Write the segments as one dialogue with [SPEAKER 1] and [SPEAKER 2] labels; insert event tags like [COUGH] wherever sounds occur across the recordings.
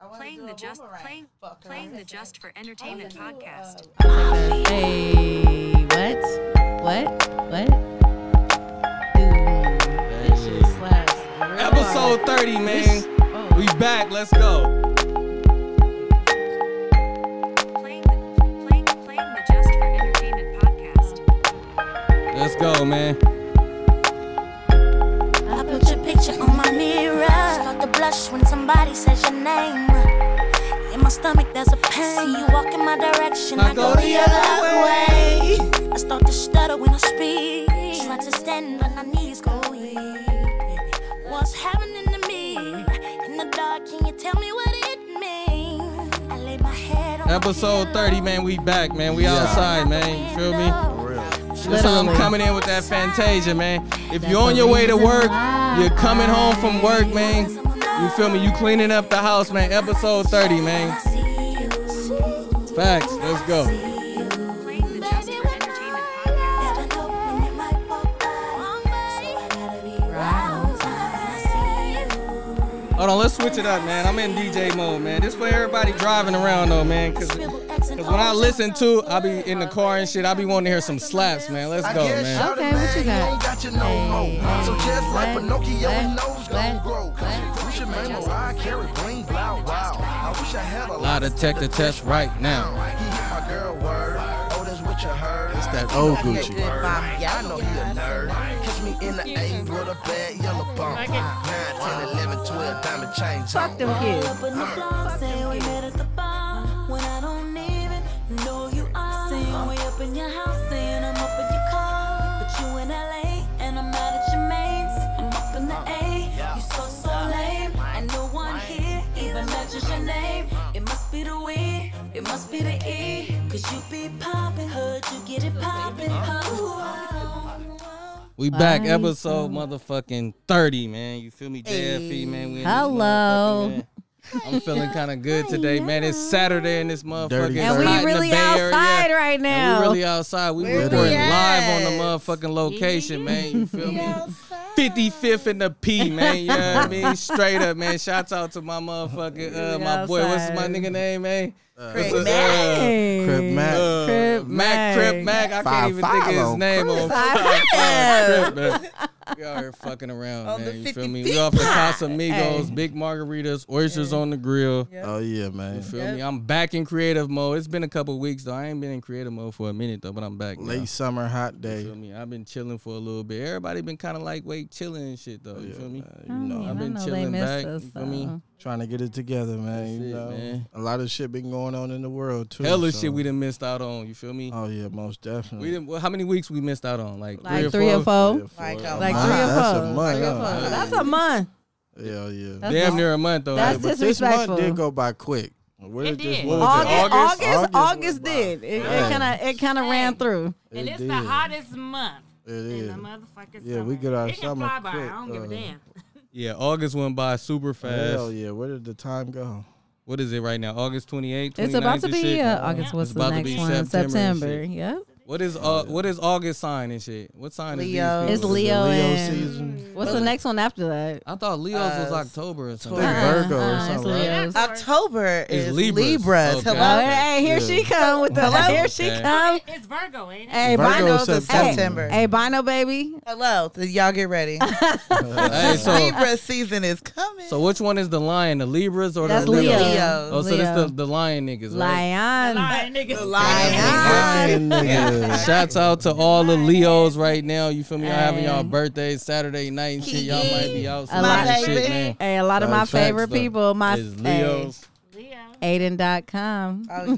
[SPEAKER 1] I wanna
[SPEAKER 2] Playing
[SPEAKER 1] do
[SPEAKER 2] the
[SPEAKER 1] a
[SPEAKER 2] just
[SPEAKER 1] boomerang,
[SPEAKER 2] playing
[SPEAKER 1] fucker.
[SPEAKER 2] playing the just for entertainment
[SPEAKER 1] uh,
[SPEAKER 3] uh,
[SPEAKER 2] podcast.
[SPEAKER 4] Hey, what? What? What? Ooh, this shit slaps. real hard.
[SPEAKER 5] Episode 30,
[SPEAKER 4] This-
[SPEAKER 5] man.
[SPEAKER 4] oh.
[SPEAKER 5] We back. Let's go.
[SPEAKER 2] Playing the playing playing the just for entertainment
[SPEAKER 6] Uh,
[SPEAKER 2] podcast.
[SPEAKER 5] Let's go, man.
[SPEAKER 7] I put your picture on my mirror. Start to blush when somebody says your name. In my stomach, there's a pain. See you walk in my direction. I, go, the other way. I start to stutter when I speak. Try to stand on my knees, go weak. What's happening to me? In the dark, can you tell me what it means? I lay my head on my
[SPEAKER 5] Episode 30,
[SPEAKER 7] pillow.
[SPEAKER 5] man. We back, man. We outside, man. You feel me? That's how I'm
[SPEAKER 4] Literally.
[SPEAKER 5] coming in with that Fantasia, man. If you're on your way to work, you're coming home from work, man. You feel me? You cleaning up the house, man. Episode 30, man. Facts. Let's go.
[SPEAKER 2] Playing the just for entertainment podcast.
[SPEAKER 7] Never know when it might pop up. So I gotta be roused when I see you.
[SPEAKER 5] Hold on, let's switch it up, man. I'm in DJ mode, man. This for everybody driving around, though, man. Cause,
[SPEAKER 7] Scribble X and
[SPEAKER 5] cause when I
[SPEAKER 7] O's.
[SPEAKER 5] listen to, I be in the car and shit. I be wanting to hear some slaps, man. Let's
[SPEAKER 8] I
[SPEAKER 5] go,
[SPEAKER 8] guess
[SPEAKER 5] man.
[SPEAKER 8] shout it,
[SPEAKER 4] Okay, what
[SPEAKER 8] man,
[SPEAKER 4] you got?
[SPEAKER 8] ain't got you no more. So just like Pinocchio,
[SPEAKER 4] Black,
[SPEAKER 8] your nose gon'
[SPEAKER 4] black,
[SPEAKER 8] grow.
[SPEAKER 4] black,
[SPEAKER 8] We should memo. I carry green, blah, wow. I wish I had a
[SPEAKER 5] Lie
[SPEAKER 8] lot of
[SPEAKER 5] detector test right now.
[SPEAKER 8] He hit my girl word. Oh, that's what you heard. It's
[SPEAKER 5] that old Gucci.
[SPEAKER 1] Good vibe, yeah.
[SPEAKER 8] I know he a nerd. Kiss me in the A with a bad yellow bump. 9, 10, 11, 12, diamond chain.
[SPEAKER 4] Fuck them kids.
[SPEAKER 7] Up in the blonde, say we met at the bar when I don't even know you are. Saying we up in your house, saying I'm up in your car, but you in LA and I'm out at your mains. I'm up in the A, you so so lame, and no one here even mentions your name. It must be the weed, it must be the E, cause you be poppin', heard you get it poppin'. Oh,
[SPEAKER 5] We back
[SPEAKER 4] Right.
[SPEAKER 5] episode motherfucking 30, man. You feel me? JFE, man. We in this
[SPEAKER 4] Hello.
[SPEAKER 5] motherfucking, man.
[SPEAKER 4] [LAUGHS]
[SPEAKER 5] I'm feeling kind of good today, man. It's Saturday in this motherfucker.
[SPEAKER 6] Dirty
[SPEAKER 5] It's
[SPEAKER 4] And
[SPEAKER 6] Right
[SPEAKER 4] we
[SPEAKER 5] hot in the
[SPEAKER 4] really
[SPEAKER 5] Bay Area.
[SPEAKER 4] outside right
[SPEAKER 5] And
[SPEAKER 4] now.
[SPEAKER 5] we really outside. We
[SPEAKER 1] Where we
[SPEAKER 5] recording
[SPEAKER 1] at?
[SPEAKER 5] live on the motherfucking location, man. You feel
[SPEAKER 4] [LAUGHS]
[SPEAKER 5] me? 55th in the P, man. You know what I mean? Straight up, man. Shouts out to my motherfucking, uh,
[SPEAKER 4] We
[SPEAKER 5] my boy. What's my
[SPEAKER 4] outside.
[SPEAKER 5] nigga name, man? What's
[SPEAKER 1] Craig
[SPEAKER 5] his, uh,
[SPEAKER 4] Hey.
[SPEAKER 6] Crip Mac.
[SPEAKER 5] uh,
[SPEAKER 4] Crip
[SPEAKER 5] Mac, Crip
[SPEAKER 4] Mac.
[SPEAKER 5] Mac. I
[SPEAKER 6] Five
[SPEAKER 5] can't even
[SPEAKER 6] five
[SPEAKER 5] think of his
[SPEAKER 6] on
[SPEAKER 5] name
[SPEAKER 6] Crip.
[SPEAKER 5] on
[SPEAKER 4] Five
[SPEAKER 5] five, man. We out here fucking around,
[SPEAKER 1] On the
[SPEAKER 5] man. You feel
[SPEAKER 1] 50
[SPEAKER 5] me? We off the Casamigos,
[SPEAKER 4] Hey.
[SPEAKER 5] big margaritas, oysters on the grill.
[SPEAKER 6] Oh yeah,
[SPEAKER 5] You
[SPEAKER 6] man.
[SPEAKER 5] feel me? I'm back in creative mode. It's been a couple weeks though. I ain't been in creative mode for a minute though, but I'm back. now.
[SPEAKER 6] Late summer hot
[SPEAKER 5] You
[SPEAKER 6] day.
[SPEAKER 5] feel me? I've been chilling for a little bit. Everybody been kind of like wait chilling and shit though. You
[SPEAKER 6] Yeah,
[SPEAKER 5] feel me?
[SPEAKER 6] man,
[SPEAKER 4] I
[SPEAKER 6] you know,
[SPEAKER 4] mean,
[SPEAKER 5] I've been
[SPEAKER 4] I know they
[SPEAKER 5] chilling
[SPEAKER 4] miss
[SPEAKER 5] back,
[SPEAKER 4] us,
[SPEAKER 5] you feel me?
[SPEAKER 4] though.
[SPEAKER 6] trying to get it together, man.
[SPEAKER 5] That's
[SPEAKER 6] you
[SPEAKER 5] it,
[SPEAKER 6] know,
[SPEAKER 5] man.
[SPEAKER 6] a lot of shit been going on in the world too.
[SPEAKER 5] Hella
[SPEAKER 6] so-
[SPEAKER 5] shit we done missed out on. You feel me?
[SPEAKER 6] Oh yeah, most
[SPEAKER 5] we
[SPEAKER 6] definitely.
[SPEAKER 5] didn't. Well, how many weeks we missed out on? Like,
[SPEAKER 4] Like
[SPEAKER 5] three or four.
[SPEAKER 4] four.
[SPEAKER 1] Like,
[SPEAKER 6] Yeah,
[SPEAKER 1] uh,
[SPEAKER 4] Like
[SPEAKER 6] wow,
[SPEAKER 4] three or
[SPEAKER 6] that's
[SPEAKER 4] four.
[SPEAKER 6] A month,
[SPEAKER 4] Three or
[SPEAKER 6] huh?
[SPEAKER 4] four. That's
[SPEAKER 5] [LAUGHS]
[SPEAKER 4] a month.
[SPEAKER 6] Yeah, yeah.
[SPEAKER 4] That's
[SPEAKER 5] Damn
[SPEAKER 4] a-
[SPEAKER 5] near a month though.
[SPEAKER 4] That's
[SPEAKER 5] Like,
[SPEAKER 6] but this
[SPEAKER 4] disrespectful.
[SPEAKER 6] month did go by quick. Where
[SPEAKER 9] It
[SPEAKER 6] this
[SPEAKER 9] did.
[SPEAKER 6] what was
[SPEAKER 4] August,
[SPEAKER 6] it,
[SPEAKER 4] August, August,
[SPEAKER 6] August went by.
[SPEAKER 4] did. It
[SPEAKER 6] Yeah.
[SPEAKER 4] kind of, it kind of ran
[SPEAKER 9] Hey.
[SPEAKER 4] through.
[SPEAKER 9] And
[SPEAKER 6] It
[SPEAKER 9] it's
[SPEAKER 6] did.
[SPEAKER 9] the hottest month
[SPEAKER 6] It
[SPEAKER 9] in the
[SPEAKER 6] is.
[SPEAKER 9] motherfucking
[SPEAKER 6] Yeah,
[SPEAKER 9] summer.
[SPEAKER 6] we get our
[SPEAKER 9] it can
[SPEAKER 6] summer
[SPEAKER 9] fly by.
[SPEAKER 6] quick,
[SPEAKER 9] I don't give
[SPEAKER 6] uh,
[SPEAKER 9] a damn.
[SPEAKER 5] yeah, August went by super fast.
[SPEAKER 6] Hell yeah. Where did the time go?
[SPEAKER 5] What is it right now? August 28th.
[SPEAKER 4] It's about
[SPEAKER 5] 29th
[SPEAKER 4] to
[SPEAKER 5] and
[SPEAKER 4] be
[SPEAKER 5] shit?
[SPEAKER 4] uh, August. What's
[SPEAKER 5] It's
[SPEAKER 4] the
[SPEAKER 5] about to
[SPEAKER 4] next
[SPEAKER 5] be
[SPEAKER 4] one?
[SPEAKER 5] September and
[SPEAKER 4] September. Yep.
[SPEAKER 5] What is uh what is August sign and shit? What sign is
[SPEAKER 1] Leo.
[SPEAKER 5] Leo?
[SPEAKER 1] It's
[SPEAKER 4] It's Leo,
[SPEAKER 6] Leo
[SPEAKER 4] and
[SPEAKER 6] season.
[SPEAKER 4] what's the next one after that?
[SPEAKER 5] I thought Leo's
[SPEAKER 4] Uh,
[SPEAKER 5] was October or something.
[SPEAKER 6] Like Virgo or
[SPEAKER 4] Uh-uh, it's
[SPEAKER 6] something. right?
[SPEAKER 4] Leo's.
[SPEAKER 1] October
[SPEAKER 5] It's
[SPEAKER 1] is Libras.
[SPEAKER 5] Libras. Okay.
[SPEAKER 4] Oh,
[SPEAKER 1] Hello.
[SPEAKER 4] hey, here
[SPEAKER 6] Yeah.
[SPEAKER 4] she come with the here she
[SPEAKER 5] Okay.
[SPEAKER 4] come.
[SPEAKER 9] It's Virgo, ain't it?
[SPEAKER 4] Hey,
[SPEAKER 6] Virgo
[SPEAKER 4] Bino,
[SPEAKER 1] Virgos is
[SPEAKER 6] September.
[SPEAKER 1] September.
[SPEAKER 4] hey, Bino baby.
[SPEAKER 1] Hello. So Y'all get ready.
[SPEAKER 6] [LAUGHS]
[SPEAKER 5] hey, so
[SPEAKER 1] Libra season is coming.
[SPEAKER 5] so which one is the lion? The Libras or
[SPEAKER 4] That's
[SPEAKER 5] the Leo?
[SPEAKER 4] Leo.
[SPEAKER 1] Leo.
[SPEAKER 5] Oh, so
[SPEAKER 4] Leo.
[SPEAKER 5] it's the, the lion niggas, right?
[SPEAKER 4] Lion.
[SPEAKER 9] Lying niggas.
[SPEAKER 6] Lying nigga.
[SPEAKER 5] Shouts out to all the Leos right now. You feel me? Y'all having
[SPEAKER 4] Hey.
[SPEAKER 5] y'all birthdays Saturday night and shit. Y'all might be outside
[SPEAKER 4] My
[SPEAKER 5] and shit,
[SPEAKER 1] baby.
[SPEAKER 5] man.
[SPEAKER 4] Hey, a lot of my
[SPEAKER 5] Facts, facts,
[SPEAKER 4] favorite
[SPEAKER 5] though.
[SPEAKER 4] people, my
[SPEAKER 5] It's Leos,
[SPEAKER 9] Leo.
[SPEAKER 4] hey, Aiden.com.
[SPEAKER 1] oh, yeah.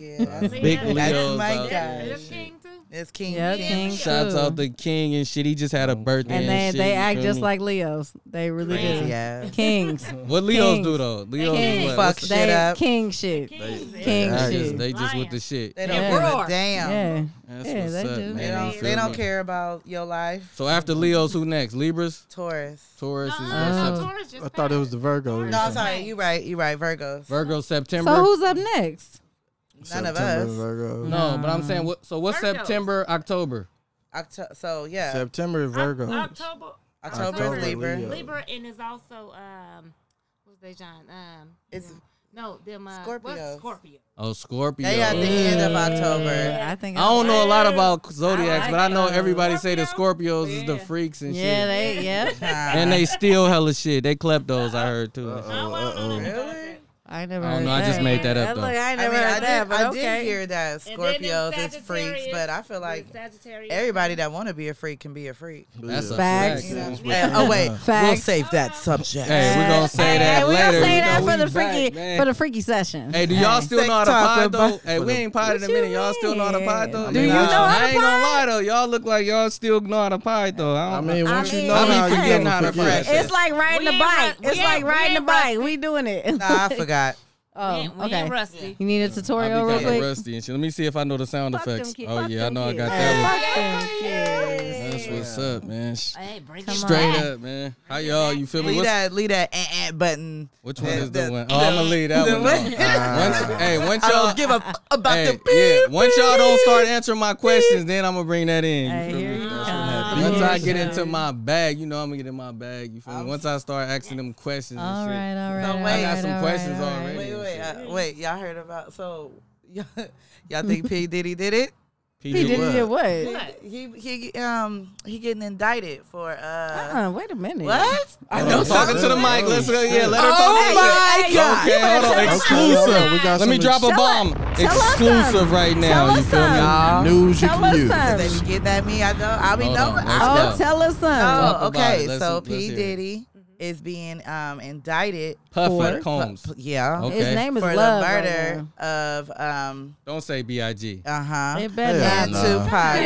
[SPEAKER 9] Leo.
[SPEAKER 5] big
[SPEAKER 9] That's
[SPEAKER 5] Leos.
[SPEAKER 1] my
[SPEAKER 5] out there and
[SPEAKER 1] guy.
[SPEAKER 9] It's
[SPEAKER 5] shit.
[SPEAKER 9] King too.
[SPEAKER 1] It's King.
[SPEAKER 4] Yeah,
[SPEAKER 1] King.
[SPEAKER 4] King.
[SPEAKER 5] Shouts
[SPEAKER 4] too.
[SPEAKER 5] out the king and shit. He just had a
[SPEAKER 9] Mm.
[SPEAKER 5] birthday.
[SPEAKER 4] And they
[SPEAKER 5] shit,
[SPEAKER 4] they
[SPEAKER 5] you
[SPEAKER 4] act
[SPEAKER 5] feel
[SPEAKER 4] just
[SPEAKER 5] me?
[SPEAKER 4] like Leos. They really do.
[SPEAKER 1] Yeah.
[SPEAKER 5] [LAUGHS]
[SPEAKER 4] Kings.
[SPEAKER 5] what Leos
[SPEAKER 4] kings.
[SPEAKER 5] do though. Leos
[SPEAKER 4] Kings.
[SPEAKER 5] do what?
[SPEAKER 1] Fuck
[SPEAKER 5] What's-
[SPEAKER 1] shit
[SPEAKER 4] They
[SPEAKER 1] up.
[SPEAKER 4] king shit.
[SPEAKER 9] Kings.
[SPEAKER 4] King
[SPEAKER 5] They
[SPEAKER 4] shit.
[SPEAKER 5] just- they just with the
[SPEAKER 9] Lion.
[SPEAKER 5] shit.
[SPEAKER 1] They don't
[SPEAKER 4] Yeah.
[SPEAKER 1] give a
[SPEAKER 9] Roar.
[SPEAKER 1] damn.
[SPEAKER 4] Yeah.
[SPEAKER 5] That's
[SPEAKER 4] Yeah,
[SPEAKER 5] what's
[SPEAKER 4] they
[SPEAKER 5] up,
[SPEAKER 4] do.
[SPEAKER 5] man.
[SPEAKER 1] They
[SPEAKER 5] You
[SPEAKER 1] don't,
[SPEAKER 5] feel
[SPEAKER 1] they don't
[SPEAKER 5] me?
[SPEAKER 1] care about your life.
[SPEAKER 5] So after Leos, who next? Libras,
[SPEAKER 1] Taurus.
[SPEAKER 5] Taurus, is
[SPEAKER 4] Uh-uh.
[SPEAKER 5] Sept-
[SPEAKER 9] Uh, Taurus just
[SPEAKER 6] I thought it was the Virgo. or
[SPEAKER 1] No, I'm
[SPEAKER 6] something.
[SPEAKER 1] sorry. You right. You right. Virgos.
[SPEAKER 5] Virgo, September.
[SPEAKER 4] So who's up next?
[SPEAKER 1] None of
[SPEAKER 6] September,
[SPEAKER 1] us.
[SPEAKER 6] Virgo.
[SPEAKER 5] no, but I'm saying what? So what's
[SPEAKER 9] Virgos.
[SPEAKER 5] September, October?
[SPEAKER 1] Octo- so yeah.
[SPEAKER 6] September Virgo.
[SPEAKER 9] October.
[SPEAKER 1] October,
[SPEAKER 6] October,
[SPEAKER 1] is Libra.
[SPEAKER 6] Leo.
[SPEAKER 9] Libra and is also um, what's they John? Um,
[SPEAKER 1] It's
[SPEAKER 9] No, them uh,
[SPEAKER 1] Scorpios.
[SPEAKER 9] What's Scorpio.
[SPEAKER 5] Oh, Scorpio.
[SPEAKER 1] They at the end of October.
[SPEAKER 4] I think
[SPEAKER 5] I don't know a lot about
[SPEAKER 9] I
[SPEAKER 5] zodiacs,
[SPEAKER 9] like
[SPEAKER 5] but I know
[SPEAKER 9] it.
[SPEAKER 5] everybody say the
[SPEAKER 9] Scorpio?
[SPEAKER 5] Scorpios is the
[SPEAKER 9] Yeah.
[SPEAKER 5] freaks and
[SPEAKER 4] Yeah,
[SPEAKER 5] shit.
[SPEAKER 4] they yeah.
[SPEAKER 5] And they steal hella shit. They kleptos, I heard too.
[SPEAKER 6] Oh,
[SPEAKER 9] No, Oh, I don't know nothing about that.
[SPEAKER 4] I never.
[SPEAKER 5] I don't
[SPEAKER 4] heard
[SPEAKER 5] know, I
[SPEAKER 4] That.
[SPEAKER 5] just made that up,
[SPEAKER 4] Look,
[SPEAKER 5] though.
[SPEAKER 4] I ain't
[SPEAKER 1] I
[SPEAKER 4] never
[SPEAKER 1] mean, I
[SPEAKER 4] heard
[SPEAKER 1] did,
[SPEAKER 4] that, but
[SPEAKER 1] I did
[SPEAKER 4] okay.
[SPEAKER 1] hear that
[SPEAKER 9] And then them
[SPEAKER 1] Scorpios is freaks,
[SPEAKER 9] Sagittarius,
[SPEAKER 1] but I feel like
[SPEAKER 9] the Sagittarius.
[SPEAKER 1] everybody that want to be a freak can be
[SPEAKER 5] [LAUGHS]
[SPEAKER 1] a freak.
[SPEAKER 5] That's a
[SPEAKER 4] Facts.
[SPEAKER 5] fact.
[SPEAKER 1] Yeah. oh wait, we'll
[SPEAKER 4] Facts.
[SPEAKER 1] save that subject.
[SPEAKER 5] Hey, we're gonna say
[SPEAKER 4] Hey,
[SPEAKER 5] that
[SPEAKER 4] hey, we
[SPEAKER 5] later.
[SPEAKER 4] gonna say that
[SPEAKER 5] We
[SPEAKER 4] for the
[SPEAKER 5] back,
[SPEAKER 4] freaky
[SPEAKER 5] man.
[SPEAKER 4] for the freaky session.
[SPEAKER 5] Hey, do y'all still know how to pod
[SPEAKER 1] TikTok
[SPEAKER 5] though?
[SPEAKER 1] about-
[SPEAKER 5] Hey, we ain't potted in a
[SPEAKER 4] What you
[SPEAKER 5] minute. Y'all still know how to pod
[SPEAKER 4] mean?
[SPEAKER 5] though?
[SPEAKER 4] Do
[SPEAKER 5] I
[SPEAKER 4] you
[SPEAKER 5] I,
[SPEAKER 4] know how to
[SPEAKER 5] ain't gonna
[SPEAKER 4] pod?
[SPEAKER 5] lie though. Y'all look like y'all still know how to pod though. I
[SPEAKER 6] I
[SPEAKER 5] don't
[SPEAKER 6] mean,
[SPEAKER 5] know.
[SPEAKER 6] once
[SPEAKER 4] I
[SPEAKER 6] you
[SPEAKER 4] mean,
[SPEAKER 6] know
[SPEAKER 4] I be
[SPEAKER 6] how, you
[SPEAKER 5] forgetting
[SPEAKER 6] gonna
[SPEAKER 5] how to
[SPEAKER 6] forget.
[SPEAKER 5] practice.
[SPEAKER 4] [LAUGHS] It's like riding
[SPEAKER 9] We
[SPEAKER 4] a
[SPEAKER 9] ain't
[SPEAKER 4] bike.
[SPEAKER 9] ru-
[SPEAKER 4] It's
[SPEAKER 9] we
[SPEAKER 4] like
[SPEAKER 9] ain't-
[SPEAKER 4] riding
[SPEAKER 9] we
[SPEAKER 4] a
[SPEAKER 9] ain't
[SPEAKER 4] bike. We doing it.
[SPEAKER 1] Nah, I forgot.
[SPEAKER 9] We
[SPEAKER 4] [LAUGHS] oh,
[SPEAKER 9] ain't, we ain't
[SPEAKER 4] okay.
[SPEAKER 9] rusty.
[SPEAKER 4] You need a
[SPEAKER 5] I
[SPEAKER 4] tutorial
[SPEAKER 5] be
[SPEAKER 4] real
[SPEAKER 5] kind of
[SPEAKER 4] quick.
[SPEAKER 5] rusty and shit. Let me see if I know the sound
[SPEAKER 4] Fuck them
[SPEAKER 5] effects.
[SPEAKER 4] kids.
[SPEAKER 5] Oh
[SPEAKER 4] Fuck
[SPEAKER 5] yeah, I
[SPEAKER 4] them
[SPEAKER 5] know I got
[SPEAKER 4] kids.
[SPEAKER 5] that
[SPEAKER 4] Fuck them kids.
[SPEAKER 5] one. That's what's up, man. Sh-
[SPEAKER 9] Hey, bring
[SPEAKER 4] [LAUGHS]
[SPEAKER 9] it
[SPEAKER 5] Straight
[SPEAKER 9] back.
[SPEAKER 5] up, man. How y'all? You feel me?
[SPEAKER 1] Leave
[SPEAKER 5] [LAUGHS] What's-
[SPEAKER 1] that, leave that eh, eh button.
[SPEAKER 5] Which one is
[SPEAKER 1] the-
[SPEAKER 5] the one? Oh, I'm gonna leave that
[SPEAKER 1] the
[SPEAKER 5] one.
[SPEAKER 1] one-
[SPEAKER 5] alone.
[SPEAKER 1] [LAUGHS]
[SPEAKER 5] Once- Hey, once
[SPEAKER 1] I
[SPEAKER 5] y'all
[SPEAKER 1] don't give a f- about
[SPEAKER 5] Hey,
[SPEAKER 1] the beep.
[SPEAKER 5] yeah, once y'all don't
[SPEAKER 1] [LAUGHS]
[SPEAKER 5] start answering my questions, then I'm gonna bring that in. You
[SPEAKER 4] Hey,
[SPEAKER 5] feel me?
[SPEAKER 4] here you
[SPEAKER 5] Once
[SPEAKER 4] come.
[SPEAKER 5] I get into my bag, you know I'm gonna get in my bag. You feel me? Once I start asking them questions, and
[SPEAKER 4] All
[SPEAKER 5] shit.
[SPEAKER 4] right, all right.
[SPEAKER 1] So
[SPEAKER 4] all
[SPEAKER 1] wait. I got
[SPEAKER 4] right,
[SPEAKER 5] some
[SPEAKER 4] all right,
[SPEAKER 5] questions
[SPEAKER 4] all right.
[SPEAKER 5] already.
[SPEAKER 1] Wait, wait, uh, wait. Y'all heard about so [LAUGHS] y'all, y'all think P Diddy did it?
[SPEAKER 5] P.
[SPEAKER 4] He did
[SPEAKER 5] Diddy.
[SPEAKER 4] it what?
[SPEAKER 9] What?
[SPEAKER 1] He he um he getting indicted for uh
[SPEAKER 4] Uh, wait a minute.
[SPEAKER 1] what?
[SPEAKER 5] I know. Talking to the mic. Let's go. Yeah, let her
[SPEAKER 1] Oh my
[SPEAKER 5] talk.
[SPEAKER 1] god!
[SPEAKER 5] Okay, hold on.
[SPEAKER 6] Okay, okay, we
[SPEAKER 5] Exclusive.
[SPEAKER 6] got
[SPEAKER 5] Let me
[SPEAKER 6] some
[SPEAKER 5] drop a
[SPEAKER 4] Tell
[SPEAKER 5] bomb.
[SPEAKER 4] tell us
[SPEAKER 5] Exclusive
[SPEAKER 4] something.
[SPEAKER 5] right now.
[SPEAKER 4] Tell
[SPEAKER 5] You
[SPEAKER 4] us
[SPEAKER 5] feel me?
[SPEAKER 4] something.
[SPEAKER 6] news you
[SPEAKER 4] Tell
[SPEAKER 6] can
[SPEAKER 4] us
[SPEAKER 6] use.
[SPEAKER 1] They be
[SPEAKER 4] something.
[SPEAKER 1] getting at me. I know. I be
[SPEAKER 5] Hold
[SPEAKER 1] know.
[SPEAKER 5] on,
[SPEAKER 1] I
[SPEAKER 5] let's
[SPEAKER 4] Oh,
[SPEAKER 5] go.
[SPEAKER 4] tell us something.
[SPEAKER 5] Talk
[SPEAKER 1] Oh,
[SPEAKER 5] about
[SPEAKER 1] okay.
[SPEAKER 5] it. Let's-
[SPEAKER 1] So
[SPEAKER 5] let's
[SPEAKER 1] P
[SPEAKER 5] hear it.
[SPEAKER 1] Diddy is being um indicted.
[SPEAKER 5] Puff
[SPEAKER 1] for,
[SPEAKER 5] at Combs.
[SPEAKER 1] pu- yeah.
[SPEAKER 5] Okay.
[SPEAKER 4] His name is
[SPEAKER 1] For
[SPEAKER 4] Love.
[SPEAKER 1] the
[SPEAKER 4] right
[SPEAKER 1] murder
[SPEAKER 4] now.
[SPEAKER 1] of um
[SPEAKER 5] Don't say B.I.G.
[SPEAKER 1] uh
[SPEAKER 4] It
[SPEAKER 1] huh
[SPEAKER 4] better
[SPEAKER 6] Yeah.
[SPEAKER 4] not.
[SPEAKER 1] and
[SPEAKER 6] Nah.
[SPEAKER 1] Tupac. I'm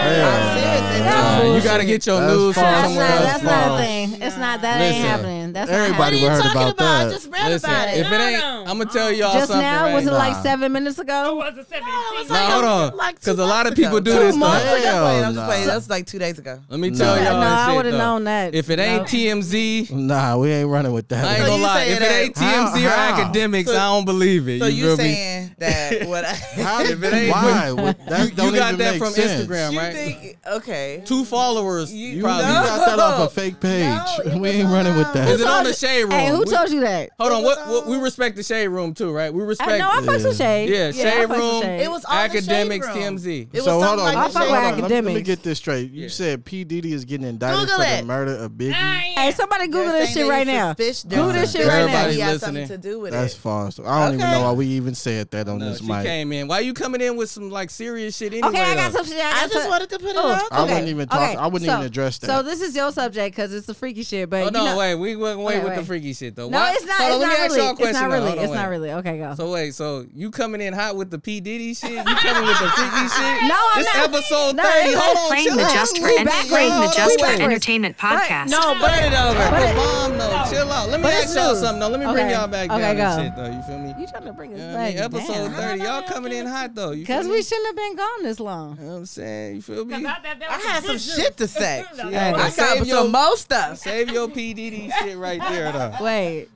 [SPEAKER 6] Hell,
[SPEAKER 1] serious. It's
[SPEAKER 4] That's
[SPEAKER 5] Uh,
[SPEAKER 1] all-
[SPEAKER 5] you gotta get your
[SPEAKER 6] That's
[SPEAKER 5] news from
[SPEAKER 6] false.
[SPEAKER 4] That's
[SPEAKER 5] somewhere
[SPEAKER 4] not,
[SPEAKER 5] else.
[SPEAKER 4] that's not
[SPEAKER 5] bro.
[SPEAKER 4] a thing. It's not that
[SPEAKER 5] Listen.
[SPEAKER 4] ain't happening. That's
[SPEAKER 6] Everybody
[SPEAKER 4] not happening.
[SPEAKER 6] heard about that.
[SPEAKER 9] read
[SPEAKER 5] Listen, if it ain't, I'm gonna tell y'all
[SPEAKER 4] Just
[SPEAKER 5] something.
[SPEAKER 4] now,
[SPEAKER 5] right
[SPEAKER 4] was it
[SPEAKER 5] now.
[SPEAKER 4] like seven minutes
[SPEAKER 9] It
[SPEAKER 4] ago?
[SPEAKER 9] was a 17.
[SPEAKER 5] Nah, hold on, because a lot of people do
[SPEAKER 1] Two
[SPEAKER 5] this
[SPEAKER 1] months
[SPEAKER 5] stuff.
[SPEAKER 1] ago.
[SPEAKER 6] Hell
[SPEAKER 1] Wait, I'm just
[SPEAKER 6] nah.
[SPEAKER 1] playing. That's like two days ago.
[SPEAKER 5] Let me tell
[SPEAKER 4] no,
[SPEAKER 5] y'all. this
[SPEAKER 4] I
[SPEAKER 5] shit,
[SPEAKER 4] would have
[SPEAKER 5] though.
[SPEAKER 4] known that.
[SPEAKER 5] If it ain't
[SPEAKER 4] No.
[SPEAKER 5] TMZ,
[SPEAKER 6] Nah, we ain't running with
[SPEAKER 5] I ain't
[SPEAKER 6] that.
[SPEAKER 1] So
[SPEAKER 5] gonna
[SPEAKER 1] you
[SPEAKER 5] lie.
[SPEAKER 1] saying
[SPEAKER 5] If it ain't
[SPEAKER 6] that-
[SPEAKER 5] TMZ or
[SPEAKER 6] How?
[SPEAKER 5] academics, I don't believe it.
[SPEAKER 1] So
[SPEAKER 5] you
[SPEAKER 1] you
[SPEAKER 5] feel me?
[SPEAKER 1] saying
[SPEAKER 5] [LAUGHS]
[SPEAKER 1] that what I
[SPEAKER 6] How-
[SPEAKER 5] If it ain't-
[SPEAKER 6] Why? That
[SPEAKER 5] you,
[SPEAKER 6] don't
[SPEAKER 5] you got
[SPEAKER 6] even
[SPEAKER 5] that
[SPEAKER 6] make
[SPEAKER 5] from
[SPEAKER 6] sense.
[SPEAKER 5] Instagram,
[SPEAKER 1] [LAUGHS] you
[SPEAKER 5] right?
[SPEAKER 1] think? Okay.
[SPEAKER 5] Two followers,
[SPEAKER 1] You-
[SPEAKER 5] probably.
[SPEAKER 6] You got that off a fake page.
[SPEAKER 1] it
[SPEAKER 6] we
[SPEAKER 1] was
[SPEAKER 6] ain't running with
[SPEAKER 1] on,
[SPEAKER 6] that.
[SPEAKER 5] Is it on the shade room?
[SPEAKER 4] Hey, who
[SPEAKER 5] We-
[SPEAKER 4] told you that?
[SPEAKER 5] Hold on. What, what? We respect the shade room too, right? We respect.
[SPEAKER 4] I know I fucks with Shade.
[SPEAKER 5] Yeah,
[SPEAKER 4] I
[SPEAKER 5] Shade
[SPEAKER 4] fucks with
[SPEAKER 5] Room.
[SPEAKER 4] Shade.
[SPEAKER 1] It was on
[SPEAKER 5] academics,
[SPEAKER 1] the shade room.
[SPEAKER 5] TMZ.
[SPEAKER 1] It was
[SPEAKER 6] so hold
[SPEAKER 1] something
[SPEAKER 6] on,
[SPEAKER 1] like
[SPEAKER 4] I
[SPEAKER 1] the
[SPEAKER 4] fuck
[SPEAKER 1] shade
[SPEAKER 4] with
[SPEAKER 1] room.
[SPEAKER 6] Let me- Let me,
[SPEAKER 4] academics.
[SPEAKER 6] get this straight. You
[SPEAKER 5] Yeah.
[SPEAKER 6] said P Diddy is getting indicted for
[SPEAKER 1] Google it.
[SPEAKER 6] the murder of Biggie.
[SPEAKER 4] Hey,
[SPEAKER 9] Hey,
[SPEAKER 4] somebody Google
[SPEAKER 1] They're
[SPEAKER 4] this
[SPEAKER 1] saying
[SPEAKER 4] shit
[SPEAKER 1] that
[SPEAKER 4] right
[SPEAKER 1] he's
[SPEAKER 4] now.
[SPEAKER 1] suspicious.
[SPEAKER 4] Google this shit right
[SPEAKER 1] Everybody
[SPEAKER 4] now.
[SPEAKER 1] He has
[SPEAKER 5] listening.
[SPEAKER 1] something to do with
[SPEAKER 6] That's
[SPEAKER 1] it.
[SPEAKER 6] false. I don't even
[SPEAKER 1] Okay.
[SPEAKER 6] know why we even said that on
[SPEAKER 5] No,
[SPEAKER 6] this
[SPEAKER 5] she
[SPEAKER 6] mic.
[SPEAKER 5] came in. Why you coming in with some like serious shit anyway?
[SPEAKER 4] Okay, I got
[SPEAKER 5] though?
[SPEAKER 4] some shit. I,
[SPEAKER 1] I
[SPEAKER 4] got
[SPEAKER 1] just
[SPEAKER 4] some-
[SPEAKER 1] wanted to put it
[SPEAKER 4] Oh,
[SPEAKER 1] out.
[SPEAKER 6] I
[SPEAKER 1] there.
[SPEAKER 6] wouldn't even talk.
[SPEAKER 4] okay,
[SPEAKER 6] I wouldn't
[SPEAKER 4] so-
[SPEAKER 6] even address that.
[SPEAKER 4] So this is your subject because it's the freaky shit. But
[SPEAKER 5] Oh
[SPEAKER 4] you
[SPEAKER 5] no,
[SPEAKER 4] know,
[SPEAKER 5] wait, we went wait
[SPEAKER 4] Wait,
[SPEAKER 5] with the
[SPEAKER 4] wait.
[SPEAKER 5] freaky shit though.
[SPEAKER 4] no,
[SPEAKER 5] Why-
[SPEAKER 4] it's not.
[SPEAKER 5] Hold
[SPEAKER 4] It's
[SPEAKER 5] on, let me
[SPEAKER 4] not
[SPEAKER 5] ask
[SPEAKER 4] really.
[SPEAKER 5] y'all a question.
[SPEAKER 4] It's not
[SPEAKER 5] though.
[SPEAKER 4] really.
[SPEAKER 5] Hold on,
[SPEAKER 4] It's not
[SPEAKER 5] wait.
[SPEAKER 4] really. Okay, go.
[SPEAKER 5] So wait, so you coming in hot with the P Diddy shit? You coming with the
[SPEAKER 4] [LAUGHS]
[SPEAKER 5] freaky shit?
[SPEAKER 4] No, I'm
[SPEAKER 5] this
[SPEAKER 4] not. [LAUGHS]
[SPEAKER 5] episode
[SPEAKER 4] No,
[SPEAKER 5] thirty.
[SPEAKER 4] it's
[SPEAKER 5] Hold
[SPEAKER 4] not.
[SPEAKER 5] on,
[SPEAKER 2] Playing
[SPEAKER 5] chill
[SPEAKER 2] the
[SPEAKER 5] out.
[SPEAKER 2] Just for,
[SPEAKER 5] We
[SPEAKER 2] en-
[SPEAKER 5] back-
[SPEAKER 2] playing the
[SPEAKER 5] hold on,
[SPEAKER 2] Just for
[SPEAKER 5] wait.
[SPEAKER 2] Entertainment podcast.
[SPEAKER 4] No,
[SPEAKER 5] Burn it over.
[SPEAKER 4] Oh, But
[SPEAKER 5] But
[SPEAKER 4] it-
[SPEAKER 5] mom, though, chill out. Let me
[SPEAKER 4] But
[SPEAKER 5] ask
[SPEAKER 4] it's
[SPEAKER 5] y'all
[SPEAKER 4] true.
[SPEAKER 5] something. though. Let me bring
[SPEAKER 4] Okay.
[SPEAKER 5] y'all back
[SPEAKER 4] Okay,
[SPEAKER 5] down and
[SPEAKER 4] go.
[SPEAKER 5] shit though. You feel me?
[SPEAKER 4] you trying to bring us
[SPEAKER 5] You know what I
[SPEAKER 4] back?
[SPEAKER 5] mean? Episode thirty. Y'all coming in hot though. You
[SPEAKER 4] Because
[SPEAKER 5] feel
[SPEAKER 4] we
[SPEAKER 5] me?
[SPEAKER 4] shouldn't have been gone this long.
[SPEAKER 5] You know what I'm saying, you feel
[SPEAKER 9] I
[SPEAKER 5] me?
[SPEAKER 9] thought that- that
[SPEAKER 1] I
[SPEAKER 9] was
[SPEAKER 1] had some
[SPEAKER 9] good
[SPEAKER 1] shit to say.
[SPEAKER 9] juice. No,
[SPEAKER 5] Yeah.
[SPEAKER 9] no,
[SPEAKER 1] I
[SPEAKER 5] Save
[SPEAKER 1] got
[SPEAKER 5] your-
[SPEAKER 1] some more [LAUGHS] stuff.
[SPEAKER 5] Save your
[SPEAKER 9] [LAUGHS]
[SPEAKER 5] P Diddy shit right there though.
[SPEAKER 4] Wait.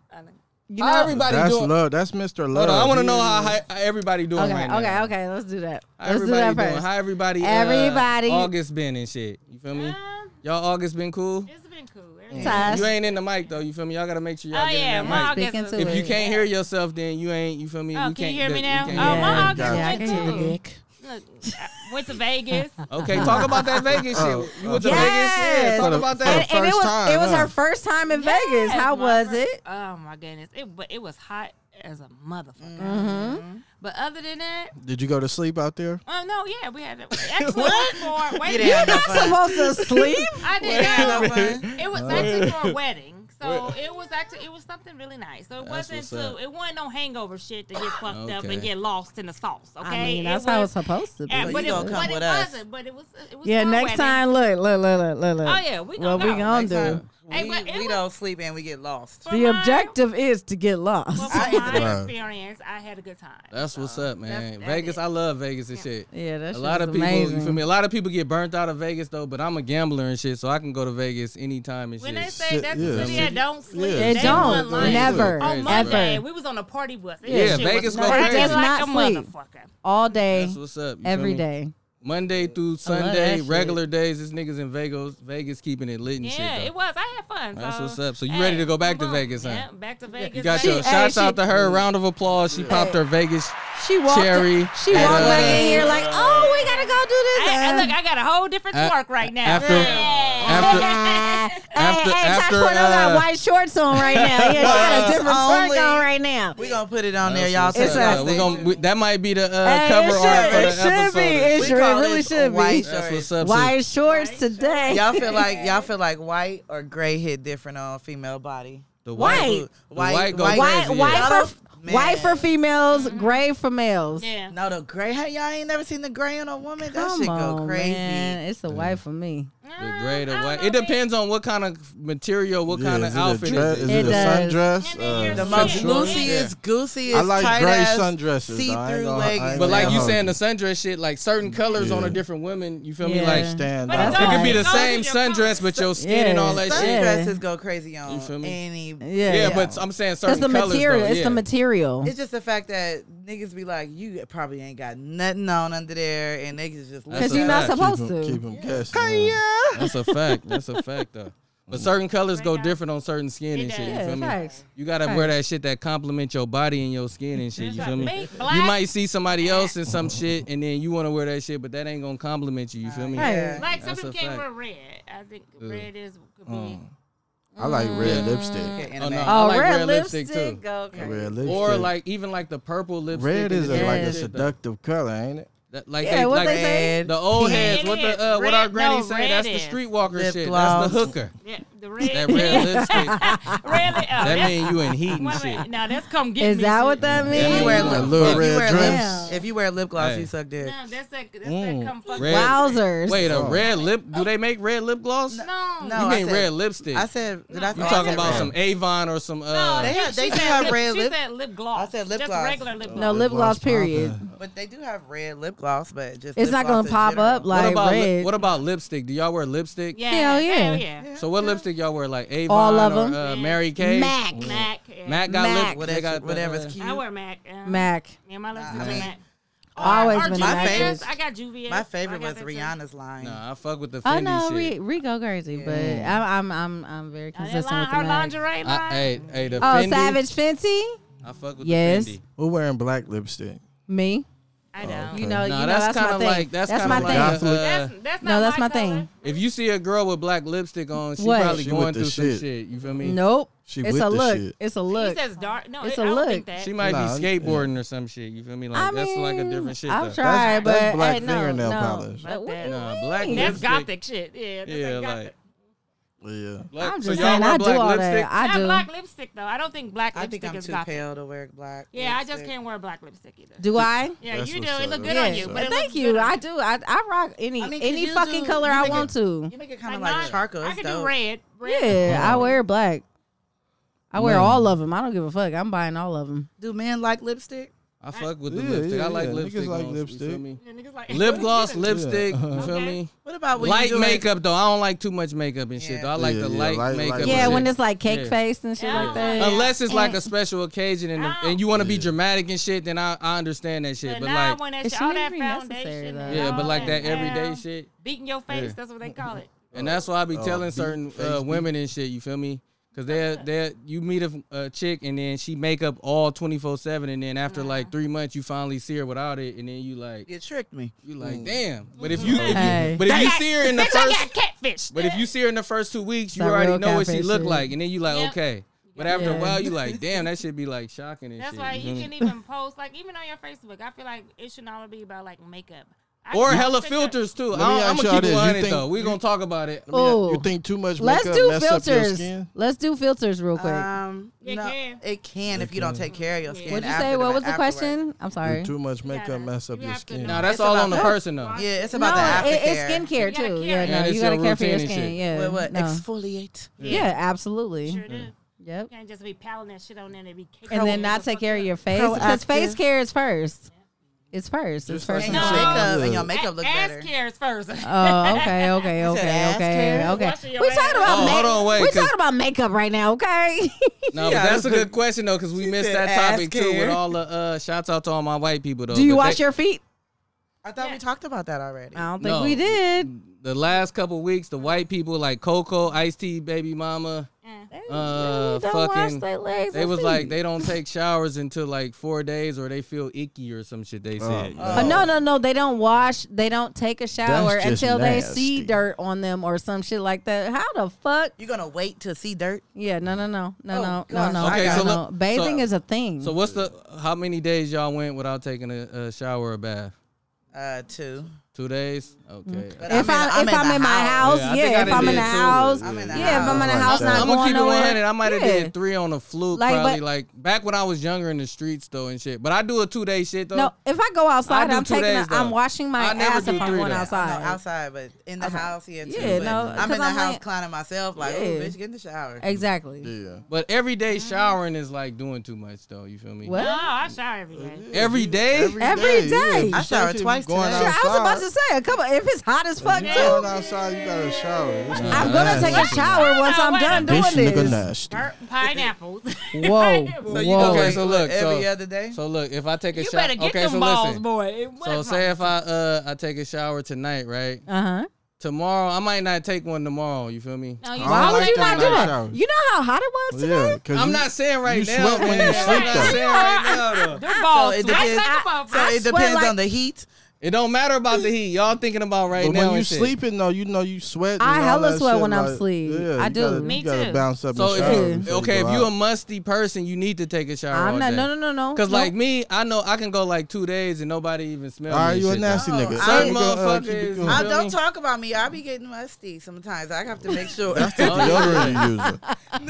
[SPEAKER 4] You know.
[SPEAKER 5] How everybody
[SPEAKER 6] that's
[SPEAKER 5] doing?
[SPEAKER 6] love. That's Mr. Love.
[SPEAKER 5] Hold on, I want to
[SPEAKER 6] He-
[SPEAKER 5] know how, hi- how everybody doing
[SPEAKER 4] okay.
[SPEAKER 5] right now.
[SPEAKER 4] okay. Okay. Let's do that.
[SPEAKER 5] How
[SPEAKER 4] Let's do
[SPEAKER 5] everybody
[SPEAKER 4] that
[SPEAKER 5] doing?
[SPEAKER 4] first.
[SPEAKER 5] How everybody? uh,
[SPEAKER 4] Everybody-
[SPEAKER 5] August been and shit. You feel me? Y'all August been cool.
[SPEAKER 9] It's been cool.
[SPEAKER 4] Toss.
[SPEAKER 5] You ain't in the mic though. You feel me? Y'all gotta make sure y'all
[SPEAKER 9] Oh,
[SPEAKER 5] get
[SPEAKER 9] yeah.
[SPEAKER 5] in that
[SPEAKER 9] My
[SPEAKER 5] mic.
[SPEAKER 9] August
[SPEAKER 4] Speaking
[SPEAKER 9] was
[SPEAKER 4] to
[SPEAKER 9] good.
[SPEAKER 5] If you can't hear yourself, then you ain't. You feel me?
[SPEAKER 9] Oh,
[SPEAKER 5] you
[SPEAKER 9] can
[SPEAKER 5] can't,
[SPEAKER 9] you hear me now?
[SPEAKER 5] that- you
[SPEAKER 9] Oh,
[SPEAKER 5] can't
[SPEAKER 9] my
[SPEAKER 6] Yeah,
[SPEAKER 9] August
[SPEAKER 4] yeah, I
[SPEAKER 9] was
[SPEAKER 4] can hear you,
[SPEAKER 9] good,
[SPEAKER 4] Dick.
[SPEAKER 9] too. Look, I went to Vegas.
[SPEAKER 5] Okay, talk about that Vegas
[SPEAKER 6] Oh,
[SPEAKER 5] shit. You went to Vegas? Yeah,
[SPEAKER 4] Yes.
[SPEAKER 5] talk
[SPEAKER 6] For the-
[SPEAKER 5] about
[SPEAKER 6] for the
[SPEAKER 5] that.
[SPEAKER 4] And, and it
[SPEAKER 6] first
[SPEAKER 4] was
[SPEAKER 6] time,
[SPEAKER 4] it was
[SPEAKER 6] huh?
[SPEAKER 4] her first time in Vegas.
[SPEAKER 9] Yes,
[SPEAKER 4] How
[SPEAKER 9] my
[SPEAKER 4] was
[SPEAKER 9] first-
[SPEAKER 6] [LAUGHS]
[SPEAKER 4] it?
[SPEAKER 9] Oh my goodness! It but it was hot as a motherfucker. But other than that,
[SPEAKER 6] Did you go to sleep out there?
[SPEAKER 9] oh no, yeah, we had actually it was for wait,
[SPEAKER 1] Yeah,
[SPEAKER 4] Not supposed to sleep.
[SPEAKER 9] I did
[SPEAKER 1] no
[SPEAKER 9] not.
[SPEAKER 1] fun.
[SPEAKER 9] It was actually for a wedding, so it was actually it was something really nice. So it
[SPEAKER 5] That's
[SPEAKER 9] wasn't
[SPEAKER 5] what's
[SPEAKER 9] too,
[SPEAKER 5] up.
[SPEAKER 9] it wasn't no hangover shit to get fucked up
[SPEAKER 5] Okay.
[SPEAKER 9] and get lost in the sauce. Okay,
[SPEAKER 4] I mean,
[SPEAKER 9] It
[SPEAKER 4] that's how it's
[SPEAKER 9] was-
[SPEAKER 4] supposed to be.
[SPEAKER 9] Yeah,
[SPEAKER 1] So
[SPEAKER 9] but
[SPEAKER 1] you
[SPEAKER 9] it,
[SPEAKER 1] gonna come
[SPEAKER 9] but it
[SPEAKER 1] with us.
[SPEAKER 9] wasn't. But it was. It was
[SPEAKER 4] yeah,
[SPEAKER 9] for a
[SPEAKER 4] next
[SPEAKER 9] wedding.
[SPEAKER 4] time, look, look, look, look, look, look.
[SPEAKER 9] Oh yeah, we gonna
[SPEAKER 4] What we
[SPEAKER 9] go.
[SPEAKER 4] gonna
[SPEAKER 9] Next
[SPEAKER 4] do?
[SPEAKER 9] Hey,
[SPEAKER 1] We,
[SPEAKER 9] but it
[SPEAKER 1] we
[SPEAKER 9] was-
[SPEAKER 1] don't sleep and we get lost.
[SPEAKER 9] For
[SPEAKER 4] The
[SPEAKER 9] mine-
[SPEAKER 4] objective is to get lost.
[SPEAKER 9] Well, from
[SPEAKER 1] Right.
[SPEAKER 9] my experience, I had a good time.
[SPEAKER 5] That's what's up, man.
[SPEAKER 9] that's- that
[SPEAKER 5] Vegas,
[SPEAKER 9] is-
[SPEAKER 5] I love Vegas and shit.
[SPEAKER 4] [LAUGHS] yeah, that's
[SPEAKER 5] A lot of people,
[SPEAKER 4] amazing.
[SPEAKER 5] you feel me? A lot of people get burnt out of Vegas though, but I'm a gambler and shit, so I can go to Vegas anytime and
[SPEAKER 9] When
[SPEAKER 5] shit.
[SPEAKER 9] they say that's the
[SPEAKER 6] Yeah.
[SPEAKER 9] city that don't sleep,
[SPEAKER 6] Yeah.
[SPEAKER 4] They Oh,
[SPEAKER 9] they
[SPEAKER 4] don't
[SPEAKER 9] wasn't lying.
[SPEAKER 4] never
[SPEAKER 5] Crazy,
[SPEAKER 9] On
[SPEAKER 5] bro.
[SPEAKER 9] Monday, we was on a party bus. That
[SPEAKER 5] Yeah,
[SPEAKER 9] shit
[SPEAKER 5] Vegas
[SPEAKER 9] was
[SPEAKER 5] go
[SPEAKER 9] cracking
[SPEAKER 5] crazy.
[SPEAKER 9] like
[SPEAKER 4] Not
[SPEAKER 9] a
[SPEAKER 4] sleep.
[SPEAKER 9] motherfucker.
[SPEAKER 4] all day,
[SPEAKER 5] That's what's up. You feel
[SPEAKER 4] every
[SPEAKER 5] me?
[SPEAKER 4] day.
[SPEAKER 5] Monday through
[SPEAKER 1] I love that
[SPEAKER 5] Sunday,
[SPEAKER 1] shit.
[SPEAKER 5] regular days. This niggas in Vegas, Vegas keeping it lit and
[SPEAKER 9] Yeah,
[SPEAKER 5] shit.
[SPEAKER 9] it was. I had fun.
[SPEAKER 5] That's
[SPEAKER 9] so-
[SPEAKER 5] what's up. So you ready to go back to
[SPEAKER 9] come on.
[SPEAKER 5] Vegas, huh?
[SPEAKER 9] Yeah, back to Vegas.
[SPEAKER 5] though. You got
[SPEAKER 9] baby.
[SPEAKER 5] your shouts
[SPEAKER 4] hey, she-
[SPEAKER 5] out to her. Round of applause. She popped her Vegas.
[SPEAKER 4] She walked.
[SPEAKER 5] Cherry
[SPEAKER 4] she
[SPEAKER 5] and,
[SPEAKER 4] walked
[SPEAKER 5] uh,
[SPEAKER 4] back in here like, oh, we gotta go do
[SPEAKER 9] I,
[SPEAKER 4] this.
[SPEAKER 9] I-
[SPEAKER 4] Uh,
[SPEAKER 9] look, I got a whole different
[SPEAKER 5] A-
[SPEAKER 9] twerk right now.
[SPEAKER 5] after- after-
[SPEAKER 4] [LAUGHS] hey,
[SPEAKER 5] after-
[SPEAKER 4] hey,
[SPEAKER 5] after,
[SPEAKER 4] Taekwondo got
[SPEAKER 5] uh,
[SPEAKER 4] white shorts on right now.
[SPEAKER 5] [LAUGHS]
[SPEAKER 4] Yeah, she got a different
[SPEAKER 1] Only-
[SPEAKER 4] twerk on right now.
[SPEAKER 1] We gonna put it on there,
[SPEAKER 5] That's
[SPEAKER 1] y'all.
[SPEAKER 5] what's
[SPEAKER 1] So
[SPEAKER 5] up.
[SPEAKER 1] y'all
[SPEAKER 5] Uh,
[SPEAKER 1] stay
[SPEAKER 5] we gonna,
[SPEAKER 1] tuned.
[SPEAKER 5] we, that might be the uh,
[SPEAKER 4] Hey,
[SPEAKER 5] cover
[SPEAKER 4] it
[SPEAKER 5] art for
[SPEAKER 4] should,
[SPEAKER 5] the
[SPEAKER 4] it should
[SPEAKER 5] episode.
[SPEAKER 4] be. It
[SPEAKER 1] We
[SPEAKER 4] should,
[SPEAKER 1] call
[SPEAKER 4] it really
[SPEAKER 1] this
[SPEAKER 4] should be.
[SPEAKER 1] white
[SPEAKER 5] That's what's
[SPEAKER 1] shorts.
[SPEAKER 5] up. So
[SPEAKER 4] White shorts today.
[SPEAKER 1] Y'all feel like
[SPEAKER 4] [LAUGHS]
[SPEAKER 1] y'all feel like white or gray hit different on female body.
[SPEAKER 5] the
[SPEAKER 4] White.
[SPEAKER 5] The white go
[SPEAKER 4] White,
[SPEAKER 5] crazy.
[SPEAKER 4] white,
[SPEAKER 1] Y'all
[SPEAKER 4] for,
[SPEAKER 1] don't-
[SPEAKER 4] white for
[SPEAKER 1] man.
[SPEAKER 4] females, gray for males.
[SPEAKER 9] yeah.
[SPEAKER 1] No, the gray. Hey, y'all ain't never seen the gray on a woman. That
[SPEAKER 4] Come
[SPEAKER 1] shit
[SPEAKER 4] on,
[SPEAKER 1] go crazy.
[SPEAKER 4] man. It's the white for me.
[SPEAKER 5] The gray, the
[SPEAKER 9] I don't
[SPEAKER 5] white.
[SPEAKER 9] know,
[SPEAKER 5] It
[SPEAKER 9] man.
[SPEAKER 5] depends on what kind of material, what
[SPEAKER 6] Yeah,
[SPEAKER 5] kind
[SPEAKER 6] is
[SPEAKER 5] of
[SPEAKER 6] it a
[SPEAKER 5] outfit.
[SPEAKER 6] dre-
[SPEAKER 5] it
[SPEAKER 6] Is
[SPEAKER 5] is.
[SPEAKER 6] it,
[SPEAKER 4] It
[SPEAKER 6] a
[SPEAKER 4] does.
[SPEAKER 6] sundress?
[SPEAKER 9] I mean,
[SPEAKER 6] Uh,
[SPEAKER 9] here's
[SPEAKER 1] The
[SPEAKER 9] Yeah.
[SPEAKER 1] most
[SPEAKER 9] Yeah.
[SPEAKER 1] loosiest, goosiest,
[SPEAKER 6] I like
[SPEAKER 1] tight
[SPEAKER 6] gray
[SPEAKER 1] ass,
[SPEAKER 6] sundresses, though. I ain't
[SPEAKER 1] see-through
[SPEAKER 6] gonna- I ain't
[SPEAKER 1] leggings.
[SPEAKER 5] But like you
[SPEAKER 6] Yeah.
[SPEAKER 5] saying, the sundress shit, like certain colors on
[SPEAKER 6] Yeah.
[SPEAKER 5] a different woman. You feel me?
[SPEAKER 4] Yeah.
[SPEAKER 5] Like
[SPEAKER 4] Stand
[SPEAKER 6] stand
[SPEAKER 9] But
[SPEAKER 4] That's
[SPEAKER 5] it could be
[SPEAKER 4] Right.
[SPEAKER 5] the
[SPEAKER 9] Those are
[SPEAKER 5] same
[SPEAKER 9] your
[SPEAKER 5] sundress, but your skin and all that
[SPEAKER 4] Yeah.
[SPEAKER 5] shit.
[SPEAKER 1] sundresses go crazy on
[SPEAKER 5] You feel me?
[SPEAKER 1] any.
[SPEAKER 5] Yeah,
[SPEAKER 4] Yeah.
[SPEAKER 5] but I'm saying certain
[SPEAKER 4] It's the
[SPEAKER 5] colors.
[SPEAKER 4] material.
[SPEAKER 5] though,
[SPEAKER 4] It's
[SPEAKER 5] yeah.
[SPEAKER 4] the material.
[SPEAKER 1] It's just the fact that niggas be like, you probably ain't got nothing on under there, and niggas
[SPEAKER 5] That's
[SPEAKER 1] just
[SPEAKER 4] Because
[SPEAKER 5] a
[SPEAKER 4] you're not
[SPEAKER 5] fact.
[SPEAKER 4] supposed
[SPEAKER 6] keep
[SPEAKER 4] to.
[SPEAKER 6] them, keep them guessing. Yeah.
[SPEAKER 5] That's a fact. That's a fact
[SPEAKER 6] [LAUGHS]
[SPEAKER 5] though. But certain colors go different on certain skin
[SPEAKER 9] It
[SPEAKER 5] and shit. You
[SPEAKER 9] does.
[SPEAKER 5] feel me?
[SPEAKER 4] Facts.
[SPEAKER 5] You gotta wear that shit that complement your body and your skin and shit. You
[SPEAKER 9] That's
[SPEAKER 5] feel
[SPEAKER 9] right.
[SPEAKER 5] me?
[SPEAKER 9] Pink, black.
[SPEAKER 5] You might see somebody else in some shit and then you wanna wear that shit, but that ain't gonna compliment you. You feel me?
[SPEAKER 4] Hey.
[SPEAKER 1] Yeah.
[SPEAKER 9] Like some
[SPEAKER 5] That's a
[SPEAKER 9] people can't wear
[SPEAKER 5] fact.
[SPEAKER 9] red. I think red is could be.
[SPEAKER 6] I like red
[SPEAKER 1] Okay,
[SPEAKER 6] lipstick.
[SPEAKER 1] in
[SPEAKER 5] Oh, no.
[SPEAKER 1] a man.
[SPEAKER 5] I
[SPEAKER 4] oh,
[SPEAKER 5] like
[SPEAKER 4] red,
[SPEAKER 5] red lipstick,
[SPEAKER 4] lipstick.
[SPEAKER 5] too.
[SPEAKER 4] Okay.
[SPEAKER 6] Red lipstick.
[SPEAKER 5] Or like even like the purple lipstick.
[SPEAKER 6] red
[SPEAKER 5] and
[SPEAKER 6] is
[SPEAKER 5] shit
[SPEAKER 6] a, like
[SPEAKER 5] that
[SPEAKER 6] a
[SPEAKER 5] shit, though.
[SPEAKER 6] seductive color, ain't it?
[SPEAKER 5] That- like
[SPEAKER 4] Yeah,
[SPEAKER 5] they,
[SPEAKER 4] what
[SPEAKER 5] like
[SPEAKER 4] they say?
[SPEAKER 1] Red.
[SPEAKER 5] the old
[SPEAKER 1] pink.
[SPEAKER 5] heads, what the uh,
[SPEAKER 9] Red-
[SPEAKER 5] what our granny
[SPEAKER 9] no,
[SPEAKER 5] say,
[SPEAKER 9] red
[SPEAKER 5] that's the
[SPEAKER 9] is.
[SPEAKER 5] streetwalker
[SPEAKER 1] Lip
[SPEAKER 5] shit. That's
[SPEAKER 1] gloss.
[SPEAKER 5] the hooker.
[SPEAKER 9] Yeah, the red.
[SPEAKER 5] That
[SPEAKER 9] [LAUGHS]
[SPEAKER 5] red lipstick.
[SPEAKER 9] red lip- oh,
[SPEAKER 5] That
[SPEAKER 9] that's-
[SPEAKER 5] mean you in heat and
[SPEAKER 9] wait, wait,
[SPEAKER 5] shit.
[SPEAKER 9] Now that's come get
[SPEAKER 4] Is
[SPEAKER 9] me.
[SPEAKER 4] that
[SPEAKER 9] shit.
[SPEAKER 4] what that means?
[SPEAKER 1] If you wear lip,
[SPEAKER 6] a little
[SPEAKER 1] if you
[SPEAKER 6] red
[SPEAKER 1] wear
[SPEAKER 6] dress.
[SPEAKER 1] lip, if you wear lip gloss,
[SPEAKER 5] Hey.
[SPEAKER 1] you suck dick.
[SPEAKER 9] No, that's that. That's
[SPEAKER 5] Mm,
[SPEAKER 9] that come fuck.
[SPEAKER 5] red.
[SPEAKER 4] Wowzers.
[SPEAKER 5] Wait, a red lip? Do they make red lip gloss?
[SPEAKER 9] No.
[SPEAKER 1] No,
[SPEAKER 5] you
[SPEAKER 1] I
[SPEAKER 5] mean
[SPEAKER 1] said-
[SPEAKER 5] red lipstick?
[SPEAKER 1] I said, did I
[SPEAKER 5] you
[SPEAKER 1] oh, I
[SPEAKER 5] talking
[SPEAKER 1] said
[SPEAKER 5] about
[SPEAKER 1] red.
[SPEAKER 5] some Avon or some?
[SPEAKER 9] No,
[SPEAKER 5] Uh,
[SPEAKER 1] They have-
[SPEAKER 9] she
[SPEAKER 1] they do
[SPEAKER 9] said
[SPEAKER 1] have
[SPEAKER 9] lip-
[SPEAKER 1] red
[SPEAKER 9] she
[SPEAKER 1] lip-
[SPEAKER 9] said lip gloss.
[SPEAKER 1] I said lip
[SPEAKER 9] Just
[SPEAKER 1] gloss.
[SPEAKER 9] regular lip
[SPEAKER 4] No
[SPEAKER 9] gloss.
[SPEAKER 4] lip gloss. Period.
[SPEAKER 1] But they do have red lip gloss, but just
[SPEAKER 4] It's
[SPEAKER 1] lip
[SPEAKER 4] not
[SPEAKER 1] gloss
[SPEAKER 4] gonna
[SPEAKER 1] in
[SPEAKER 4] pop
[SPEAKER 1] general.
[SPEAKER 4] up
[SPEAKER 5] what
[SPEAKER 4] like
[SPEAKER 5] about li-
[SPEAKER 4] red.
[SPEAKER 5] what about lipstick? Do y'all wear lipstick?
[SPEAKER 9] Yeah.
[SPEAKER 4] Hell yeah.
[SPEAKER 9] Hell yeah.
[SPEAKER 5] So what lipstick y'all wear? Like Avon
[SPEAKER 4] All of
[SPEAKER 5] or,
[SPEAKER 4] them.
[SPEAKER 5] uh, Mary Kay?
[SPEAKER 4] Mac.
[SPEAKER 9] Mac. yeah.
[SPEAKER 5] Mac got
[SPEAKER 4] Mac.
[SPEAKER 5] lip. They
[SPEAKER 1] Whatever,
[SPEAKER 5] got the,
[SPEAKER 1] whatever's
[SPEAKER 5] uh,
[SPEAKER 1] cute.
[SPEAKER 9] I wear Mac. um,
[SPEAKER 4] Mac.
[SPEAKER 9] Yeah, my lipstick
[SPEAKER 1] I
[SPEAKER 9] is
[SPEAKER 1] mean,
[SPEAKER 9] Mac.
[SPEAKER 5] Oh,
[SPEAKER 4] always
[SPEAKER 9] Or
[SPEAKER 4] been a
[SPEAKER 1] my
[SPEAKER 4] Mac.
[SPEAKER 1] favorite-
[SPEAKER 9] Juvia's. I got Juvia's.
[SPEAKER 1] My favorite
[SPEAKER 9] I got
[SPEAKER 1] was
[SPEAKER 9] that too.
[SPEAKER 1] Rihanna's line.
[SPEAKER 5] Nah, uh, I fuck with the
[SPEAKER 4] Oh
[SPEAKER 5] Fendi
[SPEAKER 4] no,
[SPEAKER 5] shit.
[SPEAKER 4] we, we go crazy, but I, I'm I'm I'm very
[SPEAKER 9] Now, that
[SPEAKER 4] consistent
[SPEAKER 9] line,
[SPEAKER 4] with the
[SPEAKER 9] her
[SPEAKER 4] Mac.
[SPEAKER 9] lingerie line.
[SPEAKER 5] I, hey, hey, the
[SPEAKER 4] Oh,
[SPEAKER 5] Fendi.
[SPEAKER 4] Savage Fenty,
[SPEAKER 5] I fuck with
[SPEAKER 4] Yes.
[SPEAKER 5] the Fendi.
[SPEAKER 6] We're wearing black lipstick.
[SPEAKER 4] me.
[SPEAKER 9] I know.
[SPEAKER 4] You know, you
[SPEAKER 5] Nah,
[SPEAKER 4] know
[SPEAKER 5] that's,
[SPEAKER 4] that's,
[SPEAKER 5] kind
[SPEAKER 4] my
[SPEAKER 5] of
[SPEAKER 4] thing.
[SPEAKER 5] like that's,
[SPEAKER 4] my
[SPEAKER 5] kind of
[SPEAKER 4] thing.
[SPEAKER 5] like.
[SPEAKER 6] thing.
[SPEAKER 5] uh,
[SPEAKER 9] That's, that's
[SPEAKER 4] no,
[SPEAKER 9] not
[SPEAKER 4] that's my
[SPEAKER 9] color.
[SPEAKER 4] thing.
[SPEAKER 5] if you see a girl with black lipstick on, she
[SPEAKER 4] What?
[SPEAKER 5] probably
[SPEAKER 6] She with
[SPEAKER 5] going
[SPEAKER 6] the
[SPEAKER 5] through some
[SPEAKER 6] shit.
[SPEAKER 5] shit. You feel me?
[SPEAKER 4] Nope,
[SPEAKER 6] She
[SPEAKER 4] it's
[SPEAKER 6] with
[SPEAKER 4] a
[SPEAKER 6] the
[SPEAKER 4] look.
[SPEAKER 6] shit.
[SPEAKER 4] It's a
[SPEAKER 9] He
[SPEAKER 4] look.
[SPEAKER 9] says dark. No,
[SPEAKER 4] It's
[SPEAKER 9] it,
[SPEAKER 4] a
[SPEAKER 9] I don't
[SPEAKER 4] look.
[SPEAKER 9] think that.
[SPEAKER 5] She might
[SPEAKER 6] Nah,
[SPEAKER 5] be
[SPEAKER 6] yeah.
[SPEAKER 5] skateboarding or some shit. You feel me? Like
[SPEAKER 4] I
[SPEAKER 5] that's
[SPEAKER 4] mean,
[SPEAKER 5] like a different shit.
[SPEAKER 4] I've
[SPEAKER 5] though.
[SPEAKER 6] That's-
[SPEAKER 4] tried,
[SPEAKER 6] that's
[SPEAKER 4] but
[SPEAKER 6] black
[SPEAKER 4] hey, no,
[SPEAKER 6] fingernail
[SPEAKER 4] no.
[SPEAKER 6] polish.
[SPEAKER 4] But what
[SPEAKER 9] That-
[SPEAKER 4] do you
[SPEAKER 5] Nah, black
[SPEAKER 4] mean?
[SPEAKER 9] That's
[SPEAKER 5] lipstick.
[SPEAKER 9] gothic shit. Yeah, that's
[SPEAKER 5] Yeah,
[SPEAKER 9] like gothic.
[SPEAKER 5] like
[SPEAKER 6] Yeah.
[SPEAKER 5] black.
[SPEAKER 4] I'm
[SPEAKER 5] so
[SPEAKER 4] just
[SPEAKER 5] y'all
[SPEAKER 4] saying,
[SPEAKER 5] wear
[SPEAKER 4] I do
[SPEAKER 5] black
[SPEAKER 4] all
[SPEAKER 5] lipstick?
[SPEAKER 4] that. I
[SPEAKER 9] not
[SPEAKER 4] do.
[SPEAKER 9] black lipstick though. I don't think black
[SPEAKER 1] I
[SPEAKER 9] lipstick
[SPEAKER 1] think I'm
[SPEAKER 9] is
[SPEAKER 1] too
[SPEAKER 9] gothic.
[SPEAKER 1] pale to wear black.
[SPEAKER 9] Yeah, I just
[SPEAKER 1] lipstick.
[SPEAKER 9] can't wear black lipstick either.
[SPEAKER 4] do I?
[SPEAKER 9] yeah,
[SPEAKER 6] That's
[SPEAKER 9] you do.
[SPEAKER 6] what's
[SPEAKER 9] It
[SPEAKER 6] up.
[SPEAKER 9] look good
[SPEAKER 4] Yeah.
[SPEAKER 9] on you. But it
[SPEAKER 4] Thank
[SPEAKER 9] looks
[SPEAKER 4] you.
[SPEAKER 9] Good on
[SPEAKER 4] I do. I, I rock any
[SPEAKER 1] I mean, 'cause
[SPEAKER 4] any
[SPEAKER 1] you
[SPEAKER 4] fucking
[SPEAKER 1] do-
[SPEAKER 4] color
[SPEAKER 1] you
[SPEAKER 4] I
[SPEAKER 1] make
[SPEAKER 4] want
[SPEAKER 1] it-
[SPEAKER 4] to.
[SPEAKER 1] You make it kind
[SPEAKER 9] Like,
[SPEAKER 1] of
[SPEAKER 9] no,
[SPEAKER 1] like
[SPEAKER 9] I-
[SPEAKER 1] charcoal.
[SPEAKER 9] I
[SPEAKER 1] It's
[SPEAKER 9] can
[SPEAKER 1] dope.
[SPEAKER 9] do red. red.
[SPEAKER 4] Yeah, I wear black. I wear all of them. I don't give a fuck. I'm buying all of them.
[SPEAKER 1] Do men like lipstick?
[SPEAKER 5] I fuck with the
[SPEAKER 6] Yeah,
[SPEAKER 5] lipstick.
[SPEAKER 6] yeah,
[SPEAKER 5] I like
[SPEAKER 6] yeah. Niggas
[SPEAKER 5] lipstick.
[SPEAKER 6] like
[SPEAKER 5] on, You feel
[SPEAKER 6] lipstick. Uh-huh.
[SPEAKER 5] me?
[SPEAKER 9] Yeah, niggas like- [LAUGHS]
[SPEAKER 5] Lip gloss, lipstick. You feel
[SPEAKER 9] Okay.
[SPEAKER 5] me?
[SPEAKER 1] What about when you
[SPEAKER 5] Light
[SPEAKER 1] do it-
[SPEAKER 5] makeup though. I don't like too much makeup and shit.
[SPEAKER 1] Yeah.
[SPEAKER 5] Though. I like
[SPEAKER 6] Yeah,
[SPEAKER 5] the
[SPEAKER 6] yeah,
[SPEAKER 5] light,
[SPEAKER 6] light-
[SPEAKER 5] makeup.
[SPEAKER 6] light
[SPEAKER 5] and
[SPEAKER 4] Yeah,
[SPEAKER 6] lipstick.
[SPEAKER 5] shit.
[SPEAKER 4] when it's like cake
[SPEAKER 5] Yeah.
[SPEAKER 4] face and shit
[SPEAKER 9] Yeah.
[SPEAKER 4] like that.
[SPEAKER 5] Unless it's like
[SPEAKER 4] Eh.
[SPEAKER 5] a special occasion and,
[SPEAKER 9] Ah.
[SPEAKER 5] and you want to be dramatic and shit, then I, I understand that shit.
[SPEAKER 9] But
[SPEAKER 5] But
[SPEAKER 9] now I
[SPEAKER 5] like,
[SPEAKER 9] want that
[SPEAKER 4] It
[SPEAKER 9] shit. All
[SPEAKER 4] shouldn't
[SPEAKER 9] that
[SPEAKER 4] be necessary,
[SPEAKER 9] foundation.
[SPEAKER 4] though.
[SPEAKER 9] and
[SPEAKER 5] yeah,
[SPEAKER 9] all
[SPEAKER 5] but like that
[SPEAKER 9] damn
[SPEAKER 5] everyday shit.
[SPEAKER 9] Beating your face.
[SPEAKER 5] Yeah.
[SPEAKER 9] That's what they call it.
[SPEAKER 5] And that's why I be
[SPEAKER 6] Uh,
[SPEAKER 5] telling
[SPEAKER 6] beat,
[SPEAKER 5] certain
[SPEAKER 6] face
[SPEAKER 5] uh,
[SPEAKER 6] beat.
[SPEAKER 5] women and shit. You feel me? Cause they're they you meet a, a chick and then she make up all twenty four seven and then after like three months you finally see her without it and then you like
[SPEAKER 1] You tricked me.
[SPEAKER 5] you like damn. But if you, if you-
[SPEAKER 4] Hey.
[SPEAKER 5] but if you see her in the
[SPEAKER 9] Bitch, I
[SPEAKER 5] first
[SPEAKER 9] got catfish.
[SPEAKER 5] but if you see her in the first two weeks you
[SPEAKER 4] That
[SPEAKER 5] already
[SPEAKER 4] real
[SPEAKER 5] know what she
[SPEAKER 4] catfish
[SPEAKER 5] look
[SPEAKER 4] shit.
[SPEAKER 5] like and then you like
[SPEAKER 9] Yep.
[SPEAKER 5] okay. But after a
[SPEAKER 4] Yeah.
[SPEAKER 5] while you like damn
[SPEAKER 9] [LAUGHS]
[SPEAKER 5] that should be like shocking and
[SPEAKER 9] That's
[SPEAKER 5] shit.
[SPEAKER 9] why
[SPEAKER 5] you
[SPEAKER 9] you
[SPEAKER 5] feel me?
[SPEAKER 9] can even post like even on your Facebook. I feel like it should not be about like makeup. I
[SPEAKER 5] or
[SPEAKER 9] can
[SPEAKER 5] hella
[SPEAKER 9] pick up-
[SPEAKER 5] filters too.
[SPEAKER 6] Let me
[SPEAKER 5] I'm
[SPEAKER 6] ask
[SPEAKER 5] gonna
[SPEAKER 6] y'all
[SPEAKER 5] keep
[SPEAKER 6] this.
[SPEAKER 5] it
[SPEAKER 6] You
[SPEAKER 5] 100
[SPEAKER 6] think-
[SPEAKER 5] though. We gonna talk about it.
[SPEAKER 4] Oh,
[SPEAKER 6] You think too much
[SPEAKER 4] let's
[SPEAKER 6] makeup
[SPEAKER 4] do
[SPEAKER 6] mess up your
[SPEAKER 4] filters.
[SPEAKER 6] skin?
[SPEAKER 4] Let's do filters real quick.
[SPEAKER 1] Um,
[SPEAKER 9] It
[SPEAKER 1] no,
[SPEAKER 9] can.
[SPEAKER 1] it can if you don't take care of your skin.
[SPEAKER 4] What'd you
[SPEAKER 1] after
[SPEAKER 4] say? What
[SPEAKER 1] fact-
[SPEAKER 4] was the
[SPEAKER 1] afterwards.
[SPEAKER 4] question? I'm
[SPEAKER 6] Do
[SPEAKER 4] sorry.
[SPEAKER 6] too much makeup
[SPEAKER 9] gotta-
[SPEAKER 6] mess up
[SPEAKER 9] you
[SPEAKER 6] your
[SPEAKER 9] have to
[SPEAKER 6] skin?
[SPEAKER 5] Now that's
[SPEAKER 1] It's
[SPEAKER 5] all
[SPEAKER 1] about
[SPEAKER 5] on the
[SPEAKER 1] that.
[SPEAKER 5] person though.
[SPEAKER 1] Yeah, it's
[SPEAKER 4] No,
[SPEAKER 1] about the
[SPEAKER 4] it,
[SPEAKER 1] aftercare.
[SPEAKER 4] it's skincare
[SPEAKER 9] You gotta
[SPEAKER 4] too.
[SPEAKER 9] care.
[SPEAKER 4] Yeah,
[SPEAKER 5] And
[SPEAKER 4] no,
[SPEAKER 5] it's
[SPEAKER 4] you gotta
[SPEAKER 5] your
[SPEAKER 4] care for your
[SPEAKER 5] routine and
[SPEAKER 4] skin.
[SPEAKER 5] shit.
[SPEAKER 4] Yeah,
[SPEAKER 1] What, what?
[SPEAKER 4] no.
[SPEAKER 1] Exfoliate.
[SPEAKER 4] yeah, absolutely.
[SPEAKER 9] Sure
[SPEAKER 5] Mm-hmm.
[SPEAKER 9] do.
[SPEAKER 4] Yep.
[SPEAKER 9] You can't just be piling that shit on there and be cake-
[SPEAKER 4] and then not take care of your face because
[SPEAKER 1] Proactive.
[SPEAKER 4] face care is first. It's first. It's
[SPEAKER 6] Just like
[SPEAKER 4] first.
[SPEAKER 1] And
[SPEAKER 4] and
[SPEAKER 9] No.
[SPEAKER 1] your
[SPEAKER 4] foremost.
[SPEAKER 1] makeup and your
[SPEAKER 9] A-
[SPEAKER 1] makeup look
[SPEAKER 9] ass
[SPEAKER 1] better.
[SPEAKER 9] cares first. [LAUGHS]
[SPEAKER 4] Oh, [LAUGHS] okay, okay,
[SPEAKER 1] You said
[SPEAKER 4] okay,
[SPEAKER 1] ass
[SPEAKER 4] okay,
[SPEAKER 1] care?
[SPEAKER 9] Washing
[SPEAKER 4] okay.
[SPEAKER 9] your
[SPEAKER 4] We
[SPEAKER 9] ass.
[SPEAKER 4] talking about
[SPEAKER 5] Oh, hold on, wait,
[SPEAKER 4] makeup. We
[SPEAKER 5] 'cause-
[SPEAKER 4] talking about makeup right now, [LAUGHS] okay?
[SPEAKER 5] No, but that's a
[SPEAKER 4] [LAUGHS]
[SPEAKER 5] good question though, because we missed that
[SPEAKER 1] said ass
[SPEAKER 5] topic too. With
[SPEAKER 1] care.
[SPEAKER 5] all the uh, shouts out to all my white people though.
[SPEAKER 4] Do you
[SPEAKER 5] but
[SPEAKER 4] wash
[SPEAKER 5] they-
[SPEAKER 4] your feet?
[SPEAKER 1] I thought we talked about that already.
[SPEAKER 4] I don't think
[SPEAKER 5] No. Uh,
[SPEAKER 4] we did.
[SPEAKER 5] The last couple weeks, the white people like Coco, Ice T, Baby Mama, uh,
[SPEAKER 4] don't
[SPEAKER 5] fucking.
[SPEAKER 4] wash their legs
[SPEAKER 5] They
[SPEAKER 4] and
[SPEAKER 5] was like
[SPEAKER 4] feet.
[SPEAKER 5] they don't take showers until like four days or they feel icky or some shit. They said.
[SPEAKER 6] Oh.
[SPEAKER 4] Uh, no, no, no. They don't wash. They don't take a shower
[SPEAKER 6] just
[SPEAKER 4] until they see
[SPEAKER 6] nasty.
[SPEAKER 4] dirt on them or some shit like that. How the fuck?
[SPEAKER 1] You're gonna wait to see dirt?
[SPEAKER 4] Yeah, no, no, no, no, no,
[SPEAKER 1] Oh,
[SPEAKER 4] no,
[SPEAKER 1] gosh.
[SPEAKER 4] no.
[SPEAKER 5] Okay,
[SPEAKER 4] no,
[SPEAKER 5] so
[SPEAKER 4] no.
[SPEAKER 5] look- so-
[SPEAKER 4] bathing is a thing.
[SPEAKER 5] So what's the how many days y'all went without taking a, a shower or bath?
[SPEAKER 1] Uh, too.
[SPEAKER 5] Two days. Okay.
[SPEAKER 1] But
[SPEAKER 4] if I
[SPEAKER 1] I'm in- I'm
[SPEAKER 4] if
[SPEAKER 1] in
[SPEAKER 4] I'm
[SPEAKER 1] the
[SPEAKER 4] in my house,
[SPEAKER 5] Yeah,
[SPEAKER 1] house.
[SPEAKER 4] yeah.
[SPEAKER 5] I think I
[SPEAKER 4] if
[SPEAKER 5] done
[SPEAKER 4] I'm in
[SPEAKER 5] did
[SPEAKER 4] the
[SPEAKER 5] too.
[SPEAKER 4] house,
[SPEAKER 1] I'm in the
[SPEAKER 4] yeah. If I'm in the
[SPEAKER 6] house.
[SPEAKER 4] house,
[SPEAKER 6] Like
[SPEAKER 4] not
[SPEAKER 6] that.
[SPEAKER 5] I'm
[SPEAKER 4] going
[SPEAKER 5] gonna keep it
[SPEAKER 4] nowhere.
[SPEAKER 5] 100. I might have
[SPEAKER 4] yeah.
[SPEAKER 5] did three on the fluke,
[SPEAKER 4] Like,
[SPEAKER 5] probably
[SPEAKER 4] but-
[SPEAKER 5] like back when I was younger in the streets though and shit. But I do a two day shit though.
[SPEAKER 4] No, if I go outside,
[SPEAKER 5] do
[SPEAKER 4] I'm
[SPEAKER 5] two
[SPEAKER 4] taking.
[SPEAKER 5] days,
[SPEAKER 4] a,
[SPEAKER 5] though.
[SPEAKER 4] I'm washing my
[SPEAKER 5] I never
[SPEAKER 4] ass
[SPEAKER 5] do
[SPEAKER 4] if I'm
[SPEAKER 5] three
[SPEAKER 4] going
[SPEAKER 5] days.
[SPEAKER 4] outside.
[SPEAKER 1] No, outside, but in the house, yeah, too.
[SPEAKER 4] Yeah,
[SPEAKER 1] but
[SPEAKER 4] no,
[SPEAKER 1] I'm
[SPEAKER 4] because
[SPEAKER 1] in the
[SPEAKER 4] I'm
[SPEAKER 1] house
[SPEAKER 4] like-
[SPEAKER 1] clowning myself, like, oh,
[SPEAKER 4] Yeah.
[SPEAKER 1] bitch, get in the shower.
[SPEAKER 4] Exactly.
[SPEAKER 6] Yeah.
[SPEAKER 5] But every day showering is like doing too much though. You feel me?
[SPEAKER 9] No,
[SPEAKER 4] What?
[SPEAKER 9] I shower every day.
[SPEAKER 5] Every day?
[SPEAKER 4] Every day.
[SPEAKER 6] if you
[SPEAKER 1] I showered
[SPEAKER 6] especially if
[SPEAKER 1] twice
[SPEAKER 6] Going
[SPEAKER 1] today.
[SPEAKER 4] Sure, I was about
[SPEAKER 6] outside.
[SPEAKER 4] to say a couple. If it's hot as fuck
[SPEAKER 6] you
[SPEAKER 4] too,
[SPEAKER 6] Going outside, you gotta shower. It's not
[SPEAKER 4] I'm gonna
[SPEAKER 6] nasty.
[SPEAKER 4] take a shower once I'm done
[SPEAKER 6] This
[SPEAKER 4] doing
[SPEAKER 6] nigga
[SPEAKER 4] this.
[SPEAKER 6] nasty.
[SPEAKER 9] Burnt [LAUGHS] pineapples.
[SPEAKER 4] Whoa.
[SPEAKER 1] So you
[SPEAKER 4] Whoa.
[SPEAKER 1] go
[SPEAKER 5] Okay,
[SPEAKER 1] okay,
[SPEAKER 5] so
[SPEAKER 1] so
[SPEAKER 5] look,
[SPEAKER 1] every
[SPEAKER 5] so-
[SPEAKER 1] other day?
[SPEAKER 5] So look, if I take a
[SPEAKER 9] you
[SPEAKER 5] shower,
[SPEAKER 9] better get
[SPEAKER 5] okay,
[SPEAKER 9] them
[SPEAKER 5] so
[SPEAKER 9] balls,
[SPEAKER 5] listen.
[SPEAKER 9] boy.
[SPEAKER 5] So say if I uh I take a shower tonight, right?
[SPEAKER 4] Uh huh.
[SPEAKER 5] Tomorrow I might not take one tomorrow. You feel me?
[SPEAKER 9] no, you
[SPEAKER 6] Why
[SPEAKER 4] Why
[SPEAKER 6] would
[SPEAKER 4] would
[SPEAKER 6] like
[SPEAKER 4] you
[SPEAKER 6] them
[SPEAKER 4] not do
[SPEAKER 6] night
[SPEAKER 4] it?
[SPEAKER 6] showers.
[SPEAKER 4] You know how hot it was today.
[SPEAKER 6] Yeah, 'cause
[SPEAKER 5] I'm
[SPEAKER 6] you-
[SPEAKER 5] not saying right
[SPEAKER 6] you
[SPEAKER 5] now.
[SPEAKER 6] sweat when
[SPEAKER 5] man.
[SPEAKER 6] you sleep,
[SPEAKER 5] I'm not
[SPEAKER 6] though.
[SPEAKER 5] saying right now. though.
[SPEAKER 9] Their balls.
[SPEAKER 1] Oh, So it
[SPEAKER 9] sweat.
[SPEAKER 1] depends-
[SPEAKER 9] I suck 'em up.
[SPEAKER 1] So
[SPEAKER 9] I
[SPEAKER 1] it
[SPEAKER 9] sweat
[SPEAKER 1] depends
[SPEAKER 9] like-
[SPEAKER 1] on the heat.
[SPEAKER 5] It don't matter about the heat. Y'all thinking about right
[SPEAKER 6] But
[SPEAKER 5] now.
[SPEAKER 6] when you
[SPEAKER 5] and shit.
[SPEAKER 6] sleeping though, you know you sweat. and
[SPEAKER 4] I
[SPEAKER 6] all
[SPEAKER 4] hella
[SPEAKER 6] that
[SPEAKER 4] sweat
[SPEAKER 6] shit,
[SPEAKER 4] when I'm
[SPEAKER 6] like,
[SPEAKER 4] asleep.
[SPEAKER 6] Yeah,
[SPEAKER 4] I
[SPEAKER 6] you
[SPEAKER 4] do.
[SPEAKER 6] Gotta,
[SPEAKER 9] Me
[SPEAKER 6] you gotta
[SPEAKER 9] too.
[SPEAKER 6] bounce up.
[SPEAKER 5] So
[SPEAKER 6] and
[SPEAKER 5] if
[SPEAKER 6] shower
[SPEAKER 5] you
[SPEAKER 6] before
[SPEAKER 5] okay,
[SPEAKER 6] go
[SPEAKER 5] if you a
[SPEAKER 6] out.
[SPEAKER 5] musty person, you need to take a shower.
[SPEAKER 4] I'm
[SPEAKER 5] all
[SPEAKER 4] not.
[SPEAKER 5] day.
[SPEAKER 4] No, no, no, no.
[SPEAKER 5] Cause
[SPEAKER 4] no.
[SPEAKER 5] like me, I know I can go like two days and nobody even smell
[SPEAKER 6] all right,
[SPEAKER 5] me.
[SPEAKER 6] you a
[SPEAKER 5] and shit.
[SPEAKER 6] nasty
[SPEAKER 1] Oh,
[SPEAKER 6] nigga.
[SPEAKER 1] I-
[SPEAKER 6] Certain motherfuckers, you
[SPEAKER 5] Motherfuckers.
[SPEAKER 1] I
[SPEAKER 5] feel me?
[SPEAKER 1] don't talk about me. I be getting musty sometimes. I have to make sure. [LAUGHS]
[SPEAKER 6] good. deodorant you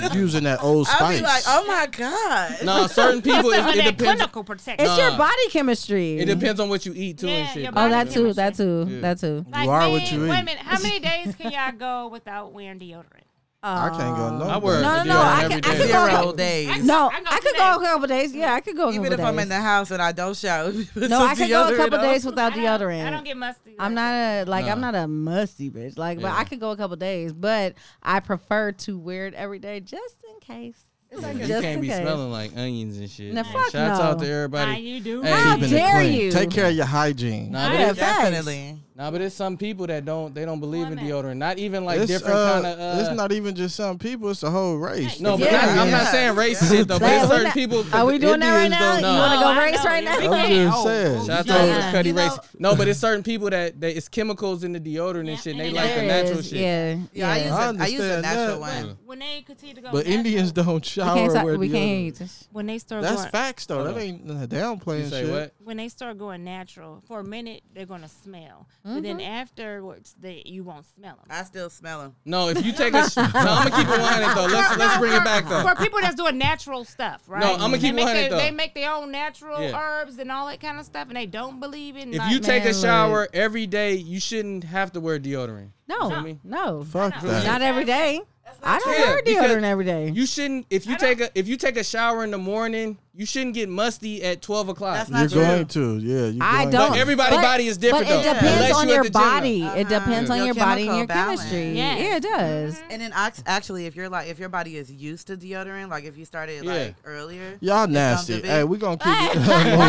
[SPEAKER 6] using. You using that old spice.
[SPEAKER 1] I be like, oh my god.
[SPEAKER 5] No, certain people
[SPEAKER 9] Some
[SPEAKER 5] it,
[SPEAKER 9] of
[SPEAKER 5] it
[SPEAKER 9] that
[SPEAKER 5] depends.
[SPEAKER 9] clinical protection.
[SPEAKER 4] it's
[SPEAKER 5] Nah.
[SPEAKER 4] your body chemistry.
[SPEAKER 5] It depends on what you eat too and
[SPEAKER 9] Yeah,
[SPEAKER 5] shit.
[SPEAKER 9] your
[SPEAKER 5] bro.
[SPEAKER 4] Oh,
[SPEAKER 9] body
[SPEAKER 4] that too.
[SPEAKER 9] chemistry.
[SPEAKER 4] That too. That too.
[SPEAKER 9] Like
[SPEAKER 6] You are
[SPEAKER 9] men,
[SPEAKER 6] what you eat.
[SPEAKER 9] women, how many days can y'all go without wearing deodorant?
[SPEAKER 6] I can't go no.
[SPEAKER 5] I wear
[SPEAKER 4] No, no,
[SPEAKER 5] deodorant
[SPEAKER 4] no, I
[SPEAKER 5] every
[SPEAKER 4] can- I
[SPEAKER 5] day.
[SPEAKER 4] can go-
[SPEAKER 1] Zero days.
[SPEAKER 4] No,
[SPEAKER 9] I go
[SPEAKER 4] I
[SPEAKER 9] two
[SPEAKER 4] could go a
[SPEAKER 9] days.
[SPEAKER 4] couple days. Yeah, I could go. A couple
[SPEAKER 1] Even if I'm in
[SPEAKER 4] days.
[SPEAKER 1] the house and I don't shower. [LAUGHS]
[SPEAKER 4] No, I could go a couple days without
[SPEAKER 9] I don't- I
[SPEAKER 4] deodorant.
[SPEAKER 9] don't get musty.
[SPEAKER 4] I'm
[SPEAKER 9] like
[SPEAKER 4] not a like I'm
[SPEAKER 5] Nah.
[SPEAKER 4] not a musty bitch. Like, but
[SPEAKER 5] Yeah.
[SPEAKER 4] I could go a couple days. But I prefer to wear it every day just in case.
[SPEAKER 5] You
[SPEAKER 4] Just
[SPEAKER 5] can't
[SPEAKER 4] in
[SPEAKER 5] be
[SPEAKER 4] case.
[SPEAKER 5] smelling like onions and shit.
[SPEAKER 4] Nah,
[SPEAKER 5] man.
[SPEAKER 4] fuck
[SPEAKER 5] Shouts
[SPEAKER 4] no.
[SPEAKER 5] out to
[SPEAKER 9] that. Nah,
[SPEAKER 5] everybody.
[SPEAKER 9] you do.
[SPEAKER 5] Hey.
[SPEAKER 4] How
[SPEAKER 6] Keeping it
[SPEAKER 4] dare
[SPEAKER 6] clean.
[SPEAKER 4] you?
[SPEAKER 6] Take care of your hygiene.
[SPEAKER 5] Nah, but
[SPEAKER 4] Yeah,
[SPEAKER 5] it,
[SPEAKER 4] facts.
[SPEAKER 1] Definitely.
[SPEAKER 5] nah, but it's some people that don't they don't believe in
[SPEAKER 9] Women.
[SPEAKER 5] deodorant. Not even like
[SPEAKER 6] it's,
[SPEAKER 5] different
[SPEAKER 6] uh,
[SPEAKER 5] kind of. Uh,
[SPEAKER 6] it's not even just some people. It's a whole race.
[SPEAKER 5] No, but
[SPEAKER 4] Yeah.
[SPEAKER 5] not- I'm not
[SPEAKER 1] Yeah.
[SPEAKER 5] saying racist shit though. But
[SPEAKER 4] Like,
[SPEAKER 5] it's
[SPEAKER 4] we're
[SPEAKER 5] certain
[SPEAKER 4] not-
[SPEAKER 5] people.
[SPEAKER 4] Are we doing that right
[SPEAKER 6] Indians
[SPEAKER 4] now?
[SPEAKER 6] don't
[SPEAKER 4] You
[SPEAKER 6] know.
[SPEAKER 4] want to
[SPEAKER 9] Oh,
[SPEAKER 4] go
[SPEAKER 9] I
[SPEAKER 4] race
[SPEAKER 9] know.
[SPEAKER 4] right now?
[SPEAKER 9] We
[SPEAKER 6] I'm
[SPEAKER 9] can't.
[SPEAKER 6] just
[SPEAKER 9] Oh,
[SPEAKER 6] saying.
[SPEAKER 5] Shout
[SPEAKER 4] Yeah.
[SPEAKER 5] out to Cuddy
[SPEAKER 1] You know-
[SPEAKER 5] Race. No, but it's certain people that they, it's chemicals in the deodorant
[SPEAKER 9] Yeah,
[SPEAKER 5] and shit.
[SPEAKER 9] and
[SPEAKER 5] And they
[SPEAKER 9] it
[SPEAKER 5] like the
[SPEAKER 4] There
[SPEAKER 5] natural
[SPEAKER 4] is,
[SPEAKER 5] shit.
[SPEAKER 4] Yeah,
[SPEAKER 1] Yeah, I
[SPEAKER 4] yeah.
[SPEAKER 1] use
[SPEAKER 6] I
[SPEAKER 1] a, I use a
[SPEAKER 6] understand
[SPEAKER 1] natural
[SPEAKER 6] that.
[SPEAKER 1] one.
[SPEAKER 9] when they continue to go.
[SPEAKER 6] But
[SPEAKER 9] natural-
[SPEAKER 6] Indians don't
[SPEAKER 4] We can't,
[SPEAKER 6] shower.
[SPEAKER 4] stop-
[SPEAKER 6] wear
[SPEAKER 4] we
[SPEAKER 6] deodorant.
[SPEAKER 4] can't hear you. Just-
[SPEAKER 9] when they start
[SPEAKER 6] That's
[SPEAKER 9] going,
[SPEAKER 6] facts though.
[SPEAKER 5] Hold
[SPEAKER 6] That
[SPEAKER 5] on.
[SPEAKER 6] ain't nothing down
[SPEAKER 5] You
[SPEAKER 6] playing
[SPEAKER 5] say
[SPEAKER 6] shit.
[SPEAKER 5] what?
[SPEAKER 9] when they start going natural for a minute, they're gonna smell. But then
[SPEAKER 4] Mm-hmm.
[SPEAKER 9] afterwards, they you won't smell them.
[SPEAKER 1] I still smell them.
[SPEAKER 5] No, if you take
[SPEAKER 6] [LAUGHS]
[SPEAKER 5] a sh- no, I'm gonna keep it 100 though. Let's let's bring it back though.
[SPEAKER 9] For people that's doing natural stuff, right?
[SPEAKER 5] I'ma
[SPEAKER 9] They
[SPEAKER 5] keep
[SPEAKER 9] make
[SPEAKER 5] 100
[SPEAKER 9] their-
[SPEAKER 5] though.
[SPEAKER 9] They make their own natural
[SPEAKER 5] Yeah.
[SPEAKER 9] herbs and all that kind of stuff, and they don't believe in.
[SPEAKER 5] If
[SPEAKER 9] like,
[SPEAKER 5] you take
[SPEAKER 4] man,
[SPEAKER 5] a
[SPEAKER 4] look.
[SPEAKER 5] shower every day, you shouldn't have to wear deodorant. feel
[SPEAKER 4] No,
[SPEAKER 5] me?
[SPEAKER 4] no,
[SPEAKER 6] Fuck that.
[SPEAKER 4] not every day. I don't
[SPEAKER 5] true. Yeah,
[SPEAKER 4] wear
[SPEAKER 5] because
[SPEAKER 4] deodorant every day.
[SPEAKER 5] You shouldn't if you take a if you take a shower in the morning, you shouldn't get musty at 12 o'clock.
[SPEAKER 1] That's not
[SPEAKER 6] You're
[SPEAKER 1] true.
[SPEAKER 6] going to. Yeah. You're
[SPEAKER 4] I
[SPEAKER 6] going
[SPEAKER 4] don't.
[SPEAKER 5] But everybody's body is different,
[SPEAKER 4] But it
[SPEAKER 5] though.
[SPEAKER 4] depends
[SPEAKER 5] Unless
[SPEAKER 4] on
[SPEAKER 5] you at
[SPEAKER 4] your
[SPEAKER 5] the gym, though.
[SPEAKER 4] body. It depends on
[SPEAKER 1] Your
[SPEAKER 4] your, body and your
[SPEAKER 1] chemical balance.
[SPEAKER 4] chemistry.
[SPEAKER 9] Yes.
[SPEAKER 4] Yeah, it does.
[SPEAKER 1] And then ox- actually, if you're like, if your body is used to deodorant, like if you started
[SPEAKER 5] Yeah.
[SPEAKER 1] like [LAUGHS] earlier,
[SPEAKER 6] Y'all
[SPEAKER 1] it comes
[SPEAKER 6] nasty.
[SPEAKER 1] to be-
[SPEAKER 6] Hey, we gonna
[SPEAKER 4] [LAUGHS]
[SPEAKER 6] keep.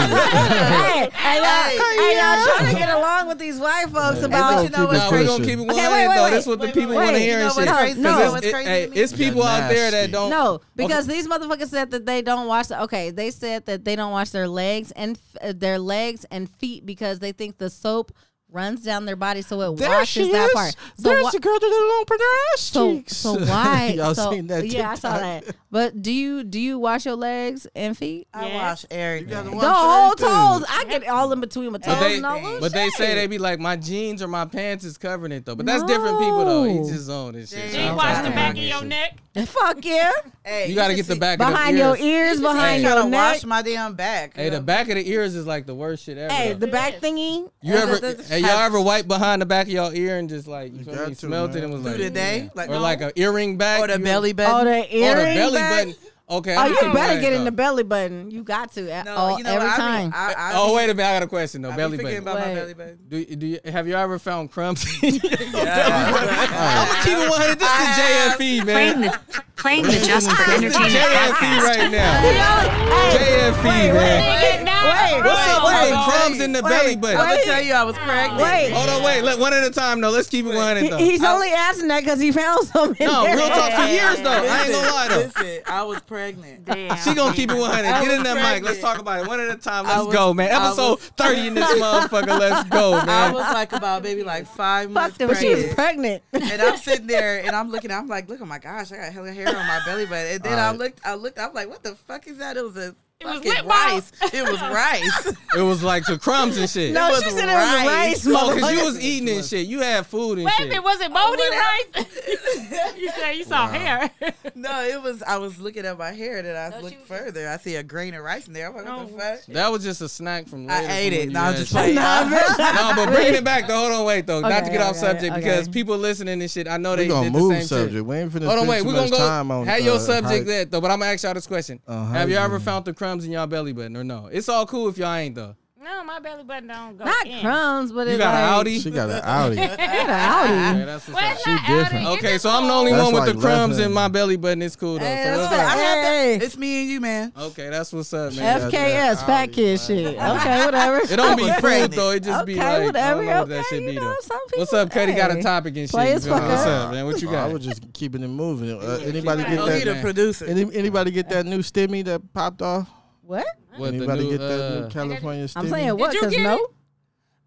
[SPEAKER 4] hey, hey, y'all,
[SPEAKER 1] Hey,
[SPEAKER 4] hey, y'all trying to get along with these white folks
[SPEAKER 1] but
[SPEAKER 4] about.
[SPEAKER 1] you know what's
[SPEAKER 5] Nah, we're
[SPEAKER 1] crazy?
[SPEAKER 5] gonna keep it 100
[SPEAKER 4] wait, wait,
[SPEAKER 5] though.
[SPEAKER 4] wait.
[SPEAKER 5] That's what the
[SPEAKER 1] Wait,
[SPEAKER 5] people
[SPEAKER 1] wait,
[SPEAKER 5] want to
[SPEAKER 4] wait.
[SPEAKER 5] hear
[SPEAKER 1] You know
[SPEAKER 5] and
[SPEAKER 1] what's
[SPEAKER 5] shit.
[SPEAKER 1] crazy?
[SPEAKER 4] No.
[SPEAKER 5] Because
[SPEAKER 4] You know
[SPEAKER 1] what's
[SPEAKER 5] it's,
[SPEAKER 1] crazy
[SPEAKER 5] hey,
[SPEAKER 1] to me?
[SPEAKER 5] it's people out there that
[SPEAKER 6] Nasty.
[SPEAKER 5] don't.
[SPEAKER 4] No, because these motherfuckers said that they don't wash. Okay, they said that they don't wash their legs and f- uh, their legs and feet because they think the soap runs down their body, so it washes that part. So
[SPEAKER 6] There's
[SPEAKER 4] wha-
[SPEAKER 6] the girl that don't put her ass
[SPEAKER 4] so,
[SPEAKER 6] cheeks.
[SPEAKER 4] so
[SPEAKER 5] [LAUGHS]
[SPEAKER 4] why?
[SPEAKER 6] [LAUGHS] Y'all
[SPEAKER 4] so,
[SPEAKER 6] seen that?
[SPEAKER 4] Yeah, I saw
[SPEAKER 6] TikTok?
[SPEAKER 4] that. But do you do you wash your legs and feet?
[SPEAKER 1] I
[SPEAKER 9] Yes.
[SPEAKER 1] wash everything.
[SPEAKER 6] gotta
[SPEAKER 4] The
[SPEAKER 6] Wash
[SPEAKER 4] whole
[SPEAKER 6] everything.
[SPEAKER 4] toes. I get all in between my toes
[SPEAKER 5] But they,
[SPEAKER 4] and all those
[SPEAKER 5] but they
[SPEAKER 4] shit.
[SPEAKER 5] say they be like, my jeans or my pants is covering it though. But that's different people though.
[SPEAKER 4] No.
[SPEAKER 5] He's just on this shit.
[SPEAKER 1] They
[SPEAKER 9] you
[SPEAKER 1] I'm
[SPEAKER 9] wash
[SPEAKER 1] sorry.
[SPEAKER 9] the back of your neck.
[SPEAKER 4] Fuck yeah.
[SPEAKER 1] Hey,
[SPEAKER 5] You gotta
[SPEAKER 1] should
[SPEAKER 5] get the
[SPEAKER 1] see-
[SPEAKER 5] back
[SPEAKER 4] Behind
[SPEAKER 5] of the
[SPEAKER 4] your
[SPEAKER 5] ears.
[SPEAKER 4] ears, behind
[SPEAKER 5] see-
[SPEAKER 4] your
[SPEAKER 1] I gotta
[SPEAKER 4] neck.
[SPEAKER 1] wash my damn back.
[SPEAKER 5] Hey, the back of the ears is like the worst shit ever.
[SPEAKER 4] Hey,
[SPEAKER 5] though.
[SPEAKER 4] the back thingy.
[SPEAKER 5] you
[SPEAKER 4] Uh,
[SPEAKER 5] ever,
[SPEAKER 4] the- the-
[SPEAKER 5] hey, y'all ever wipe behind the back of your ear and just like you, feel
[SPEAKER 6] got
[SPEAKER 5] me,
[SPEAKER 6] to,
[SPEAKER 5] smelt it
[SPEAKER 6] man.
[SPEAKER 5] and was
[SPEAKER 1] Through
[SPEAKER 5] like,
[SPEAKER 1] the day?
[SPEAKER 5] yeah.
[SPEAKER 1] Like,
[SPEAKER 5] or
[SPEAKER 1] no.
[SPEAKER 5] like an earring back
[SPEAKER 1] or the
[SPEAKER 5] you-
[SPEAKER 1] belly
[SPEAKER 4] Oh,
[SPEAKER 1] button.
[SPEAKER 4] the
[SPEAKER 5] or
[SPEAKER 4] earring
[SPEAKER 5] the belly
[SPEAKER 4] back?
[SPEAKER 5] button. Okay,
[SPEAKER 4] Oh,
[SPEAKER 5] I
[SPEAKER 4] you
[SPEAKER 5] can
[SPEAKER 4] better
[SPEAKER 5] relate,
[SPEAKER 4] get in
[SPEAKER 5] though.
[SPEAKER 4] the belly button. You got to. at
[SPEAKER 1] No,
[SPEAKER 4] all-
[SPEAKER 1] you know
[SPEAKER 4] every
[SPEAKER 1] what? I be-
[SPEAKER 4] time.
[SPEAKER 1] I, I
[SPEAKER 5] Oh
[SPEAKER 1] be-
[SPEAKER 5] wait a minute, I got a question though.
[SPEAKER 1] I be
[SPEAKER 5] belly
[SPEAKER 1] forgetting
[SPEAKER 5] button.
[SPEAKER 1] about my
[SPEAKER 4] Wait.
[SPEAKER 1] belly button.
[SPEAKER 5] Do you, do you, have you ever found [LAUGHS] crumbs? I'm
[SPEAKER 1] I'm
[SPEAKER 5] gonna keep it 100. This is JFE,
[SPEAKER 2] Playing
[SPEAKER 5] man.
[SPEAKER 2] the, playing the Just for
[SPEAKER 5] This is E
[SPEAKER 2] Entertainment podcast.
[SPEAKER 5] JFE right now.
[SPEAKER 4] Hey,
[SPEAKER 5] JFE,
[SPEAKER 4] wait,
[SPEAKER 5] E, man.
[SPEAKER 9] Get now
[SPEAKER 1] Wait,
[SPEAKER 5] What's up with
[SPEAKER 1] wait,
[SPEAKER 5] them
[SPEAKER 1] wait,
[SPEAKER 5] crumbs in the
[SPEAKER 1] wait,
[SPEAKER 5] belly button?
[SPEAKER 1] I'm gonna tell you, I was pregnant.
[SPEAKER 4] Wait.
[SPEAKER 5] Hold on, wait. Look, one at a time, though. Let's keep it 100, though.
[SPEAKER 4] He- he's only asking that because he found some. in
[SPEAKER 5] No,
[SPEAKER 4] there.
[SPEAKER 5] real talk for years, though. I ain't gonna lie, though.
[SPEAKER 1] Listen, I was pregnant.
[SPEAKER 9] Damn.
[SPEAKER 5] She gonna keep it 100.
[SPEAKER 1] I
[SPEAKER 5] Get in
[SPEAKER 1] was
[SPEAKER 5] that mic. Let's
[SPEAKER 1] pregnant.
[SPEAKER 5] talk about it one at a time.
[SPEAKER 1] I
[SPEAKER 5] Let's
[SPEAKER 1] was-
[SPEAKER 5] go, man.
[SPEAKER 1] I
[SPEAKER 5] Episode
[SPEAKER 1] was-
[SPEAKER 5] 30 in
[SPEAKER 1] [LAUGHS]
[SPEAKER 5] this motherfucker. Let's go,
[SPEAKER 1] I
[SPEAKER 5] man.
[SPEAKER 1] was like about maybe like five months
[SPEAKER 4] Fuck them. But she was
[SPEAKER 5] [LAUGHS]
[SPEAKER 1] pregnant.
[SPEAKER 4] pregnant.
[SPEAKER 1] and I'm sitting there and I'm looking, I'm like, look, oh my gosh, I got hella hair on my belly button. And then I
[SPEAKER 5] Alright.
[SPEAKER 1] looked, I looked, I'm like, what the fuck is that? It was a
[SPEAKER 9] was
[SPEAKER 1] fucking
[SPEAKER 9] lip balm.
[SPEAKER 1] rice. It was rice. [LAUGHS]
[SPEAKER 5] It was like the crumbs and shit.
[SPEAKER 4] No,
[SPEAKER 1] was
[SPEAKER 4] she said it was
[SPEAKER 1] rice.
[SPEAKER 4] rice.
[SPEAKER 5] Oh, because
[SPEAKER 4] motherfucker.
[SPEAKER 5] you was eating and shit. You had food and
[SPEAKER 9] Wait a
[SPEAKER 5] shit.
[SPEAKER 9] minute, was it moldy
[SPEAKER 1] Oh,
[SPEAKER 9] rice? you said you saw hair. [LAUGHS]
[SPEAKER 1] no, it was. I was looking at my hair, and then I looked further. I see a grain of rice in there. I'm like, what
[SPEAKER 5] Oh,
[SPEAKER 1] the fuck?
[SPEAKER 5] That was just a snack from later.
[SPEAKER 1] I ate
[SPEAKER 5] from when
[SPEAKER 1] it.
[SPEAKER 5] you
[SPEAKER 1] No, I'm
[SPEAKER 5] had
[SPEAKER 1] just
[SPEAKER 5] shit.
[SPEAKER 1] [LAUGHS]
[SPEAKER 4] [LAUGHS]
[SPEAKER 1] like,
[SPEAKER 5] No, but bringing it back though. Hold on, wait though. Not
[SPEAKER 4] Okay,
[SPEAKER 5] to get off
[SPEAKER 4] okay,
[SPEAKER 5] subject
[SPEAKER 4] okay.
[SPEAKER 5] because people listening and shit, I know
[SPEAKER 6] We're
[SPEAKER 5] they
[SPEAKER 6] gonna
[SPEAKER 5] did the
[SPEAKER 6] move
[SPEAKER 5] same
[SPEAKER 6] subject.
[SPEAKER 5] shit.
[SPEAKER 6] We ain't finna
[SPEAKER 5] Hold on,
[SPEAKER 6] spend
[SPEAKER 5] wait.
[SPEAKER 6] too
[SPEAKER 5] We're gonna
[SPEAKER 6] much
[SPEAKER 5] go.
[SPEAKER 6] time on
[SPEAKER 5] have your
[SPEAKER 6] uh,
[SPEAKER 5] subject
[SPEAKER 6] how-
[SPEAKER 5] that though. But I'm gonna ask y'all this question:
[SPEAKER 6] Uh, how
[SPEAKER 5] Have
[SPEAKER 6] you
[SPEAKER 5] y'all ever
[SPEAKER 6] doing?
[SPEAKER 5] found the crumbs in y'all belly button or no? It's all cool if y'all ain't though.
[SPEAKER 9] No, my belly button don't go.
[SPEAKER 4] Not
[SPEAKER 9] in.
[SPEAKER 4] crumbs, but
[SPEAKER 5] You
[SPEAKER 4] it's
[SPEAKER 5] got
[SPEAKER 4] like,
[SPEAKER 5] an Audi.
[SPEAKER 6] She got
[SPEAKER 5] [LAUGHS]
[SPEAKER 6] an
[SPEAKER 4] [LAUGHS]
[SPEAKER 6] Audi.
[SPEAKER 4] I got an Audi.
[SPEAKER 5] Yeah, that's what's
[SPEAKER 9] Well,
[SPEAKER 5] up.
[SPEAKER 9] it's
[SPEAKER 6] She
[SPEAKER 9] not outing,
[SPEAKER 6] different.
[SPEAKER 9] it's
[SPEAKER 5] Okay,
[SPEAKER 9] just
[SPEAKER 5] so I'm the
[SPEAKER 9] cold.
[SPEAKER 5] only
[SPEAKER 6] That's
[SPEAKER 5] one with
[SPEAKER 6] like
[SPEAKER 5] the crumbs
[SPEAKER 6] left
[SPEAKER 5] in my belly button. It's cool though.
[SPEAKER 4] Hey,
[SPEAKER 5] so
[SPEAKER 4] that's
[SPEAKER 5] that's
[SPEAKER 4] fine.
[SPEAKER 1] I had
[SPEAKER 4] Hey.
[SPEAKER 1] that. It's me and you, man.
[SPEAKER 5] all- okay, that's what's up, man.
[SPEAKER 6] Yeah,
[SPEAKER 4] FKS,
[SPEAKER 6] yeah.
[SPEAKER 4] fat kid shit. Okay, whatever.
[SPEAKER 5] It don't be food
[SPEAKER 1] pregnant.
[SPEAKER 5] though. It just be
[SPEAKER 4] Okay,
[SPEAKER 5] like
[SPEAKER 4] whatever,
[SPEAKER 5] I don't know what that
[SPEAKER 4] okay,
[SPEAKER 5] shit
[SPEAKER 4] you
[SPEAKER 5] be
[SPEAKER 4] know,
[SPEAKER 5] though.
[SPEAKER 4] some
[SPEAKER 5] What's
[SPEAKER 4] people-
[SPEAKER 5] up, Cuddy? Got a
[SPEAKER 4] hey,
[SPEAKER 5] topic and shit.
[SPEAKER 4] play
[SPEAKER 5] You
[SPEAKER 4] as
[SPEAKER 5] feel me?
[SPEAKER 4] fuck
[SPEAKER 5] What's
[SPEAKER 4] up.
[SPEAKER 5] up, man? What you
[SPEAKER 6] Oh, I
[SPEAKER 5] got?
[SPEAKER 6] was just keeping it moving. Uh, anybody
[SPEAKER 9] it
[SPEAKER 6] get
[SPEAKER 1] Oh,
[SPEAKER 9] moving.
[SPEAKER 1] he
[SPEAKER 6] that?
[SPEAKER 1] the
[SPEAKER 5] man.
[SPEAKER 1] producer.
[SPEAKER 6] Any, anybody get that new stimmy that popped off?
[SPEAKER 4] What?
[SPEAKER 5] What the
[SPEAKER 6] anybody
[SPEAKER 5] new,
[SPEAKER 6] get that
[SPEAKER 5] uh,
[SPEAKER 6] new California stimmy?
[SPEAKER 4] I'm saying what?
[SPEAKER 9] you
[SPEAKER 4] Because
[SPEAKER 9] get
[SPEAKER 4] no.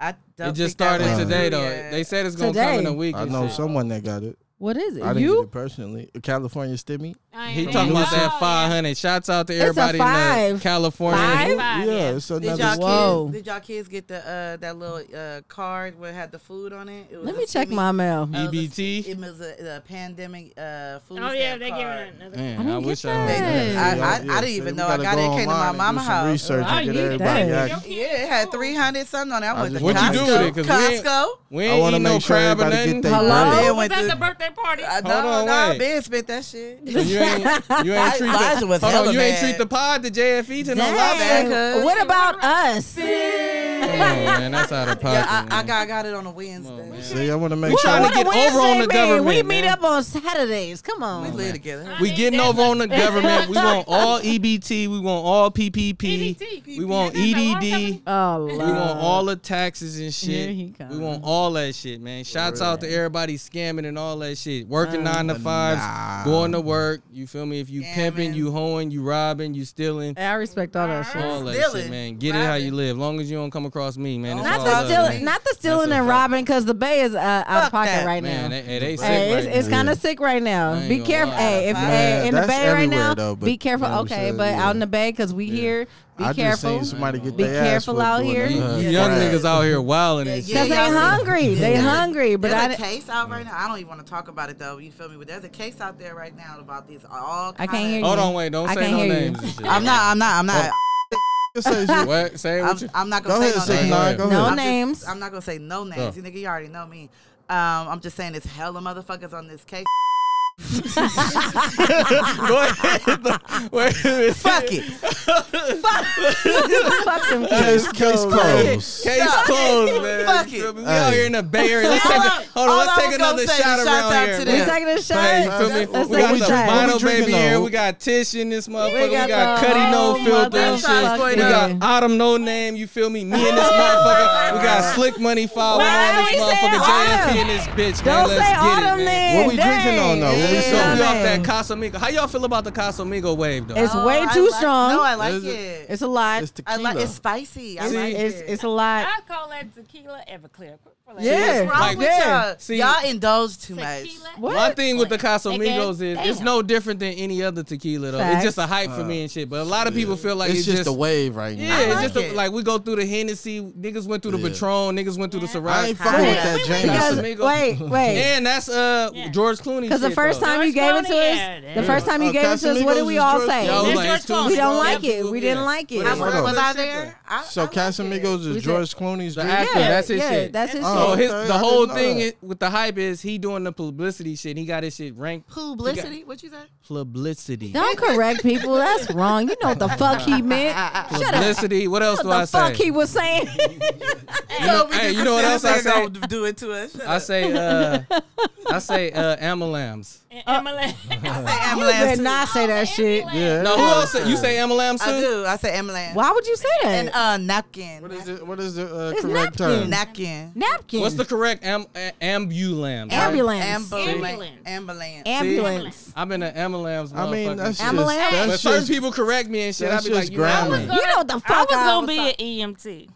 [SPEAKER 1] I don't
[SPEAKER 5] It just
[SPEAKER 1] think that
[SPEAKER 5] started
[SPEAKER 1] went
[SPEAKER 5] today
[SPEAKER 1] through
[SPEAKER 5] though.
[SPEAKER 1] yet.
[SPEAKER 5] They said it's gonna come in a
[SPEAKER 4] Today.
[SPEAKER 5] week.
[SPEAKER 6] I
[SPEAKER 5] and
[SPEAKER 6] know
[SPEAKER 5] shit.
[SPEAKER 6] someone that got it.
[SPEAKER 4] What is it?
[SPEAKER 6] I didn't get
[SPEAKER 4] you?
[SPEAKER 6] it personally. A California stimmy.
[SPEAKER 9] I
[SPEAKER 5] He
[SPEAKER 9] ain't Oh,
[SPEAKER 5] talking about
[SPEAKER 9] know.
[SPEAKER 5] that 500. Shouts out to
[SPEAKER 4] a
[SPEAKER 5] everybody in the
[SPEAKER 4] five.
[SPEAKER 5] California.
[SPEAKER 9] Five?
[SPEAKER 6] Yeah,
[SPEAKER 9] Five,
[SPEAKER 6] it's
[SPEAKER 1] Did
[SPEAKER 6] another.
[SPEAKER 1] y'all
[SPEAKER 4] Whoa.
[SPEAKER 1] kids? Did y'all kids get the uh, that little uh, card where it had the food on it? It was
[SPEAKER 4] Let
[SPEAKER 1] a
[SPEAKER 4] me check
[SPEAKER 1] stimmy-
[SPEAKER 4] my mail.
[SPEAKER 1] uh, the-
[SPEAKER 5] EBT?
[SPEAKER 1] It was a, a pandemic uh, food.
[SPEAKER 9] Oh yeah,
[SPEAKER 1] stamp
[SPEAKER 9] they giving
[SPEAKER 1] card.
[SPEAKER 9] it another.
[SPEAKER 5] Man,
[SPEAKER 4] I didn't get
[SPEAKER 5] had
[SPEAKER 4] that.
[SPEAKER 1] They-
[SPEAKER 5] that.
[SPEAKER 1] I- I didn't even know I got it. It came to my mama house.
[SPEAKER 6] Research
[SPEAKER 9] I
[SPEAKER 6] and get
[SPEAKER 9] need
[SPEAKER 6] everybody
[SPEAKER 4] that.
[SPEAKER 6] active.
[SPEAKER 1] Yeah, it had 300 something on it. I
[SPEAKER 6] I
[SPEAKER 1] went to
[SPEAKER 6] just- What
[SPEAKER 1] Costco.
[SPEAKER 6] you do
[SPEAKER 5] with it? 'Cause we ain't-
[SPEAKER 1] Costco.
[SPEAKER 5] We
[SPEAKER 6] I
[SPEAKER 5] ain't
[SPEAKER 6] want to
[SPEAKER 5] eat no
[SPEAKER 6] make sure
[SPEAKER 5] crab or
[SPEAKER 6] everybody get
[SPEAKER 5] nothing.
[SPEAKER 6] their
[SPEAKER 4] Hello?
[SPEAKER 6] bread.
[SPEAKER 1] Then
[SPEAKER 9] Who was
[SPEAKER 1] went
[SPEAKER 9] at
[SPEAKER 1] to-
[SPEAKER 9] the birthday party?
[SPEAKER 1] I, Uh, no,
[SPEAKER 5] Hold on,
[SPEAKER 1] no,
[SPEAKER 5] wait.
[SPEAKER 1] Ben spent that shit.
[SPEAKER 5] So [LAUGHS] you ain't, you ain't treat
[SPEAKER 1] Elijah
[SPEAKER 5] the,
[SPEAKER 1] was
[SPEAKER 5] hold
[SPEAKER 1] hella
[SPEAKER 5] on, you ain't
[SPEAKER 1] mad.
[SPEAKER 5] treat the pod to JFE to no
[SPEAKER 4] [LAUGHS]
[SPEAKER 1] bad,
[SPEAKER 5] lobster.
[SPEAKER 1] cuz.
[SPEAKER 4] Dang. What about us?
[SPEAKER 5] Come on, man, that's out of pocket.
[SPEAKER 1] Yeah, I, I
[SPEAKER 5] man.
[SPEAKER 1] got, I got it on a Wednesday.
[SPEAKER 6] See, I want to make
[SPEAKER 5] What?
[SPEAKER 6] sure.
[SPEAKER 5] Trying to get
[SPEAKER 4] Wednesday
[SPEAKER 5] over on the
[SPEAKER 4] mean?
[SPEAKER 5] government,
[SPEAKER 4] We meet
[SPEAKER 5] man.
[SPEAKER 4] up on Saturdays. Come on.
[SPEAKER 1] we live together. huh?
[SPEAKER 5] we getting over on the government. We want all EBT. We want all PPP.
[SPEAKER 9] EBT.
[SPEAKER 5] We want
[SPEAKER 9] E
[SPEAKER 5] E
[SPEAKER 9] That's a long
[SPEAKER 5] EDD.
[SPEAKER 4] Oh,
[SPEAKER 5] We
[SPEAKER 4] Lord.
[SPEAKER 5] want all the taxes and
[SPEAKER 4] Here
[SPEAKER 5] shit.
[SPEAKER 4] he
[SPEAKER 5] We
[SPEAKER 4] comes.
[SPEAKER 5] want all that shit, man. Shouts out to everybody scamming and all that shit. Working nine to fives,
[SPEAKER 6] nah.
[SPEAKER 5] going to work. You feel me? If you pimping,
[SPEAKER 1] Scamming.
[SPEAKER 5] you hoeing, you robbing, you stealing.
[SPEAKER 4] I respect all that shit.
[SPEAKER 5] All that shit,
[SPEAKER 1] Stealing,
[SPEAKER 5] man. Get it how you
[SPEAKER 1] robbing.
[SPEAKER 5] live. Long as you don't come across me, man. It's
[SPEAKER 4] Not
[SPEAKER 5] all
[SPEAKER 4] the
[SPEAKER 5] love,
[SPEAKER 4] stealing,
[SPEAKER 5] man.
[SPEAKER 4] not the stealing
[SPEAKER 5] That's a
[SPEAKER 4] and
[SPEAKER 5] fact.
[SPEAKER 4] robbing, because the bay is uh, out of
[SPEAKER 1] Fuck
[SPEAKER 4] pocket
[SPEAKER 1] that.
[SPEAKER 4] right
[SPEAKER 5] Man,
[SPEAKER 4] now.
[SPEAKER 5] they, they, sick
[SPEAKER 4] Hey,
[SPEAKER 5] right
[SPEAKER 4] it's, it's
[SPEAKER 5] now.
[SPEAKER 4] kind of sick right
[SPEAKER 5] I
[SPEAKER 4] now.
[SPEAKER 5] ain't
[SPEAKER 4] Be
[SPEAKER 5] gonna
[SPEAKER 4] careful.
[SPEAKER 5] lie.
[SPEAKER 4] Hey, if
[SPEAKER 1] Yeah,
[SPEAKER 4] hey, in the
[SPEAKER 6] that's
[SPEAKER 4] bay right
[SPEAKER 6] everywhere,
[SPEAKER 4] now,
[SPEAKER 6] though, but
[SPEAKER 4] be careful.
[SPEAKER 6] you know what I'm
[SPEAKER 4] okay,
[SPEAKER 6] saying?
[SPEAKER 4] but
[SPEAKER 6] Yeah.
[SPEAKER 4] out in the bay because we here. Be
[SPEAKER 6] I just
[SPEAKER 4] careful.
[SPEAKER 6] seen somebody get
[SPEAKER 4] Be
[SPEAKER 6] their ass
[SPEAKER 4] careful
[SPEAKER 6] whooped
[SPEAKER 4] out
[SPEAKER 6] doing
[SPEAKER 4] here.
[SPEAKER 6] a-
[SPEAKER 5] You,
[SPEAKER 6] uh,
[SPEAKER 5] you young
[SPEAKER 6] crab.
[SPEAKER 5] niggas out here wilding and shit.
[SPEAKER 1] Yeah,
[SPEAKER 4] Cause they
[SPEAKER 1] y'all see-
[SPEAKER 4] hungry. They hungry. But I,
[SPEAKER 1] There's a
[SPEAKER 4] didn't-
[SPEAKER 1] case out right now. I don't even want to talk about it though. You feel me? But there's a case out there right now about these all.
[SPEAKER 4] I can't
[SPEAKER 1] kinda-
[SPEAKER 4] hear you.
[SPEAKER 5] Hold on, wait. Don't
[SPEAKER 4] I
[SPEAKER 5] say
[SPEAKER 4] can't
[SPEAKER 5] no
[SPEAKER 4] hear you.
[SPEAKER 5] names and shit.
[SPEAKER 1] I'm not. I'm not. I'm not.
[SPEAKER 6] Just say shit.
[SPEAKER 5] What? Say what
[SPEAKER 1] [LAUGHS]
[SPEAKER 5] you.
[SPEAKER 1] I'm, I'm not
[SPEAKER 6] Go
[SPEAKER 1] gonna
[SPEAKER 6] ahead,
[SPEAKER 1] say no
[SPEAKER 6] say
[SPEAKER 1] names.
[SPEAKER 6] nine. Go
[SPEAKER 4] No
[SPEAKER 6] ahead.
[SPEAKER 1] I'm just-
[SPEAKER 4] names.
[SPEAKER 1] I'm not gonna say no names. You nigga, you already know me. Um, I'm just saying it's hella motherfuckers on this case.
[SPEAKER 5] [LAUGHS] Go ahead. [LAUGHS] Wait a minute.
[SPEAKER 1] Fuck it.
[SPEAKER 4] [LAUGHS] fuck them kids.
[SPEAKER 6] Case, case closed.
[SPEAKER 5] Case
[SPEAKER 1] Fuck
[SPEAKER 5] closed,
[SPEAKER 1] it.
[SPEAKER 5] man.
[SPEAKER 1] Fuck
[SPEAKER 5] You feel
[SPEAKER 1] it.
[SPEAKER 5] me? We out here in the Bay Area. Let's
[SPEAKER 1] All
[SPEAKER 5] take a,
[SPEAKER 1] I-
[SPEAKER 5] hold on.
[SPEAKER 1] all I
[SPEAKER 5] Let's
[SPEAKER 1] was
[SPEAKER 5] take another
[SPEAKER 1] gonna say
[SPEAKER 5] shot
[SPEAKER 1] is
[SPEAKER 5] around
[SPEAKER 1] shouts out
[SPEAKER 5] here.
[SPEAKER 1] to
[SPEAKER 5] man.
[SPEAKER 4] We
[SPEAKER 1] them.
[SPEAKER 4] taking a
[SPEAKER 5] Hey, you
[SPEAKER 4] shot.
[SPEAKER 5] feel me?
[SPEAKER 6] That's
[SPEAKER 5] We
[SPEAKER 4] what
[SPEAKER 5] got
[SPEAKER 4] we
[SPEAKER 5] the
[SPEAKER 4] drinking.
[SPEAKER 5] Bono
[SPEAKER 6] What we
[SPEAKER 5] baby
[SPEAKER 6] drinking
[SPEAKER 5] here.
[SPEAKER 6] on?
[SPEAKER 5] We got Tish in this motherfucker. We
[SPEAKER 4] got
[SPEAKER 5] got
[SPEAKER 4] the
[SPEAKER 5] Cuddy No
[SPEAKER 4] whole
[SPEAKER 5] Filter and
[SPEAKER 1] motherfucking-
[SPEAKER 5] shit. We got Autumn No Name. You feel me? Me and this motherfucker. We got Slick Money Foul
[SPEAKER 4] Why
[SPEAKER 5] on
[SPEAKER 4] we
[SPEAKER 5] this
[SPEAKER 4] say
[SPEAKER 5] motherfucker.
[SPEAKER 4] Autumn?
[SPEAKER 5] JFP in this bitch, man.
[SPEAKER 4] Don't
[SPEAKER 5] Let's
[SPEAKER 4] say
[SPEAKER 5] get it,
[SPEAKER 4] autumn
[SPEAKER 5] man.
[SPEAKER 4] then.
[SPEAKER 6] What we drinking on, though? What we
[SPEAKER 5] So we
[SPEAKER 6] Yeah,
[SPEAKER 5] off
[SPEAKER 6] man.
[SPEAKER 5] that Casamigo. How y'all feel about the Casamigo wave though?
[SPEAKER 4] It's
[SPEAKER 1] Oh,
[SPEAKER 4] way
[SPEAKER 1] I
[SPEAKER 4] too
[SPEAKER 1] like-
[SPEAKER 4] strong.
[SPEAKER 1] No, I like
[SPEAKER 6] Is
[SPEAKER 1] it.
[SPEAKER 6] it-
[SPEAKER 4] It's a lot.
[SPEAKER 6] It's
[SPEAKER 4] It's,
[SPEAKER 1] I
[SPEAKER 6] tequila.
[SPEAKER 1] like it's spicy. I
[SPEAKER 5] See?
[SPEAKER 1] like
[SPEAKER 4] it's,
[SPEAKER 1] it.
[SPEAKER 4] a lot.
[SPEAKER 9] I call that tequila Everclear. Quit playing.
[SPEAKER 4] Yeah.
[SPEAKER 1] What's wrong
[SPEAKER 5] Like,
[SPEAKER 1] with
[SPEAKER 4] yeah.
[SPEAKER 1] y'all?
[SPEAKER 5] See-
[SPEAKER 1] y'all indulge too
[SPEAKER 9] Tequila.
[SPEAKER 1] much.
[SPEAKER 4] What?
[SPEAKER 5] My thing with the Casamigos is
[SPEAKER 9] Nigga,
[SPEAKER 5] it's
[SPEAKER 9] damn.
[SPEAKER 5] no different than any other tequila though. It's
[SPEAKER 4] Facts.
[SPEAKER 5] just a hype for me and shit. But a lot of people feel like
[SPEAKER 6] Uh, it's just a wave right now.
[SPEAKER 5] Yeah, it's just
[SPEAKER 1] like
[SPEAKER 5] a,
[SPEAKER 1] it.
[SPEAKER 5] like we go through the Hennessy. Niggas went through the
[SPEAKER 6] Yeah.
[SPEAKER 5] Patron. Niggas went through the
[SPEAKER 6] I
[SPEAKER 5] Ciroc.
[SPEAKER 6] ain't fucking with
[SPEAKER 4] I-
[SPEAKER 6] that
[SPEAKER 5] Because-
[SPEAKER 6] Jameson.
[SPEAKER 5] Casamigos.
[SPEAKER 4] Wait, wait.
[SPEAKER 5] And that's uh
[SPEAKER 9] Yeah.
[SPEAKER 5] George Clooney.
[SPEAKER 4] Because the
[SPEAKER 5] shit,
[SPEAKER 4] first
[SPEAKER 5] though.
[SPEAKER 4] time you
[SPEAKER 9] George
[SPEAKER 4] gave it to
[SPEAKER 9] Clooney,
[SPEAKER 4] us,
[SPEAKER 9] yeah,
[SPEAKER 4] the first time you
[SPEAKER 6] Oh,
[SPEAKER 4] gave it to us, what did
[SPEAKER 6] Casamigos
[SPEAKER 4] we
[SPEAKER 6] is
[SPEAKER 4] all
[SPEAKER 6] George-
[SPEAKER 4] say?
[SPEAKER 5] Y'all was
[SPEAKER 9] That's
[SPEAKER 5] like,
[SPEAKER 9] George
[SPEAKER 5] it's too
[SPEAKER 9] Clooney.
[SPEAKER 4] We don't
[SPEAKER 5] strong.
[SPEAKER 4] like it. We didn't
[SPEAKER 5] Yeah.
[SPEAKER 4] like it.
[SPEAKER 5] Yeah.
[SPEAKER 1] I
[SPEAKER 6] Hold
[SPEAKER 1] was,
[SPEAKER 6] on.
[SPEAKER 1] was I there? I, I
[SPEAKER 6] So
[SPEAKER 1] liked
[SPEAKER 6] Casamigos
[SPEAKER 1] it.
[SPEAKER 6] is George Clooney's
[SPEAKER 5] The
[SPEAKER 6] drink?
[SPEAKER 5] actor,
[SPEAKER 4] Yeah,
[SPEAKER 5] that's his
[SPEAKER 4] yeah,
[SPEAKER 5] shit.
[SPEAKER 4] that's his
[SPEAKER 5] So
[SPEAKER 6] Oh,
[SPEAKER 4] shit.
[SPEAKER 5] his,
[SPEAKER 6] okay,
[SPEAKER 5] the
[SPEAKER 6] I
[SPEAKER 5] whole
[SPEAKER 6] didn't know
[SPEAKER 5] thing
[SPEAKER 6] that.
[SPEAKER 5] is, with the hype is he doing the publicity shit. And he got his shit ranked
[SPEAKER 1] Publicity? What you say?
[SPEAKER 5] publicity.
[SPEAKER 4] Don't correct people. That's wrong. You know what the fuck he meant. Shut up.
[SPEAKER 5] Publicity. What else do I
[SPEAKER 4] What the fuck
[SPEAKER 5] say?
[SPEAKER 4] he was saying?
[SPEAKER 5] You know, hey, you know what else I say?
[SPEAKER 1] Don't do it to us. Shut
[SPEAKER 5] I
[SPEAKER 1] up.
[SPEAKER 5] say, uh, I say,
[SPEAKER 4] [LAUGHS]
[SPEAKER 5] uh, amalams.
[SPEAKER 9] And Emily.
[SPEAKER 1] I say
[SPEAKER 4] You
[SPEAKER 1] ambulance.
[SPEAKER 4] better
[SPEAKER 1] too.
[SPEAKER 4] not say that shit.
[SPEAKER 6] Yeah.
[SPEAKER 5] No, who else? Say, you say amalams
[SPEAKER 1] I
[SPEAKER 5] too?
[SPEAKER 1] do. I say ambulance.
[SPEAKER 4] Why would you say that?
[SPEAKER 1] And uh, napkin.
[SPEAKER 6] What is it? What is the uh,
[SPEAKER 4] It's
[SPEAKER 6] correct
[SPEAKER 4] napkin.
[SPEAKER 6] term?
[SPEAKER 1] napkin.
[SPEAKER 4] Napkin.
[SPEAKER 5] What's the correct am, a, ambulams? right?
[SPEAKER 4] ambulance?
[SPEAKER 1] Ambulance.
[SPEAKER 9] Ambulance.
[SPEAKER 1] Ambulance.
[SPEAKER 4] ambulance.
[SPEAKER 5] I've been an amalams.
[SPEAKER 6] I mean,
[SPEAKER 5] motherfucker.
[SPEAKER 6] that's just
[SPEAKER 4] Ammalam?
[SPEAKER 5] When
[SPEAKER 6] that's
[SPEAKER 5] certain
[SPEAKER 6] just
[SPEAKER 5] people correct me and shit, I
[SPEAKER 6] that's
[SPEAKER 5] be like,
[SPEAKER 6] just
[SPEAKER 5] you know, I was
[SPEAKER 6] grammar.
[SPEAKER 5] gonna-
[SPEAKER 4] You know the
[SPEAKER 9] I
[SPEAKER 4] fuck
[SPEAKER 9] was
[SPEAKER 4] I
[SPEAKER 9] gonna
[SPEAKER 4] was
[SPEAKER 9] be
[SPEAKER 4] talking-
[SPEAKER 9] an E EMT.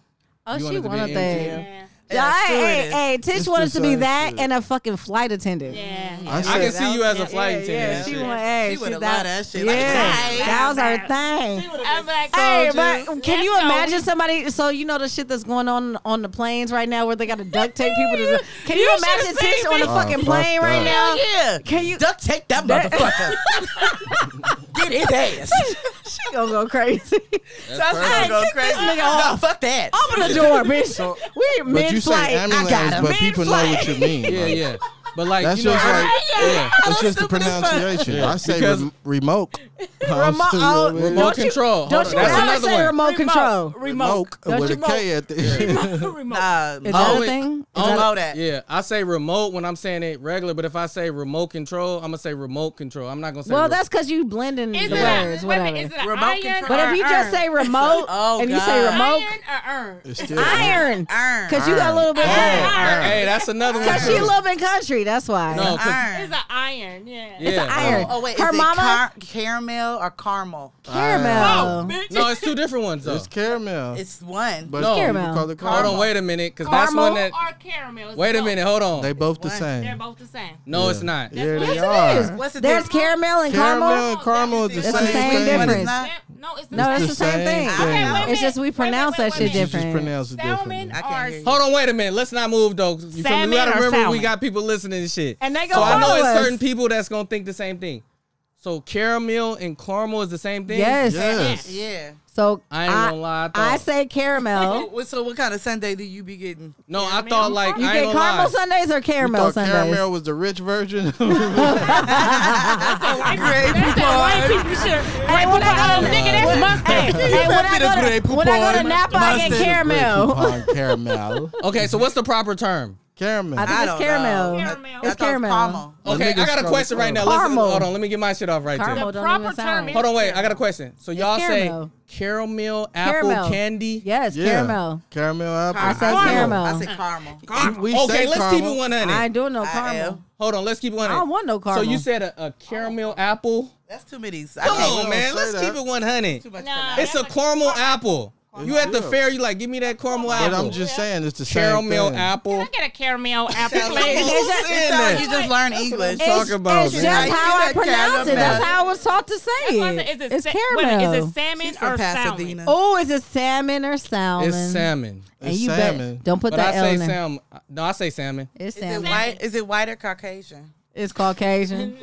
[SPEAKER 4] Oh,
[SPEAKER 5] You
[SPEAKER 4] she
[SPEAKER 5] wanted to be
[SPEAKER 4] wanted
[SPEAKER 5] an
[SPEAKER 4] that.
[SPEAKER 5] engineer.
[SPEAKER 9] Yeah.
[SPEAKER 4] Yeah,
[SPEAKER 1] Yeah,
[SPEAKER 4] hey,
[SPEAKER 1] stewardess.
[SPEAKER 4] hey, Tish
[SPEAKER 6] It's
[SPEAKER 4] wanted
[SPEAKER 6] just
[SPEAKER 4] to be
[SPEAKER 6] like
[SPEAKER 4] that
[SPEAKER 6] shit.
[SPEAKER 4] and a fucking flight attendant.
[SPEAKER 9] Yeah.
[SPEAKER 6] I
[SPEAKER 5] I can
[SPEAKER 6] said-
[SPEAKER 5] see you as a flight
[SPEAKER 1] yeah,
[SPEAKER 5] attendant. and
[SPEAKER 4] she
[SPEAKER 5] shit.
[SPEAKER 4] went. Hey,
[SPEAKER 1] She
[SPEAKER 4] she,
[SPEAKER 1] would've
[SPEAKER 4] that,
[SPEAKER 1] loved that shit, like,
[SPEAKER 4] Yeah,
[SPEAKER 1] right.
[SPEAKER 4] that was her thing.
[SPEAKER 9] I'm like,
[SPEAKER 4] Hey,
[SPEAKER 9] told you.
[SPEAKER 4] but can
[SPEAKER 9] That's
[SPEAKER 4] you
[SPEAKER 9] how
[SPEAKER 4] imagine
[SPEAKER 9] we-
[SPEAKER 4] somebody? So you know the shit that's going on on the planes right now, where they got to duct tape people. To, can you,
[SPEAKER 9] You should've
[SPEAKER 4] imagine
[SPEAKER 9] seen
[SPEAKER 4] Tish on
[SPEAKER 9] me.
[SPEAKER 4] a
[SPEAKER 6] Oh,
[SPEAKER 4] fucking
[SPEAKER 6] fuck
[SPEAKER 4] plane right
[SPEAKER 6] that.
[SPEAKER 4] now?
[SPEAKER 1] yeah.
[SPEAKER 4] Can you?
[SPEAKER 1] Duct tape that motherfucker.
[SPEAKER 4] [LAUGHS]
[SPEAKER 1] Get his ass.
[SPEAKER 4] She gonna go crazy. [LAUGHS]
[SPEAKER 1] So I said, I'm gonna go
[SPEAKER 4] Kick this
[SPEAKER 1] crazy.
[SPEAKER 4] nigga
[SPEAKER 1] No,
[SPEAKER 4] off.
[SPEAKER 1] fuck that.
[SPEAKER 4] Open the door, bitch.
[SPEAKER 6] So-
[SPEAKER 4] we
[SPEAKER 6] But you
[SPEAKER 4] mid
[SPEAKER 6] say
[SPEAKER 4] flight. I got
[SPEAKER 6] ambulance,
[SPEAKER 4] him.
[SPEAKER 6] but people know what you mean.
[SPEAKER 5] Yeah,
[SPEAKER 4] [LAUGHS]
[SPEAKER 6] Like,
[SPEAKER 5] yeah. But like,
[SPEAKER 6] That's
[SPEAKER 5] you know,
[SPEAKER 6] just
[SPEAKER 5] I-
[SPEAKER 6] like
[SPEAKER 5] yeah.
[SPEAKER 6] it's just the
[SPEAKER 1] stupid as fuck.
[SPEAKER 6] pronunciation. I say
[SPEAKER 5] Because-
[SPEAKER 6] rem-
[SPEAKER 4] [LAUGHS]
[SPEAKER 6] remote.
[SPEAKER 4] Remote- oh,
[SPEAKER 5] remote
[SPEAKER 4] Don't you-
[SPEAKER 5] control.
[SPEAKER 4] Don't
[SPEAKER 5] Hold
[SPEAKER 4] you
[SPEAKER 5] on.
[SPEAKER 4] ever
[SPEAKER 5] That's
[SPEAKER 4] say
[SPEAKER 5] another one.
[SPEAKER 4] remote, control?
[SPEAKER 6] remote with a K at the end.
[SPEAKER 1] Nah,
[SPEAKER 4] Is
[SPEAKER 1] oh,
[SPEAKER 4] that a
[SPEAKER 5] wait.
[SPEAKER 4] thing? Is
[SPEAKER 1] don't
[SPEAKER 4] that a-
[SPEAKER 1] know that.
[SPEAKER 5] Yeah, I say remote when I'm saying it regular, but if I say remote control, I'm gonna say remote control. I'm not gonna say.
[SPEAKER 4] Well,
[SPEAKER 5] re-
[SPEAKER 4] that's because you blending
[SPEAKER 9] Is
[SPEAKER 4] the
[SPEAKER 9] it a-
[SPEAKER 4] words,
[SPEAKER 9] wait a minute,
[SPEAKER 4] whatever.
[SPEAKER 9] is it a
[SPEAKER 1] Remote
[SPEAKER 9] iron
[SPEAKER 1] control.
[SPEAKER 4] But
[SPEAKER 9] or
[SPEAKER 4] if you just
[SPEAKER 9] iron?
[SPEAKER 4] say remote
[SPEAKER 1] Oh,
[SPEAKER 4] and you
[SPEAKER 1] God.
[SPEAKER 4] say remote,
[SPEAKER 9] Iron or iron?
[SPEAKER 6] [LAUGHS] It's still
[SPEAKER 4] iron,
[SPEAKER 1] Iron.
[SPEAKER 4] because you got a little bit.
[SPEAKER 5] Hey,
[SPEAKER 4] Because
[SPEAKER 9] iron.
[SPEAKER 5] hey, that's
[SPEAKER 4] [LAUGHS]
[SPEAKER 5] another one.
[SPEAKER 4] she a
[SPEAKER 5] too.
[SPEAKER 4] little bit country, that's why.
[SPEAKER 5] no, 'cause-
[SPEAKER 1] Iron.
[SPEAKER 9] It's an iron, yeah.
[SPEAKER 5] yeah.
[SPEAKER 4] iron.
[SPEAKER 1] Oh wait,
[SPEAKER 4] Her
[SPEAKER 1] is
[SPEAKER 4] mama-
[SPEAKER 1] it car- caramel or caramel?
[SPEAKER 9] Oh,
[SPEAKER 4] Caramel.
[SPEAKER 5] No, it's two different ones though.
[SPEAKER 6] It's caramel.
[SPEAKER 1] It's one.
[SPEAKER 6] But
[SPEAKER 5] No.
[SPEAKER 6] people
[SPEAKER 4] Caramel.
[SPEAKER 6] call it
[SPEAKER 5] Hold on,
[SPEAKER 6] caramel.
[SPEAKER 5] wait a minute, because that's one
[SPEAKER 4] Caramel
[SPEAKER 5] that.
[SPEAKER 9] Or caramel. It's
[SPEAKER 5] Wait a
[SPEAKER 9] both.
[SPEAKER 5] minute, hold on.
[SPEAKER 6] They both the same.
[SPEAKER 9] They're both the same.
[SPEAKER 5] no, it's not.
[SPEAKER 6] Yeah, they
[SPEAKER 4] Yes, it is.
[SPEAKER 6] are.
[SPEAKER 1] What's the
[SPEAKER 4] There's
[SPEAKER 1] difference?
[SPEAKER 4] caramel and caramel.
[SPEAKER 6] Caramel and caramel is the
[SPEAKER 1] It's the
[SPEAKER 6] same
[SPEAKER 1] same
[SPEAKER 6] thing.
[SPEAKER 4] difference.
[SPEAKER 1] Not-
[SPEAKER 9] That- No, it's
[SPEAKER 4] No,
[SPEAKER 9] not.
[SPEAKER 4] it's,
[SPEAKER 6] It's
[SPEAKER 4] the
[SPEAKER 6] the same
[SPEAKER 4] same, thing.
[SPEAKER 6] thing.
[SPEAKER 9] Okay, wait a
[SPEAKER 6] It's
[SPEAKER 9] minute,
[SPEAKER 4] just
[SPEAKER 9] wait a
[SPEAKER 4] we
[SPEAKER 9] minute,
[SPEAKER 4] pronounce
[SPEAKER 9] wait a
[SPEAKER 4] that shit
[SPEAKER 9] minute.
[SPEAKER 6] You just
[SPEAKER 4] different.
[SPEAKER 6] pronounce it
[SPEAKER 9] Salmon
[SPEAKER 6] differently.
[SPEAKER 1] I
[SPEAKER 9] or
[SPEAKER 1] can't hear you.
[SPEAKER 5] Hold on, wait a minute. Let's not move though. You, feel me?
[SPEAKER 9] Salmon
[SPEAKER 5] we gotta
[SPEAKER 9] or
[SPEAKER 5] remember we
[SPEAKER 9] salmon?
[SPEAKER 5] got people listening and shit.
[SPEAKER 4] And they go
[SPEAKER 5] So I know
[SPEAKER 4] follow
[SPEAKER 5] it's
[SPEAKER 4] us.
[SPEAKER 5] certain people that's gonna think the same thing. So caramel and caramel is the same thing.
[SPEAKER 4] Yes.
[SPEAKER 6] Yes.
[SPEAKER 1] Yeah.
[SPEAKER 4] So
[SPEAKER 5] I ain't gonna lie. I, thought,
[SPEAKER 4] I say
[SPEAKER 1] So,
[SPEAKER 4] caramel.
[SPEAKER 1] what- so what kind of Sunday do you be getting?
[SPEAKER 5] no. I thought like
[SPEAKER 4] You
[SPEAKER 5] [LAUGHS] I ain't
[SPEAKER 4] get
[SPEAKER 5] gonna
[SPEAKER 4] caramel
[SPEAKER 5] lie.
[SPEAKER 4] Sundays or
[SPEAKER 6] You
[SPEAKER 4] caramel
[SPEAKER 6] thought
[SPEAKER 4] Sundays?
[SPEAKER 6] caramel was the rich version?
[SPEAKER 9] That's that white people shit.
[SPEAKER 4] Hey, when I go to nigga, that's mustard. Hey, hey, when, I
[SPEAKER 1] Grey
[SPEAKER 4] go to, when I go
[SPEAKER 1] Poupon.
[SPEAKER 4] to Napa, I get
[SPEAKER 1] Mustard.
[SPEAKER 4] caramel.
[SPEAKER 6] Coupon
[SPEAKER 4] [LAUGHS]
[SPEAKER 6] caramel.
[SPEAKER 5] okay, so what's the proper term?
[SPEAKER 6] Caramel.
[SPEAKER 4] I think
[SPEAKER 1] I
[SPEAKER 4] it's
[SPEAKER 1] don't
[SPEAKER 4] caramel.
[SPEAKER 1] know.
[SPEAKER 9] Caramel.
[SPEAKER 4] It's
[SPEAKER 1] I thought it was
[SPEAKER 4] caramel.
[SPEAKER 6] The
[SPEAKER 5] Okay, I
[SPEAKER 6] niggas
[SPEAKER 5] got a
[SPEAKER 6] call it
[SPEAKER 5] question right now.
[SPEAKER 6] caramel.
[SPEAKER 5] Let's,
[SPEAKER 4] Caramel.
[SPEAKER 5] hold on, let me get my shit off right
[SPEAKER 4] Caramel
[SPEAKER 5] there.
[SPEAKER 4] don't
[SPEAKER 9] proper
[SPEAKER 4] even
[SPEAKER 9] term
[SPEAKER 4] sound.
[SPEAKER 9] is-
[SPEAKER 5] Hold on, wait. I got a question. So y'all
[SPEAKER 4] caramel.
[SPEAKER 5] say caramel apple
[SPEAKER 4] Caramel.
[SPEAKER 5] candy?
[SPEAKER 4] Yes,
[SPEAKER 6] Yeah.
[SPEAKER 4] caramel.
[SPEAKER 6] Caramel apple.
[SPEAKER 4] I say
[SPEAKER 1] Caramel.
[SPEAKER 4] caramel.
[SPEAKER 1] I say caramel.
[SPEAKER 6] We
[SPEAKER 5] Okay,
[SPEAKER 6] say
[SPEAKER 5] let's keep
[SPEAKER 6] caramel.
[SPEAKER 5] it
[SPEAKER 4] I
[SPEAKER 5] 100.
[SPEAKER 4] ain't doing no
[SPEAKER 1] I
[SPEAKER 4] caramel.
[SPEAKER 1] am.
[SPEAKER 5] Hold on, let's keep it 100.
[SPEAKER 4] I don't want no caramel.
[SPEAKER 5] So you said a, a
[SPEAKER 6] Oh.
[SPEAKER 5] caramel apple?
[SPEAKER 1] That's too many. I
[SPEAKER 5] Come
[SPEAKER 1] can't-
[SPEAKER 5] on, man.
[SPEAKER 6] say
[SPEAKER 5] Let's
[SPEAKER 6] that.
[SPEAKER 5] keep it 100.
[SPEAKER 1] Too much
[SPEAKER 9] Nah.
[SPEAKER 1] caramel.
[SPEAKER 5] It's a caramel apple. You at the
[SPEAKER 6] Yeah.
[SPEAKER 5] fair, you like, give me that caramel
[SPEAKER 6] But
[SPEAKER 5] apple.
[SPEAKER 6] I'm just saying it's the
[SPEAKER 5] caramel
[SPEAKER 6] same thing.
[SPEAKER 5] apple.
[SPEAKER 9] I get a caramel apple
[SPEAKER 5] Sounds like-
[SPEAKER 9] plate.
[SPEAKER 5] Who's
[SPEAKER 1] It's
[SPEAKER 5] saying
[SPEAKER 1] how
[SPEAKER 5] that?
[SPEAKER 1] you just learn English.
[SPEAKER 5] It's- talk about,
[SPEAKER 4] It's
[SPEAKER 5] man.
[SPEAKER 4] just
[SPEAKER 1] Like,
[SPEAKER 4] how
[SPEAKER 1] you
[SPEAKER 4] I
[SPEAKER 1] that
[SPEAKER 4] pronounce it.
[SPEAKER 1] caramel.
[SPEAKER 4] That's how I was taught to say it.
[SPEAKER 9] Is it
[SPEAKER 4] It's
[SPEAKER 9] sa- wait a minute,
[SPEAKER 4] caramel.
[SPEAKER 9] Is it salmon
[SPEAKER 1] She's
[SPEAKER 9] or
[SPEAKER 1] from
[SPEAKER 9] salmon?
[SPEAKER 1] Pasadena.
[SPEAKER 4] Oh, is it salmon or salmon?
[SPEAKER 5] It's salmon.
[SPEAKER 4] And
[SPEAKER 6] It's
[SPEAKER 4] you
[SPEAKER 6] salmon.
[SPEAKER 4] bet. Don't put
[SPEAKER 5] But
[SPEAKER 4] that
[SPEAKER 5] I
[SPEAKER 4] L
[SPEAKER 5] say
[SPEAKER 4] in there.
[SPEAKER 5] salmon. No, I say
[SPEAKER 4] [LAUGHS]
[SPEAKER 5] salmon.
[SPEAKER 4] It's
[SPEAKER 1] Is it
[SPEAKER 4] salmon.
[SPEAKER 1] white? Is it white or Caucasian?
[SPEAKER 4] It's Caucasian.
[SPEAKER 1] [LAUGHS]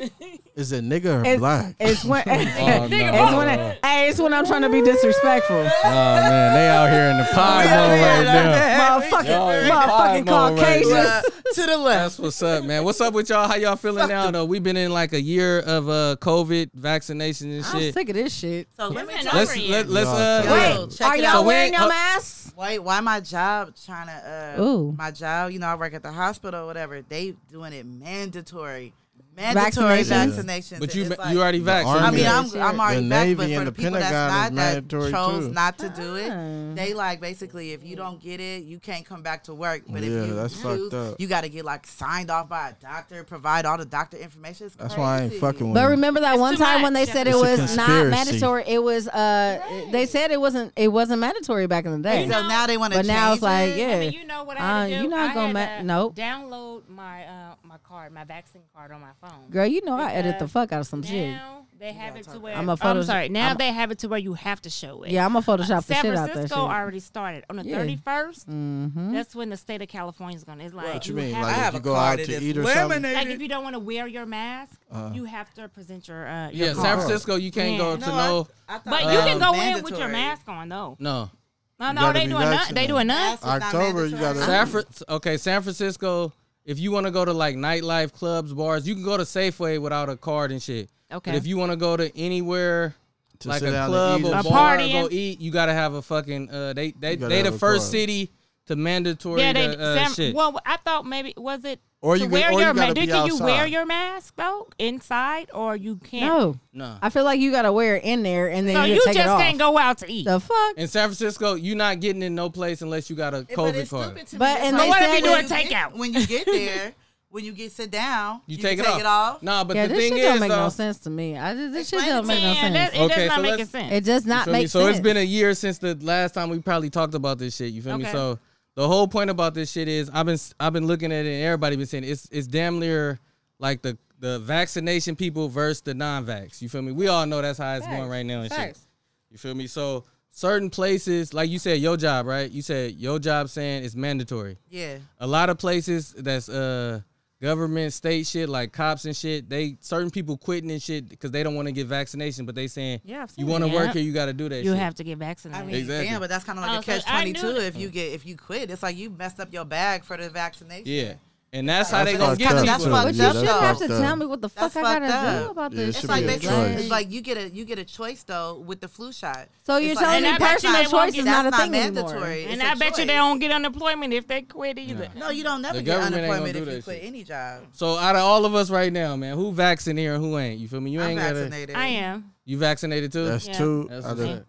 [SPEAKER 6] Is it nigga or
[SPEAKER 4] It's,
[SPEAKER 6] black?
[SPEAKER 4] it's when.
[SPEAKER 5] Oh,
[SPEAKER 4] [LAUGHS] it's
[SPEAKER 5] no.
[SPEAKER 4] when. I, hey, it's when I'm trying to be disrespectful.
[SPEAKER 5] Oh, man. They out here in
[SPEAKER 4] [LAUGHS]
[SPEAKER 5] the pod mode right now.
[SPEAKER 1] [LAUGHS]
[SPEAKER 4] Motherfucking,
[SPEAKER 5] Y'all
[SPEAKER 4] motherfucking
[SPEAKER 5] five more right
[SPEAKER 4] Caucasians.
[SPEAKER 5] now.
[SPEAKER 1] Uh, to the left.
[SPEAKER 5] That's what's up, man. What's up with y'all? How y'all feeling now, though? We've been in like a year of uh, COVID vaccination and
[SPEAKER 4] I'm
[SPEAKER 5] shit.
[SPEAKER 4] sick of this shit.
[SPEAKER 1] So let me
[SPEAKER 9] That's
[SPEAKER 1] tell
[SPEAKER 9] not-
[SPEAKER 1] you.
[SPEAKER 5] Let's let, let's
[SPEAKER 6] Y'all
[SPEAKER 5] uh
[SPEAKER 6] tough.
[SPEAKER 5] yeah.
[SPEAKER 1] Wait.
[SPEAKER 4] Wait,
[SPEAKER 1] Check
[SPEAKER 4] are
[SPEAKER 1] it
[SPEAKER 4] y'all
[SPEAKER 1] out.
[SPEAKER 4] wearing
[SPEAKER 5] So
[SPEAKER 4] your
[SPEAKER 5] when-
[SPEAKER 4] masks?
[SPEAKER 1] Wait, why my job trying to uh
[SPEAKER 4] Ooh.
[SPEAKER 1] my job, you know, I work at the hospital or whatever, they doing it mandatory. Mandatory
[SPEAKER 4] Vaccinations.
[SPEAKER 1] vaccinations.
[SPEAKER 5] But you
[SPEAKER 1] And it's like-
[SPEAKER 5] you already vaccinated.
[SPEAKER 1] I
[SPEAKER 6] Army
[SPEAKER 1] mean,
[SPEAKER 6] Yeah,
[SPEAKER 1] I'm,
[SPEAKER 4] sure.
[SPEAKER 1] I'm already
[SPEAKER 6] The
[SPEAKER 1] back,
[SPEAKER 6] Navy
[SPEAKER 1] but for
[SPEAKER 6] and
[SPEAKER 1] the
[SPEAKER 6] the
[SPEAKER 1] people
[SPEAKER 6] Pentagon
[SPEAKER 1] that's
[SPEAKER 6] is
[SPEAKER 1] not that
[SPEAKER 6] mandatory,
[SPEAKER 1] chose
[SPEAKER 6] too.
[SPEAKER 1] not to do it,
[SPEAKER 4] Ah.
[SPEAKER 1] they like basically if you don't get it, you can't come back to work. But
[SPEAKER 6] Yeah,
[SPEAKER 1] if you
[SPEAKER 6] that's
[SPEAKER 1] do,
[SPEAKER 6] fucked up.
[SPEAKER 1] you got to get like signed off by a doctor, provide all the doctor information. It's
[SPEAKER 6] That's why I ain't
[SPEAKER 1] crazy.
[SPEAKER 6] fucking with
[SPEAKER 4] But
[SPEAKER 6] it.
[SPEAKER 4] remember that one
[SPEAKER 9] Mm. too
[SPEAKER 4] time when they
[SPEAKER 9] much.
[SPEAKER 4] said
[SPEAKER 6] It's
[SPEAKER 4] it
[SPEAKER 6] a
[SPEAKER 4] was not
[SPEAKER 6] conspiracy.
[SPEAKER 4] mandatory. It was uh, they said it wasn't it wasn't mandatory back in the day.
[SPEAKER 1] So now they want to
[SPEAKER 4] But
[SPEAKER 1] change.
[SPEAKER 4] now it's like,
[SPEAKER 1] it?
[SPEAKER 4] yeah.
[SPEAKER 9] I mean, you know what I had
[SPEAKER 4] Uh,
[SPEAKER 9] to do?
[SPEAKER 4] you're not
[SPEAKER 9] I
[SPEAKER 4] gonna
[SPEAKER 9] had to
[SPEAKER 4] ma- nope.
[SPEAKER 9] download my uh, my card, my vaccine card on my phone.
[SPEAKER 4] Girl, you know I edit the
[SPEAKER 9] Because
[SPEAKER 4] fuck out of some shit.
[SPEAKER 9] Now they have it to where
[SPEAKER 4] I'm a
[SPEAKER 9] oh,
[SPEAKER 4] photo-
[SPEAKER 9] sorry. Now
[SPEAKER 4] I'm-
[SPEAKER 9] they have it to where you have to show it.
[SPEAKER 4] Yeah, I'm gonna Photoshop the
[SPEAKER 9] Uh, San
[SPEAKER 4] shit out
[SPEAKER 9] Francisco
[SPEAKER 4] that shit.
[SPEAKER 9] already started on the
[SPEAKER 4] Yeah. Mm-hmm.
[SPEAKER 9] 31st. That's when the state of California is gonna. It's like
[SPEAKER 6] What you mean?
[SPEAKER 9] have
[SPEAKER 6] Like
[SPEAKER 9] to-
[SPEAKER 6] if
[SPEAKER 1] have
[SPEAKER 6] you
[SPEAKER 1] a
[SPEAKER 6] go
[SPEAKER 1] car
[SPEAKER 6] out
[SPEAKER 1] that
[SPEAKER 6] to
[SPEAKER 1] is
[SPEAKER 6] eat or something?
[SPEAKER 1] lemonade.
[SPEAKER 9] like if you don't want to wear your mask,
[SPEAKER 6] Uh-huh.
[SPEAKER 9] you have to present your uh, your
[SPEAKER 5] Yeah,
[SPEAKER 9] card.
[SPEAKER 5] San Francisco, you can't go
[SPEAKER 9] Yeah.
[SPEAKER 5] to no
[SPEAKER 1] I, I thought
[SPEAKER 9] But
[SPEAKER 1] it
[SPEAKER 9] you
[SPEAKER 1] was
[SPEAKER 9] can go in with your
[SPEAKER 1] mandatory.
[SPEAKER 9] mask on though.
[SPEAKER 5] no.
[SPEAKER 9] No, no,
[SPEAKER 6] uh, gotta
[SPEAKER 9] they doing
[SPEAKER 6] be
[SPEAKER 9] nothing. They
[SPEAKER 6] vaccinated.
[SPEAKER 9] doing nothing.
[SPEAKER 1] Mask was not
[SPEAKER 6] October, you gotta-
[SPEAKER 1] mandatory.
[SPEAKER 5] San Fran- okay, San Francisco. If you want to go to like nightlife clubs, bars, you can go to Safeway without a card and shit.
[SPEAKER 9] Okay.
[SPEAKER 5] But if you want to go to anywhere,
[SPEAKER 6] To
[SPEAKER 5] like
[SPEAKER 6] sit
[SPEAKER 5] a
[SPEAKER 6] down and
[SPEAKER 5] club
[SPEAKER 6] eat
[SPEAKER 5] or
[SPEAKER 6] and
[SPEAKER 5] bar,
[SPEAKER 6] shit.
[SPEAKER 9] A party
[SPEAKER 5] go
[SPEAKER 9] and-
[SPEAKER 5] eat, you gotta have a fucking. Uh, they they
[SPEAKER 6] gotta
[SPEAKER 5] they the
[SPEAKER 6] have a
[SPEAKER 5] first
[SPEAKER 6] card.
[SPEAKER 5] city to mandatory
[SPEAKER 9] Yeah, they.
[SPEAKER 5] the, uh,
[SPEAKER 9] Sam,
[SPEAKER 5] shit.
[SPEAKER 9] Well, I thought maybe was it
[SPEAKER 6] Or
[SPEAKER 9] to
[SPEAKER 6] you can-
[SPEAKER 9] wear
[SPEAKER 6] or you
[SPEAKER 9] your
[SPEAKER 6] gotta
[SPEAKER 9] mask.
[SPEAKER 6] be
[SPEAKER 9] Did you wear
[SPEAKER 6] outside.
[SPEAKER 9] your mask though inside, or you can't?
[SPEAKER 4] No,
[SPEAKER 5] no.
[SPEAKER 4] I feel like you gotta wear it in there and then
[SPEAKER 9] so
[SPEAKER 4] you,
[SPEAKER 9] you
[SPEAKER 4] take
[SPEAKER 9] just
[SPEAKER 4] it off.
[SPEAKER 9] can't go out to eat.
[SPEAKER 4] The fuck?
[SPEAKER 5] in San Francisco, you're not getting in no place unless you got a
[SPEAKER 1] But
[SPEAKER 5] COVID
[SPEAKER 1] it's
[SPEAKER 5] card.
[SPEAKER 1] stupid to me.
[SPEAKER 4] But-
[SPEAKER 1] It's
[SPEAKER 4] and
[SPEAKER 1] like
[SPEAKER 4] they
[SPEAKER 1] when
[SPEAKER 4] said
[SPEAKER 1] you
[SPEAKER 4] that-
[SPEAKER 1] get-
[SPEAKER 9] What if you do a takeout?
[SPEAKER 1] When you get there, when you get sit down,
[SPEAKER 5] You,
[SPEAKER 1] can
[SPEAKER 5] take, it, off. Nah, but
[SPEAKER 4] yeah,
[SPEAKER 5] the
[SPEAKER 4] this
[SPEAKER 5] thing
[SPEAKER 4] shit
[SPEAKER 5] is,
[SPEAKER 4] don't make
[SPEAKER 5] though,
[SPEAKER 4] no sense to me. I just, this shit
[SPEAKER 1] Explain
[SPEAKER 4] don't make no
[SPEAKER 9] Man, that-
[SPEAKER 4] sense.
[SPEAKER 9] it
[SPEAKER 5] Okay,
[SPEAKER 9] does not
[SPEAKER 5] so
[SPEAKER 9] make
[SPEAKER 5] let's-
[SPEAKER 9] sense.
[SPEAKER 4] It does not
[SPEAKER 5] You feel me?
[SPEAKER 4] make
[SPEAKER 5] So
[SPEAKER 4] sense.
[SPEAKER 5] it's been a year since the last time we probably talked about this shit. You feel me?
[SPEAKER 9] Okay.
[SPEAKER 5] So the whole point about this shit is I've been I've been looking at it and everybody been saying it's it's damn near like the the vaccination people versus the non-vax. You feel me? We all know that's how it's going right now and shit.
[SPEAKER 4] Facts.
[SPEAKER 5] You feel me? So certain places, like you said, your job, right? You said your job saying it's mandatory
[SPEAKER 1] Yeah.
[SPEAKER 5] a lot of places that's uh government state shit like cops and shit they certain people quitting and shit because they don't want to get vaccination but they saying
[SPEAKER 9] Yeah, I've
[SPEAKER 5] you
[SPEAKER 9] seen
[SPEAKER 5] want to
[SPEAKER 9] that.
[SPEAKER 5] work here you got to do that
[SPEAKER 9] You
[SPEAKER 5] shit.
[SPEAKER 9] have to get
[SPEAKER 1] I
[SPEAKER 9] vaccinated.
[SPEAKER 1] mean,
[SPEAKER 5] Exactly.
[SPEAKER 1] damn, but that's kind of like
[SPEAKER 9] Oh,
[SPEAKER 1] a
[SPEAKER 9] so
[SPEAKER 1] catch
[SPEAKER 9] I knew
[SPEAKER 1] twenty two.
[SPEAKER 9] that.
[SPEAKER 1] If you get if you quit, it's like you messed up your bag for the vaccination.
[SPEAKER 5] yeah and that's how they
[SPEAKER 1] That's
[SPEAKER 5] gonna
[SPEAKER 1] fucked
[SPEAKER 5] get
[SPEAKER 1] up.
[SPEAKER 5] people
[SPEAKER 1] That's fucked
[SPEAKER 4] But
[SPEAKER 1] Yeah,
[SPEAKER 4] you
[SPEAKER 1] that's
[SPEAKER 4] shouldn't have to
[SPEAKER 6] fucked
[SPEAKER 4] tell
[SPEAKER 6] up.
[SPEAKER 4] me what the
[SPEAKER 1] That's
[SPEAKER 4] fuck I gotta
[SPEAKER 1] fucked up.
[SPEAKER 4] do about
[SPEAKER 6] Yeah, it
[SPEAKER 4] this.
[SPEAKER 6] should
[SPEAKER 1] It's
[SPEAKER 6] be
[SPEAKER 1] like
[SPEAKER 6] a
[SPEAKER 1] they
[SPEAKER 4] shit.
[SPEAKER 1] say,
[SPEAKER 6] choice.
[SPEAKER 1] it's like you get a you get a choice though with the flu shot.
[SPEAKER 4] So
[SPEAKER 1] It's
[SPEAKER 4] you're
[SPEAKER 1] like-
[SPEAKER 4] telling
[SPEAKER 9] And
[SPEAKER 4] me
[SPEAKER 9] I bet you
[SPEAKER 4] personal
[SPEAKER 9] they won't
[SPEAKER 4] choice
[SPEAKER 9] get-
[SPEAKER 4] is
[SPEAKER 1] that's
[SPEAKER 4] not a
[SPEAKER 1] not
[SPEAKER 4] thing
[SPEAKER 1] mandatory.
[SPEAKER 4] anymore.
[SPEAKER 1] It's
[SPEAKER 9] and
[SPEAKER 1] a
[SPEAKER 9] I bet you they
[SPEAKER 1] choice.
[SPEAKER 9] don't get unemployment if they quit either.
[SPEAKER 1] No, you don't never
[SPEAKER 5] The
[SPEAKER 1] get
[SPEAKER 5] government ain't
[SPEAKER 1] unemployment
[SPEAKER 5] gonna
[SPEAKER 1] if
[SPEAKER 5] do
[SPEAKER 1] you
[SPEAKER 5] that
[SPEAKER 1] quit
[SPEAKER 5] shit.
[SPEAKER 1] any job.
[SPEAKER 5] so out of all of us right now man who vaccinated here and who ain't you feel me you
[SPEAKER 1] I'm
[SPEAKER 5] ain't gotta
[SPEAKER 1] vaccinated.
[SPEAKER 9] I am.
[SPEAKER 5] you vaccinated too
[SPEAKER 6] That's
[SPEAKER 9] Yeah.
[SPEAKER 6] two.
[SPEAKER 5] That's
[SPEAKER 6] I
[SPEAKER 5] what's
[SPEAKER 6] did-
[SPEAKER 5] up.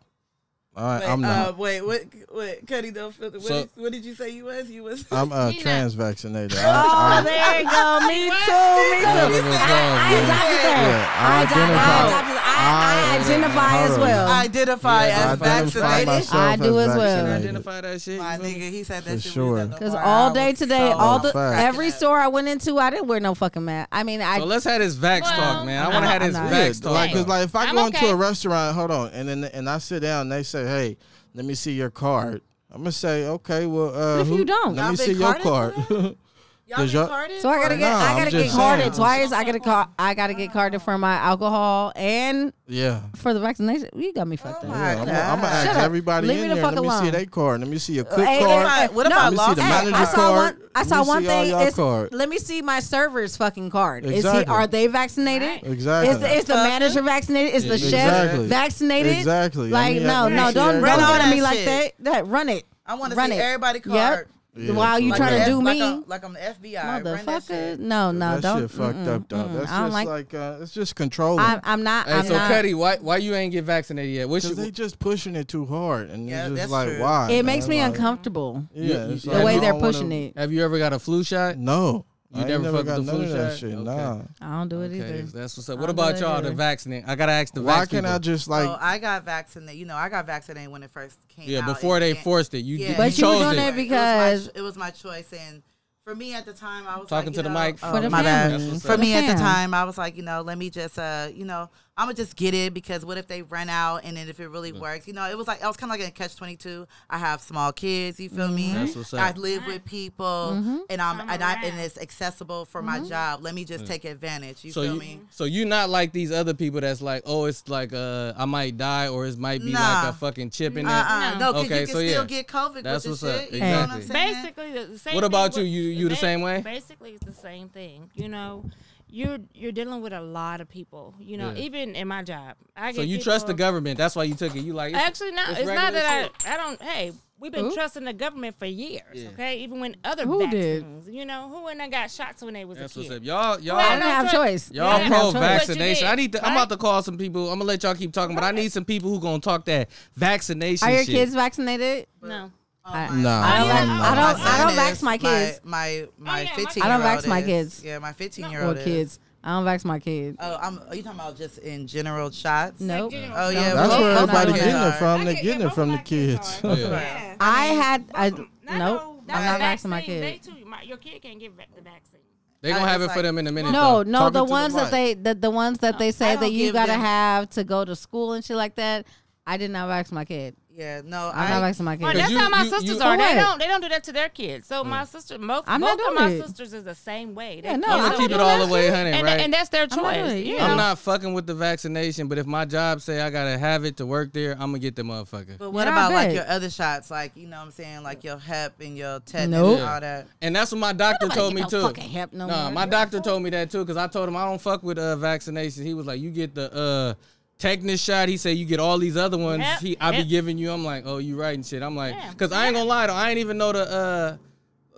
[SPEAKER 6] All right,
[SPEAKER 1] Wait,
[SPEAKER 6] I'm
[SPEAKER 1] Uh,
[SPEAKER 6] not.
[SPEAKER 1] wait, what? What? Cuddy, don't. Feel, what,
[SPEAKER 5] So-
[SPEAKER 1] what did you say you was? You was.
[SPEAKER 6] I'm uh,
[SPEAKER 9] not.
[SPEAKER 6] trans vaccinated.
[SPEAKER 4] Oh,
[SPEAKER 9] [LAUGHS]
[SPEAKER 6] I, I,
[SPEAKER 4] there you go. Me too. Me
[SPEAKER 5] Round
[SPEAKER 4] too.
[SPEAKER 5] of applause,
[SPEAKER 4] I
[SPEAKER 5] man.
[SPEAKER 4] adopted that.
[SPEAKER 6] yeah,
[SPEAKER 4] I
[SPEAKER 6] I
[SPEAKER 4] adopted. I
[SPEAKER 6] identify.
[SPEAKER 4] adopted. I, I,
[SPEAKER 6] I-
[SPEAKER 4] identify as
[SPEAKER 6] hold on.
[SPEAKER 4] well.
[SPEAKER 1] [LAUGHS] Identify
[SPEAKER 5] Yeah,
[SPEAKER 6] I
[SPEAKER 1] as
[SPEAKER 6] identify
[SPEAKER 1] vaccinated.
[SPEAKER 6] myself
[SPEAKER 4] I do
[SPEAKER 6] as
[SPEAKER 4] as well.
[SPEAKER 6] vaccinated.
[SPEAKER 5] identify that shit
[SPEAKER 1] My
[SPEAKER 5] you feel me?
[SPEAKER 1] nigga, he said
[SPEAKER 6] For
[SPEAKER 1] that shit.
[SPEAKER 6] sure.
[SPEAKER 4] Cause all day today, all the
[SPEAKER 6] Facts.
[SPEAKER 4] every store I went into, I didn't wear no fucking mask. I mean, I
[SPEAKER 5] so let's have this vax
[SPEAKER 9] Well,
[SPEAKER 5] talk man i
[SPEAKER 9] I'm
[SPEAKER 5] want to
[SPEAKER 4] not-
[SPEAKER 5] have this
[SPEAKER 4] I'm not.
[SPEAKER 5] vax
[SPEAKER 6] Yeah,
[SPEAKER 5] talk
[SPEAKER 6] like, cause like if I
[SPEAKER 9] I'm
[SPEAKER 6] go
[SPEAKER 9] okay.
[SPEAKER 6] into a restaurant, hold on, and then and I sit down, and they say, "Hey, let me see your card." I'm gonna say, "Okay, well, uh,
[SPEAKER 4] What if
[SPEAKER 6] who-
[SPEAKER 4] you don't?
[SPEAKER 6] Let
[SPEAKER 1] Y'all
[SPEAKER 6] me
[SPEAKER 1] been
[SPEAKER 6] see your card."
[SPEAKER 1] carded for
[SPEAKER 6] [LAUGHS]
[SPEAKER 1] Y'all
[SPEAKER 6] Does y'all-
[SPEAKER 1] retarded?
[SPEAKER 4] so I gotta get
[SPEAKER 6] Nah,
[SPEAKER 4] I
[SPEAKER 6] I'm
[SPEAKER 4] gotta get
[SPEAKER 6] just saying.
[SPEAKER 4] carded twice. I gotta call I gotta get carded for my alcohol and
[SPEAKER 6] yeah.
[SPEAKER 4] for the vaccination. You got me fucked up.
[SPEAKER 1] Oh my
[SPEAKER 6] I'm gonna,
[SPEAKER 1] God.
[SPEAKER 6] I'm gonna ask
[SPEAKER 4] Shut up.
[SPEAKER 6] everybody
[SPEAKER 4] Leave me
[SPEAKER 6] in
[SPEAKER 4] the
[SPEAKER 6] there.
[SPEAKER 4] fuck
[SPEAKER 6] Let me see
[SPEAKER 4] alone.
[SPEAKER 6] their card. Let me see your quick
[SPEAKER 4] Hey,
[SPEAKER 6] card.
[SPEAKER 1] I- what if I
[SPEAKER 6] Let me see
[SPEAKER 1] lost
[SPEAKER 6] the
[SPEAKER 1] it?
[SPEAKER 6] manager
[SPEAKER 4] I
[SPEAKER 1] manager's
[SPEAKER 4] saw
[SPEAKER 6] card.
[SPEAKER 4] one. I
[SPEAKER 6] Let
[SPEAKER 4] saw
[SPEAKER 6] me
[SPEAKER 4] one
[SPEAKER 6] see all
[SPEAKER 4] thing.
[SPEAKER 6] y'all
[SPEAKER 4] It's,
[SPEAKER 6] card.
[SPEAKER 4] let me see my server's fucking card. Is he?
[SPEAKER 6] Exactly.
[SPEAKER 4] Are they vaccinated?
[SPEAKER 6] Exactly.
[SPEAKER 4] Is, the- is the manager vaccinated? Is the
[SPEAKER 5] Yeah.
[SPEAKER 4] chef
[SPEAKER 6] Exactly.
[SPEAKER 4] vaccinated?
[SPEAKER 6] Exactly. I
[SPEAKER 4] Like
[SPEAKER 6] mean,
[SPEAKER 4] no,
[SPEAKER 6] I mean,
[SPEAKER 4] no,
[SPEAKER 6] she
[SPEAKER 4] don't
[SPEAKER 6] had-
[SPEAKER 4] don't
[SPEAKER 1] Run all
[SPEAKER 4] look at
[SPEAKER 1] that
[SPEAKER 4] me like
[SPEAKER 1] shit.
[SPEAKER 4] that. That run it.
[SPEAKER 1] I want to
[SPEAKER 4] Run
[SPEAKER 1] see
[SPEAKER 4] it.
[SPEAKER 1] everybody
[SPEAKER 4] Yep.
[SPEAKER 1] card.
[SPEAKER 6] Yeah,
[SPEAKER 4] While you
[SPEAKER 6] for
[SPEAKER 1] Like
[SPEAKER 4] trying
[SPEAKER 6] real.
[SPEAKER 4] to
[SPEAKER 1] the
[SPEAKER 4] do
[SPEAKER 1] F- like
[SPEAKER 4] me,
[SPEAKER 1] I'm- like I'm the FBI. Run that
[SPEAKER 4] motherfucker.
[SPEAKER 1] shit.
[SPEAKER 4] No, no,
[SPEAKER 6] that
[SPEAKER 4] don't.
[SPEAKER 6] shit fucked
[SPEAKER 4] mm-mm,
[SPEAKER 6] up though.
[SPEAKER 4] mm-mm.
[SPEAKER 6] That's
[SPEAKER 4] I don't
[SPEAKER 6] just like,
[SPEAKER 4] like.
[SPEAKER 6] uh, it's just controlling.
[SPEAKER 4] I'm, I'm not.
[SPEAKER 5] hey
[SPEAKER 4] I'm
[SPEAKER 5] so
[SPEAKER 4] not.
[SPEAKER 5] Cuddy, why why you ain't get vaccinated yet what's
[SPEAKER 6] Cause
[SPEAKER 5] your
[SPEAKER 6] they just pushing it too hard, and
[SPEAKER 1] Yeah,
[SPEAKER 6] it's
[SPEAKER 1] that's
[SPEAKER 6] just like,
[SPEAKER 1] true.
[SPEAKER 6] why?
[SPEAKER 4] it makes
[SPEAKER 6] man?
[SPEAKER 4] me
[SPEAKER 6] Like,
[SPEAKER 4] uncomfortable
[SPEAKER 6] Yeah, it's
[SPEAKER 5] The
[SPEAKER 6] like,
[SPEAKER 4] the way
[SPEAKER 6] I
[SPEAKER 5] you
[SPEAKER 4] they're
[SPEAKER 6] don't wanna-
[SPEAKER 4] pushing it.
[SPEAKER 5] have you ever got a flu shot
[SPEAKER 6] No,
[SPEAKER 5] You
[SPEAKER 6] I
[SPEAKER 5] never
[SPEAKER 6] ain't never
[SPEAKER 5] fucked
[SPEAKER 6] got
[SPEAKER 5] with the
[SPEAKER 6] none
[SPEAKER 5] flu
[SPEAKER 6] of that
[SPEAKER 5] shot?
[SPEAKER 6] shit.
[SPEAKER 5] Okay.
[SPEAKER 6] Nah.
[SPEAKER 4] I don't do it
[SPEAKER 5] Okay,
[SPEAKER 4] either.
[SPEAKER 5] that's what's
[SPEAKER 4] I
[SPEAKER 5] up. What
[SPEAKER 4] don't
[SPEAKER 5] about
[SPEAKER 4] do that
[SPEAKER 5] y'all, the
[SPEAKER 4] either.
[SPEAKER 5] vaccinate? I gotta ask the
[SPEAKER 6] Why
[SPEAKER 5] vax
[SPEAKER 6] can't
[SPEAKER 5] people.
[SPEAKER 6] I just
[SPEAKER 1] So
[SPEAKER 6] like?
[SPEAKER 4] Oh,
[SPEAKER 1] I got vaccinated. You know, I got vaccinated when it first came
[SPEAKER 5] Yeah,
[SPEAKER 1] out.
[SPEAKER 5] before
[SPEAKER 1] and-
[SPEAKER 5] they
[SPEAKER 1] and-
[SPEAKER 5] forced it, you,
[SPEAKER 1] Yeah.
[SPEAKER 5] you
[SPEAKER 1] But
[SPEAKER 4] you were
[SPEAKER 5] chose
[SPEAKER 4] doing
[SPEAKER 5] it.
[SPEAKER 4] that because-
[SPEAKER 1] it was, my, it was my choice, and for me at the time, I was
[SPEAKER 5] Talking
[SPEAKER 1] like,
[SPEAKER 5] to
[SPEAKER 1] you
[SPEAKER 5] the
[SPEAKER 1] know,
[SPEAKER 5] mic.
[SPEAKER 1] oh,
[SPEAKER 4] For the
[SPEAKER 1] my bad.
[SPEAKER 5] family. That's what's
[SPEAKER 1] For
[SPEAKER 5] up.
[SPEAKER 1] me at
[SPEAKER 4] For
[SPEAKER 1] the
[SPEAKER 4] the fam.
[SPEAKER 1] time, I was like, you know, let me just, uh, you know, I'm gonna just get it because what if they run out and then if it really works, you know, it was like I was kind of like a catch twenty two. I have small kids, you feel me?
[SPEAKER 5] That's what's up.
[SPEAKER 1] I live with people, and I'm, and I and it's accessible for my job. Let me just take advantage. You
[SPEAKER 5] So
[SPEAKER 1] feel
[SPEAKER 5] you,
[SPEAKER 1] me?
[SPEAKER 5] so you not like these other people that's like, oh, it's like uh, I might die or it might be
[SPEAKER 1] Nah.
[SPEAKER 5] like a fucking chip in there.
[SPEAKER 1] Uh-uh. No, because
[SPEAKER 5] Okay,
[SPEAKER 1] you can
[SPEAKER 5] so
[SPEAKER 1] still
[SPEAKER 5] yeah.
[SPEAKER 1] get COVID
[SPEAKER 5] That's
[SPEAKER 1] with
[SPEAKER 5] what's
[SPEAKER 1] this
[SPEAKER 5] up.
[SPEAKER 1] shit. You know what I'm
[SPEAKER 5] Exactly.
[SPEAKER 1] saying?
[SPEAKER 9] Basically, the same.
[SPEAKER 5] What
[SPEAKER 9] thing
[SPEAKER 5] about
[SPEAKER 9] with-
[SPEAKER 5] you? You- you the
[SPEAKER 9] ba-
[SPEAKER 5] same way?
[SPEAKER 9] Basically, it's the same thing. You know, you're you're dealing with a lot of people. You know,
[SPEAKER 5] Yeah.
[SPEAKER 9] even in my job, I
[SPEAKER 5] So
[SPEAKER 9] get
[SPEAKER 5] you trust the
[SPEAKER 9] people-
[SPEAKER 5] government. That's why you took it. You like it's-
[SPEAKER 9] Actually, no. It's,
[SPEAKER 5] regular
[SPEAKER 9] not that
[SPEAKER 5] shit.
[SPEAKER 9] I. I don't. Hey, we've been
[SPEAKER 4] Who?
[SPEAKER 9] trusting the government for years. Okay, even when other
[SPEAKER 4] Who did?
[SPEAKER 9] vaccines. You know, who and I got shots when they was
[SPEAKER 5] That's
[SPEAKER 9] a
[SPEAKER 5] what's
[SPEAKER 9] kid.
[SPEAKER 5] up. Y'all, y'all,
[SPEAKER 4] I didn't have choice. I
[SPEAKER 5] y'all
[SPEAKER 4] didn't have
[SPEAKER 5] pro
[SPEAKER 4] choice.
[SPEAKER 5] vaccination. I
[SPEAKER 9] did,
[SPEAKER 5] need. To, I'm
[SPEAKER 9] right?
[SPEAKER 5] about to call some people. I'm gonna let y'all keep talking, but I need some people who gonna talk that vaccination.
[SPEAKER 4] Are your
[SPEAKER 5] shit.
[SPEAKER 4] kids vaccinated?
[SPEAKER 9] No.
[SPEAKER 4] I,
[SPEAKER 6] No.
[SPEAKER 4] I
[SPEAKER 6] Oh, yeah.
[SPEAKER 4] don't. vac- I
[SPEAKER 1] My
[SPEAKER 4] don't. I
[SPEAKER 1] son
[SPEAKER 4] don't vax
[SPEAKER 1] is-
[SPEAKER 4] my kids
[SPEAKER 1] My my,
[SPEAKER 9] Oh, yeah, my
[SPEAKER 1] fifteen.
[SPEAKER 9] kids. I
[SPEAKER 4] don't vax my kids.
[SPEAKER 1] Yeah, my fifteen year
[SPEAKER 4] or
[SPEAKER 1] old.
[SPEAKER 4] kids. I don't vax my kids.
[SPEAKER 1] Oh, I'm. Are you talking about just in general shots?
[SPEAKER 4] Nope.
[SPEAKER 9] general
[SPEAKER 1] Oh yeah.
[SPEAKER 6] That's
[SPEAKER 1] well,
[SPEAKER 6] where
[SPEAKER 1] both my
[SPEAKER 6] everybody
[SPEAKER 1] kids
[SPEAKER 6] getting it
[SPEAKER 1] are.
[SPEAKER 6] from.
[SPEAKER 9] I
[SPEAKER 6] They're
[SPEAKER 9] get-
[SPEAKER 6] getting
[SPEAKER 9] yeah,
[SPEAKER 6] it
[SPEAKER 9] both
[SPEAKER 6] from
[SPEAKER 9] my
[SPEAKER 6] the
[SPEAKER 9] kids
[SPEAKER 6] kids. [LAUGHS]
[SPEAKER 9] are.
[SPEAKER 5] Yeah.
[SPEAKER 1] Yeah.
[SPEAKER 4] I had. I,
[SPEAKER 9] Not
[SPEAKER 4] nope.
[SPEAKER 9] no-
[SPEAKER 4] I'm
[SPEAKER 9] the
[SPEAKER 4] not vaxing my
[SPEAKER 9] vaccine,
[SPEAKER 4] kids.
[SPEAKER 9] They too. My, your kid can't get va- the vaccine.
[SPEAKER 5] They gonna
[SPEAKER 1] I
[SPEAKER 5] have it
[SPEAKER 1] just
[SPEAKER 5] for
[SPEAKER 1] like-
[SPEAKER 5] them in a minute.
[SPEAKER 4] No,
[SPEAKER 5] though.
[SPEAKER 4] no,
[SPEAKER 6] Talking
[SPEAKER 4] the
[SPEAKER 6] to the
[SPEAKER 4] ones that
[SPEAKER 6] mic.
[SPEAKER 4] they the, the ones that they say
[SPEAKER 1] don't
[SPEAKER 4] that you
[SPEAKER 1] give
[SPEAKER 4] gotta
[SPEAKER 1] them-
[SPEAKER 4] have to go to school and shit like that. I did not vax my kid.
[SPEAKER 1] Yeah. No,
[SPEAKER 4] I'm not
[SPEAKER 1] I.
[SPEAKER 4] vaxing my
[SPEAKER 9] Well,
[SPEAKER 5] Cause
[SPEAKER 4] kid.
[SPEAKER 9] that's
[SPEAKER 5] you-
[SPEAKER 9] how my
[SPEAKER 5] you-
[SPEAKER 9] sisters
[SPEAKER 5] you-
[SPEAKER 9] are. They
[SPEAKER 4] Correct.
[SPEAKER 9] don't. They don't do that to their kids. So my sister, most,
[SPEAKER 4] Mm. I'm
[SPEAKER 9] both
[SPEAKER 4] not
[SPEAKER 9] of my
[SPEAKER 4] doing it.
[SPEAKER 9] sisters is the same way. They,
[SPEAKER 4] Yeah, no,
[SPEAKER 9] they
[SPEAKER 4] I'm
[SPEAKER 9] don't
[SPEAKER 5] keep
[SPEAKER 9] do
[SPEAKER 5] it all
[SPEAKER 9] that
[SPEAKER 5] the way
[SPEAKER 9] shit.
[SPEAKER 5] 100,
[SPEAKER 9] and,
[SPEAKER 5] right?
[SPEAKER 9] and that's their
[SPEAKER 4] I'm not doing
[SPEAKER 9] choice.
[SPEAKER 4] it,
[SPEAKER 9] you
[SPEAKER 4] yeah.
[SPEAKER 5] I'm
[SPEAKER 9] know?
[SPEAKER 5] not fucking with the vaccination, but if my job say I gotta have it to work there, I'm gonna get the motherfucker.
[SPEAKER 1] But what
[SPEAKER 4] Yeah, I
[SPEAKER 1] about like
[SPEAKER 4] bet.
[SPEAKER 1] your other shots? Like you know, what I'm saying like your Hep and your tetanus
[SPEAKER 4] Nope.
[SPEAKER 1] and all that.
[SPEAKER 5] And that's what my doctor told me
[SPEAKER 4] no
[SPEAKER 5] too.
[SPEAKER 4] fucking hep no
[SPEAKER 5] nah,
[SPEAKER 4] more.
[SPEAKER 5] my doctor told me that too because I told him I don't fuck with uh, vaccinations. He was like, "You get the uh, tetanus shot. He said you get all these other ones.
[SPEAKER 9] Yep,
[SPEAKER 5] He I
[SPEAKER 9] yep.
[SPEAKER 5] be giving you. I'm like, oh, you right and shit. I'm like,
[SPEAKER 9] Yeah,
[SPEAKER 5] because I ain't gonna lie though, I ain't even know the uh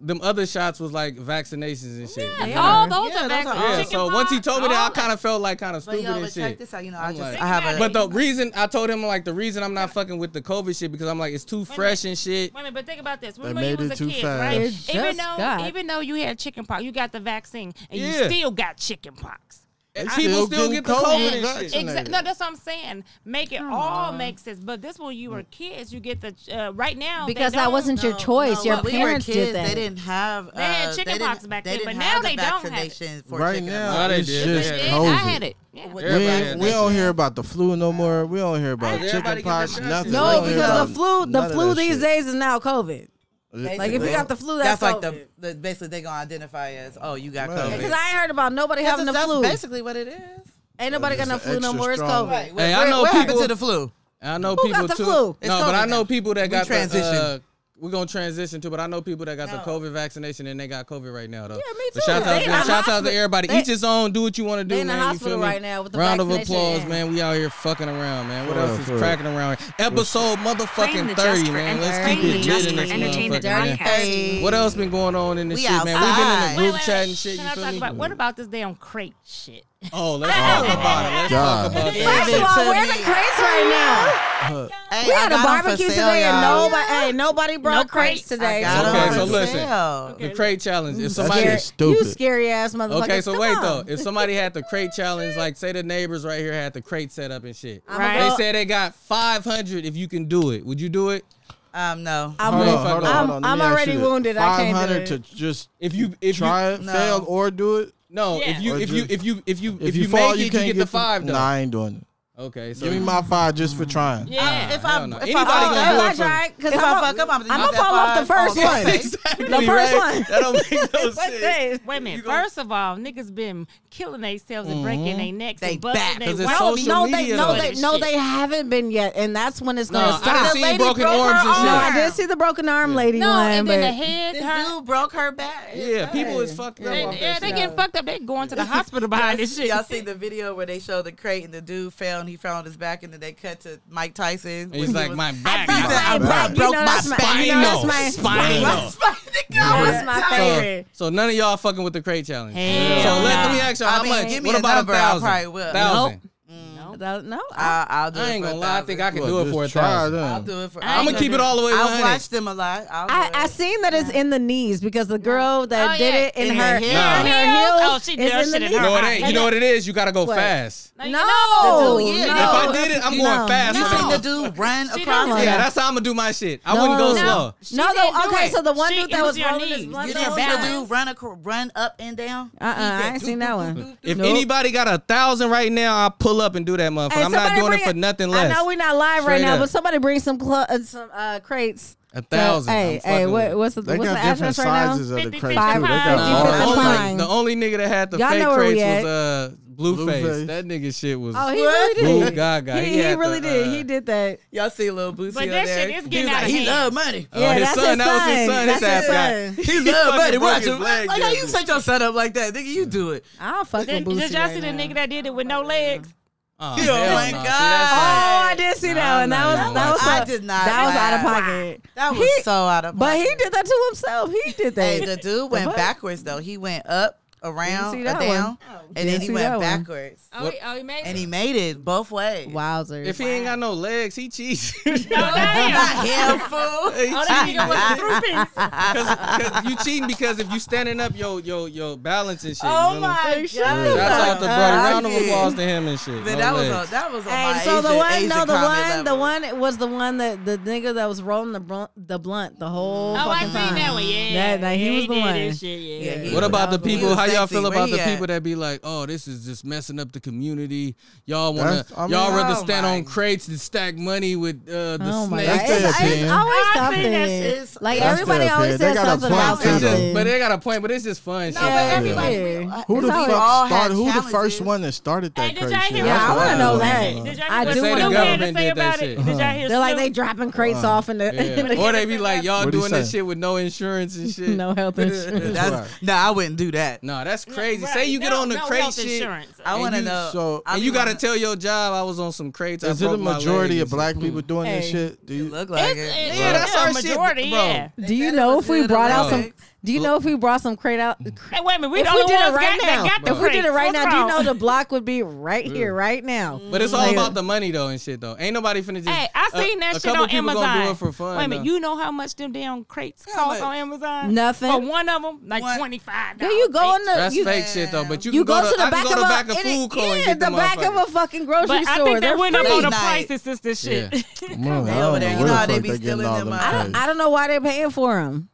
[SPEAKER 5] them other shots was like vaccinations and shit.
[SPEAKER 9] Yeah,
[SPEAKER 5] Yeah.
[SPEAKER 9] all those
[SPEAKER 1] Yeah,
[SPEAKER 9] are
[SPEAKER 1] those are
[SPEAKER 9] vaccines.
[SPEAKER 1] all-
[SPEAKER 9] Chicken
[SPEAKER 5] so once he
[SPEAKER 9] pox,
[SPEAKER 5] told me that,
[SPEAKER 9] all
[SPEAKER 5] I kind of felt like kind of
[SPEAKER 1] But
[SPEAKER 5] stupid
[SPEAKER 1] yo,
[SPEAKER 5] and
[SPEAKER 1] but
[SPEAKER 5] shit.
[SPEAKER 1] check this out. You know, I
[SPEAKER 5] I'm
[SPEAKER 1] just
[SPEAKER 5] like-
[SPEAKER 1] I have a
[SPEAKER 5] But the reason I told him like the reason I'm not fucking with the COVID shit because I'm like it's too
[SPEAKER 9] minute.
[SPEAKER 5] fresh and shit.
[SPEAKER 9] Wait a minute, but think about this. Remember
[SPEAKER 6] made
[SPEAKER 9] you was
[SPEAKER 6] it
[SPEAKER 9] a
[SPEAKER 6] too
[SPEAKER 9] kid,
[SPEAKER 6] fast.
[SPEAKER 9] right?
[SPEAKER 6] It
[SPEAKER 9] even
[SPEAKER 4] just
[SPEAKER 9] though
[SPEAKER 4] got-
[SPEAKER 9] even though you had chicken pox, you got the vaccine and you
[SPEAKER 5] Yeah.
[SPEAKER 9] still got chicken pox.
[SPEAKER 6] They
[SPEAKER 5] People still
[SPEAKER 6] getting
[SPEAKER 5] get the COVID and shit.
[SPEAKER 6] vaccinated.
[SPEAKER 9] Exactly. No, that's what I'm saying. Make it all make sense. But this when you were kids, you get the uh, right now they
[SPEAKER 4] Because that
[SPEAKER 9] don't-
[SPEAKER 4] wasn't your choice.
[SPEAKER 1] No,
[SPEAKER 4] your
[SPEAKER 1] when we were
[SPEAKER 4] parents
[SPEAKER 1] kids,
[SPEAKER 4] did that.
[SPEAKER 1] They didn't have. Uh,
[SPEAKER 9] They had chicken
[SPEAKER 1] didn't-
[SPEAKER 9] pox back
[SPEAKER 1] they
[SPEAKER 9] then,
[SPEAKER 1] didn't
[SPEAKER 9] but
[SPEAKER 1] have
[SPEAKER 9] now
[SPEAKER 1] the
[SPEAKER 9] they don't have it.
[SPEAKER 1] vaccination for
[SPEAKER 6] Right
[SPEAKER 1] chicken
[SPEAKER 6] now,
[SPEAKER 5] they
[SPEAKER 6] it's
[SPEAKER 5] did.
[SPEAKER 6] just
[SPEAKER 5] They
[SPEAKER 9] Shit,
[SPEAKER 6] COVID.
[SPEAKER 9] I had it. Yeah.
[SPEAKER 1] pox.
[SPEAKER 6] We ain't,
[SPEAKER 5] Everybody
[SPEAKER 6] we
[SPEAKER 5] had
[SPEAKER 6] don't hear about the flu no more. We don't hear about
[SPEAKER 5] Everybody
[SPEAKER 6] chicken
[SPEAKER 5] get
[SPEAKER 6] pox,
[SPEAKER 5] that shot.
[SPEAKER 6] nothing.
[SPEAKER 5] We
[SPEAKER 4] No,
[SPEAKER 5] don't hear
[SPEAKER 4] because
[SPEAKER 6] about
[SPEAKER 4] the flu, the
[SPEAKER 6] none of
[SPEAKER 4] flu
[SPEAKER 6] that
[SPEAKER 4] these
[SPEAKER 6] shit.
[SPEAKER 4] days is now COVID. Like if
[SPEAKER 1] Basically.
[SPEAKER 4] you got the flu, that's,
[SPEAKER 1] That's like
[SPEAKER 4] COVID.
[SPEAKER 1] the, the basically they gonna identify as oh you got
[SPEAKER 6] Right.
[SPEAKER 1] COVID.
[SPEAKER 4] Because I ain't heard about nobody
[SPEAKER 1] That's-
[SPEAKER 4] having the
[SPEAKER 1] that's
[SPEAKER 4] flu.
[SPEAKER 1] basically what it is.
[SPEAKER 4] Ain't nobody got
[SPEAKER 6] It's
[SPEAKER 4] no
[SPEAKER 6] just
[SPEAKER 4] flu no
[SPEAKER 6] extra
[SPEAKER 4] more. It's
[SPEAKER 6] strong.
[SPEAKER 4] COVID.
[SPEAKER 1] Right.
[SPEAKER 5] Hey, I
[SPEAKER 1] what,
[SPEAKER 5] know
[SPEAKER 1] what happened
[SPEAKER 5] people-
[SPEAKER 1] to the flu?
[SPEAKER 5] I know
[SPEAKER 4] Who got
[SPEAKER 5] people
[SPEAKER 4] the
[SPEAKER 5] too.
[SPEAKER 4] flu?
[SPEAKER 1] It's
[SPEAKER 5] No, but I
[SPEAKER 1] COVID
[SPEAKER 5] know
[SPEAKER 1] now.
[SPEAKER 5] people that
[SPEAKER 1] We
[SPEAKER 5] got the. Uh,
[SPEAKER 1] transition.
[SPEAKER 5] we're gonna transition to, but I know people that got the
[SPEAKER 1] No.
[SPEAKER 5] COVID vaccination and they got COVID right now though.
[SPEAKER 4] Yeah, me
[SPEAKER 5] But
[SPEAKER 4] too.
[SPEAKER 5] shout out,
[SPEAKER 4] They
[SPEAKER 5] to-
[SPEAKER 4] in the
[SPEAKER 5] shout out
[SPEAKER 4] hospital.
[SPEAKER 5] to everybody.
[SPEAKER 4] They-
[SPEAKER 5] Each his own. Do what you want to do,
[SPEAKER 4] they in the
[SPEAKER 5] man.
[SPEAKER 4] hospital
[SPEAKER 5] you feel me?
[SPEAKER 4] right now with the
[SPEAKER 5] Round of
[SPEAKER 4] vaccination,
[SPEAKER 5] applause,
[SPEAKER 4] yeah.
[SPEAKER 5] man. We out here fucking around, man. What
[SPEAKER 6] For real,
[SPEAKER 5] else
[SPEAKER 6] for
[SPEAKER 5] is
[SPEAKER 6] real.
[SPEAKER 5] cracking around? Episode
[SPEAKER 2] Claim the
[SPEAKER 5] motherfucking
[SPEAKER 2] just
[SPEAKER 5] thirty,
[SPEAKER 2] for
[SPEAKER 5] man. Let's
[SPEAKER 2] entertainment.
[SPEAKER 5] keep it
[SPEAKER 2] Just
[SPEAKER 5] lit in
[SPEAKER 2] for
[SPEAKER 5] this
[SPEAKER 2] entertainment
[SPEAKER 5] motherfucker,
[SPEAKER 2] podcast.
[SPEAKER 5] man.
[SPEAKER 1] Hey.
[SPEAKER 5] What else been going on in this
[SPEAKER 1] We
[SPEAKER 5] shit, man? We've been in the
[SPEAKER 1] outside.
[SPEAKER 5] group
[SPEAKER 9] Wait, wait,
[SPEAKER 5] chat and shit. You
[SPEAKER 9] Can I
[SPEAKER 5] feel
[SPEAKER 9] talk
[SPEAKER 5] me?
[SPEAKER 9] about what about this damn crate shit?
[SPEAKER 5] Oh, let's talk about it. Let's
[SPEAKER 6] God.
[SPEAKER 5] talk about
[SPEAKER 1] Give
[SPEAKER 5] that.
[SPEAKER 4] First of
[SPEAKER 1] it
[SPEAKER 4] all,
[SPEAKER 1] to
[SPEAKER 4] where
[SPEAKER 1] me.
[SPEAKER 4] the crates right now?
[SPEAKER 1] Hey,
[SPEAKER 4] We
[SPEAKER 1] I
[SPEAKER 4] had a
[SPEAKER 1] got 'em for
[SPEAKER 4] barbecue
[SPEAKER 1] sale,
[SPEAKER 4] today, and
[SPEAKER 1] y'all.
[SPEAKER 4] nobody, hey, nobody brought crates
[SPEAKER 9] crates.
[SPEAKER 1] I
[SPEAKER 4] today.
[SPEAKER 1] got 'em
[SPEAKER 5] Okay,
[SPEAKER 1] for
[SPEAKER 5] so listen.
[SPEAKER 1] sale.
[SPEAKER 5] The crate challenge. If
[SPEAKER 6] That
[SPEAKER 5] somebody
[SPEAKER 6] shit is stupid.
[SPEAKER 4] You scary ass motherfucker.
[SPEAKER 5] Okay, so
[SPEAKER 4] Come
[SPEAKER 5] wait
[SPEAKER 4] on.
[SPEAKER 5] though. If somebody had the crate challenge, like say the neighbors right here had the crate set up and shit.
[SPEAKER 4] I'ma
[SPEAKER 9] Right.
[SPEAKER 5] They
[SPEAKER 4] go-
[SPEAKER 5] said they got 500 if you can do it. Would you do it?
[SPEAKER 1] Um, no.
[SPEAKER 4] I'm,
[SPEAKER 5] Hold on, hold on,
[SPEAKER 4] I'm,
[SPEAKER 5] hold
[SPEAKER 6] Let
[SPEAKER 4] I'm
[SPEAKER 6] me ask
[SPEAKER 4] already
[SPEAKER 6] you this.
[SPEAKER 4] wounded. I can't do
[SPEAKER 6] 500
[SPEAKER 4] it.
[SPEAKER 6] to just
[SPEAKER 5] If you if you
[SPEAKER 6] try it,
[SPEAKER 1] No.
[SPEAKER 6] fail, or do it.
[SPEAKER 5] no,
[SPEAKER 9] Yeah.
[SPEAKER 5] if you
[SPEAKER 6] Or
[SPEAKER 5] if you
[SPEAKER 6] just-
[SPEAKER 5] if you if you if, you,
[SPEAKER 6] fall,
[SPEAKER 5] make it, you
[SPEAKER 6] can't
[SPEAKER 5] get, the 5 though.
[SPEAKER 6] Nah, I ain't doing it.
[SPEAKER 5] Okay, so
[SPEAKER 6] Give me my five just for trying.
[SPEAKER 9] Yeah.
[SPEAKER 1] If I
[SPEAKER 5] hell no.
[SPEAKER 1] if I
[SPEAKER 5] Anybody
[SPEAKER 1] fuck
[SPEAKER 5] gonna
[SPEAKER 1] up-
[SPEAKER 5] do
[SPEAKER 4] I
[SPEAKER 5] it for-
[SPEAKER 4] tried because
[SPEAKER 1] if I
[SPEAKER 4] I'm
[SPEAKER 1] fuck up, I'm
[SPEAKER 4] I'ma fall off the
[SPEAKER 5] [LAUGHS]
[SPEAKER 4] first one.
[SPEAKER 5] exactly,
[SPEAKER 4] The first
[SPEAKER 5] right?
[SPEAKER 4] one.
[SPEAKER 5] That don't
[SPEAKER 9] [LAUGHS]
[SPEAKER 5] make no
[SPEAKER 4] What
[SPEAKER 5] sense.
[SPEAKER 4] the-
[SPEAKER 9] Wait a minute. First of all, niggas been killing themselves and breaking their necks
[SPEAKER 1] They
[SPEAKER 9] and busting
[SPEAKER 1] back.
[SPEAKER 9] their
[SPEAKER 5] 'Cause it's
[SPEAKER 9] wallets.
[SPEAKER 5] social
[SPEAKER 4] No, they
[SPEAKER 5] media
[SPEAKER 4] no,
[SPEAKER 5] though.
[SPEAKER 4] they no, they haven't been yet, and that's when it's
[SPEAKER 5] No,
[SPEAKER 4] gonna
[SPEAKER 5] I
[SPEAKER 4] stop.
[SPEAKER 5] done
[SPEAKER 9] The
[SPEAKER 5] seen
[SPEAKER 9] lady
[SPEAKER 5] broken
[SPEAKER 9] broke her
[SPEAKER 5] arms and shit.
[SPEAKER 4] no, I
[SPEAKER 9] arm.
[SPEAKER 4] did see the broken arm lady
[SPEAKER 9] No,
[SPEAKER 4] one,
[SPEAKER 9] and then
[SPEAKER 4] but
[SPEAKER 9] the head
[SPEAKER 1] This
[SPEAKER 9] her.
[SPEAKER 1] dude broke her back.
[SPEAKER 5] Yeah, people is fucking up.
[SPEAKER 9] They,
[SPEAKER 5] off that
[SPEAKER 9] yeah, they
[SPEAKER 5] shit.
[SPEAKER 9] getting fucked up. They going to the hospital behind this shit.
[SPEAKER 1] Y'all see the video where they show the crate and the dude fell and he fell on his back and then they cut to Mike Tyson.
[SPEAKER 5] And he's like
[SPEAKER 1] [LAUGHS]
[SPEAKER 5] my back.
[SPEAKER 4] broke
[SPEAKER 1] He said,
[SPEAKER 5] hurt."
[SPEAKER 1] I
[SPEAKER 4] my back. You
[SPEAKER 1] broke
[SPEAKER 4] know
[SPEAKER 1] my
[SPEAKER 4] that's my-
[SPEAKER 1] spine.
[SPEAKER 4] you know that's
[SPEAKER 5] Spinal.
[SPEAKER 4] my-
[SPEAKER 5] Spinal.
[SPEAKER 1] The guy was
[SPEAKER 4] that's my
[SPEAKER 1] dying.
[SPEAKER 4] favorite.
[SPEAKER 5] So none of y'all fucking with the crate challenge.
[SPEAKER 9] Hell
[SPEAKER 5] so let,
[SPEAKER 9] nah.
[SPEAKER 5] let me ask y'all
[SPEAKER 1] I
[SPEAKER 5] how
[SPEAKER 1] mean,
[SPEAKER 5] much.
[SPEAKER 1] give me
[SPEAKER 5] what
[SPEAKER 1] a
[SPEAKER 5] about
[SPEAKER 1] number,
[SPEAKER 5] a
[SPEAKER 1] I
[SPEAKER 5] thousand?
[SPEAKER 1] probably will.
[SPEAKER 5] Thousand.
[SPEAKER 4] That- no, I,
[SPEAKER 1] I, I'll do
[SPEAKER 5] I
[SPEAKER 1] it
[SPEAKER 5] ain't
[SPEAKER 1] for
[SPEAKER 5] gonna
[SPEAKER 1] a
[SPEAKER 5] lie. I think I
[SPEAKER 1] thousand.
[SPEAKER 5] can
[SPEAKER 6] Well,
[SPEAKER 5] do it
[SPEAKER 6] just
[SPEAKER 5] for a
[SPEAKER 6] try
[SPEAKER 5] thousand.
[SPEAKER 1] I'll
[SPEAKER 6] Then.
[SPEAKER 1] do it for.
[SPEAKER 5] I'm gonna keep it all the way
[SPEAKER 1] I
[SPEAKER 5] 100.
[SPEAKER 1] watch them a lot. I'll do
[SPEAKER 4] I,
[SPEAKER 1] it.
[SPEAKER 4] I seen that it's in the knees because the girl that
[SPEAKER 9] Oh,
[SPEAKER 4] did
[SPEAKER 9] yeah.
[SPEAKER 4] it in,
[SPEAKER 1] In
[SPEAKER 4] her
[SPEAKER 1] her
[SPEAKER 4] in
[SPEAKER 1] heels?
[SPEAKER 4] her heels
[SPEAKER 9] Heels? Oh, she did
[SPEAKER 4] is
[SPEAKER 9] her
[SPEAKER 4] in the
[SPEAKER 9] shit in
[SPEAKER 4] knees.
[SPEAKER 9] her
[SPEAKER 5] No, it ain't. You know what it is. You gotta go
[SPEAKER 4] What?
[SPEAKER 5] fast.
[SPEAKER 9] No, you
[SPEAKER 4] No,
[SPEAKER 1] The dude, yeah,
[SPEAKER 4] no.
[SPEAKER 1] no.
[SPEAKER 5] If I did it, I'm going
[SPEAKER 4] No.
[SPEAKER 5] fast.
[SPEAKER 1] you
[SPEAKER 5] I'm
[SPEAKER 1] seen
[SPEAKER 5] like,
[SPEAKER 1] the dude run
[SPEAKER 9] She
[SPEAKER 1] across?
[SPEAKER 9] don't
[SPEAKER 1] the-
[SPEAKER 5] yeah, that's how I'm gonna do my shit. I
[SPEAKER 4] No,
[SPEAKER 5] wouldn't go
[SPEAKER 4] no.
[SPEAKER 5] slow.
[SPEAKER 9] She
[SPEAKER 4] no,
[SPEAKER 9] didn't
[SPEAKER 4] though.
[SPEAKER 9] do
[SPEAKER 4] Okay,
[SPEAKER 9] it.
[SPEAKER 4] so the one
[SPEAKER 9] She-
[SPEAKER 4] dude
[SPEAKER 9] it
[SPEAKER 4] that
[SPEAKER 9] was
[SPEAKER 4] was
[SPEAKER 9] your
[SPEAKER 4] rolling his
[SPEAKER 9] knees.
[SPEAKER 4] one
[SPEAKER 1] You
[SPEAKER 9] You
[SPEAKER 4] that
[SPEAKER 1] didn't
[SPEAKER 9] know,
[SPEAKER 4] was
[SPEAKER 1] see the
[SPEAKER 9] balance.
[SPEAKER 1] dude run acro- run up and down?
[SPEAKER 4] Uh uh I ain't seen that one.
[SPEAKER 5] If
[SPEAKER 4] Nope.
[SPEAKER 5] anybody got a thousand right now, I'll pull up and do that motherfucker.
[SPEAKER 4] Hey,
[SPEAKER 5] I'm not
[SPEAKER 4] somebody
[SPEAKER 5] doing it
[SPEAKER 4] bring
[SPEAKER 5] for nothing
[SPEAKER 4] I
[SPEAKER 5] less.
[SPEAKER 4] know we're not live right
[SPEAKER 5] Straight
[SPEAKER 4] now,
[SPEAKER 5] up.
[SPEAKER 4] but somebody bring some cl- uh, some uh, crates.
[SPEAKER 5] A thousand.
[SPEAKER 4] Uh,
[SPEAKER 5] I'm
[SPEAKER 4] hey, hey,
[SPEAKER 5] fucking with
[SPEAKER 4] what,
[SPEAKER 5] it.
[SPEAKER 4] what's the
[SPEAKER 6] They
[SPEAKER 4] what's the
[SPEAKER 6] got different
[SPEAKER 4] address right now?
[SPEAKER 6] sizes of the
[SPEAKER 9] Fifty,
[SPEAKER 6] crates.
[SPEAKER 9] fifty
[SPEAKER 6] too. They got
[SPEAKER 4] five.
[SPEAKER 6] large.
[SPEAKER 4] Fifty
[SPEAKER 5] The only-
[SPEAKER 4] fine.
[SPEAKER 5] the only nigga that had the
[SPEAKER 4] Y'all
[SPEAKER 5] fake
[SPEAKER 4] know where we
[SPEAKER 5] crates
[SPEAKER 4] at.
[SPEAKER 5] was uh Blueface.
[SPEAKER 6] Blueface.
[SPEAKER 5] That nigga shit was
[SPEAKER 4] Oh, he really
[SPEAKER 5] Lil
[SPEAKER 4] did.
[SPEAKER 5] Gaga.
[SPEAKER 4] He,
[SPEAKER 5] He
[SPEAKER 4] he
[SPEAKER 5] had the,
[SPEAKER 4] really did.
[SPEAKER 5] uh,
[SPEAKER 4] he did that.
[SPEAKER 1] Y'all see little Bootsy
[SPEAKER 9] But
[SPEAKER 1] on
[SPEAKER 9] that
[SPEAKER 1] there?
[SPEAKER 9] shit is
[SPEAKER 1] He
[SPEAKER 9] getting
[SPEAKER 1] was
[SPEAKER 9] out
[SPEAKER 1] like,
[SPEAKER 9] of
[SPEAKER 1] he
[SPEAKER 9] hand.
[SPEAKER 1] love money.
[SPEAKER 5] Oh,
[SPEAKER 4] Yeah,
[SPEAKER 5] his
[SPEAKER 4] that's
[SPEAKER 5] son,
[SPEAKER 4] his
[SPEAKER 5] that was his
[SPEAKER 4] son.
[SPEAKER 5] son. his
[SPEAKER 4] That's his
[SPEAKER 5] ass
[SPEAKER 4] son.
[SPEAKER 5] got.
[SPEAKER 1] He
[SPEAKER 5] fucking
[SPEAKER 1] love money.
[SPEAKER 5] broke
[SPEAKER 1] Watch
[SPEAKER 5] his
[SPEAKER 1] him.
[SPEAKER 5] leg,
[SPEAKER 1] Like, how
[SPEAKER 5] yeah.
[SPEAKER 1] you set your son up like that, nigga? You do it.
[SPEAKER 4] I'll fuck
[SPEAKER 9] Did,
[SPEAKER 4] with Boosie.
[SPEAKER 9] did y'all see
[SPEAKER 4] right
[SPEAKER 9] the
[SPEAKER 4] now.
[SPEAKER 9] nigga that did it with no legs?
[SPEAKER 5] Oh,
[SPEAKER 1] Yeah,
[SPEAKER 5] hell
[SPEAKER 1] my
[SPEAKER 5] no. See,
[SPEAKER 1] God.
[SPEAKER 5] that's
[SPEAKER 4] Oh,
[SPEAKER 5] like-
[SPEAKER 4] I did see
[SPEAKER 5] Nah,
[SPEAKER 4] that one. That
[SPEAKER 5] I'm not
[SPEAKER 4] was that
[SPEAKER 5] even
[SPEAKER 4] was
[SPEAKER 1] I
[SPEAKER 4] a-
[SPEAKER 1] did not
[SPEAKER 4] That was out of
[SPEAKER 1] laugh.
[SPEAKER 4] pocket.
[SPEAKER 1] That was
[SPEAKER 4] He-
[SPEAKER 1] so out of.
[SPEAKER 4] But he
[SPEAKER 1] pocket.
[SPEAKER 4] did that to himself. He did that.
[SPEAKER 1] [LAUGHS] Hey, the dude went
[SPEAKER 4] fuck?
[SPEAKER 1] backwards though. He went up, around,
[SPEAKER 4] see
[SPEAKER 1] or
[SPEAKER 4] that one.
[SPEAKER 1] down, and
[SPEAKER 4] Didn't
[SPEAKER 1] then he
[SPEAKER 4] see that
[SPEAKER 1] went
[SPEAKER 4] one.
[SPEAKER 1] backwards.
[SPEAKER 9] Oh, he, oh, he made
[SPEAKER 1] And
[SPEAKER 9] it.
[SPEAKER 1] he made it both ways.
[SPEAKER 4] Wowzers.
[SPEAKER 5] [LAUGHS] If he ain't got no legs, he cheats.
[SPEAKER 9] Oh, damn.
[SPEAKER 1] Not him, fool.
[SPEAKER 9] Oh, that nigga was a three piece.
[SPEAKER 5] Cause, 'cause [LAUGHS] you cheating because if you standing up, yo, yo, yo, balance and shit. you
[SPEAKER 1] Oh
[SPEAKER 5] know?
[SPEAKER 1] my
[SPEAKER 4] Shut
[SPEAKER 1] god!
[SPEAKER 5] Shouts out to brother. Round of
[SPEAKER 1] Yeah.
[SPEAKER 5] applause to him and shit.
[SPEAKER 1] But
[SPEAKER 5] No
[SPEAKER 1] that was
[SPEAKER 5] legs.
[SPEAKER 1] a, that was on
[SPEAKER 4] Hey,
[SPEAKER 1] my
[SPEAKER 4] so the
[SPEAKER 1] Asian-
[SPEAKER 4] one,
[SPEAKER 1] Asian
[SPEAKER 4] no, the
[SPEAKER 1] comment
[SPEAKER 4] one, the
[SPEAKER 1] level.
[SPEAKER 4] one it was the one that the nigga that was rolling the blunt, the blunt the whole.
[SPEAKER 9] Oh,
[SPEAKER 4] fucking
[SPEAKER 9] I seen
[SPEAKER 4] time.
[SPEAKER 9] that one. Yeah,
[SPEAKER 4] That- that he
[SPEAKER 9] yeah,
[SPEAKER 4] was the
[SPEAKER 9] did
[SPEAKER 4] one.
[SPEAKER 9] his Shit, yeah.
[SPEAKER 1] Yeah, he-
[SPEAKER 5] What about the
[SPEAKER 1] That was
[SPEAKER 5] people? How y'all
[SPEAKER 1] sexy.
[SPEAKER 5] feel
[SPEAKER 1] Where
[SPEAKER 5] about
[SPEAKER 1] he
[SPEAKER 5] the
[SPEAKER 1] at?
[SPEAKER 5] people that be like, "Oh, this is just messing up the community." Y'all wanna,
[SPEAKER 6] That's- I mean-
[SPEAKER 5] y'all rather
[SPEAKER 1] Oh
[SPEAKER 5] stand
[SPEAKER 1] my.
[SPEAKER 5] on crates and stack money with uh, the
[SPEAKER 4] Oh my
[SPEAKER 5] snakes.
[SPEAKER 4] god!
[SPEAKER 6] That's their
[SPEAKER 4] It's, it's
[SPEAKER 6] opinion.
[SPEAKER 4] always
[SPEAKER 9] Oh, I
[SPEAKER 4] something.
[SPEAKER 9] seen that shit. It's-
[SPEAKER 4] like
[SPEAKER 6] That's
[SPEAKER 4] everybody
[SPEAKER 6] their
[SPEAKER 4] always
[SPEAKER 6] opinion. They
[SPEAKER 4] says
[SPEAKER 6] got a
[SPEAKER 4] something
[SPEAKER 6] point
[SPEAKER 4] about
[SPEAKER 6] too, though.
[SPEAKER 5] It's just-
[SPEAKER 4] something.
[SPEAKER 5] but they got a point. But it's just fun. shit.
[SPEAKER 9] but
[SPEAKER 5] man.
[SPEAKER 9] everybody-
[SPEAKER 4] Yeah.
[SPEAKER 6] Who the
[SPEAKER 4] It's
[SPEAKER 6] fuck
[SPEAKER 4] always-
[SPEAKER 6] started? Who the first one that started
[SPEAKER 9] Hey,
[SPEAKER 6] that
[SPEAKER 9] did
[SPEAKER 6] crazy?
[SPEAKER 9] y'all
[SPEAKER 6] shit?
[SPEAKER 9] hear
[SPEAKER 6] That's
[SPEAKER 4] Yeah, I
[SPEAKER 6] what
[SPEAKER 4] wanna know that.
[SPEAKER 6] wanna know.
[SPEAKER 9] Did y'all
[SPEAKER 4] I
[SPEAKER 9] hear what
[SPEAKER 4] do
[SPEAKER 9] Snoop
[SPEAKER 4] wanna know.
[SPEAKER 9] had to
[SPEAKER 5] Government
[SPEAKER 9] say
[SPEAKER 5] did that
[SPEAKER 9] about it?
[SPEAKER 5] shit.
[SPEAKER 9] Did y'all hear
[SPEAKER 4] They're like they
[SPEAKER 9] Snoop?
[SPEAKER 4] dropping crates off and [LAUGHS] the,
[SPEAKER 5] Yeah. Or they be like, "Y'all
[SPEAKER 6] What'd he
[SPEAKER 5] doing this
[SPEAKER 6] say?
[SPEAKER 5] shit with no insurance and shit."
[SPEAKER 4] no health insurance.
[SPEAKER 1] That's, no, I wouldn't do that.
[SPEAKER 5] No, nah, that's crazy.
[SPEAKER 9] Right,
[SPEAKER 5] Say you
[SPEAKER 9] no,
[SPEAKER 5] get on the
[SPEAKER 9] no
[SPEAKER 5] crazy
[SPEAKER 9] health
[SPEAKER 5] shit,
[SPEAKER 9] insurance.
[SPEAKER 1] I
[SPEAKER 5] And
[SPEAKER 1] want to
[SPEAKER 5] you-
[SPEAKER 1] know.
[SPEAKER 6] so-
[SPEAKER 1] I'll
[SPEAKER 5] and
[SPEAKER 1] be
[SPEAKER 5] you got to
[SPEAKER 1] honest.
[SPEAKER 5] tell your job I was on some crates. I
[SPEAKER 6] Is it a
[SPEAKER 5] broke my
[SPEAKER 6] majority
[SPEAKER 5] leg.
[SPEAKER 6] of black people doing this
[SPEAKER 4] Hey.
[SPEAKER 6] shit? Do
[SPEAKER 1] You
[SPEAKER 6] you,
[SPEAKER 1] look like it.
[SPEAKER 5] Yeah, that's our shit,
[SPEAKER 9] majority.
[SPEAKER 5] bro.
[SPEAKER 9] Yeah.
[SPEAKER 4] Do you
[SPEAKER 1] said it
[SPEAKER 4] know
[SPEAKER 1] was
[SPEAKER 4] if we
[SPEAKER 1] good
[SPEAKER 4] brought out
[SPEAKER 1] or
[SPEAKER 4] some?
[SPEAKER 1] bad.
[SPEAKER 4] Do you know if we brought some crate out?
[SPEAKER 9] Hey, wait a minute. We
[SPEAKER 4] If
[SPEAKER 9] the
[SPEAKER 4] we
[SPEAKER 9] only
[SPEAKER 4] did it
[SPEAKER 9] ones
[SPEAKER 4] right
[SPEAKER 9] got, that
[SPEAKER 4] now-
[SPEAKER 9] got the
[SPEAKER 4] If we did it
[SPEAKER 9] freaks.
[SPEAKER 4] right
[SPEAKER 9] What's
[SPEAKER 4] now, do you
[SPEAKER 9] wrong?
[SPEAKER 4] know the block would be right here, right now?
[SPEAKER 5] But it's all
[SPEAKER 4] Like-
[SPEAKER 5] about the money though and shit though. Ain't nobody finna just.
[SPEAKER 9] Hey, I seen that
[SPEAKER 5] a, a
[SPEAKER 9] shit
[SPEAKER 5] couple
[SPEAKER 9] on
[SPEAKER 5] people
[SPEAKER 9] Amazon.
[SPEAKER 5] Gonna do it for fun.
[SPEAKER 9] Wait a minute,
[SPEAKER 5] though.
[SPEAKER 9] you know how much them damn crates
[SPEAKER 1] How
[SPEAKER 9] cost
[SPEAKER 1] much?
[SPEAKER 9] on Amazon?
[SPEAKER 4] Nothing.
[SPEAKER 9] For one of them, like
[SPEAKER 1] One-
[SPEAKER 9] twenty five.
[SPEAKER 4] Do you go in the?
[SPEAKER 5] That's
[SPEAKER 4] you,
[SPEAKER 5] fake shit though. But you,
[SPEAKER 4] You,
[SPEAKER 5] can
[SPEAKER 4] go, to the
[SPEAKER 5] I can
[SPEAKER 4] back
[SPEAKER 5] go
[SPEAKER 4] of
[SPEAKER 5] to
[SPEAKER 4] a
[SPEAKER 5] back of
[SPEAKER 4] any-
[SPEAKER 5] food court and
[SPEAKER 4] yeah,
[SPEAKER 5] get
[SPEAKER 4] the
[SPEAKER 5] them
[SPEAKER 4] back of
[SPEAKER 5] motherfuckers.
[SPEAKER 4] a fucking grocery
[SPEAKER 9] But
[SPEAKER 4] store.
[SPEAKER 9] I think they
[SPEAKER 4] They're
[SPEAKER 9] went up
[SPEAKER 4] free.
[SPEAKER 9] on the
[SPEAKER 1] Night.
[SPEAKER 9] prices since this
[SPEAKER 5] Yeah.
[SPEAKER 9] shit.
[SPEAKER 6] Man, I don't
[SPEAKER 1] over there.
[SPEAKER 6] know
[SPEAKER 1] You
[SPEAKER 6] where
[SPEAKER 1] know
[SPEAKER 6] the
[SPEAKER 1] how they
[SPEAKER 6] fuck
[SPEAKER 1] be
[SPEAKER 6] they
[SPEAKER 1] stealing
[SPEAKER 6] getting all
[SPEAKER 1] them,
[SPEAKER 6] them
[SPEAKER 1] uh,
[SPEAKER 4] I don't,
[SPEAKER 6] crates.
[SPEAKER 4] I don't know why they're paying for them.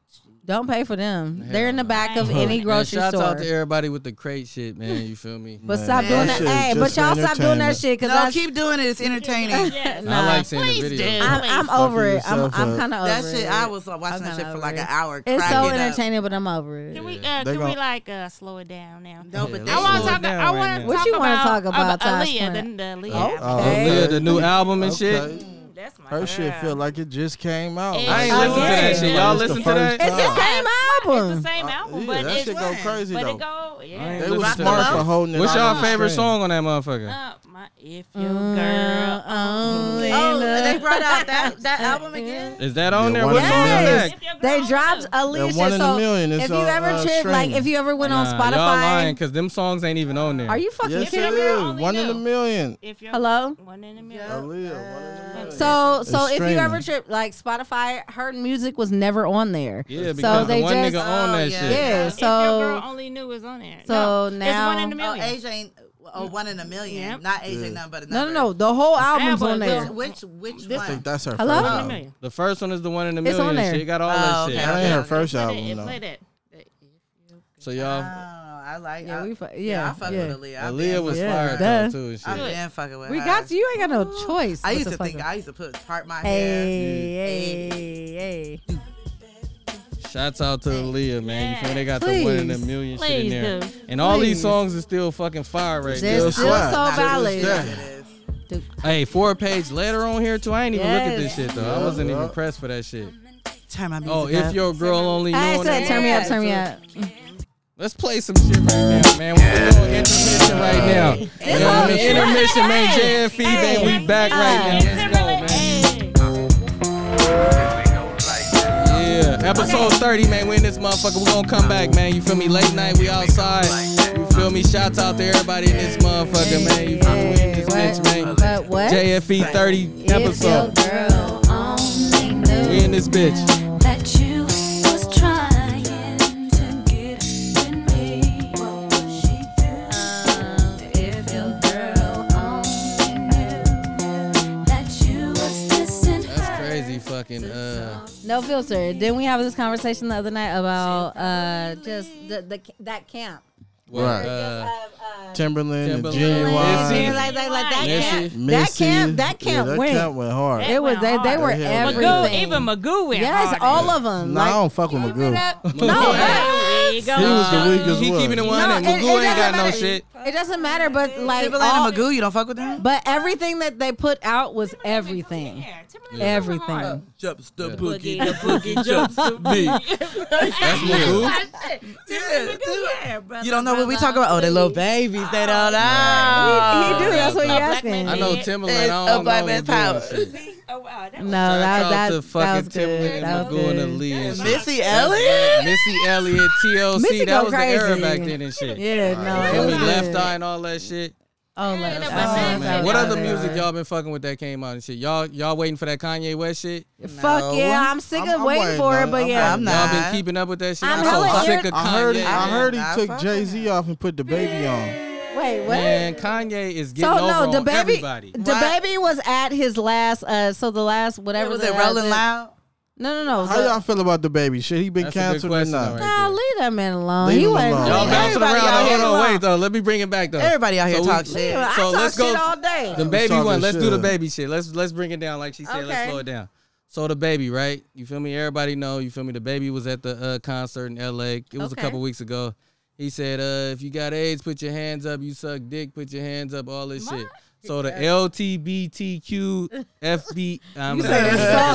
[SPEAKER 4] Don't pay for them. they're in the back of any
[SPEAKER 5] Man,
[SPEAKER 4] grocery
[SPEAKER 5] Shouts
[SPEAKER 4] store.
[SPEAKER 5] out to everybody with the crate shit, man. You feel me?
[SPEAKER 4] But
[SPEAKER 6] Man,
[SPEAKER 4] stop
[SPEAKER 1] that
[SPEAKER 4] doing that.
[SPEAKER 6] shit is
[SPEAKER 4] Hey,
[SPEAKER 6] just
[SPEAKER 4] but y'all stop doing that
[SPEAKER 6] entertainment.
[SPEAKER 4] shit because
[SPEAKER 1] No,
[SPEAKER 4] I
[SPEAKER 1] keep doing it. It's entertaining.
[SPEAKER 9] Yes.
[SPEAKER 5] I
[SPEAKER 4] Nah.
[SPEAKER 5] like seeing
[SPEAKER 9] Please
[SPEAKER 5] the
[SPEAKER 9] do.
[SPEAKER 5] videos.
[SPEAKER 4] I'm, I'm over it. I'm,
[SPEAKER 6] yourself
[SPEAKER 4] I'm
[SPEAKER 6] up.
[SPEAKER 4] kind of over
[SPEAKER 1] That
[SPEAKER 4] it.
[SPEAKER 1] shit, I was uh, watching
[SPEAKER 4] I'm
[SPEAKER 1] that shit
[SPEAKER 4] kinda
[SPEAKER 1] for
[SPEAKER 4] over
[SPEAKER 1] like
[SPEAKER 4] it.
[SPEAKER 1] an hour.
[SPEAKER 4] It's so
[SPEAKER 1] cracking up.
[SPEAKER 4] entertaining, but I'm over it.
[SPEAKER 9] Can we
[SPEAKER 5] Yeah.
[SPEAKER 9] uh,
[SPEAKER 6] They
[SPEAKER 9] can we
[SPEAKER 6] gon-
[SPEAKER 9] like uh, slow it down now?
[SPEAKER 1] No, but
[SPEAKER 5] Yeah,
[SPEAKER 1] they
[SPEAKER 9] I want
[SPEAKER 5] slow
[SPEAKER 9] to
[SPEAKER 5] it
[SPEAKER 9] talk.
[SPEAKER 5] down
[SPEAKER 9] I
[SPEAKER 5] right
[SPEAKER 9] want
[SPEAKER 5] now.
[SPEAKER 9] to
[SPEAKER 4] What
[SPEAKER 9] talk
[SPEAKER 4] you wanna
[SPEAKER 9] about,
[SPEAKER 4] talk about, Taj
[SPEAKER 9] Aaliyah, the,
[SPEAKER 4] Flint?
[SPEAKER 9] the Aaliyah.
[SPEAKER 4] Oh,
[SPEAKER 9] album.
[SPEAKER 6] Oh,
[SPEAKER 4] Okay.
[SPEAKER 5] Aaliyah, the new album and shit.
[SPEAKER 6] Okay.
[SPEAKER 9] Mm, That's my
[SPEAKER 6] Her shit
[SPEAKER 9] girl.
[SPEAKER 6] feel like it just came out.
[SPEAKER 9] It
[SPEAKER 5] I ain't listen to that shit. Y'all
[SPEAKER 6] It's the
[SPEAKER 5] listen to
[SPEAKER 6] first
[SPEAKER 5] that?
[SPEAKER 4] It's the
[SPEAKER 6] time.
[SPEAKER 4] same album.
[SPEAKER 9] It's the same album,
[SPEAKER 6] Uh, Yeah,
[SPEAKER 9] but
[SPEAKER 6] that
[SPEAKER 9] it's
[SPEAKER 6] shit go
[SPEAKER 1] fine.
[SPEAKER 6] crazy
[SPEAKER 9] but it
[SPEAKER 6] though.
[SPEAKER 9] go
[SPEAKER 5] I ain't
[SPEAKER 9] yeah.
[SPEAKER 6] They was
[SPEAKER 5] listen to
[SPEAKER 6] smart
[SPEAKER 5] that.
[SPEAKER 6] for holding it.
[SPEAKER 5] What's y'all
[SPEAKER 6] on.
[SPEAKER 5] favorite song on that motherfucker?
[SPEAKER 9] Uh, my if you
[SPEAKER 4] Mm,
[SPEAKER 9] girl
[SPEAKER 4] only
[SPEAKER 1] Oh,
[SPEAKER 4] love.
[SPEAKER 1] and they brought out that that album again.
[SPEAKER 5] Is that on
[SPEAKER 6] Yeah,
[SPEAKER 5] there?
[SPEAKER 6] one
[SPEAKER 5] What's
[SPEAKER 6] of
[SPEAKER 5] on
[SPEAKER 6] them.
[SPEAKER 5] that?
[SPEAKER 4] Yes,
[SPEAKER 9] If your girl
[SPEAKER 4] they
[SPEAKER 9] on
[SPEAKER 4] dropped
[SPEAKER 9] the-
[SPEAKER 4] Alicia.
[SPEAKER 6] one in a
[SPEAKER 4] so
[SPEAKER 6] million, it's
[SPEAKER 4] if you
[SPEAKER 6] on,
[SPEAKER 4] ever
[SPEAKER 6] uh,
[SPEAKER 4] tripped, like
[SPEAKER 6] streaming.
[SPEAKER 4] if you ever went on
[SPEAKER 5] Nah, Y'all lying,
[SPEAKER 4] Spotify,
[SPEAKER 5] cause them songs ain't even on there.
[SPEAKER 4] are you fucking
[SPEAKER 6] Yes, it
[SPEAKER 4] kidding me?
[SPEAKER 6] is.
[SPEAKER 9] only
[SPEAKER 6] One in
[SPEAKER 9] knew.
[SPEAKER 6] a million.
[SPEAKER 9] If you're
[SPEAKER 4] Hello?
[SPEAKER 9] one in the
[SPEAKER 6] Aaliyah,
[SPEAKER 9] middle.
[SPEAKER 6] one in a million.
[SPEAKER 4] So,
[SPEAKER 6] It's
[SPEAKER 4] so if you
[SPEAKER 6] streaming.
[SPEAKER 4] ever tripped, like Spotify, her music was never on there.
[SPEAKER 5] Yeah, because
[SPEAKER 4] so they
[SPEAKER 5] the one
[SPEAKER 4] just
[SPEAKER 5] nigga on
[SPEAKER 1] Oh,
[SPEAKER 5] that
[SPEAKER 1] yeah.
[SPEAKER 5] shit.
[SPEAKER 4] yeah.
[SPEAKER 9] If
[SPEAKER 4] So
[SPEAKER 9] your girl only knew is on there.
[SPEAKER 4] so
[SPEAKER 9] no,
[SPEAKER 4] now-
[SPEAKER 9] it's one in the
[SPEAKER 1] Oh,
[SPEAKER 9] million.
[SPEAKER 1] Asia ain't oh, one in a million.
[SPEAKER 9] Yep.
[SPEAKER 1] Not Asia, ain't nothing but a
[SPEAKER 4] no,
[SPEAKER 1] number.
[SPEAKER 4] no, no, the whole album's
[SPEAKER 9] Album,
[SPEAKER 4] on there.
[SPEAKER 9] yeah.
[SPEAKER 1] Which which
[SPEAKER 6] I think
[SPEAKER 1] one?
[SPEAKER 6] that's her
[SPEAKER 4] Hello?
[SPEAKER 9] one in
[SPEAKER 6] first
[SPEAKER 9] a
[SPEAKER 6] album.
[SPEAKER 9] million.
[SPEAKER 5] The first one is the one in the
[SPEAKER 4] It's
[SPEAKER 5] million.
[SPEAKER 4] on
[SPEAKER 5] and
[SPEAKER 4] there.
[SPEAKER 5] shit. It got all
[SPEAKER 1] Oh,
[SPEAKER 5] that
[SPEAKER 1] okay.
[SPEAKER 5] shit.
[SPEAKER 6] That ain't her
[SPEAKER 1] Yeah.
[SPEAKER 6] first
[SPEAKER 9] Play
[SPEAKER 6] album
[SPEAKER 9] that. Play
[SPEAKER 6] though.
[SPEAKER 9] that.
[SPEAKER 5] So
[SPEAKER 1] Oh,
[SPEAKER 5] y'all,
[SPEAKER 1] I like.
[SPEAKER 4] Yeah,
[SPEAKER 1] I,
[SPEAKER 4] we fu- yeah,
[SPEAKER 1] I fuck
[SPEAKER 4] yeah.
[SPEAKER 1] with Aaliyah. I
[SPEAKER 5] Aaliyah
[SPEAKER 1] been
[SPEAKER 5] was
[SPEAKER 1] fucking
[SPEAKER 4] Yeah,
[SPEAKER 5] fired
[SPEAKER 1] with her.
[SPEAKER 4] duh.
[SPEAKER 5] though too and shit.
[SPEAKER 1] I been fucking with
[SPEAKER 4] We
[SPEAKER 1] her.
[SPEAKER 4] got you. Ain't got no choice.
[SPEAKER 1] I
[SPEAKER 4] What
[SPEAKER 1] used
[SPEAKER 4] the
[SPEAKER 1] to
[SPEAKER 4] fuck
[SPEAKER 1] think
[SPEAKER 4] up?
[SPEAKER 1] I used to put part my hair.
[SPEAKER 4] Hey, hey, hey.
[SPEAKER 5] Shouts out to Aaliyah, man. You feel me? They got the
[SPEAKER 4] Please.
[SPEAKER 5] one in a million shit in
[SPEAKER 9] Please
[SPEAKER 5] there.
[SPEAKER 9] do.
[SPEAKER 5] And all these
[SPEAKER 4] Please.
[SPEAKER 5] songs are still fucking fire right
[SPEAKER 4] They're
[SPEAKER 5] now.
[SPEAKER 6] Still
[SPEAKER 4] still
[SPEAKER 6] slap.
[SPEAKER 4] so
[SPEAKER 6] Nah,
[SPEAKER 4] valid.
[SPEAKER 6] it was that.
[SPEAKER 5] [LAUGHS] Hey, four page later on here too. I ain't even look at this
[SPEAKER 4] Yes.
[SPEAKER 5] shit though. I wasn't
[SPEAKER 6] Yeah.
[SPEAKER 5] even pressed for that shit.
[SPEAKER 1] Turn my music
[SPEAKER 5] Oh,
[SPEAKER 1] up.
[SPEAKER 5] if your girl only knew
[SPEAKER 4] I
[SPEAKER 5] on
[SPEAKER 4] said,
[SPEAKER 5] that.
[SPEAKER 4] turn me up, turn me up.
[SPEAKER 5] Let's play some shit right now, man. We're doing intermission right now. You know what I mean?
[SPEAKER 4] Hey.
[SPEAKER 5] Intermission, man. JFE, man. We back right now. Let's go, man. Yeah, episode 30, man. We in this motherfucker. We gonna come back, man. You feel me? Late night, we outside. You feel me? Shouts out to everybody in this motherfucker, man. You feel me? We in this bitch, man.
[SPEAKER 4] But what?
[SPEAKER 5] JFE 30
[SPEAKER 4] If your
[SPEAKER 5] episode.
[SPEAKER 4] girl only knew.
[SPEAKER 5] We in this bitch.
[SPEAKER 7] That you was trying to get with me. What would she do?
[SPEAKER 4] If your girl only
[SPEAKER 7] That you was dissing
[SPEAKER 5] That's crazy fucking uh
[SPEAKER 4] No filter. Then we have this conversation the other night about uh just the, the that camp.
[SPEAKER 5] what,
[SPEAKER 6] Right.
[SPEAKER 5] uh,
[SPEAKER 6] Timberland, and
[SPEAKER 5] Timberland.
[SPEAKER 4] Like,
[SPEAKER 5] Missy.
[SPEAKER 6] Genuine.
[SPEAKER 4] like, like, like that
[SPEAKER 5] Missy.
[SPEAKER 4] camp. That
[SPEAKER 6] Missy.
[SPEAKER 4] camp. That
[SPEAKER 6] yeah,
[SPEAKER 4] camp
[SPEAKER 6] that
[SPEAKER 4] went.
[SPEAKER 6] camp went hard.
[SPEAKER 9] It
[SPEAKER 4] It was they. They
[SPEAKER 9] Hard.
[SPEAKER 4] were
[SPEAKER 6] They held it.
[SPEAKER 4] everything.
[SPEAKER 6] Magoo,
[SPEAKER 9] even Magoo went
[SPEAKER 4] yes,
[SPEAKER 9] hard.
[SPEAKER 4] all of them.
[SPEAKER 6] No, I don't fuck with Magoo.
[SPEAKER 4] No,
[SPEAKER 9] There we
[SPEAKER 6] He was the
[SPEAKER 9] go.
[SPEAKER 6] weakest
[SPEAKER 5] He
[SPEAKER 6] one.
[SPEAKER 5] keeping it one and
[SPEAKER 4] No, it-
[SPEAKER 5] Magoo
[SPEAKER 4] it
[SPEAKER 5] ain't got
[SPEAKER 4] doesn't
[SPEAKER 5] no
[SPEAKER 4] matter.
[SPEAKER 5] shit.
[SPEAKER 4] it doesn't matter. But like,
[SPEAKER 1] Timberland and
[SPEAKER 4] all,
[SPEAKER 1] Magoo, you don't fuck with them.
[SPEAKER 4] but everything that they put out was everything.
[SPEAKER 9] Yeah, Timberlake was hard.
[SPEAKER 4] Everything.
[SPEAKER 1] Jumps the
[SPEAKER 9] Boogie, the boogie
[SPEAKER 5] [LAUGHS] Jumps to me. That's Magoo.
[SPEAKER 1] Yeah, you don't know what we talk about. Oh, they little babies. They don't
[SPEAKER 4] He,
[SPEAKER 1] know.
[SPEAKER 4] he do. That's what you're
[SPEAKER 9] black man
[SPEAKER 4] asking.
[SPEAKER 5] I
[SPEAKER 4] No,
[SPEAKER 9] did.
[SPEAKER 5] know Timberland.
[SPEAKER 1] It's
[SPEAKER 5] I don't
[SPEAKER 1] a black
[SPEAKER 5] know
[SPEAKER 1] man's
[SPEAKER 5] who's doing
[SPEAKER 1] power.
[SPEAKER 5] shit.
[SPEAKER 9] Oh wow,
[SPEAKER 4] Mm.
[SPEAKER 9] that was
[SPEAKER 5] Shout
[SPEAKER 4] that,
[SPEAKER 5] out to
[SPEAKER 4] that, that
[SPEAKER 5] fucking
[SPEAKER 4] was good.
[SPEAKER 5] Timberland
[SPEAKER 4] That
[SPEAKER 5] and
[SPEAKER 4] was
[SPEAKER 5] Magoo and
[SPEAKER 4] good.
[SPEAKER 5] Aaliyah. and shit.
[SPEAKER 1] Missy Elliott.
[SPEAKER 5] Missy Elliott, TLC.
[SPEAKER 4] Missy
[SPEAKER 5] that
[SPEAKER 4] go
[SPEAKER 5] was the era
[SPEAKER 4] crazy.
[SPEAKER 5] back then and shit.
[SPEAKER 4] Yeah, no.
[SPEAKER 5] Feel
[SPEAKER 4] it
[SPEAKER 5] me?
[SPEAKER 4] was
[SPEAKER 5] Left
[SPEAKER 4] good.
[SPEAKER 5] Eye and all that shit.
[SPEAKER 4] Oh, left
[SPEAKER 9] that was
[SPEAKER 4] eye. Oh,
[SPEAKER 9] it.
[SPEAKER 4] that
[SPEAKER 5] What
[SPEAKER 4] was
[SPEAKER 5] other
[SPEAKER 4] it.
[SPEAKER 5] music y'all been fucking with that came out and shit? Y'all y'all waiting for that Kanye West shit?
[SPEAKER 4] Fuck yeah, I'm sick of
[SPEAKER 6] I'm- I'm
[SPEAKER 4] waiting
[SPEAKER 6] waiting
[SPEAKER 4] for
[SPEAKER 6] on
[SPEAKER 4] it,
[SPEAKER 6] it.
[SPEAKER 4] but
[SPEAKER 6] I'm
[SPEAKER 4] yeah.
[SPEAKER 1] waiting.
[SPEAKER 5] Y'all
[SPEAKER 1] Nah.
[SPEAKER 5] been keeping up with that shit?
[SPEAKER 4] I'm
[SPEAKER 5] I'm, so
[SPEAKER 4] hella
[SPEAKER 5] sick of Kanye.
[SPEAKER 4] irrit-
[SPEAKER 6] I heard, I heard
[SPEAKER 1] I
[SPEAKER 6] he took
[SPEAKER 1] fuck
[SPEAKER 6] Jay
[SPEAKER 1] with
[SPEAKER 6] Z off and put the baby on.
[SPEAKER 4] Wait, what?
[SPEAKER 5] Man, Kanye is getting
[SPEAKER 4] So
[SPEAKER 5] over
[SPEAKER 4] no, the
[SPEAKER 5] on
[SPEAKER 4] baby,
[SPEAKER 5] everybody.
[SPEAKER 4] the baby was at his last. uh So the last whatever
[SPEAKER 1] Was
[SPEAKER 4] the-
[SPEAKER 1] it Rolling
[SPEAKER 4] the-
[SPEAKER 1] Loud?
[SPEAKER 4] No, no, no.
[SPEAKER 6] How y'all
[SPEAKER 4] The,
[SPEAKER 6] feel about the baby? Should he been
[SPEAKER 5] That's a good
[SPEAKER 6] canceled or
[SPEAKER 5] question,
[SPEAKER 6] not?
[SPEAKER 5] though, right?
[SPEAKER 4] nah, leave that man alone.
[SPEAKER 6] Leave
[SPEAKER 4] he
[SPEAKER 6] him
[SPEAKER 4] wasn't.
[SPEAKER 6] alone.
[SPEAKER 5] Y'all bouncing
[SPEAKER 1] Everybody
[SPEAKER 5] around.
[SPEAKER 1] out
[SPEAKER 5] Hold
[SPEAKER 1] here
[SPEAKER 5] on,
[SPEAKER 1] wrong.
[SPEAKER 5] wait though. Let me bring it back though.
[SPEAKER 1] Everybody out here
[SPEAKER 5] So we-
[SPEAKER 1] talk
[SPEAKER 4] Leave
[SPEAKER 1] shit.
[SPEAKER 4] him. I
[SPEAKER 5] So
[SPEAKER 4] talk
[SPEAKER 5] let's go-
[SPEAKER 4] shit all day.
[SPEAKER 5] The baby
[SPEAKER 6] talking
[SPEAKER 5] one. Let's do the
[SPEAKER 6] shit.
[SPEAKER 5] baby shit. Let's let's bring it down like she said. Let's
[SPEAKER 4] Okay.
[SPEAKER 5] slow it down. So the baby, right? You feel me? Everybody know. You feel me? The baby was at the uh, concert in L.A. It was
[SPEAKER 4] Okay.
[SPEAKER 5] a couple weeks ago. He said, uh, "If you got AIDS, put your hands up. You suck dick, put your hands up. All this shit." So the LTBTQ FB. I'm
[SPEAKER 4] You say
[SPEAKER 5] not-
[SPEAKER 4] that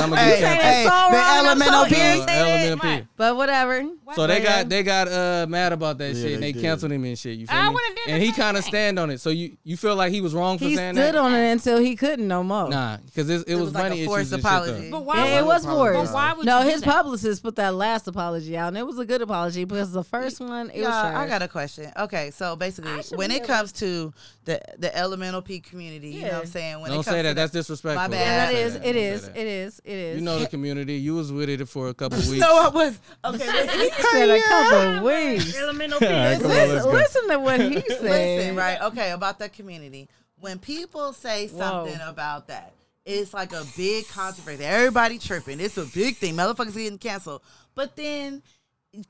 [SPEAKER 5] I'm
[SPEAKER 4] song.
[SPEAKER 5] gonna
[SPEAKER 4] You
[SPEAKER 5] get
[SPEAKER 4] say
[SPEAKER 5] that.
[SPEAKER 4] that
[SPEAKER 1] Hey,
[SPEAKER 4] song
[SPEAKER 1] the
[SPEAKER 4] wrong. and I'm
[SPEAKER 1] elemental
[SPEAKER 4] so
[SPEAKER 1] P.
[SPEAKER 5] Uh,
[SPEAKER 4] irritated.
[SPEAKER 5] LMNP.
[SPEAKER 4] But whatever.
[SPEAKER 5] So they
[SPEAKER 4] Yeah.
[SPEAKER 5] got they got uh mad about that
[SPEAKER 6] Yeah,
[SPEAKER 5] shit. And
[SPEAKER 6] they
[SPEAKER 5] they
[SPEAKER 6] did.
[SPEAKER 5] canceled him and shit. You feel
[SPEAKER 9] I
[SPEAKER 5] me?
[SPEAKER 9] would've did
[SPEAKER 5] And
[SPEAKER 9] the
[SPEAKER 5] he
[SPEAKER 9] same
[SPEAKER 5] kind of
[SPEAKER 9] thing.
[SPEAKER 5] stand on it. So you you feel like he was wrong for
[SPEAKER 4] He
[SPEAKER 5] saying
[SPEAKER 4] stood
[SPEAKER 5] that?
[SPEAKER 4] on it until he couldn't no more.
[SPEAKER 5] Nah, because it, it was
[SPEAKER 1] like a
[SPEAKER 5] money issues
[SPEAKER 1] forced
[SPEAKER 5] and
[SPEAKER 1] apology.
[SPEAKER 5] shit.
[SPEAKER 9] But
[SPEAKER 5] Though.
[SPEAKER 9] why?
[SPEAKER 4] Yeah, it
[SPEAKER 9] would,
[SPEAKER 4] was for
[SPEAKER 9] but why would
[SPEAKER 4] No,
[SPEAKER 9] you do
[SPEAKER 4] his
[SPEAKER 9] that?
[SPEAKER 4] publicist put that last apology out, and it was a good apology because the first one it was.
[SPEAKER 1] Yeah, I
[SPEAKER 4] trash.
[SPEAKER 1] got a question. Okay, so basically, when it comes to the the elemental P community, you know what I'm
[SPEAKER 4] Yeah.
[SPEAKER 1] saying? When it
[SPEAKER 5] Don't
[SPEAKER 1] comes
[SPEAKER 5] say
[SPEAKER 1] to
[SPEAKER 5] that. That's
[SPEAKER 1] the-
[SPEAKER 5] disrespectful.
[SPEAKER 1] My
[SPEAKER 5] Don't
[SPEAKER 1] bad.
[SPEAKER 4] Yeah,
[SPEAKER 5] say
[SPEAKER 4] that is.
[SPEAKER 5] Don't
[SPEAKER 4] It
[SPEAKER 5] say
[SPEAKER 4] is.
[SPEAKER 5] that.
[SPEAKER 4] It is. It is.
[SPEAKER 5] You know
[SPEAKER 4] [LAUGHS]
[SPEAKER 5] the community. You was with it for a couple weeks.
[SPEAKER 1] [LAUGHS] No, I was. Okay, listen,
[SPEAKER 4] he said a couple weeks.
[SPEAKER 9] Elemental
[SPEAKER 5] [LAUGHS] All right, come on, let's
[SPEAKER 4] Listen,
[SPEAKER 5] go.
[SPEAKER 4] listen
[SPEAKER 5] [LAUGHS]
[SPEAKER 4] to what he said.
[SPEAKER 1] listen, right? Okay, about that community. When people say something about that, it's like a big controversy. Everybody tripping. It's a big thing. Motherfuckers getting canceled. But then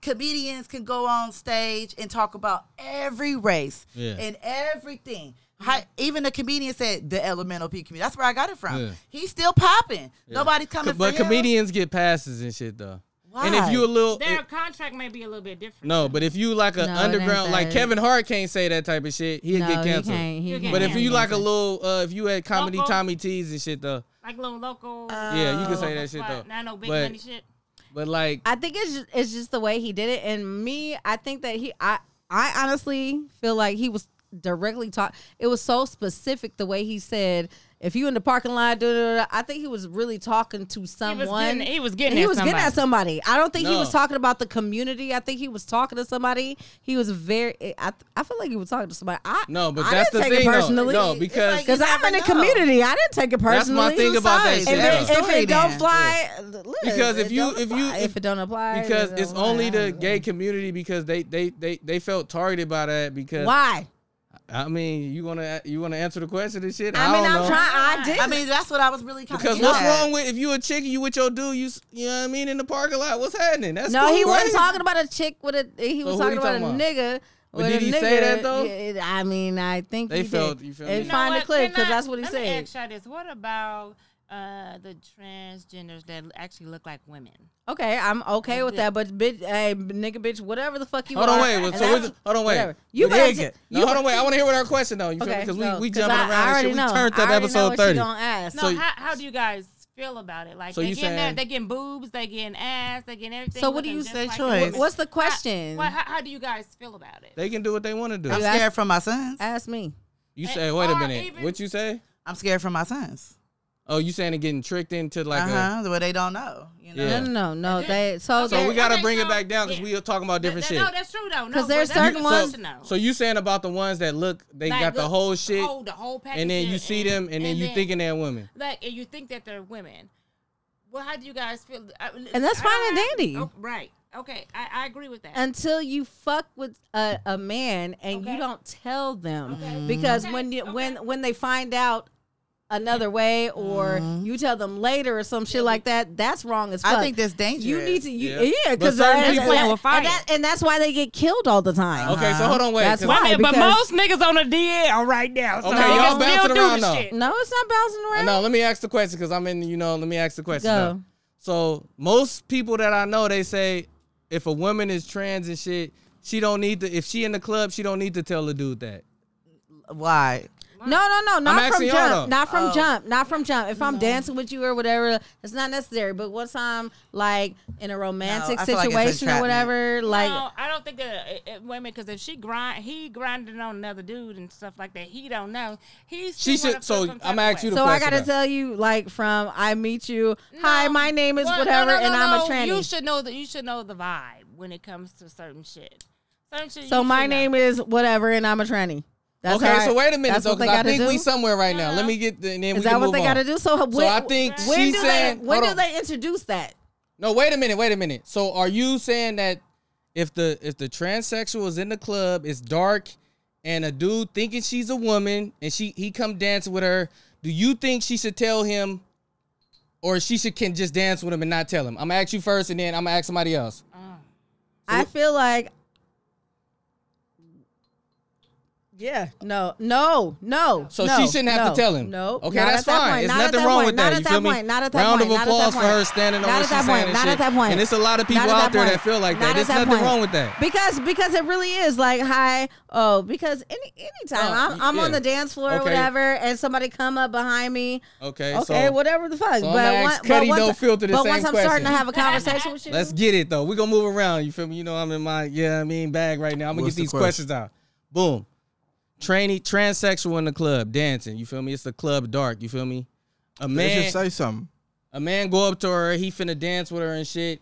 [SPEAKER 1] comedians can go on stage and talk about every race
[SPEAKER 5] Yeah.
[SPEAKER 1] and everything. How, even the comedian said the elemental P community. That's where I got it from.
[SPEAKER 5] Yeah.
[SPEAKER 1] He's still popping. Nobody's coming.
[SPEAKER 5] But
[SPEAKER 1] for him.
[SPEAKER 5] comedians get passes and shit though. And if
[SPEAKER 1] Why?
[SPEAKER 5] you a little
[SPEAKER 9] Their contract may be a little bit different.
[SPEAKER 5] no, but if you like an
[SPEAKER 4] No, it ain't
[SPEAKER 5] underground, like
[SPEAKER 4] that.
[SPEAKER 5] Kevin Hart can't say that type of shit, he'd
[SPEAKER 4] No,
[SPEAKER 5] get
[SPEAKER 4] he
[SPEAKER 5] canceled.
[SPEAKER 4] can't. He
[SPEAKER 9] But
[SPEAKER 4] can't.
[SPEAKER 5] But if
[SPEAKER 9] Yeah.
[SPEAKER 5] you like a little, uh, if you had comedy
[SPEAKER 9] Local.
[SPEAKER 5] Tommy T's and shit though,
[SPEAKER 9] like little local.
[SPEAKER 4] Uh,
[SPEAKER 5] yeah, you can say
[SPEAKER 9] local
[SPEAKER 5] that shit
[SPEAKER 9] spot,
[SPEAKER 5] though.
[SPEAKER 9] Not no big
[SPEAKER 5] but,
[SPEAKER 9] money shit.
[SPEAKER 5] But like,
[SPEAKER 4] I think it's just, it's just the way he did it, and me, I think that he, I, I honestly feel like he was directly taught. It was so specific the way he said, "If you in the parking lot, da, da, da, da." I think he was really talking to someone.
[SPEAKER 9] getting- he was getting
[SPEAKER 4] And he
[SPEAKER 9] at
[SPEAKER 4] was getting
[SPEAKER 9] somebody.
[SPEAKER 4] at somebody. I don't think he
[SPEAKER 5] No.
[SPEAKER 4] was talking about the community. I think he was talking to somebody. He was very. eh, I, I feel like he was talking to somebody. I
[SPEAKER 5] no, but
[SPEAKER 4] I
[SPEAKER 5] that's the
[SPEAKER 4] didn't take
[SPEAKER 5] thing
[SPEAKER 4] it
[SPEAKER 5] though.
[SPEAKER 4] personally.
[SPEAKER 5] No, because
[SPEAKER 1] like-
[SPEAKER 4] because
[SPEAKER 1] You
[SPEAKER 4] I'm
[SPEAKER 1] never
[SPEAKER 4] in the
[SPEAKER 1] know.
[SPEAKER 4] community. I didn't take it
[SPEAKER 5] that's
[SPEAKER 4] personally.
[SPEAKER 5] my thing about that
[SPEAKER 1] sides.
[SPEAKER 5] shit.
[SPEAKER 1] Every-
[SPEAKER 5] though.
[SPEAKER 1] every-
[SPEAKER 4] If it
[SPEAKER 1] Story
[SPEAKER 4] don't
[SPEAKER 1] then.
[SPEAKER 4] fly, look,
[SPEAKER 5] Because if
[SPEAKER 4] it
[SPEAKER 5] you-
[SPEAKER 4] don't
[SPEAKER 5] if you-
[SPEAKER 4] apply.
[SPEAKER 5] if-
[SPEAKER 4] if it don't apply,
[SPEAKER 5] because
[SPEAKER 4] it
[SPEAKER 5] it's
[SPEAKER 4] don't
[SPEAKER 5] only
[SPEAKER 4] apply.
[SPEAKER 5] the gay community because they they they they felt targeted by that because
[SPEAKER 4] Why?
[SPEAKER 5] I mean you wanna you wanna answer the question and shit.
[SPEAKER 4] I, mean,
[SPEAKER 5] don't
[SPEAKER 4] I'm
[SPEAKER 5] know.
[SPEAKER 4] trying. I did.
[SPEAKER 1] I mean, that's what I was really kind
[SPEAKER 5] Because what's wrong with if you a chick and you with your dude, you s- you know what I mean in the parking lot? What's happening? That's
[SPEAKER 4] no,
[SPEAKER 5] cool,
[SPEAKER 4] he wasn't
[SPEAKER 5] right?
[SPEAKER 4] talking about a chick with a. He was
[SPEAKER 5] who
[SPEAKER 4] talking
[SPEAKER 5] you
[SPEAKER 4] about
[SPEAKER 5] talking
[SPEAKER 4] a
[SPEAKER 5] about?
[SPEAKER 4] nigga.
[SPEAKER 5] But
[SPEAKER 4] with
[SPEAKER 5] did
[SPEAKER 4] a
[SPEAKER 5] he
[SPEAKER 4] nigga.
[SPEAKER 5] say that, though?
[SPEAKER 4] Yeah, it- I mean, I think
[SPEAKER 5] They
[SPEAKER 4] he
[SPEAKER 5] felt-
[SPEAKER 4] Did.
[SPEAKER 5] you feel
[SPEAKER 4] It
[SPEAKER 5] me?
[SPEAKER 9] You know
[SPEAKER 4] find
[SPEAKER 9] what?
[SPEAKER 4] the clip
[SPEAKER 9] Can
[SPEAKER 4] because
[SPEAKER 9] I-
[SPEAKER 4] that's what he
[SPEAKER 9] let
[SPEAKER 4] said.
[SPEAKER 9] Me ask you this: What about uh, the transgenders that actually look like women?
[SPEAKER 4] Okay, I'm okay with that, but bitch, hey, nigga, bitch, whatever the fuck you
[SPEAKER 5] Hold
[SPEAKER 4] are.
[SPEAKER 5] on, wait. well,
[SPEAKER 4] and
[SPEAKER 5] So
[SPEAKER 4] that's-
[SPEAKER 5] we, hold on, wait.
[SPEAKER 4] whatever. You
[SPEAKER 5] But-
[SPEAKER 4] better.
[SPEAKER 5] No, hold on, wait. I want to hear what our question though. You feel me? Because we,
[SPEAKER 4] no,
[SPEAKER 5] we
[SPEAKER 4] 'cause
[SPEAKER 5] jumping
[SPEAKER 4] I,
[SPEAKER 5] around.
[SPEAKER 4] I
[SPEAKER 5] and
[SPEAKER 4] already
[SPEAKER 5] shit.
[SPEAKER 4] know.
[SPEAKER 5] We turned
[SPEAKER 4] I
[SPEAKER 5] up
[SPEAKER 4] already know
[SPEAKER 5] episode
[SPEAKER 4] what
[SPEAKER 5] thirty.
[SPEAKER 4] She don't ask.
[SPEAKER 9] No,
[SPEAKER 5] So-
[SPEAKER 9] how, how do you guys feel about it? Like
[SPEAKER 5] So
[SPEAKER 9] they
[SPEAKER 5] you
[SPEAKER 9] getting their-
[SPEAKER 5] saying-
[SPEAKER 9] they getting boobs, they getting ass, they getting everything.
[SPEAKER 4] So what do
[SPEAKER 9] looking
[SPEAKER 4] you
[SPEAKER 9] just
[SPEAKER 1] say
[SPEAKER 9] like
[SPEAKER 1] choice?
[SPEAKER 9] women.
[SPEAKER 4] What's the question?
[SPEAKER 9] Well, how, how do you guys feel about it?
[SPEAKER 5] They can do what they want to do.
[SPEAKER 1] I'm
[SPEAKER 4] asked-
[SPEAKER 1] scared for my sons.
[SPEAKER 4] Ask me.
[SPEAKER 5] You
[SPEAKER 9] And-
[SPEAKER 5] say, wait a
[SPEAKER 9] or
[SPEAKER 5] minute.
[SPEAKER 9] even-
[SPEAKER 5] what you say?
[SPEAKER 1] I'm scared for my sons.
[SPEAKER 5] Oh, you saying they getting tricked into like
[SPEAKER 1] Uh huh. Where they don't know. You know.
[SPEAKER 5] Yeah.
[SPEAKER 4] No, no, no, no. They so
[SPEAKER 5] a. So
[SPEAKER 4] they-
[SPEAKER 5] we gotta
[SPEAKER 9] Okay,
[SPEAKER 5] bring it
[SPEAKER 9] so-
[SPEAKER 5] back down because we are talking about different
[SPEAKER 9] Th-
[SPEAKER 5] shit.
[SPEAKER 9] No, that's true though. No,
[SPEAKER 4] 'Cause
[SPEAKER 9] but
[SPEAKER 4] there's
[SPEAKER 9] that's
[SPEAKER 4] certain
[SPEAKER 9] good
[SPEAKER 4] ones-
[SPEAKER 9] to know.
[SPEAKER 5] So you saying about the ones that look they
[SPEAKER 9] Like,
[SPEAKER 5] got the
[SPEAKER 9] look,
[SPEAKER 5] whole shit,
[SPEAKER 9] whole- the whole package,
[SPEAKER 5] and then you see them, and, then you thinking they're women.
[SPEAKER 9] like, and you think that they're women. Well, how do you guys feel? I-
[SPEAKER 4] And that's
[SPEAKER 9] I-
[SPEAKER 4] fine and
[SPEAKER 9] I-
[SPEAKER 4] dandy.
[SPEAKER 9] oh, right? Okay, I, I agree with that.
[SPEAKER 4] until you fuck with a, a man and you
[SPEAKER 9] Okay.
[SPEAKER 4] don't tell them Mm.
[SPEAKER 9] Okay.
[SPEAKER 4] because
[SPEAKER 9] Okay,
[SPEAKER 4] when you, when
[SPEAKER 9] okay.
[SPEAKER 4] when they find out another way or you tell them later or some shit like that that's wrong as fuck
[SPEAKER 1] I think that's dangerous.
[SPEAKER 4] you need to you,
[SPEAKER 5] Yeah.
[SPEAKER 4] yeah
[SPEAKER 5] But
[SPEAKER 4] because
[SPEAKER 5] certain people-
[SPEAKER 9] Playing with fire.
[SPEAKER 4] and, that, and that's why they get killed all the time
[SPEAKER 5] Okay, so hold on, wait.
[SPEAKER 4] Uh-huh. That's
[SPEAKER 5] 'cause-
[SPEAKER 4] why-
[SPEAKER 9] Women, but
[SPEAKER 4] because-
[SPEAKER 9] most niggas on the DL right now. So
[SPEAKER 5] Okay,
[SPEAKER 9] they
[SPEAKER 5] y'all
[SPEAKER 9] can
[SPEAKER 5] bouncing
[SPEAKER 9] still do
[SPEAKER 5] around
[SPEAKER 9] the
[SPEAKER 5] though.
[SPEAKER 9] shit.
[SPEAKER 4] no it's not bouncing
[SPEAKER 5] Uh,
[SPEAKER 4] around
[SPEAKER 5] No, let me ask the question because I'm in. You know, let me ask the question.
[SPEAKER 4] Go.
[SPEAKER 5] though. So most people that I know, they say if a woman is trans and shit, she don't need to. If she in the club, she don't need to tell the dude that.
[SPEAKER 1] Why?
[SPEAKER 4] No, no, no, not from
[SPEAKER 5] asking y'all, though.
[SPEAKER 4] jump, not
[SPEAKER 9] Oh.
[SPEAKER 4] from jump, not from jump. If I'm dancing with you or whatever, it's not necessary. But once I'm like in a romantic
[SPEAKER 1] No, I feel like it's
[SPEAKER 4] situation or
[SPEAKER 1] entrapment.
[SPEAKER 4] whatever, like
[SPEAKER 9] no, I don't think that it, it, women because if she grind, he grinding on another dude and stuff like that. He don't know. He's
[SPEAKER 5] She should- so I'ma ask you the-
[SPEAKER 4] So I
[SPEAKER 5] question
[SPEAKER 4] gotta
[SPEAKER 5] up.
[SPEAKER 4] tell you, like from I meet you, hi, my name is whatever, and I'm a tranny.
[SPEAKER 9] You should know that. You should know the vibe when it comes to certain shit. Certain shit
[SPEAKER 4] so my name is whatever, and I'm a tranny. That's
[SPEAKER 5] okay,
[SPEAKER 4] all right.
[SPEAKER 5] so wait a minute
[SPEAKER 4] That's
[SPEAKER 5] though,
[SPEAKER 4] what they
[SPEAKER 5] because I
[SPEAKER 4] gotta
[SPEAKER 5] think
[SPEAKER 4] do?
[SPEAKER 5] we somewhere right now.
[SPEAKER 9] Uh-huh.
[SPEAKER 5] Let me get the, and then we
[SPEAKER 4] Is
[SPEAKER 5] can
[SPEAKER 4] that what
[SPEAKER 5] move
[SPEAKER 4] they
[SPEAKER 5] on.
[SPEAKER 4] gotta do? So, when,
[SPEAKER 5] So I think
[SPEAKER 4] when
[SPEAKER 5] she's
[SPEAKER 4] do
[SPEAKER 5] saying.
[SPEAKER 4] they, when
[SPEAKER 5] hold
[SPEAKER 4] do
[SPEAKER 5] on.
[SPEAKER 4] they introduce that?
[SPEAKER 5] No, wait a minute, wait a minute. So are you saying that if the if the transsexual is in the club, it's dark, and a dude thinking she's a woman and she he come dance with her, do you think she should tell him or she should can just dance with him and not tell him? I'm gonna ask you first and then I'm gonna ask somebody else.
[SPEAKER 4] I feel like Yeah. No. No. No.
[SPEAKER 5] So
[SPEAKER 4] no,
[SPEAKER 5] she shouldn't have to
[SPEAKER 4] no,
[SPEAKER 5] tell him.
[SPEAKER 4] No.
[SPEAKER 5] Okay,
[SPEAKER 4] not
[SPEAKER 5] that's
[SPEAKER 4] at that
[SPEAKER 5] fine.
[SPEAKER 4] point,
[SPEAKER 5] There's
[SPEAKER 4] not at
[SPEAKER 5] nothing wrong
[SPEAKER 4] point,
[SPEAKER 5] with
[SPEAKER 4] not
[SPEAKER 5] that,
[SPEAKER 4] At
[SPEAKER 5] you
[SPEAKER 4] that
[SPEAKER 5] feel me?
[SPEAKER 4] Point, not at that
[SPEAKER 5] Round
[SPEAKER 4] point.
[SPEAKER 5] of
[SPEAKER 4] not at
[SPEAKER 5] applause
[SPEAKER 4] that
[SPEAKER 5] for
[SPEAKER 4] point.
[SPEAKER 5] her standing on
[SPEAKER 4] not
[SPEAKER 5] what
[SPEAKER 4] at
[SPEAKER 5] she's
[SPEAKER 4] that
[SPEAKER 5] saying
[SPEAKER 4] point.
[SPEAKER 5] and
[SPEAKER 4] Not
[SPEAKER 5] shit.
[SPEAKER 4] at that point.
[SPEAKER 5] And it's a lot of people
[SPEAKER 4] Not at
[SPEAKER 5] out there that
[SPEAKER 4] point.
[SPEAKER 5] feel like that.
[SPEAKER 4] Not at
[SPEAKER 5] There's nothing
[SPEAKER 4] point.
[SPEAKER 5] wrong with that.
[SPEAKER 4] Because because it really is like hi oh because any anytime
[SPEAKER 5] Oh,
[SPEAKER 4] I'm
[SPEAKER 5] y-
[SPEAKER 4] I'm on
[SPEAKER 5] yeah.
[SPEAKER 4] the dance floor
[SPEAKER 5] Okay.
[SPEAKER 4] or whatever and somebody come up behind me
[SPEAKER 5] Okay,
[SPEAKER 4] okay
[SPEAKER 5] so
[SPEAKER 4] whatever the fuck
[SPEAKER 5] so I'ma
[SPEAKER 4] but,
[SPEAKER 5] ask
[SPEAKER 4] one, but
[SPEAKER 5] Cuddy
[SPEAKER 4] once
[SPEAKER 5] No Filter the
[SPEAKER 4] but
[SPEAKER 5] same
[SPEAKER 4] once I'm starting to
[SPEAKER 5] question.
[SPEAKER 4] have a conversation with you
[SPEAKER 5] let's get it though. We're gonna move around. You feel me? You know I'm in my yeah, I mean bag right now. I'm gonna
[SPEAKER 6] What's
[SPEAKER 5] get
[SPEAKER 6] the
[SPEAKER 5] these
[SPEAKER 6] question?
[SPEAKER 5] questions out. Boom. Tranny transsexual in the club dancing. You feel me? It's the club dark. You feel me? A
[SPEAKER 6] They
[SPEAKER 5] man,
[SPEAKER 6] should say something.
[SPEAKER 5] a man go up to her. He finna dance with her and shit.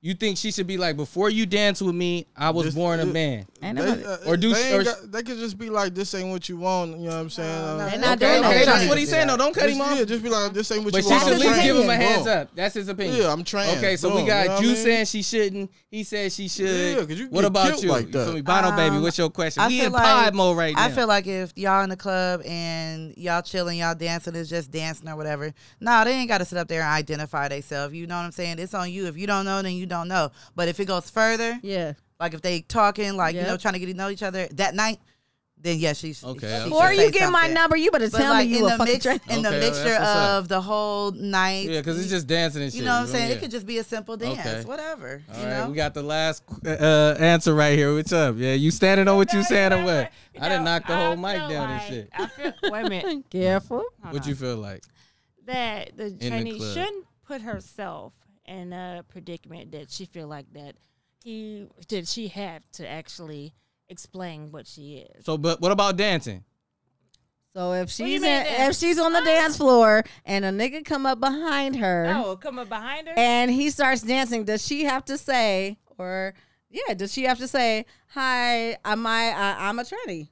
[SPEAKER 5] You think she should be like, before you dance with me, I was
[SPEAKER 6] Just-
[SPEAKER 5] born a
[SPEAKER 6] uh,
[SPEAKER 5] man.
[SPEAKER 4] Ain't
[SPEAKER 6] They,
[SPEAKER 4] nobody-
[SPEAKER 6] uh,
[SPEAKER 5] Or do-
[SPEAKER 6] they, ain't
[SPEAKER 5] or-
[SPEAKER 6] got- they could just be like, "This ain't what you want." You know what I'm saying? Uh,
[SPEAKER 4] they're
[SPEAKER 6] just-
[SPEAKER 4] not
[SPEAKER 5] Okay,
[SPEAKER 4] doing
[SPEAKER 5] okay,
[SPEAKER 4] that.
[SPEAKER 5] that's what he's saying though. Don't cut him off.
[SPEAKER 6] Yeah, just be like, "This ain't what
[SPEAKER 5] But
[SPEAKER 6] you
[SPEAKER 5] she
[SPEAKER 6] want."
[SPEAKER 5] should
[SPEAKER 4] That's
[SPEAKER 5] at
[SPEAKER 4] his
[SPEAKER 5] least give him a
[SPEAKER 4] opinion.
[SPEAKER 5] hands up. That's his opinion.
[SPEAKER 6] Yeah, I'm trans.
[SPEAKER 5] Okay, so we
[SPEAKER 6] Boom, you know
[SPEAKER 5] got
[SPEAKER 6] what
[SPEAKER 5] you
[SPEAKER 6] I mean?
[SPEAKER 5] saying she shouldn't. He said she should.
[SPEAKER 6] Yeah, 'cause you
[SPEAKER 5] what
[SPEAKER 6] get
[SPEAKER 5] about
[SPEAKER 6] killed
[SPEAKER 5] you?
[SPEAKER 6] like
[SPEAKER 5] you
[SPEAKER 6] that.
[SPEAKER 5] feel me? Bono baby,
[SPEAKER 1] Um,
[SPEAKER 5] what's your question?
[SPEAKER 1] I
[SPEAKER 5] we
[SPEAKER 1] feel
[SPEAKER 5] in
[SPEAKER 1] like-
[SPEAKER 5] pod mode right now.
[SPEAKER 1] I feel like if y'all in the club and y'all chilling, y'all dancing, it's just dancing or whatever. Nah, they ain't got to sit up there and identify themselves. You know what I'm saying? It's on you. If you don't know, then you don't know. But if it goes further,
[SPEAKER 4] yeah
[SPEAKER 1] like if they talking, like you know,
[SPEAKER 4] Yep.
[SPEAKER 1] trying to get to know each other that night, then yeah, she's
[SPEAKER 5] Okay,
[SPEAKER 1] She
[SPEAKER 5] okay.
[SPEAKER 4] or
[SPEAKER 1] should
[SPEAKER 4] you
[SPEAKER 1] say
[SPEAKER 4] get my
[SPEAKER 1] something.
[SPEAKER 4] number you better
[SPEAKER 1] But
[SPEAKER 4] tell
[SPEAKER 1] like
[SPEAKER 4] me
[SPEAKER 1] in
[SPEAKER 4] you a
[SPEAKER 1] the
[SPEAKER 4] fucking
[SPEAKER 1] mix,
[SPEAKER 4] trans
[SPEAKER 1] in the
[SPEAKER 5] Okay, that's
[SPEAKER 1] mixture
[SPEAKER 5] what's up.
[SPEAKER 1] of the whole night.
[SPEAKER 5] yeah, because it's just dancing and shit.
[SPEAKER 1] you know what I'm
[SPEAKER 5] feel
[SPEAKER 1] saying.
[SPEAKER 5] me?
[SPEAKER 1] It could just be a simple dance,
[SPEAKER 5] Okay.
[SPEAKER 1] whatever.
[SPEAKER 5] Yeah.
[SPEAKER 1] you
[SPEAKER 5] All right,
[SPEAKER 1] know?
[SPEAKER 5] we got the last uh, answer right here. What's up? Yeah, you standing on what you saying or what?
[SPEAKER 9] You
[SPEAKER 5] I didn't
[SPEAKER 9] know,
[SPEAKER 5] knock the
[SPEAKER 9] I
[SPEAKER 5] whole mic
[SPEAKER 9] feel
[SPEAKER 5] down and
[SPEAKER 9] like-
[SPEAKER 5] shit.
[SPEAKER 9] I feel, wait a
[SPEAKER 4] [LAUGHS]
[SPEAKER 9] minute.
[SPEAKER 4] careful
[SPEAKER 5] What you feel like?
[SPEAKER 9] that the
[SPEAKER 5] the
[SPEAKER 9] trainee
[SPEAKER 5] club.
[SPEAKER 9] shouldn't put herself in a predicament that she feel like that he that she have to actually explain what she is.
[SPEAKER 5] So, but what about dancing?
[SPEAKER 4] so if
[SPEAKER 9] What do you mean
[SPEAKER 4] she's in,
[SPEAKER 9] then?
[SPEAKER 4] if she's on the dance floor and a nigga come up behind her
[SPEAKER 9] oh, coming behind her.
[SPEAKER 4] and he starts dancing, does she have to say or yeah, does she have to say, "Hi, I'm I, I I'm a tranny"?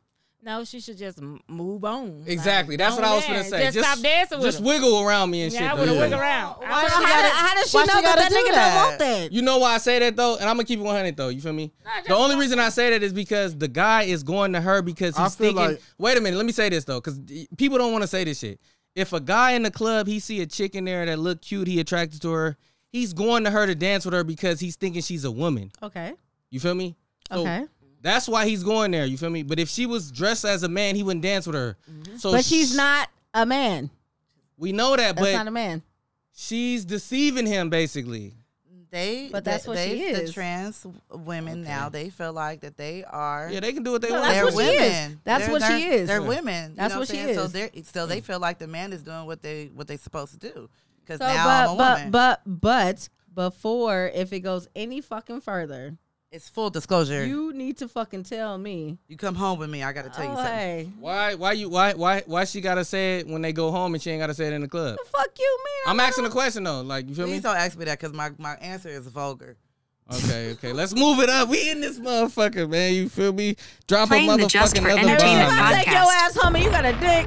[SPEAKER 9] no, she should just m- move on.
[SPEAKER 5] Exactly.
[SPEAKER 9] Like,
[SPEAKER 5] That's
[SPEAKER 1] oh,
[SPEAKER 5] what
[SPEAKER 9] on
[SPEAKER 5] I was
[SPEAKER 9] there.
[SPEAKER 5] gonna say.
[SPEAKER 9] Just, stop dancing with
[SPEAKER 5] Just
[SPEAKER 9] him.
[SPEAKER 5] wiggle around me and shit.
[SPEAKER 9] yeah, I
[SPEAKER 5] though.
[SPEAKER 9] would have
[SPEAKER 5] Yeah.
[SPEAKER 9] wiggled around. I
[SPEAKER 4] How,
[SPEAKER 9] would've-
[SPEAKER 4] do- how does she
[SPEAKER 1] why
[SPEAKER 4] know that
[SPEAKER 1] she gotta
[SPEAKER 4] that
[SPEAKER 1] do
[SPEAKER 4] nigga
[SPEAKER 1] that?
[SPEAKER 4] don't want that?
[SPEAKER 5] You know why I say that though, and I'm gonna keep it 100 though. You feel me?
[SPEAKER 9] just
[SPEAKER 5] The only
[SPEAKER 9] fuck
[SPEAKER 5] reason I say that is because the guy is going to her because
[SPEAKER 6] I
[SPEAKER 5] he's
[SPEAKER 6] feel
[SPEAKER 5] thinking.
[SPEAKER 6] like-
[SPEAKER 5] Wait a minute, let me say this though, because people don't want to say this shit. If a guy in the club he see a chick in there that look cute, he attracted to her, he's going to her to dance with her because he's thinking she's a woman.
[SPEAKER 4] Okay,
[SPEAKER 5] You feel me?
[SPEAKER 4] Okay.
[SPEAKER 5] That's why he's going there. You feel me? But if she was dressed as a man, he wouldn't dance with her. So
[SPEAKER 4] Mm-hmm. but she's
[SPEAKER 5] sh-
[SPEAKER 4] not a man.
[SPEAKER 5] We know that,
[SPEAKER 4] That's
[SPEAKER 5] but
[SPEAKER 4] not a man.
[SPEAKER 5] she's deceiving him basically.
[SPEAKER 1] They,
[SPEAKER 4] But that's
[SPEAKER 1] they-
[SPEAKER 4] what
[SPEAKER 1] they,
[SPEAKER 4] she
[SPEAKER 1] The
[SPEAKER 4] is.
[SPEAKER 1] trans women now they feel like that they are.
[SPEAKER 5] Yeah, they can do what they want.
[SPEAKER 4] Oh, that's
[SPEAKER 1] they're
[SPEAKER 4] what she is.
[SPEAKER 1] women.
[SPEAKER 4] That's
[SPEAKER 1] They're-
[SPEAKER 4] what she
[SPEAKER 1] they're-
[SPEAKER 4] is.
[SPEAKER 1] They're
[SPEAKER 4] Yeah.
[SPEAKER 1] women.
[SPEAKER 4] That's
[SPEAKER 1] you know
[SPEAKER 4] what she
[SPEAKER 1] I'm saying? So
[SPEAKER 4] is.
[SPEAKER 1] they so they feel like the man is doing what they what they supposed to do. Because
[SPEAKER 4] So,
[SPEAKER 1] now I'm a
[SPEAKER 4] but
[SPEAKER 1] woman.
[SPEAKER 4] but but but before if it goes any fucking further,
[SPEAKER 1] it's full disclosure. You,
[SPEAKER 4] you need to fucking tell me.
[SPEAKER 1] come home with me, I gotta tell you
[SPEAKER 4] Oh,
[SPEAKER 1] something.
[SPEAKER 4] hey,
[SPEAKER 5] Why? Why you? Why? Why? Why she gotta say it when they go home and she ain't gotta say it in the club?
[SPEAKER 4] fuck you, man.
[SPEAKER 5] I'm asking a question though. Like you feel me?
[SPEAKER 1] Please don't ask me that because my, my answer is vulgar.
[SPEAKER 5] Okay, okay. Let's move it up. We in this motherfucker, man. You feel me? Drop a
[SPEAKER 2] Playing the Just
[SPEAKER 5] motherfucking
[SPEAKER 2] for
[SPEAKER 5] another
[SPEAKER 2] Entertainment
[SPEAKER 5] bomb.
[SPEAKER 2] podcast.
[SPEAKER 4] I take your ass home and you got a [LAUGHS] dick.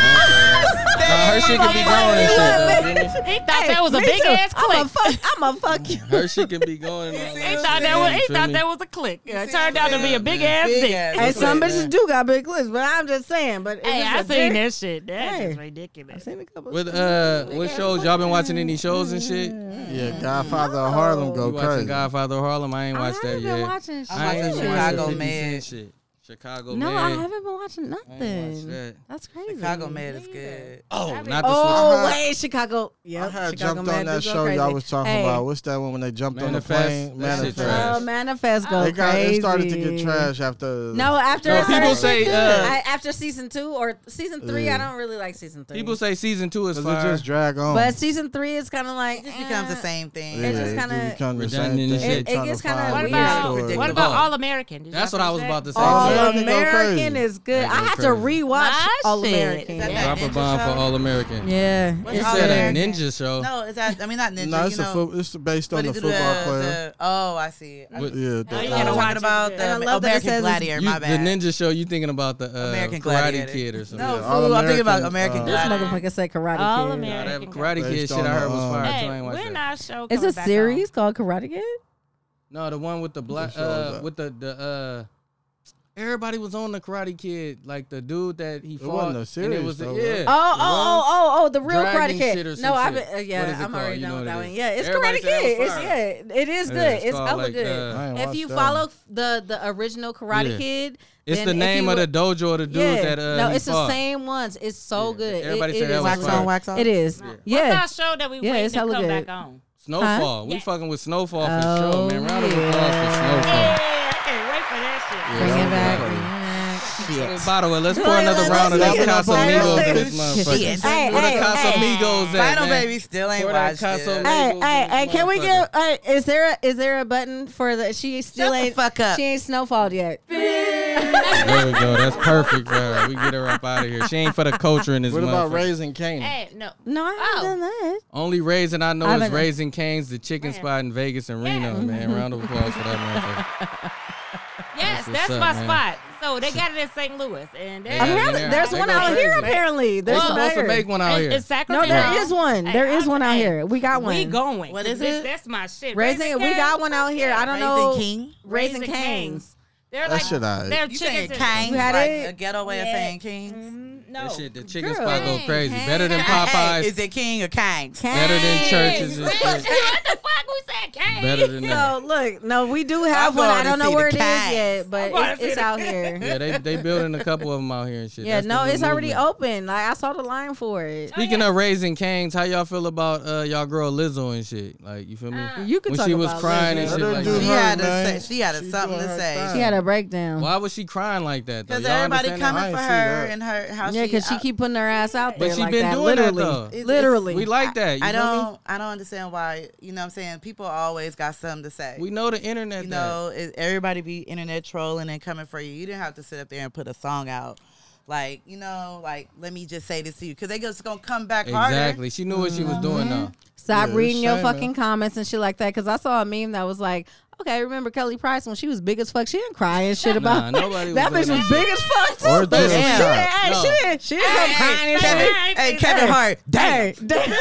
[SPEAKER 5] Nah, her shit can be going and shit. though, feel me?
[SPEAKER 9] he thought that was a big ass
[SPEAKER 4] I'm
[SPEAKER 9] click.
[SPEAKER 4] a fuck. I'm a fuck you.
[SPEAKER 5] Her shit can be going. And all
[SPEAKER 9] He
[SPEAKER 5] that.
[SPEAKER 9] thought that was
[SPEAKER 5] You
[SPEAKER 9] he
[SPEAKER 5] feel
[SPEAKER 9] thought
[SPEAKER 5] me?
[SPEAKER 9] that was a click. Yeah, it turned out to be a big ass
[SPEAKER 1] Big
[SPEAKER 9] dick.
[SPEAKER 1] ass.
[SPEAKER 4] And
[SPEAKER 1] That's
[SPEAKER 4] some
[SPEAKER 1] it.
[SPEAKER 4] bitches do got big clits, but I'm just saying. But if
[SPEAKER 9] Hey,
[SPEAKER 4] it's
[SPEAKER 9] I
[SPEAKER 4] a
[SPEAKER 9] seen
[SPEAKER 4] dick-
[SPEAKER 9] that shit. That is
[SPEAKER 4] Hey.
[SPEAKER 9] ridiculous.
[SPEAKER 4] Seen a couple.
[SPEAKER 5] With uh, what shows y'all been watching? Any shows and shit?
[SPEAKER 6] Yeah, Godfather of Harlem
[SPEAKER 5] You
[SPEAKER 6] go
[SPEAKER 5] watching
[SPEAKER 6] crazy.
[SPEAKER 5] Godfather of Harlem? I ain't
[SPEAKER 4] I
[SPEAKER 5] watched that
[SPEAKER 4] haven't
[SPEAKER 5] yet.
[SPEAKER 4] been watching shit.
[SPEAKER 5] I ain't
[SPEAKER 1] watching
[SPEAKER 5] even watched the
[SPEAKER 1] Chicago
[SPEAKER 5] 50
[SPEAKER 1] Med.
[SPEAKER 5] Cent shit. Chicago
[SPEAKER 4] No,
[SPEAKER 5] Med.
[SPEAKER 4] I haven't been watching
[SPEAKER 5] ain't watched
[SPEAKER 4] nothing.
[SPEAKER 5] that.
[SPEAKER 4] That's crazy.
[SPEAKER 1] Chicago Med is good.
[SPEAKER 5] Oh, not the
[SPEAKER 4] Oh
[SPEAKER 6] I had-
[SPEAKER 4] wait, Chicago. Yeah,
[SPEAKER 6] I had
[SPEAKER 4] Chicago
[SPEAKER 6] jumped
[SPEAKER 4] Man
[SPEAKER 6] on
[SPEAKER 4] do
[SPEAKER 6] that
[SPEAKER 4] go
[SPEAKER 6] show
[SPEAKER 4] crazy.
[SPEAKER 6] y'all was talking
[SPEAKER 4] Hey,
[SPEAKER 6] about. What's that one when they jumped on
[SPEAKER 5] Manifest.
[SPEAKER 6] the plane?
[SPEAKER 5] That shit
[SPEAKER 6] Manifest.
[SPEAKER 5] trash.
[SPEAKER 4] Oh, manifest go
[SPEAKER 6] It got
[SPEAKER 4] crazy.
[SPEAKER 6] it started to get trash after.
[SPEAKER 4] No, after
[SPEAKER 5] No,
[SPEAKER 4] it started
[SPEAKER 5] people
[SPEAKER 4] to
[SPEAKER 5] say,
[SPEAKER 4] get good.
[SPEAKER 5] uh,
[SPEAKER 4] I, after season two or season three, I
[SPEAKER 6] Yeah. Oh.
[SPEAKER 4] don't really like season three.
[SPEAKER 5] People say season two is
[SPEAKER 6] Does
[SPEAKER 5] fire.
[SPEAKER 6] it just drag on?
[SPEAKER 4] but season three is kind of like
[SPEAKER 1] It just becomes the
[SPEAKER 4] eh.
[SPEAKER 1] same thing.
[SPEAKER 6] Yeah,
[SPEAKER 4] it just
[SPEAKER 6] it
[SPEAKER 4] kinda-
[SPEAKER 6] do become the same
[SPEAKER 5] Redundant and
[SPEAKER 6] thing.
[SPEAKER 5] shit.
[SPEAKER 6] They
[SPEAKER 4] It
[SPEAKER 6] tryna
[SPEAKER 4] gets kinda
[SPEAKER 6] find
[SPEAKER 9] What
[SPEAKER 4] weird.
[SPEAKER 6] a
[SPEAKER 9] about
[SPEAKER 6] story.
[SPEAKER 9] what about
[SPEAKER 5] Oh.
[SPEAKER 9] All American? Did
[SPEAKER 5] That's
[SPEAKER 9] y'all
[SPEAKER 5] what I
[SPEAKER 9] catch
[SPEAKER 5] was
[SPEAKER 9] that?
[SPEAKER 5] about to say.
[SPEAKER 4] All
[SPEAKER 5] too.
[SPEAKER 6] American Oh, go
[SPEAKER 4] American
[SPEAKER 6] crazy.
[SPEAKER 4] is good.
[SPEAKER 5] That
[SPEAKER 4] I
[SPEAKER 5] go
[SPEAKER 4] have to
[SPEAKER 5] crazy.
[SPEAKER 4] rewatch
[SPEAKER 9] My
[SPEAKER 4] All
[SPEAKER 9] shit.
[SPEAKER 4] American.
[SPEAKER 1] Is that
[SPEAKER 4] Yeah.
[SPEAKER 1] that-
[SPEAKER 5] Drop a
[SPEAKER 1] Ninja
[SPEAKER 5] bomb for
[SPEAKER 1] show?
[SPEAKER 5] All American.
[SPEAKER 4] Yeah.
[SPEAKER 1] What's
[SPEAKER 5] You
[SPEAKER 4] It's
[SPEAKER 1] All
[SPEAKER 5] said a
[SPEAKER 1] American?
[SPEAKER 5] ninja show.
[SPEAKER 1] No, is that I mean not ninja.
[SPEAKER 6] No, it's
[SPEAKER 1] you
[SPEAKER 6] a
[SPEAKER 1] know,
[SPEAKER 6] fo- it's based on
[SPEAKER 1] but
[SPEAKER 6] the
[SPEAKER 1] it do
[SPEAKER 6] football
[SPEAKER 1] the-
[SPEAKER 6] player.
[SPEAKER 1] the- oh, I see. I-
[SPEAKER 5] What-
[SPEAKER 9] Oh,
[SPEAKER 6] Yeah,
[SPEAKER 9] you
[SPEAKER 6] the,
[SPEAKER 1] I'm
[SPEAKER 9] gotta
[SPEAKER 6] uh,
[SPEAKER 9] watch
[SPEAKER 1] talking about
[SPEAKER 9] it. And
[SPEAKER 4] I
[SPEAKER 1] the
[SPEAKER 4] love that it
[SPEAKER 1] American
[SPEAKER 4] says-
[SPEAKER 1] Gladiator.
[SPEAKER 5] You-
[SPEAKER 1] My bad.
[SPEAKER 5] The ninja show. You thinking about the uh,
[SPEAKER 1] American
[SPEAKER 5] Karate
[SPEAKER 1] Gladiator.
[SPEAKER 5] Kid or something?
[SPEAKER 1] No,
[SPEAKER 6] Yeah,
[SPEAKER 1] fool, I'm thinking about
[SPEAKER 6] All-American,
[SPEAKER 1] American
[SPEAKER 6] uh,
[SPEAKER 4] This
[SPEAKER 1] Gladiator.
[SPEAKER 4] motherfucker said Karate
[SPEAKER 9] All
[SPEAKER 4] Kid.
[SPEAKER 5] Nah, that
[SPEAKER 9] American.
[SPEAKER 5] Karate Kid shit
[SPEAKER 6] Based on
[SPEAKER 5] I
[SPEAKER 6] the,
[SPEAKER 5] heard was
[SPEAKER 6] uh,
[SPEAKER 5] fire.
[SPEAKER 9] Hey,
[SPEAKER 5] too. I ain't watched
[SPEAKER 9] when
[SPEAKER 5] that.
[SPEAKER 9] our show
[SPEAKER 4] It's a
[SPEAKER 9] comes back
[SPEAKER 4] series called Karate Kid.
[SPEAKER 5] No, the one with the black
[SPEAKER 6] show is
[SPEAKER 5] uh,
[SPEAKER 6] that?
[SPEAKER 5] with the the uh, Everybody was on the Karate Kid, like the dude that he fought.
[SPEAKER 6] wasn't a
[SPEAKER 5] and
[SPEAKER 6] series,
[SPEAKER 5] was
[SPEAKER 6] though,
[SPEAKER 5] yeah.
[SPEAKER 6] right?
[SPEAKER 4] Oh, oh, oh, oh, the real
[SPEAKER 5] Dragon
[SPEAKER 4] Karate
[SPEAKER 5] shit or
[SPEAKER 4] Kid.
[SPEAKER 5] some
[SPEAKER 4] No,
[SPEAKER 5] shit.
[SPEAKER 4] I've been, uh,
[SPEAKER 5] What is
[SPEAKER 4] yeah,
[SPEAKER 5] it
[SPEAKER 4] I'm
[SPEAKER 5] called?
[SPEAKER 4] already
[SPEAKER 5] You know
[SPEAKER 4] done
[SPEAKER 5] what
[SPEAKER 4] with that
[SPEAKER 5] it
[SPEAKER 4] one.
[SPEAKER 5] is.
[SPEAKER 4] Yeah, it's
[SPEAKER 5] Everybody
[SPEAKER 4] Karate
[SPEAKER 5] said it was
[SPEAKER 4] Kid. It's
[SPEAKER 5] fire.
[SPEAKER 4] yeah, it is
[SPEAKER 5] Yeah,
[SPEAKER 4] good.
[SPEAKER 5] it's
[SPEAKER 4] It's,
[SPEAKER 5] called,
[SPEAKER 4] hella
[SPEAKER 5] like,
[SPEAKER 4] good.
[SPEAKER 5] uh,
[SPEAKER 6] I ain't
[SPEAKER 4] if
[SPEAKER 6] watched
[SPEAKER 4] you
[SPEAKER 6] that
[SPEAKER 4] follow
[SPEAKER 6] one.
[SPEAKER 4] f- the the original Karate
[SPEAKER 5] Yeah.
[SPEAKER 4] Kid,
[SPEAKER 5] It's
[SPEAKER 4] then
[SPEAKER 5] the
[SPEAKER 4] if
[SPEAKER 5] name
[SPEAKER 4] you
[SPEAKER 5] of the
[SPEAKER 4] look-
[SPEAKER 5] dojo or the dude
[SPEAKER 4] yeah.
[SPEAKER 5] that uh,
[SPEAKER 4] no,
[SPEAKER 5] he
[SPEAKER 4] it's the
[SPEAKER 5] fought.
[SPEAKER 4] same ones. It's so
[SPEAKER 5] Yeah.
[SPEAKER 4] good.
[SPEAKER 5] Everybody
[SPEAKER 4] It-
[SPEAKER 5] said
[SPEAKER 4] it
[SPEAKER 5] that
[SPEAKER 4] is
[SPEAKER 5] was
[SPEAKER 4] good.
[SPEAKER 5] Wax on,
[SPEAKER 1] wax off?
[SPEAKER 4] It is.
[SPEAKER 9] What's
[SPEAKER 4] Yeah.
[SPEAKER 9] our show that we
[SPEAKER 4] Yeah,
[SPEAKER 9] waiting
[SPEAKER 4] it's
[SPEAKER 9] to
[SPEAKER 4] hella
[SPEAKER 9] come
[SPEAKER 4] good.
[SPEAKER 9] back on?
[SPEAKER 5] Snowfall. We fucking with Snowfall for
[SPEAKER 4] Oh,
[SPEAKER 5] sure, man. Round of applause
[SPEAKER 4] yeah.
[SPEAKER 5] for
[SPEAKER 9] Yeah,
[SPEAKER 5] Snowfall.
[SPEAKER 9] I can't wait for that shit.
[SPEAKER 6] that was
[SPEAKER 4] Bring it back.
[SPEAKER 6] fire.
[SPEAKER 4] Bring it back.
[SPEAKER 5] Let's bottle it. Let's
[SPEAKER 4] Go
[SPEAKER 5] pour
[SPEAKER 4] ahead,
[SPEAKER 5] another
[SPEAKER 4] let's-
[SPEAKER 5] round of
[SPEAKER 4] let's
[SPEAKER 5] that
[SPEAKER 4] make it a
[SPEAKER 5] Casamigos in this
[SPEAKER 4] party.
[SPEAKER 5] motherfucker.
[SPEAKER 1] Shit.
[SPEAKER 4] Hey,
[SPEAKER 5] Where
[SPEAKER 4] hey,
[SPEAKER 5] the Casamigos at, man?
[SPEAKER 1] Final baby
[SPEAKER 5] [LAUGHS]
[SPEAKER 1] still ain't
[SPEAKER 5] Where that
[SPEAKER 1] watched
[SPEAKER 5] Casamigos
[SPEAKER 1] it.
[SPEAKER 4] Hey,
[SPEAKER 5] in
[SPEAKER 4] hey,
[SPEAKER 5] this
[SPEAKER 4] hey! Can we
[SPEAKER 5] motherfucker?
[SPEAKER 4] get? Hey, is there a, is there a button for the? She still
[SPEAKER 1] the
[SPEAKER 4] ain't
[SPEAKER 1] fuck up.
[SPEAKER 4] She ain't snowfalled yet.
[SPEAKER 5] There we go. That's perfect, bro. We get her up out of here. She ain't for the culture in this
[SPEAKER 6] What
[SPEAKER 5] motherfucker.
[SPEAKER 6] about raising Canaan?
[SPEAKER 9] Hey, no.
[SPEAKER 4] No, I haven't
[SPEAKER 9] Oh.
[SPEAKER 4] done that.
[SPEAKER 5] Only raisin I know
[SPEAKER 4] I
[SPEAKER 5] is
[SPEAKER 4] haven't-
[SPEAKER 5] Raising Canes, the chicken spot in Vegas and Reno, man. Round of applause for that
[SPEAKER 9] Yes,
[SPEAKER 5] That's what's
[SPEAKER 9] that's,
[SPEAKER 5] up,
[SPEAKER 9] my
[SPEAKER 5] man.
[SPEAKER 9] spot. So they got it in St. Louis, and
[SPEAKER 5] They
[SPEAKER 9] they
[SPEAKER 5] got it.
[SPEAKER 4] Apparently,
[SPEAKER 5] Yeah.
[SPEAKER 4] there's
[SPEAKER 5] They
[SPEAKER 4] one
[SPEAKER 5] go
[SPEAKER 4] out here.
[SPEAKER 5] crazy.
[SPEAKER 4] Apparently,
[SPEAKER 5] motherfucker.
[SPEAKER 4] there's
[SPEAKER 9] Well,
[SPEAKER 4] one
[SPEAKER 5] supposed
[SPEAKER 4] out
[SPEAKER 5] to
[SPEAKER 4] here.
[SPEAKER 5] make one out here.
[SPEAKER 9] It's
[SPEAKER 4] No,
[SPEAKER 9] Sacramento.
[SPEAKER 4] there is one.
[SPEAKER 9] Hey,
[SPEAKER 4] There is
[SPEAKER 9] I'm-
[SPEAKER 4] one out
[SPEAKER 9] hey,
[SPEAKER 4] here. We got one.
[SPEAKER 9] We going.
[SPEAKER 1] What is
[SPEAKER 9] This-
[SPEAKER 1] it?
[SPEAKER 9] That's my shit.
[SPEAKER 4] Raising, we got
[SPEAKER 9] Cane's?
[SPEAKER 4] one out here. I don't
[SPEAKER 1] Raising
[SPEAKER 4] know.
[SPEAKER 1] King?
[SPEAKER 4] Raising
[SPEAKER 9] Raising
[SPEAKER 4] Cane's.
[SPEAKER 9] Cane's. They're
[SPEAKER 6] That shit aight.
[SPEAKER 9] like they're
[SPEAKER 1] You saying
[SPEAKER 9] chickens.
[SPEAKER 1] Kings?
[SPEAKER 4] You had
[SPEAKER 1] like
[SPEAKER 4] it?
[SPEAKER 1] a ghetto way
[SPEAKER 9] Yeah.
[SPEAKER 1] of saying Kings?
[SPEAKER 9] Mm,
[SPEAKER 5] That
[SPEAKER 9] No.
[SPEAKER 5] shit, the chicken
[SPEAKER 4] Girl.
[SPEAKER 5] spot go crazy.
[SPEAKER 4] Hey,
[SPEAKER 5] Better than
[SPEAKER 1] Hey,
[SPEAKER 5] Popeyes.
[SPEAKER 1] is it King or Kings?
[SPEAKER 5] Better than churches and
[SPEAKER 9] Hey, [LAUGHS]
[SPEAKER 5] shit.
[SPEAKER 9] what the fuck? We said
[SPEAKER 4] [LAUGHS]
[SPEAKER 9] Cane's.
[SPEAKER 5] Better than that.
[SPEAKER 4] So look, no, we do have
[SPEAKER 1] I'm
[SPEAKER 4] one.
[SPEAKER 1] going
[SPEAKER 4] I
[SPEAKER 1] to
[SPEAKER 4] don't know
[SPEAKER 1] see
[SPEAKER 4] where it
[SPEAKER 1] the
[SPEAKER 4] is
[SPEAKER 1] cats.
[SPEAKER 4] yet, but
[SPEAKER 9] I'm going to
[SPEAKER 4] it's,
[SPEAKER 9] see
[SPEAKER 4] it's
[SPEAKER 9] the
[SPEAKER 4] out here.
[SPEAKER 5] [LAUGHS] Yeah, they they building a couple of them out here and shit.
[SPEAKER 4] Yeah,
[SPEAKER 5] That's the
[SPEAKER 4] no,
[SPEAKER 5] new
[SPEAKER 4] it's already
[SPEAKER 5] movement.
[SPEAKER 4] open. Like I saw the line for it.
[SPEAKER 5] Speaking of raising canes, how y'all feel about uh y'all girl Lizzo and shit? Like [LAUGHS] you feel me?
[SPEAKER 4] You can
[SPEAKER 5] when
[SPEAKER 4] talk
[SPEAKER 5] she was
[SPEAKER 4] about
[SPEAKER 5] crying
[SPEAKER 4] Lizzo.
[SPEAKER 5] and shit
[SPEAKER 6] Let her
[SPEAKER 5] like
[SPEAKER 6] do
[SPEAKER 5] that.
[SPEAKER 1] She
[SPEAKER 6] her,
[SPEAKER 1] had a
[SPEAKER 6] man.
[SPEAKER 1] se- she had a
[SPEAKER 6] She's
[SPEAKER 1] something
[SPEAKER 6] doing
[SPEAKER 1] to
[SPEAKER 6] her
[SPEAKER 1] say.
[SPEAKER 6] thing.
[SPEAKER 4] She had a breakdown.
[SPEAKER 5] Why was she crying like that? though?
[SPEAKER 1] Because
[SPEAKER 5] Y'all
[SPEAKER 1] everybody
[SPEAKER 5] understand that?
[SPEAKER 6] I
[SPEAKER 1] coming
[SPEAKER 6] ain't
[SPEAKER 1] for
[SPEAKER 6] see
[SPEAKER 1] her
[SPEAKER 6] that.
[SPEAKER 1] and her how
[SPEAKER 4] Yeah,
[SPEAKER 1] she.
[SPEAKER 4] because she
[SPEAKER 1] uh,
[SPEAKER 4] keep putting her ass out
[SPEAKER 5] But
[SPEAKER 4] there
[SPEAKER 5] she
[SPEAKER 4] like
[SPEAKER 5] been
[SPEAKER 4] that.
[SPEAKER 5] doing that, though.
[SPEAKER 4] literally,
[SPEAKER 1] It's-
[SPEAKER 4] literally.
[SPEAKER 5] We like that. You
[SPEAKER 1] I
[SPEAKER 5] feel me?
[SPEAKER 1] don't. I don't understand why. You know, what I'm saying people always got something to say.
[SPEAKER 5] We know the internet.
[SPEAKER 1] you
[SPEAKER 5] that.
[SPEAKER 1] know, it, everybody be internet trolling and coming for you. You didn't have to sit up there and put a song out. Like, you know, like, let me just say this to you. Because they just going to come back harder.
[SPEAKER 5] Exactly. She knew what she was doing though.
[SPEAKER 4] Stop
[SPEAKER 6] Yeah,
[SPEAKER 4] reading
[SPEAKER 6] it's
[SPEAKER 4] your
[SPEAKER 6] shame,
[SPEAKER 4] fucking
[SPEAKER 6] man.
[SPEAKER 4] comments and shit like that. Because I saw a meme that was like, okay, remember Kelly Price when she was big as fuck? She didn't cry and shit about
[SPEAKER 5] nobody
[SPEAKER 4] that
[SPEAKER 5] was
[SPEAKER 4] bitch
[SPEAKER 5] doing
[SPEAKER 4] was
[SPEAKER 5] that.
[SPEAKER 4] big as fuck too.
[SPEAKER 6] Or throw a
[SPEAKER 4] She
[SPEAKER 6] shot.
[SPEAKER 4] didn't- hey,
[SPEAKER 5] No.
[SPEAKER 4] she didn't. She didn't come crying and shit.
[SPEAKER 1] Hey, Kevin
[SPEAKER 4] Hey,
[SPEAKER 1] Hart.
[SPEAKER 4] damn.
[SPEAKER 6] Damn.
[SPEAKER 4] Hey,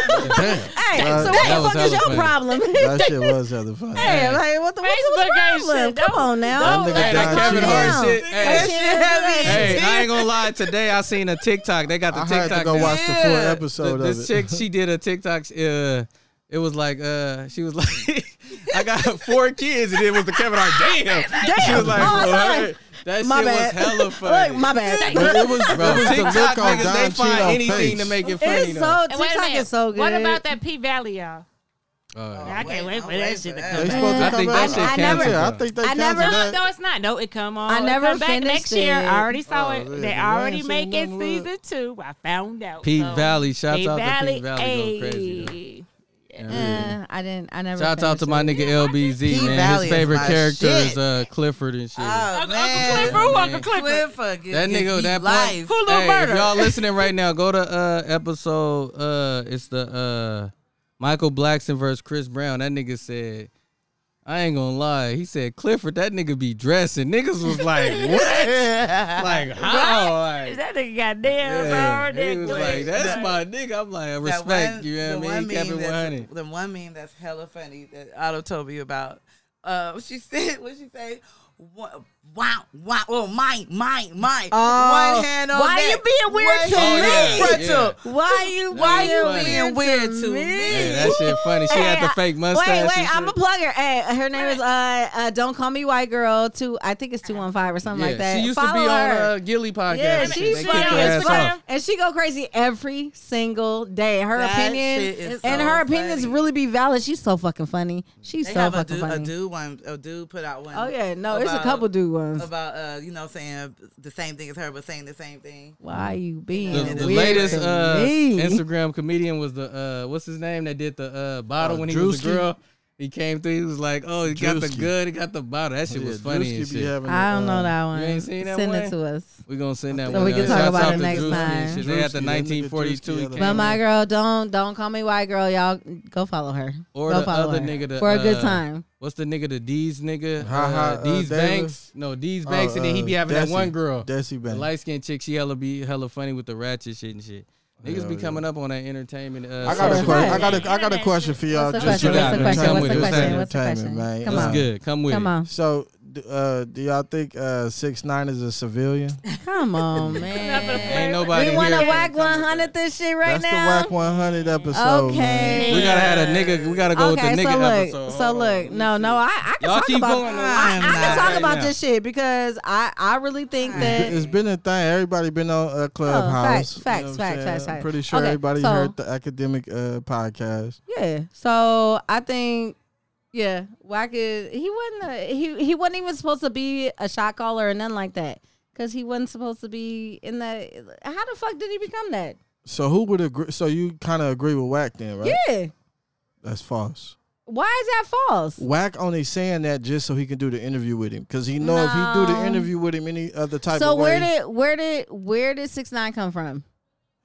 [SPEAKER 6] Uh,
[SPEAKER 4] so what
[SPEAKER 5] that
[SPEAKER 4] the
[SPEAKER 5] was
[SPEAKER 4] fuck is
[SPEAKER 5] hella
[SPEAKER 4] your
[SPEAKER 5] funny.
[SPEAKER 4] problem? [LAUGHS]
[SPEAKER 6] That shit was other fun.
[SPEAKER 4] hey, like what the what's
[SPEAKER 9] Facebook
[SPEAKER 4] the
[SPEAKER 9] ain't
[SPEAKER 4] problem?
[SPEAKER 9] shit.
[SPEAKER 4] Come
[SPEAKER 9] Don't-
[SPEAKER 4] on now.
[SPEAKER 9] don't
[SPEAKER 6] That nigga
[SPEAKER 5] Hey, that
[SPEAKER 6] Don
[SPEAKER 5] Kevin
[SPEAKER 6] Cheadle.
[SPEAKER 5] Hart shit.
[SPEAKER 1] That
[SPEAKER 5] Hey,
[SPEAKER 1] shit heavy.
[SPEAKER 5] hey, I ain't gonna lie. Today I seen a TikTok. They got the
[SPEAKER 6] I
[SPEAKER 5] TikTok.
[SPEAKER 6] had to go
[SPEAKER 5] now.
[SPEAKER 6] watch the full episode
[SPEAKER 5] Th-
[SPEAKER 6] of
[SPEAKER 5] this
[SPEAKER 6] it.
[SPEAKER 5] chick, she did a TikTok. Uh, it was like, uh, she was like, [LAUGHS] I got four kids, and it was the Kevin Hart. Damn, [LAUGHS] She was like,
[SPEAKER 4] Oh, I was
[SPEAKER 5] "What?"
[SPEAKER 4] like,
[SPEAKER 5] that
[SPEAKER 4] my
[SPEAKER 5] shit
[SPEAKER 4] bad.
[SPEAKER 5] was hella funny.
[SPEAKER 4] [LAUGHS] Look, my bad.
[SPEAKER 6] But it was,
[SPEAKER 5] Bro,
[SPEAKER 6] it was the
[SPEAKER 5] TikTok
[SPEAKER 6] look on
[SPEAKER 5] niggas,
[SPEAKER 6] Don
[SPEAKER 5] they find
[SPEAKER 6] Cheadle's
[SPEAKER 5] anything
[SPEAKER 6] face.
[SPEAKER 5] to make it funny.
[SPEAKER 4] [LAUGHS] It's
[SPEAKER 5] though.
[SPEAKER 4] so
[SPEAKER 9] And wait a
[SPEAKER 4] TikTok
[SPEAKER 9] minute.
[SPEAKER 4] is so good.
[SPEAKER 9] What about that P Valley, y'all?
[SPEAKER 5] All right.
[SPEAKER 9] I can't wait for that shit to come
[SPEAKER 6] They
[SPEAKER 9] back.
[SPEAKER 6] supposed to
[SPEAKER 5] I
[SPEAKER 6] come
[SPEAKER 5] think that
[SPEAKER 6] out.
[SPEAKER 5] shit
[SPEAKER 4] I never-
[SPEAKER 5] canceled.
[SPEAKER 6] Yeah, I think they
[SPEAKER 4] I never-
[SPEAKER 6] canceled
[SPEAKER 9] No,
[SPEAKER 6] that.
[SPEAKER 9] no, it's not. No, it come on.
[SPEAKER 4] I
[SPEAKER 9] It
[SPEAKER 4] never
[SPEAKER 9] come back
[SPEAKER 4] finished
[SPEAKER 9] next year. I
[SPEAKER 4] it.
[SPEAKER 9] already saw
[SPEAKER 6] Oh,
[SPEAKER 9] it.
[SPEAKER 6] really?
[SPEAKER 9] They
[SPEAKER 6] I ain't
[SPEAKER 9] already
[SPEAKER 6] seen
[SPEAKER 9] making
[SPEAKER 6] nothing with
[SPEAKER 9] season
[SPEAKER 6] it.
[SPEAKER 9] two. I found out.
[SPEAKER 5] Peak
[SPEAKER 9] So,
[SPEAKER 5] Valley. Shouts out to
[SPEAKER 9] ayy.
[SPEAKER 5] Peak Valley. Going crazy.
[SPEAKER 4] Eh, I didn't. I never.
[SPEAKER 5] Shout out to
[SPEAKER 4] finished
[SPEAKER 5] my
[SPEAKER 4] it.
[SPEAKER 5] nigga LBZ,
[SPEAKER 1] P
[SPEAKER 5] man.
[SPEAKER 1] Valley
[SPEAKER 5] His
[SPEAKER 1] is
[SPEAKER 5] favorite
[SPEAKER 1] my
[SPEAKER 5] character
[SPEAKER 1] shit.
[SPEAKER 5] is uh, Clifford and shit.
[SPEAKER 1] Oh,
[SPEAKER 9] Uncle
[SPEAKER 1] man.
[SPEAKER 9] Clifford,
[SPEAKER 5] man.
[SPEAKER 9] Uncle Clifford.
[SPEAKER 1] Clifford. gives-
[SPEAKER 5] That
[SPEAKER 1] gives
[SPEAKER 5] nigga,
[SPEAKER 1] me
[SPEAKER 5] that blunt-
[SPEAKER 1] life.
[SPEAKER 9] Who little
[SPEAKER 5] Hey, if
[SPEAKER 9] murder?
[SPEAKER 5] y'all listening right now, go to uh episode uh it's the uh Michael Blackson versus Chris Brown. That nigga said, I ain't gonna lie. He said Clifford, that nigga be dressing. Niggas was like, what?
[SPEAKER 1] [LAUGHS]
[SPEAKER 5] like how?
[SPEAKER 9] Is that nigga goddamn
[SPEAKER 5] Like,
[SPEAKER 9] hard?
[SPEAKER 5] yeah. He was like, that's my nigga. I'm like, I
[SPEAKER 1] That
[SPEAKER 5] respect
[SPEAKER 1] one-
[SPEAKER 5] you. know
[SPEAKER 1] the
[SPEAKER 5] what I mean? He
[SPEAKER 1] one
[SPEAKER 5] kept it
[SPEAKER 1] meme that's- [LAUGHS]
[SPEAKER 5] 100.
[SPEAKER 1] The one meme that's hella funny that Otto told me about. Uh, [LAUGHS] she said, what she say? Wha- Wow, wow, oh, mine, mine, mine.
[SPEAKER 4] Oh,
[SPEAKER 1] one hand on
[SPEAKER 4] why
[SPEAKER 1] that,
[SPEAKER 4] you being weird
[SPEAKER 1] one
[SPEAKER 4] to
[SPEAKER 1] hand
[SPEAKER 5] me?
[SPEAKER 1] on
[SPEAKER 5] Oh, yeah,
[SPEAKER 1] frontal.
[SPEAKER 4] Why you? Why
[SPEAKER 5] was
[SPEAKER 4] you
[SPEAKER 5] funny.
[SPEAKER 4] being weird to me?
[SPEAKER 5] Hey,
[SPEAKER 4] [LAUGHS]
[SPEAKER 5] that shit funny. She had the
[SPEAKER 4] I-
[SPEAKER 5] fake mustache.
[SPEAKER 4] Wait,
[SPEAKER 5] and
[SPEAKER 4] wait, I'm a
[SPEAKER 5] shit.
[SPEAKER 4] plugger. Hey, her name is uh, uh Don't Call Me White Girl two I think it's two one five or something
[SPEAKER 5] Yeah,
[SPEAKER 4] like that.
[SPEAKER 5] She used
[SPEAKER 4] Follow
[SPEAKER 5] to be on
[SPEAKER 4] her.
[SPEAKER 5] uh, Gilly podcast.
[SPEAKER 4] yeah,
[SPEAKER 5] and shit.
[SPEAKER 4] she's
[SPEAKER 5] They
[SPEAKER 9] funny
[SPEAKER 5] kicked her
[SPEAKER 9] as
[SPEAKER 5] ass
[SPEAKER 9] fuck.
[SPEAKER 5] off.
[SPEAKER 4] and she go crazy every single day. Her
[SPEAKER 1] That shit
[SPEAKER 4] opinion
[SPEAKER 1] is
[SPEAKER 4] and
[SPEAKER 1] so
[SPEAKER 4] her opinions
[SPEAKER 1] funny.
[SPEAKER 4] really be valid. She's so fucking funny. She's
[SPEAKER 1] They
[SPEAKER 4] so
[SPEAKER 1] have a
[SPEAKER 4] fucking
[SPEAKER 1] dude, a
[SPEAKER 4] funny.
[SPEAKER 1] dude one, a dude put out one.
[SPEAKER 4] oh yeah, no, it's a
[SPEAKER 1] about-
[SPEAKER 4] couple dude ones.
[SPEAKER 1] about uh, you know, saying the same thing as her, but saying the same thing.
[SPEAKER 4] Why you being
[SPEAKER 5] The,
[SPEAKER 1] Yeah,
[SPEAKER 5] the
[SPEAKER 4] weird
[SPEAKER 5] latest
[SPEAKER 4] to
[SPEAKER 5] uh,
[SPEAKER 4] me?
[SPEAKER 5] Instagram comedian was the uh, what's his name that did the uh, bottle
[SPEAKER 6] Oh,
[SPEAKER 5] when he was a
[SPEAKER 6] Drewski?
[SPEAKER 5] girl. He came through. He was like, "Oh, he got the
[SPEAKER 6] Drewski.
[SPEAKER 5] good. He got the bottle. That shit
[SPEAKER 6] Yeah,
[SPEAKER 5] was funny."
[SPEAKER 6] Drewski
[SPEAKER 5] and
[SPEAKER 6] be
[SPEAKER 5] shit.
[SPEAKER 6] having
[SPEAKER 4] I don't
[SPEAKER 6] the,
[SPEAKER 4] know
[SPEAKER 6] uh,
[SPEAKER 4] that one.
[SPEAKER 5] ain't seen that
[SPEAKER 4] Send
[SPEAKER 5] one?
[SPEAKER 4] it to us.
[SPEAKER 5] We gonna send that.
[SPEAKER 6] We
[SPEAKER 5] one
[SPEAKER 6] can
[SPEAKER 5] out.
[SPEAKER 6] talk
[SPEAKER 5] Shouts
[SPEAKER 6] about
[SPEAKER 5] out
[SPEAKER 6] it
[SPEAKER 5] to
[SPEAKER 6] next
[SPEAKER 5] Drewski and
[SPEAKER 4] time.
[SPEAKER 5] shit. They had the
[SPEAKER 6] Drewski, that nigga
[SPEAKER 5] 1942.
[SPEAKER 6] Drewski
[SPEAKER 5] he
[SPEAKER 6] had a-
[SPEAKER 5] came
[SPEAKER 4] But
[SPEAKER 5] in.
[SPEAKER 4] my girl, don't don't call me white girl, y'all. Go follow her.
[SPEAKER 5] or
[SPEAKER 4] go
[SPEAKER 5] the
[SPEAKER 4] follow
[SPEAKER 5] other
[SPEAKER 4] her
[SPEAKER 5] nigga that,
[SPEAKER 4] for a good
[SPEAKER 5] uh,
[SPEAKER 4] time.
[SPEAKER 5] What's the nigga? The D's nigga.
[SPEAKER 6] Ha ha,
[SPEAKER 5] uh, D's
[SPEAKER 6] uh,
[SPEAKER 5] Banks. No, D's Banks, and then he be having that
[SPEAKER 6] Desi-
[SPEAKER 5] one girl.
[SPEAKER 6] Desi
[SPEAKER 5] The
[SPEAKER 6] Banks.
[SPEAKER 5] light skinned chick, she hella be hella funny with the ratchet shit and shit. Niggas
[SPEAKER 6] Hell
[SPEAKER 5] be
[SPEAKER 6] yeah.
[SPEAKER 5] coming up on that entertainment. Uh,
[SPEAKER 6] I got, a
[SPEAKER 4] Right.
[SPEAKER 6] que- I, got
[SPEAKER 9] Right.
[SPEAKER 6] a, I got a question for y'all.
[SPEAKER 4] What's the
[SPEAKER 6] just
[SPEAKER 5] question?
[SPEAKER 6] for
[SPEAKER 5] What's the
[SPEAKER 6] entertainment.
[SPEAKER 5] question? What's the
[SPEAKER 6] Just
[SPEAKER 5] question?
[SPEAKER 4] What's the
[SPEAKER 6] entertainment,
[SPEAKER 4] question?
[SPEAKER 6] man.
[SPEAKER 4] Come
[SPEAKER 6] Uh,
[SPEAKER 5] That's
[SPEAKER 4] on.
[SPEAKER 5] good. Come with
[SPEAKER 4] Come
[SPEAKER 5] it.
[SPEAKER 4] on.
[SPEAKER 6] So th- d- uh, do y'all think uh, six nine is a civilian?
[SPEAKER 4] Come on, [LAUGHS] man.
[SPEAKER 5] Ain't nobody
[SPEAKER 4] We want to
[SPEAKER 5] here.
[SPEAKER 4] whack 100 this shit right
[SPEAKER 6] That's
[SPEAKER 4] now.
[SPEAKER 6] the Whack One Hundred episode. man.
[SPEAKER 4] Okay.
[SPEAKER 5] We gotta have a nigga. We gotta go
[SPEAKER 4] okay,
[SPEAKER 5] with the nigga
[SPEAKER 4] so look,
[SPEAKER 5] episode.
[SPEAKER 4] so
[SPEAKER 5] Hold on.
[SPEAKER 4] look, no, no, I, I can
[SPEAKER 5] Y'all
[SPEAKER 4] talk
[SPEAKER 5] keep
[SPEAKER 4] about,
[SPEAKER 5] going.
[SPEAKER 4] I, I
[SPEAKER 5] I'm
[SPEAKER 4] can
[SPEAKER 5] not
[SPEAKER 4] talk
[SPEAKER 5] right
[SPEAKER 4] about
[SPEAKER 5] now.
[SPEAKER 4] this shit because I, I really think that
[SPEAKER 6] It's been a thing. Everybody been on uh, Clubhouse.
[SPEAKER 4] Oh, facts, facts,
[SPEAKER 6] what I'm
[SPEAKER 4] facts,
[SPEAKER 6] saying?
[SPEAKER 4] facts,
[SPEAKER 6] I'm
[SPEAKER 4] facts.
[SPEAKER 6] pretty sure
[SPEAKER 4] Okay,
[SPEAKER 6] everybody
[SPEAKER 4] so-
[SPEAKER 6] heard the academic uh, podcast.
[SPEAKER 4] Yeah. So I think, yeah, Wack is he wasn't a, he he wasn't even supposed to be a shot caller or nothing like that because he wasn't supposed to be in that. How the fuck did he become that?
[SPEAKER 6] So who would agree? So you kind of agree with Whack then, right?
[SPEAKER 4] Yeah.
[SPEAKER 6] That's false.
[SPEAKER 4] Why is that false?
[SPEAKER 6] Whack only saying that just so he can do the interview with him, because he know if he do the
[SPEAKER 4] No.
[SPEAKER 6] interview with him any other type
[SPEAKER 4] So
[SPEAKER 6] of
[SPEAKER 4] where
[SPEAKER 6] way,
[SPEAKER 4] did where did where did six nine come from?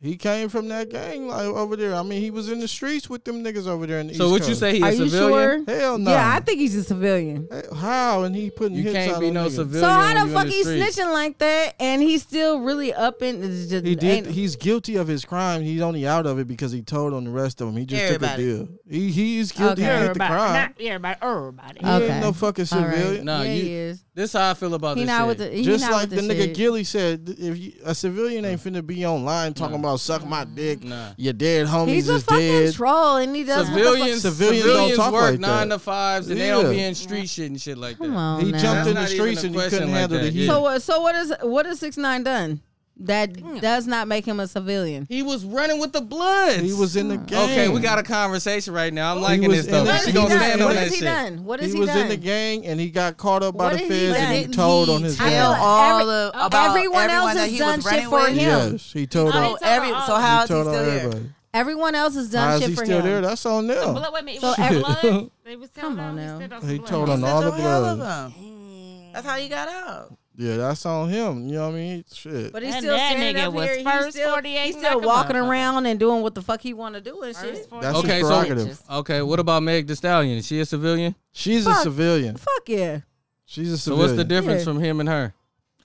[SPEAKER 6] he came from that gang like over there. I mean, he was in the streets with them niggas over there in the
[SPEAKER 5] So
[SPEAKER 6] East
[SPEAKER 5] would you
[SPEAKER 6] Coast.
[SPEAKER 5] say he's
[SPEAKER 4] Are
[SPEAKER 5] a
[SPEAKER 4] you
[SPEAKER 5] civilian?
[SPEAKER 4] sure?
[SPEAKER 6] Hell no.
[SPEAKER 4] Yeah, I think he's a civilian.
[SPEAKER 6] Hey, How and he putting
[SPEAKER 5] You
[SPEAKER 6] hits
[SPEAKER 5] can't
[SPEAKER 6] out
[SPEAKER 5] be
[SPEAKER 6] on
[SPEAKER 5] no
[SPEAKER 6] niggas.
[SPEAKER 5] civilian.
[SPEAKER 4] So how
[SPEAKER 5] when
[SPEAKER 4] the
[SPEAKER 5] you in
[SPEAKER 4] fuck he
[SPEAKER 5] street.
[SPEAKER 4] snitching like that and he's still really up in? it's just-
[SPEAKER 6] He did.
[SPEAKER 4] ain't-
[SPEAKER 6] He's guilty of his crime. He's only out of it because he told on the rest of them. He just
[SPEAKER 1] Everybody.
[SPEAKER 6] took a deal. He he's guilty.
[SPEAKER 4] Okay.
[SPEAKER 6] He did the crime.
[SPEAKER 9] Not everybody, everybody.
[SPEAKER 6] He
[SPEAKER 4] Okay.
[SPEAKER 6] ain't no fucking
[SPEAKER 4] All right.
[SPEAKER 6] civilian.
[SPEAKER 5] Nah,
[SPEAKER 4] yeah,
[SPEAKER 5] you-
[SPEAKER 4] he is.
[SPEAKER 5] This how I feel about
[SPEAKER 4] He
[SPEAKER 5] this.
[SPEAKER 4] not
[SPEAKER 5] shit.
[SPEAKER 4] with the. He
[SPEAKER 6] Just
[SPEAKER 4] not
[SPEAKER 6] like the
[SPEAKER 4] with
[SPEAKER 6] nigga
[SPEAKER 4] shit.
[SPEAKER 6] Gilly said, th- if you, a civilian ain't finna be online talking about suck my dick,
[SPEAKER 5] Nah.
[SPEAKER 6] your dead homies
[SPEAKER 4] He's a
[SPEAKER 6] is
[SPEAKER 4] fucking
[SPEAKER 6] dead.
[SPEAKER 4] troll, and he does what the fuck-
[SPEAKER 5] Civilians,
[SPEAKER 6] Civilians
[SPEAKER 5] civilians,
[SPEAKER 6] don't talk
[SPEAKER 5] work
[SPEAKER 6] like that.
[SPEAKER 5] nine to fives and they don't be
[SPEAKER 6] Yeah.
[SPEAKER 5] in street shit and shit like that.
[SPEAKER 4] Come on
[SPEAKER 6] he
[SPEAKER 4] now.
[SPEAKER 6] jumped in the
[SPEAKER 5] That's not
[SPEAKER 6] streets
[SPEAKER 5] even a
[SPEAKER 6] and he
[SPEAKER 5] question
[SPEAKER 6] couldn't
[SPEAKER 5] like
[SPEAKER 6] handle
[SPEAKER 5] that,
[SPEAKER 6] the heat.
[SPEAKER 5] yeah.
[SPEAKER 4] So what? So what is what is six nine done? That does not make him a civilian.
[SPEAKER 5] He was running with the bloods.
[SPEAKER 6] he was in the
[SPEAKER 4] Hmm.
[SPEAKER 6] game.
[SPEAKER 5] Okay, we got a conversation right now. I'm liking
[SPEAKER 6] was
[SPEAKER 5] this though.
[SPEAKER 6] in the-
[SPEAKER 4] What
[SPEAKER 5] She
[SPEAKER 4] has he
[SPEAKER 5] gonna
[SPEAKER 4] done?
[SPEAKER 5] stand on
[SPEAKER 4] What
[SPEAKER 5] that
[SPEAKER 4] has he
[SPEAKER 5] shit.
[SPEAKER 4] done? What has
[SPEAKER 6] He
[SPEAKER 4] he,
[SPEAKER 6] was
[SPEAKER 4] done?
[SPEAKER 6] in the gang and he got caught up by
[SPEAKER 4] What
[SPEAKER 6] the
[SPEAKER 4] did he
[SPEAKER 6] feds and he
[SPEAKER 4] done?
[SPEAKER 6] told on his
[SPEAKER 1] I feel
[SPEAKER 6] gang.
[SPEAKER 4] like
[SPEAKER 1] all
[SPEAKER 4] every-
[SPEAKER 1] of
[SPEAKER 4] okay.
[SPEAKER 1] about
[SPEAKER 4] Everyone
[SPEAKER 1] everyone
[SPEAKER 4] else
[SPEAKER 1] that
[SPEAKER 4] has
[SPEAKER 1] he
[SPEAKER 4] done
[SPEAKER 1] was
[SPEAKER 4] shit
[SPEAKER 1] running
[SPEAKER 4] for
[SPEAKER 1] with.
[SPEAKER 4] him.
[SPEAKER 6] Yes, he told
[SPEAKER 1] Oh,
[SPEAKER 6] on.
[SPEAKER 9] told
[SPEAKER 1] every,
[SPEAKER 9] all-
[SPEAKER 1] so how
[SPEAKER 6] he
[SPEAKER 1] is he
[SPEAKER 6] told
[SPEAKER 1] still
[SPEAKER 6] on
[SPEAKER 1] here?
[SPEAKER 6] everybody.
[SPEAKER 4] Everyone else has done
[SPEAKER 6] How is
[SPEAKER 4] shit
[SPEAKER 6] he
[SPEAKER 4] for
[SPEAKER 6] still
[SPEAKER 4] him.
[SPEAKER 6] there? That's on them.
[SPEAKER 9] Blood, wait a minute, it
[SPEAKER 4] So
[SPEAKER 9] was
[SPEAKER 4] every-
[SPEAKER 9] blood. [LAUGHS] They "Oh, was
[SPEAKER 4] Come
[SPEAKER 9] telling
[SPEAKER 4] on
[SPEAKER 9] us
[SPEAKER 4] now.
[SPEAKER 9] that was
[SPEAKER 6] He
[SPEAKER 9] blood.
[SPEAKER 6] told on all the
[SPEAKER 1] Still hell
[SPEAKER 6] blood.
[SPEAKER 1] of him. That's how he got out.
[SPEAKER 6] Yeah, that's on him. You know what I mean? Shit.
[SPEAKER 4] But he's
[SPEAKER 9] And
[SPEAKER 4] still
[SPEAKER 9] that
[SPEAKER 4] standing
[SPEAKER 9] nigga
[SPEAKER 4] up
[SPEAKER 9] was
[SPEAKER 4] here. He's
[SPEAKER 9] first
[SPEAKER 4] still,
[SPEAKER 9] 48
[SPEAKER 4] he's still
[SPEAKER 9] knock 'em
[SPEAKER 4] walking
[SPEAKER 9] up.
[SPEAKER 4] around and doing what the fuck he want to do and shit.
[SPEAKER 9] First four-
[SPEAKER 6] that's
[SPEAKER 5] Okay,
[SPEAKER 6] his
[SPEAKER 5] so-
[SPEAKER 6] prerogative.
[SPEAKER 5] Okay, what about Meg the Stallion? Is she a civilian?
[SPEAKER 6] She's a
[SPEAKER 4] Fuck.
[SPEAKER 6] civilian.
[SPEAKER 4] Fuck yeah.
[SPEAKER 6] She's a
[SPEAKER 5] So
[SPEAKER 6] civilian.
[SPEAKER 5] what's the difference
[SPEAKER 4] Yeah. Uh,
[SPEAKER 5] from him and her?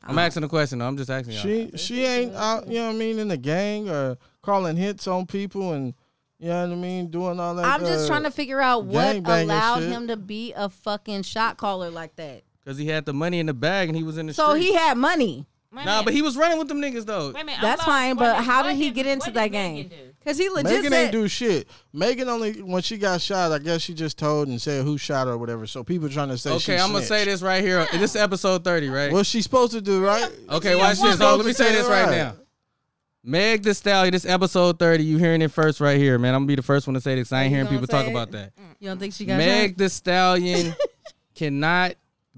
[SPEAKER 5] I'm asking a question. though. I'm just asking y'all.
[SPEAKER 6] She she ain't out. You know what I mean? In the gang or calling hits on people and you know what I mean, doing all that.
[SPEAKER 4] I'm just
[SPEAKER 6] uh,
[SPEAKER 4] trying to figure out what
[SPEAKER 6] gangbanging
[SPEAKER 4] allowed
[SPEAKER 6] shit.
[SPEAKER 4] him to be a fucking shot caller like that.
[SPEAKER 5] Because he had the money in the bag and he was in the
[SPEAKER 4] So
[SPEAKER 5] street.
[SPEAKER 4] he had money.
[SPEAKER 9] Wait a
[SPEAKER 5] Nah,
[SPEAKER 9] minute,
[SPEAKER 5] but he was running with them niggas though.
[SPEAKER 9] wait a minute, I'm
[SPEAKER 4] That's
[SPEAKER 9] lost.
[SPEAKER 4] fine,
[SPEAKER 9] Wait a
[SPEAKER 4] but
[SPEAKER 9] minute,
[SPEAKER 4] how
[SPEAKER 9] what
[SPEAKER 4] did he get into
[SPEAKER 9] what
[SPEAKER 4] that
[SPEAKER 9] did Megan
[SPEAKER 4] game?
[SPEAKER 9] do?
[SPEAKER 4] Because he legit
[SPEAKER 6] Megan
[SPEAKER 4] said,
[SPEAKER 6] ain't do shit. Megan only when she got shot, I guess she just told and said who shot her or whatever. So people trying to say she
[SPEAKER 5] Okay, I'm gonna say
[SPEAKER 6] snitched.
[SPEAKER 5] this right here. This is episode 30, right?
[SPEAKER 6] What she supposed to do, right?
[SPEAKER 5] Okay, watch this. So let me say this right
[SPEAKER 6] Right.
[SPEAKER 5] now. Meg the Stallion, this episode 30, you hearing it first right here, man. I'm gonna be the first one to say this. I ain't
[SPEAKER 4] You
[SPEAKER 5] hearing
[SPEAKER 4] gonna
[SPEAKER 5] people talk
[SPEAKER 4] say it?
[SPEAKER 5] about that.
[SPEAKER 4] you don't think she got
[SPEAKER 5] Meg
[SPEAKER 4] shot?
[SPEAKER 5] the
[SPEAKER 4] [LAUGHS]
[SPEAKER 5] Stallion cannot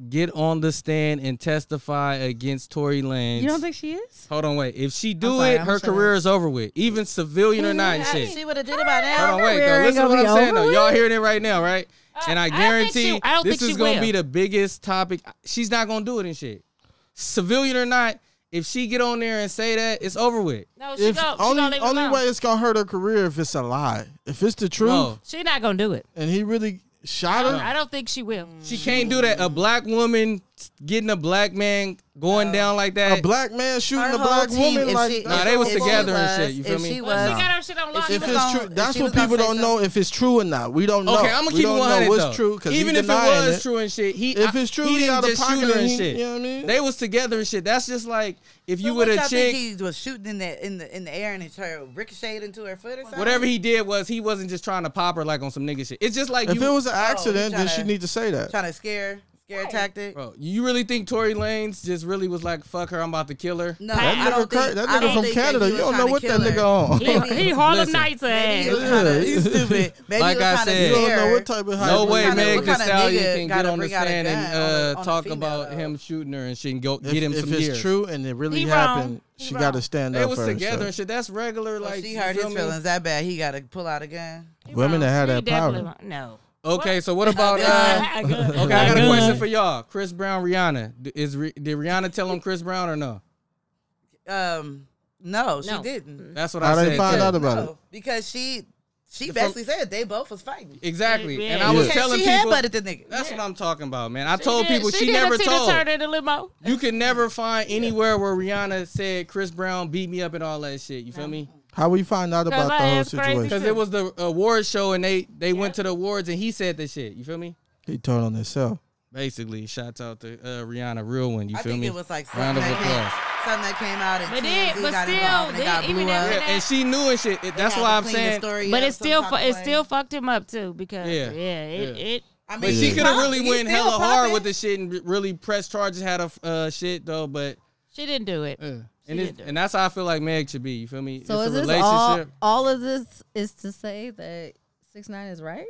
[SPEAKER 5] get on the stand and testify against Tory Lanez.
[SPEAKER 4] You don't think she is?
[SPEAKER 5] Hold on, wait. If she do
[SPEAKER 4] sorry,
[SPEAKER 5] it,
[SPEAKER 4] I'm
[SPEAKER 5] her
[SPEAKER 4] shutting
[SPEAKER 5] career is over with. Even civilian or not and shit.
[SPEAKER 1] She would have did it by now.
[SPEAKER 5] Hold on, wait
[SPEAKER 4] career
[SPEAKER 5] though.
[SPEAKER 4] ain't
[SPEAKER 5] Listen to
[SPEAKER 4] gonna
[SPEAKER 5] what I'm
[SPEAKER 4] be
[SPEAKER 5] saying
[SPEAKER 4] over Uh,
[SPEAKER 5] though. Y'all hearing it right now, right? and I
[SPEAKER 9] I think
[SPEAKER 5] guarantee
[SPEAKER 9] she- I don't
[SPEAKER 5] this
[SPEAKER 9] think
[SPEAKER 5] is
[SPEAKER 9] she
[SPEAKER 5] gonna
[SPEAKER 9] will.
[SPEAKER 5] be the biggest topic. She's not gonna do it and shit. Civilian or not, if she get on there and say that, it's over with.
[SPEAKER 9] No, she
[SPEAKER 6] If
[SPEAKER 9] go. She gonna
[SPEAKER 6] only
[SPEAKER 9] leave
[SPEAKER 6] only
[SPEAKER 9] him
[SPEAKER 6] way
[SPEAKER 9] alone.
[SPEAKER 6] it's gonna hurt her career if it's a lie. If it's the truth
[SPEAKER 5] No,
[SPEAKER 9] She not gonna do it. Mm.
[SPEAKER 6] and he really shot her.
[SPEAKER 9] I don't think she will.
[SPEAKER 5] she can't do that. A black woman getting a black man going down like that.
[SPEAKER 6] A black man shooting
[SPEAKER 1] Her
[SPEAKER 6] a black
[SPEAKER 1] whole team,
[SPEAKER 6] woman
[SPEAKER 1] if
[SPEAKER 6] like
[SPEAKER 1] she-
[SPEAKER 5] Nah,
[SPEAKER 6] that's
[SPEAKER 5] they
[SPEAKER 6] all
[SPEAKER 5] was
[SPEAKER 6] it
[SPEAKER 1] if she
[SPEAKER 5] together and
[SPEAKER 1] was-
[SPEAKER 5] shit, you feel
[SPEAKER 1] if
[SPEAKER 5] me?
[SPEAKER 1] she
[SPEAKER 5] But
[SPEAKER 9] Well,
[SPEAKER 1] was,
[SPEAKER 9] she got her shit on lock.
[SPEAKER 1] she
[SPEAKER 6] If
[SPEAKER 1] was
[SPEAKER 6] it's
[SPEAKER 5] [LAUGHS]
[SPEAKER 1] gonna-
[SPEAKER 6] true,
[SPEAKER 1] if
[SPEAKER 6] that's
[SPEAKER 1] she
[SPEAKER 6] what
[SPEAKER 1] was gonna
[SPEAKER 6] people
[SPEAKER 1] say
[SPEAKER 6] don't know
[SPEAKER 1] something-
[SPEAKER 6] if it's true or not. We don't know.
[SPEAKER 5] Okay, I'm gonna
[SPEAKER 6] We
[SPEAKER 5] keep
[SPEAKER 6] don't
[SPEAKER 5] it 100
[SPEAKER 6] know what's
[SPEAKER 5] though.
[SPEAKER 6] true because
[SPEAKER 5] Even if it was true and shit, he
[SPEAKER 6] If
[SPEAKER 5] I-
[SPEAKER 6] it's true,
[SPEAKER 5] he
[SPEAKER 6] he
[SPEAKER 5] didn't
[SPEAKER 6] outta
[SPEAKER 5] just
[SPEAKER 6] pocket
[SPEAKER 5] shoot her
[SPEAKER 6] and
[SPEAKER 5] and
[SPEAKER 6] he-
[SPEAKER 5] shit.
[SPEAKER 6] you know what I mean?
[SPEAKER 5] They was together and shit. That's just like if you
[SPEAKER 1] But
[SPEAKER 5] would
[SPEAKER 1] what
[SPEAKER 5] have
[SPEAKER 1] y'all
[SPEAKER 5] chick,
[SPEAKER 1] Think he was shooting in the in the in the air and it her ricocheted into her foot or something.
[SPEAKER 5] whatever he did was he wasn't just trying to pop her like on some nigga shit. It's just like
[SPEAKER 6] If
[SPEAKER 5] you,
[SPEAKER 6] it was an accident, then
[SPEAKER 1] tryna-
[SPEAKER 6] she need to say that.
[SPEAKER 1] trying to scare scare tactic.
[SPEAKER 5] bro. You really think Tory Lanez just really was like fuck her? I'm about to kill her.
[SPEAKER 1] No,
[SPEAKER 9] That
[SPEAKER 1] I
[SPEAKER 6] That
[SPEAKER 1] don't
[SPEAKER 6] nigga, cra-
[SPEAKER 1] think,
[SPEAKER 6] that
[SPEAKER 1] I
[SPEAKER 6] nigga
[SPEAKER 1] don't
[SPEAKER 6] from
[SPEAKER 1] think that he
[SPEAKER 6] Canada,
[SPEAKER 1] was
[SPEAKER 6] you don't know
[SPEAKER 1] trying to
[SPEAKER 6] what that
[SPEAKER 1] kill her.
[SPEAKER 6] nigga on.
[SPEAKER 9] He, he Harlem
[SPEAKER 5] Listen.
[SPEAKER 9] Nights
[SPEAKER 1] Maybe
[SPEAKER 9] ass.
[SPEAKER 1] he was
[SPEAKER 6] [LAUGHS]
[SPEAKER 1] trying to, he's stupid. Maybe
[SPEAKER 5] Like
[SPEAKER 1] he was
[SPEAKER 5] I
[SPEAKER 1] trying to
[SPEAKER 5] said-
[SPEAKER 6] You don't know
[SPEAKER 1] scare
[SPEAKER 6] what type of
[SPEAKER 5] No
[SPEAKER 6] hybrid-
[SPEAKER 5] way,
[SPEAKER 1] kinda-
[SPEAKER 5] Meg
[SPEAKER 1] what
[SPEAKER 5] the
[SPEAKER 1] kinda
[SPEAKER 5] Stallion
[SPEAKER 1] nigga
[SPEAKER 5] can get
[SPEAKER 1] gotta
[SPEAKER 5] on the
[SPEAKER 1] bring out a
[SPEAKER 5] stand and
[SPEAKER 1] gun on a-
[SPEAKER 5] uh,
[SPEAKER 1] on a
[SPEAKER 5] talk
[SPEAKER 1] female,
[SPEAKER 5] about
[SPEAKER 1] though?
[SPEAKER 5] him shooting her and she can go
[SPEAKER 6] If,
[SPEAKER 5] get him
[SPEAKER 6] if
[SPEAKER 5] some
[SPEAKER 6] it's
[SPEAKER 5] years.
[SPEAKER 6] true and it really
[SPEAKER 9] He wrong.
[SPEAKER 6] happened,
[SPEAKER 9] He
[SPEAKER 6] she
[SPEAKER 9] wrong.
[SPEAKER 6] got to stand
[SPEAKER 5] They
[SPEAKER 6] up
[SPEAKER 5] was
[SPEAKER 6] for
[SPEAKER 5] together and
[SPEAKER 6] herself.
[SPEAKER 5] shit. That's regular.
[SPEAKER 1] Well,
[SPEAKER 5] Like
[SPEAKER 1] she
[SPEAKER 5] you
[SPEAKER 1] hurt his
[SPEAKER 5] feel me?
[SPEAKER 1] feelings that bad. He got to pull out a gun.
[SPEAKER 5] [LAUGHS]
[SPEAKER 6] Women that had
[SPEAKER 9] She
[SPEAKER 6] that
[SPEAKER 9] definitely
[SPEAKER 6] power.
[SPEAKER 9] wrong. No.
[SPEAKER 5] Okay, so what
[SPEAKER 1] [LAUGHS]
[SPEAKER 5] about? Uh, okay, I got a question for y'all. Chris Brown, Rihanna. D- Is Ri- did Rihanna tell on Chris Brown or no?
[SPEAKER 1] Um, no, she
[SPEAKER 9] No.
[SPEAKER 1] didn't.
[SPEAKER 5] That's what
[SPEAKER 6] How
[SPEAKER 5] I
[SPEAKER 6] they
[SPEAKER 5] said.
[SPEAKER 6] find
[SPEAKER 5] too.
[SPEAKER 6] out about it?
[SPEAKER 1] No, because she she basically said they both was fighting.
[SPEAKER 5] Exactly, and I
[SPEAKER 9] Yeah.
[SPEAKER 5] was
[SPEAKER 1] She-
[SPEAKER 5] telling
[SPEAKER 1] she
[SPEAKER 5] people.
[SPEAKER 1] headbutted the nigga.
[SPEAKER 5] That's what I'm talking about, man. I told people she, never
[SPEAKER 9] did a
[SPEAKER 5] told.
[SPEAKER 9] Turner in the limo.
[SPEAKER 5] You can never find anywhere where Rihanna said Chris Brown beat me up and all that shit. You feel me?
[SPEAKER 6] How we find out about
[SPEAKER 9] I
[SPEAKER 6] the whole
[SPEAKER 9] asked crazy
[SPEAKER 6] situation?
[SPEAKER 5] Because
[SPEAKER 9] Yeah.
[SPEAKER 5] it was the awards show and they they went to the awards and he said this shit. You feel me?
[SPEAKER 6] He told on himself.
[SPEAKER 5] Basically, shout out to uh, Rihanna, real one. You
[SPEAKER 1] I
[SPEAKER 5] feel
[SPEAKER 1] think
[SPEAKER 5] me?
[SPEAKER 1] it was like something
[SPEAKER 5] round of
[SPEAKER 1] that,
[SPEAKER 5] applause.
[SPEAKER 1] came, something that came out and
[SPEAKER 9] But
[SPEAKER 1] TMZ
[SPEAKER 9] it- but
[SPEAKER 1] got
[SPEAKER 9] still,
[SPEAKER 1] involved and it
[SPEAKER 9] they-
[SPEAKER 1] got
[SPEAKER 9] even
[SPEAKER 1] blew
[SPEAKER 9] if
[SPEAKER 1] up.
[SPEAKER 9] they-
[SPEAKER 5] Yeah, and she knew and shit. It-
[SPEAKER 1] They
[SPEAKER 5] That's
[SPEAKER 1] had
[SPEAKER 5] why
[SPEAKER 1] to
[SPEAKER 5] I'm
[SPEAKER 1] clean the
[SPEAKER 5] saying.
[SPEAKER 1] story
[SPEAKER 9] But
[SPEAKER 1] up
[SPEAKER 9] it's
[SPEAKER 1] some
[SPEAKER 9] still
[SPEAKER 1] type
[SPEAKER 9] fu-
[SPEAKER 1] of
[SPEAKER 9] it's
[SPEAKER 1] way.
[SPEAKER 9] still fucked him up too because yeah,
[SPEAKER 5] Yeah.
[SPEAKER 9] it,
[SPEAKER 5] Yeah.
[SPEAKER 9] it
[SPEAKER 1] I mean,
[SPEAKER 5] But she
[SPEAKER 1] he
[SPEAKER 5] could have
[SPEAKER 1] popped-
[SPEAKER 5] really
[SPEAKER 1] he
[SPEAKER 5] went
[SPEAKER 1] still
[SPEAKER 5] hella hard
[SPEAKER 1] popping.
[SPEAKER 5] with this shit and re- really pressed charges. Had a f- uh, shit though, but
[SPEAKER 9] she didn't do it.
[SPEAKER 5] uh, and
[SPEAKER 9] did
[SPEAKER 5] it's,
[SPEAKER 9] do
[SPEAKER 5] and that's how I feel like Meg should be. You feel me?
[SPEAKER 4] So
[SPEAKER 5] it's
[SPEAKER 4] is
[SPEAKER 5] a
[SPEAKER 4] this
[SPEAKER 5] relationship.
[SPEAKER 4] all? All of this is to say that six nine is right.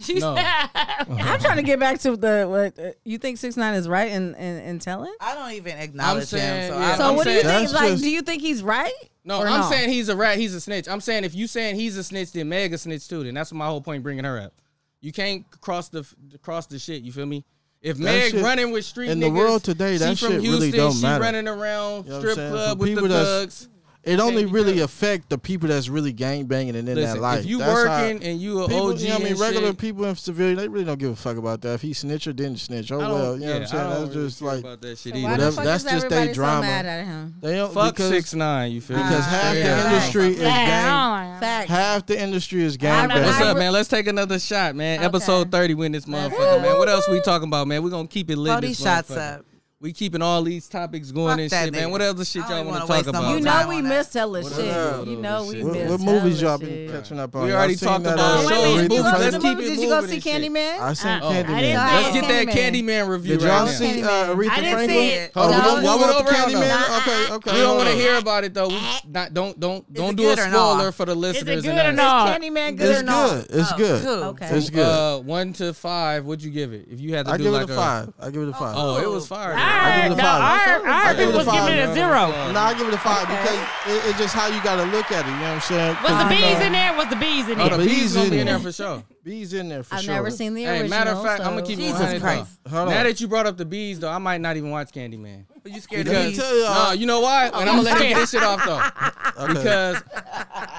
[SPEAKER 9] She
[SPEAKER 5] No.
[SPEAKER 9] said-
[SPEAKER 4] I'm trying to get back to the what uh, you think six nine is right and and, and telling.
[SPEAKER 1] I don't even acknowledge
[SPEAKER 5] saying,
[SPEAKER 1] him. So,
[SPEAKER 5] yeah.
[SPEAKER 1] I
[SPEAKER 4] So
[SPEAKER 1] don't
[SPEAKER 5] I'm
[SPEAKER 4] what do you
[SPEAKER 5] saying-
[SPEAKER 4] think?
[SPEAKER 6] That's
[SPEAKER 4] Like,
[SPEAKER 6] just-
[SPEAKER 4] do you think he's right?
[SPEAKER 5] No,
[SPEAKER 4] or
[SPEAKER 5] I'm
[SPEAKER 4] no?
[SPEAKER 5] saying he's a rat. He's a snitch. I'm saying if you saying he's a snitch, then Meg a snitch too. Then that's my whole point bringing her up. You can't cross the cross the shit. You feel me? If Meg
[SPEAKER 6] shit-
[SPEAKER 5] running with street
[SPEAKER 6] in the
[SPEAKER 5] niggas,
[SPEAKER 6] world today,
[SPEAKER 5] she
[SPEAKER 6] that
[SPEAKER 5] from
[SPEAKER 6] shit really
[SPEAKER 5] Houston,
[SPEAKER 6] don't
[SPEAKER 5] she
[SPEAKER 6] matter.
[SPEAKER 5] running around
[SPEAKER 6] You know what I'm
[SPEAKER 5] strip
[SPEAKER 6] saying?
[SPEAKER 5] club
[SPEAKER 6] For
[SPEAKER 5] with the
[SPEAKER 6] people that's-
[SPEAKER 5] thugs.
[SPEAKER 6] It only
[SPEAKER 5] be
[SPEAKER 6] really
[SPEAKER 5] good.
[SPEAKER 6] affect the people that's really gang banging and in
[SPEAKER 5] Listen,
[SPEAKER 6] that life.
[SPEAKER 5] if you
[SPEAKER 6] That's how-
[SPEAKER 5] working and you a
[SPEAKER 6] people,
[SPEAKER 5] OG
[SPEAKER 6] you know what I mean,
[SPEAKER 5] and
[SPEAKER 6] regular
[SPEAKER 5] shit,
[SPEAKER 6] people in civilian, they really don't give a fuck about that. If he snitch or didn't snitch,
[SPEAKER 5] I
[SPEAKER 6] oh
[SPEAKER 5] don't-
[SPEAKER 6] well, you know what
[SPEAKER 5] yeah,
[SPEAKER 6] I'm
[SPEAKER 5] I
[SPEAKER 6] saying.
[SPEAKER 5] don't
[SPEAKER 6] That's
[SPEAKER 5] really
[SPEAKER 6] just
[SPEAKER 5] care
[SPEAKER 6] like
[SPEAKER 5] about that shit
[SPEAKER 4] Why
[SPEAKER 5] either.
[SPEAKER 6] Whatever-
[SPEAKER 4] the fuck
[SPEAKER 6] that's
[SPEAKER 4] is
[SPEAKER 6] just they
[SPEAKER 4] everybody so
[SPEAKER 6] drama.
[SPEAKER 4] mad at him?
[SPEAKER 6] they don't
[SPEAKER 5] Fuck
[SPEAKER 6] because,
[SPEAKER 5] six nine. You feel me?
[SPEAKER 6] because half
[SPEAKER 5] Straight
[SPEAKER 6] the
[SPEAKER 5] up.
[SPEAKER 6] industry is gang.
[SPEAKER 9] Yeah, oh, yeah.
[SPEAKER 4] Fact.
[SPEAKER 6] Half the industry is gang
[SPEAKER 9] know.
[SPEAKER 5] What's
[SPEAKER 4] I
[SPEAKER 5] up,
[SPEAKER 6] banging.
[SPEAKER 4] re-
[SPEAKER 5] man? Let's take another shot, man.
[SPEAKER 4] Okay.
[SPEAKER 5] Episode 30 win this motherfucker, man. What else we talking about, man? we going to keep it lit.
[SPEAKER 1] Throw these
[SPEAKER 5] this
[SPEAKER 1] shots
[SPEAKER 5] motherfucker.
[SPEAKER 1] up.
[SPEAKER 5] We keeping all these topics going
[SPEAKER 1] Fuck
[SPEAKER 5] and
[SPEAKER 1] that
[SPEAKER 5] shit, man.
[SPEAKER 1] nigga.
[SPEAKER 5] What other shit
[SPEAKER 1] I
[SPEAKER 5] y'all
[SPEAKER 1] don't
[SPEAKER 5] want to
[SPEAKER 1] wanna
[SPEAKER 5] talk
[SPEAKER 1] waste no
[SPEAKER 5] about?
[SPEAKER 1] more
[SPEAKER 4] You
[SPEAKER 1] time
[SPEAKER 4] know we
[SPEAKER 1] on that.
[SPEAKER 4] missed hella
[SPEAKER 5] What
[SPEAKER 4] shit.
[SPEAKER 5] else?
[SPEAKER 4] You know we
[SPEAKER 6] What,
[SPEAKER 4] missed
[SPEAKER 6] what movies
[SPEAKER 4] hella
[SPEAKER 6] y'all been
[SPEAKER 4] shit.
[SPEAKER 6] catching up on?
[SPEAKER 5] We
[SPEAKER 6] Y'all
[SPEAKER 5] already
[SPEAKER 6] seen
[SPEAKER 5] talked
[SPEAKER 6] that,
[SPEAKER 5] about
[SPEAKER 6] uh,
[SPEAKER 5] it.
[SPEAKER 9] wait, wait,
[SPEAKER 5] So
[SPEAKER 9] did you
[SPEAKER 5] it's moving.
[SPEAKER 9] go to
[SPEAKER 5] Let's
[SPEAKER 9] the
[SPEAKER 5] keep
[SPEAKER 4] movies?
[SPEAKER 5] it
[SPEAKER 4] Did you go
[SPEAKER 5] moving
[SPEAKER 4] see
[SPEAKER 5] and shit.
[SPEAKER 4] Candyman?
[SPEAKER 6] I seen
[SPEAKER 9] Uh-uh. I
[SPEAKER 6] Candyman.
[SPEAKER 9] didn't
[SPEAKER 5] Let's
[SPEAKER 4] see
[SPEAKER 5] get that
[SPEAKER 4] Candyman.
[SPEAKER 5] Candyman review
[SPEAKER 6] Did y'all
[SPEAKER 5] right now.
[SPEAKER 6] see uh, Aretha
[SPEAKER 9] I didn't
[SPEAKER 6] Franklin?
[SPEAKER 9] see it.
[SPEAKER 6] Oh,
[SPEAKER 4] No.
[SPEAKER 6] y'all- y'all
[SPEAKER 5] Move it
[SPEAKER 6] want the
[SPEAKER 5] over, Aldo.
[SPEAKER 6] Candyman? Okay, okay.
[SPEAKER 5] We don't want to
[SPEAKER 6] hold on.
[SPEAKER 5] hear about it though. We not don't don't don't
[SPEAKER 1] it
[SPEAKER 5] do a
[SPEAKER 1] good or not?
[SPEAKER 5] spoiler for the
[SPEAKER 9] Is
[SPEAKER 5] listeners.
[SPEAKER 9] it good
[SPEAKER 5] and
[SPEAKER 9] or
[SPEAKER 5] us.
[SPEAKER 9] not?
[SPEAKER 4] Candyman good
[SPEAKER 6] It's
[SPEAKER 4] or not?
[SPEAKER 6] good. It's
[SPEAKER 1] Oh,
[SPEAKER 6] good.
[SPEAKER 1] cool.
[SPEAKER 4] Okay.
[SPEAKER 6] It's good.
[SPEAKER 5] Uh, one to five. What'd you give it? If you had to
[SPEAKER 6] I
[SPEAKER 5] do
[SPEAKER 6] give
[SPEAKER 5] like uh,
[SPEAKER 6] it a five. I give it a five.
[SPEAKER 5] Oh, it was fire.
[SPEAKER 9] I
[SPEAKER 5] though.
[SPEAKER 6] give it a
[SPEAKER 9] heard, no,
[SPEAKER 6] five.
[SPEAKER 9] I heard, I
[SPEAKER 6] I
[SPEAKER 9] heard
[SPEAKER 6] give it
[SPEAKER 9] people
[SPEAKER 6] a
[SPEAKER 9] was
[SPEAKER 6] five.
[SPEAKER 9] giving it a
[SPEAKER 5] Oh.
[SPEAKER 9] zero.
[SPEAKER 6] No, I give it a five because it, it's just how you got to look at it. You know what I'm saying?
[SPEAKER 9] Was the
[SPEAKER 6] Because, you
[SPEAKER 9] bees
[SPEAKER 6] know,
[SPEAKER 9] in there? Was the bees in
[SPEAKER 5] Oh,
[SPEAKER 6] Hold
[SPEAKER 9] there?
[SPEAKER 5] the
[SPEAKER 6] Bees
[SPEAKER 5] bees gonna
[SPEAKER 6] in
[SPEAKER 5] be in
[SPEAKER 6] there.
[SPEAKER 5] there for sure.
[SPEAKER 6] Bees in there for
[SPEAKER 4] I've
[SPEAKER 6] sure.
[SPEAKER 4] never seen the
[SPEAKER 5] Hey,
[SPEAKER 4] original.
[SPEAKER 5] matter of fact, I'm gonna keep it
[SPEAKER 1] Jesus
[SPEAKER 5] 100, though.
[SPEAKER 1] Christ.
[SPEAKER 6] Hold on.
[SPEAKER 5] Now that you brought up the bees, though, I might not even watch Candyman.
[SPEAKER 1] Are you scared
[SPEAKER 6] Let
[SPEAKER 1] of
[SPEAKER 6] me
[SPEAKER 1] these?
[SPEAKER 6] tell you,
[SPEAKER 5] No,
[SPEAKER 6] uh,
[SPEAKER 5] you know why? And I'm gonna let you get this shit off though,
[SPEAKER 6] okay.
[SPEAKER 5] because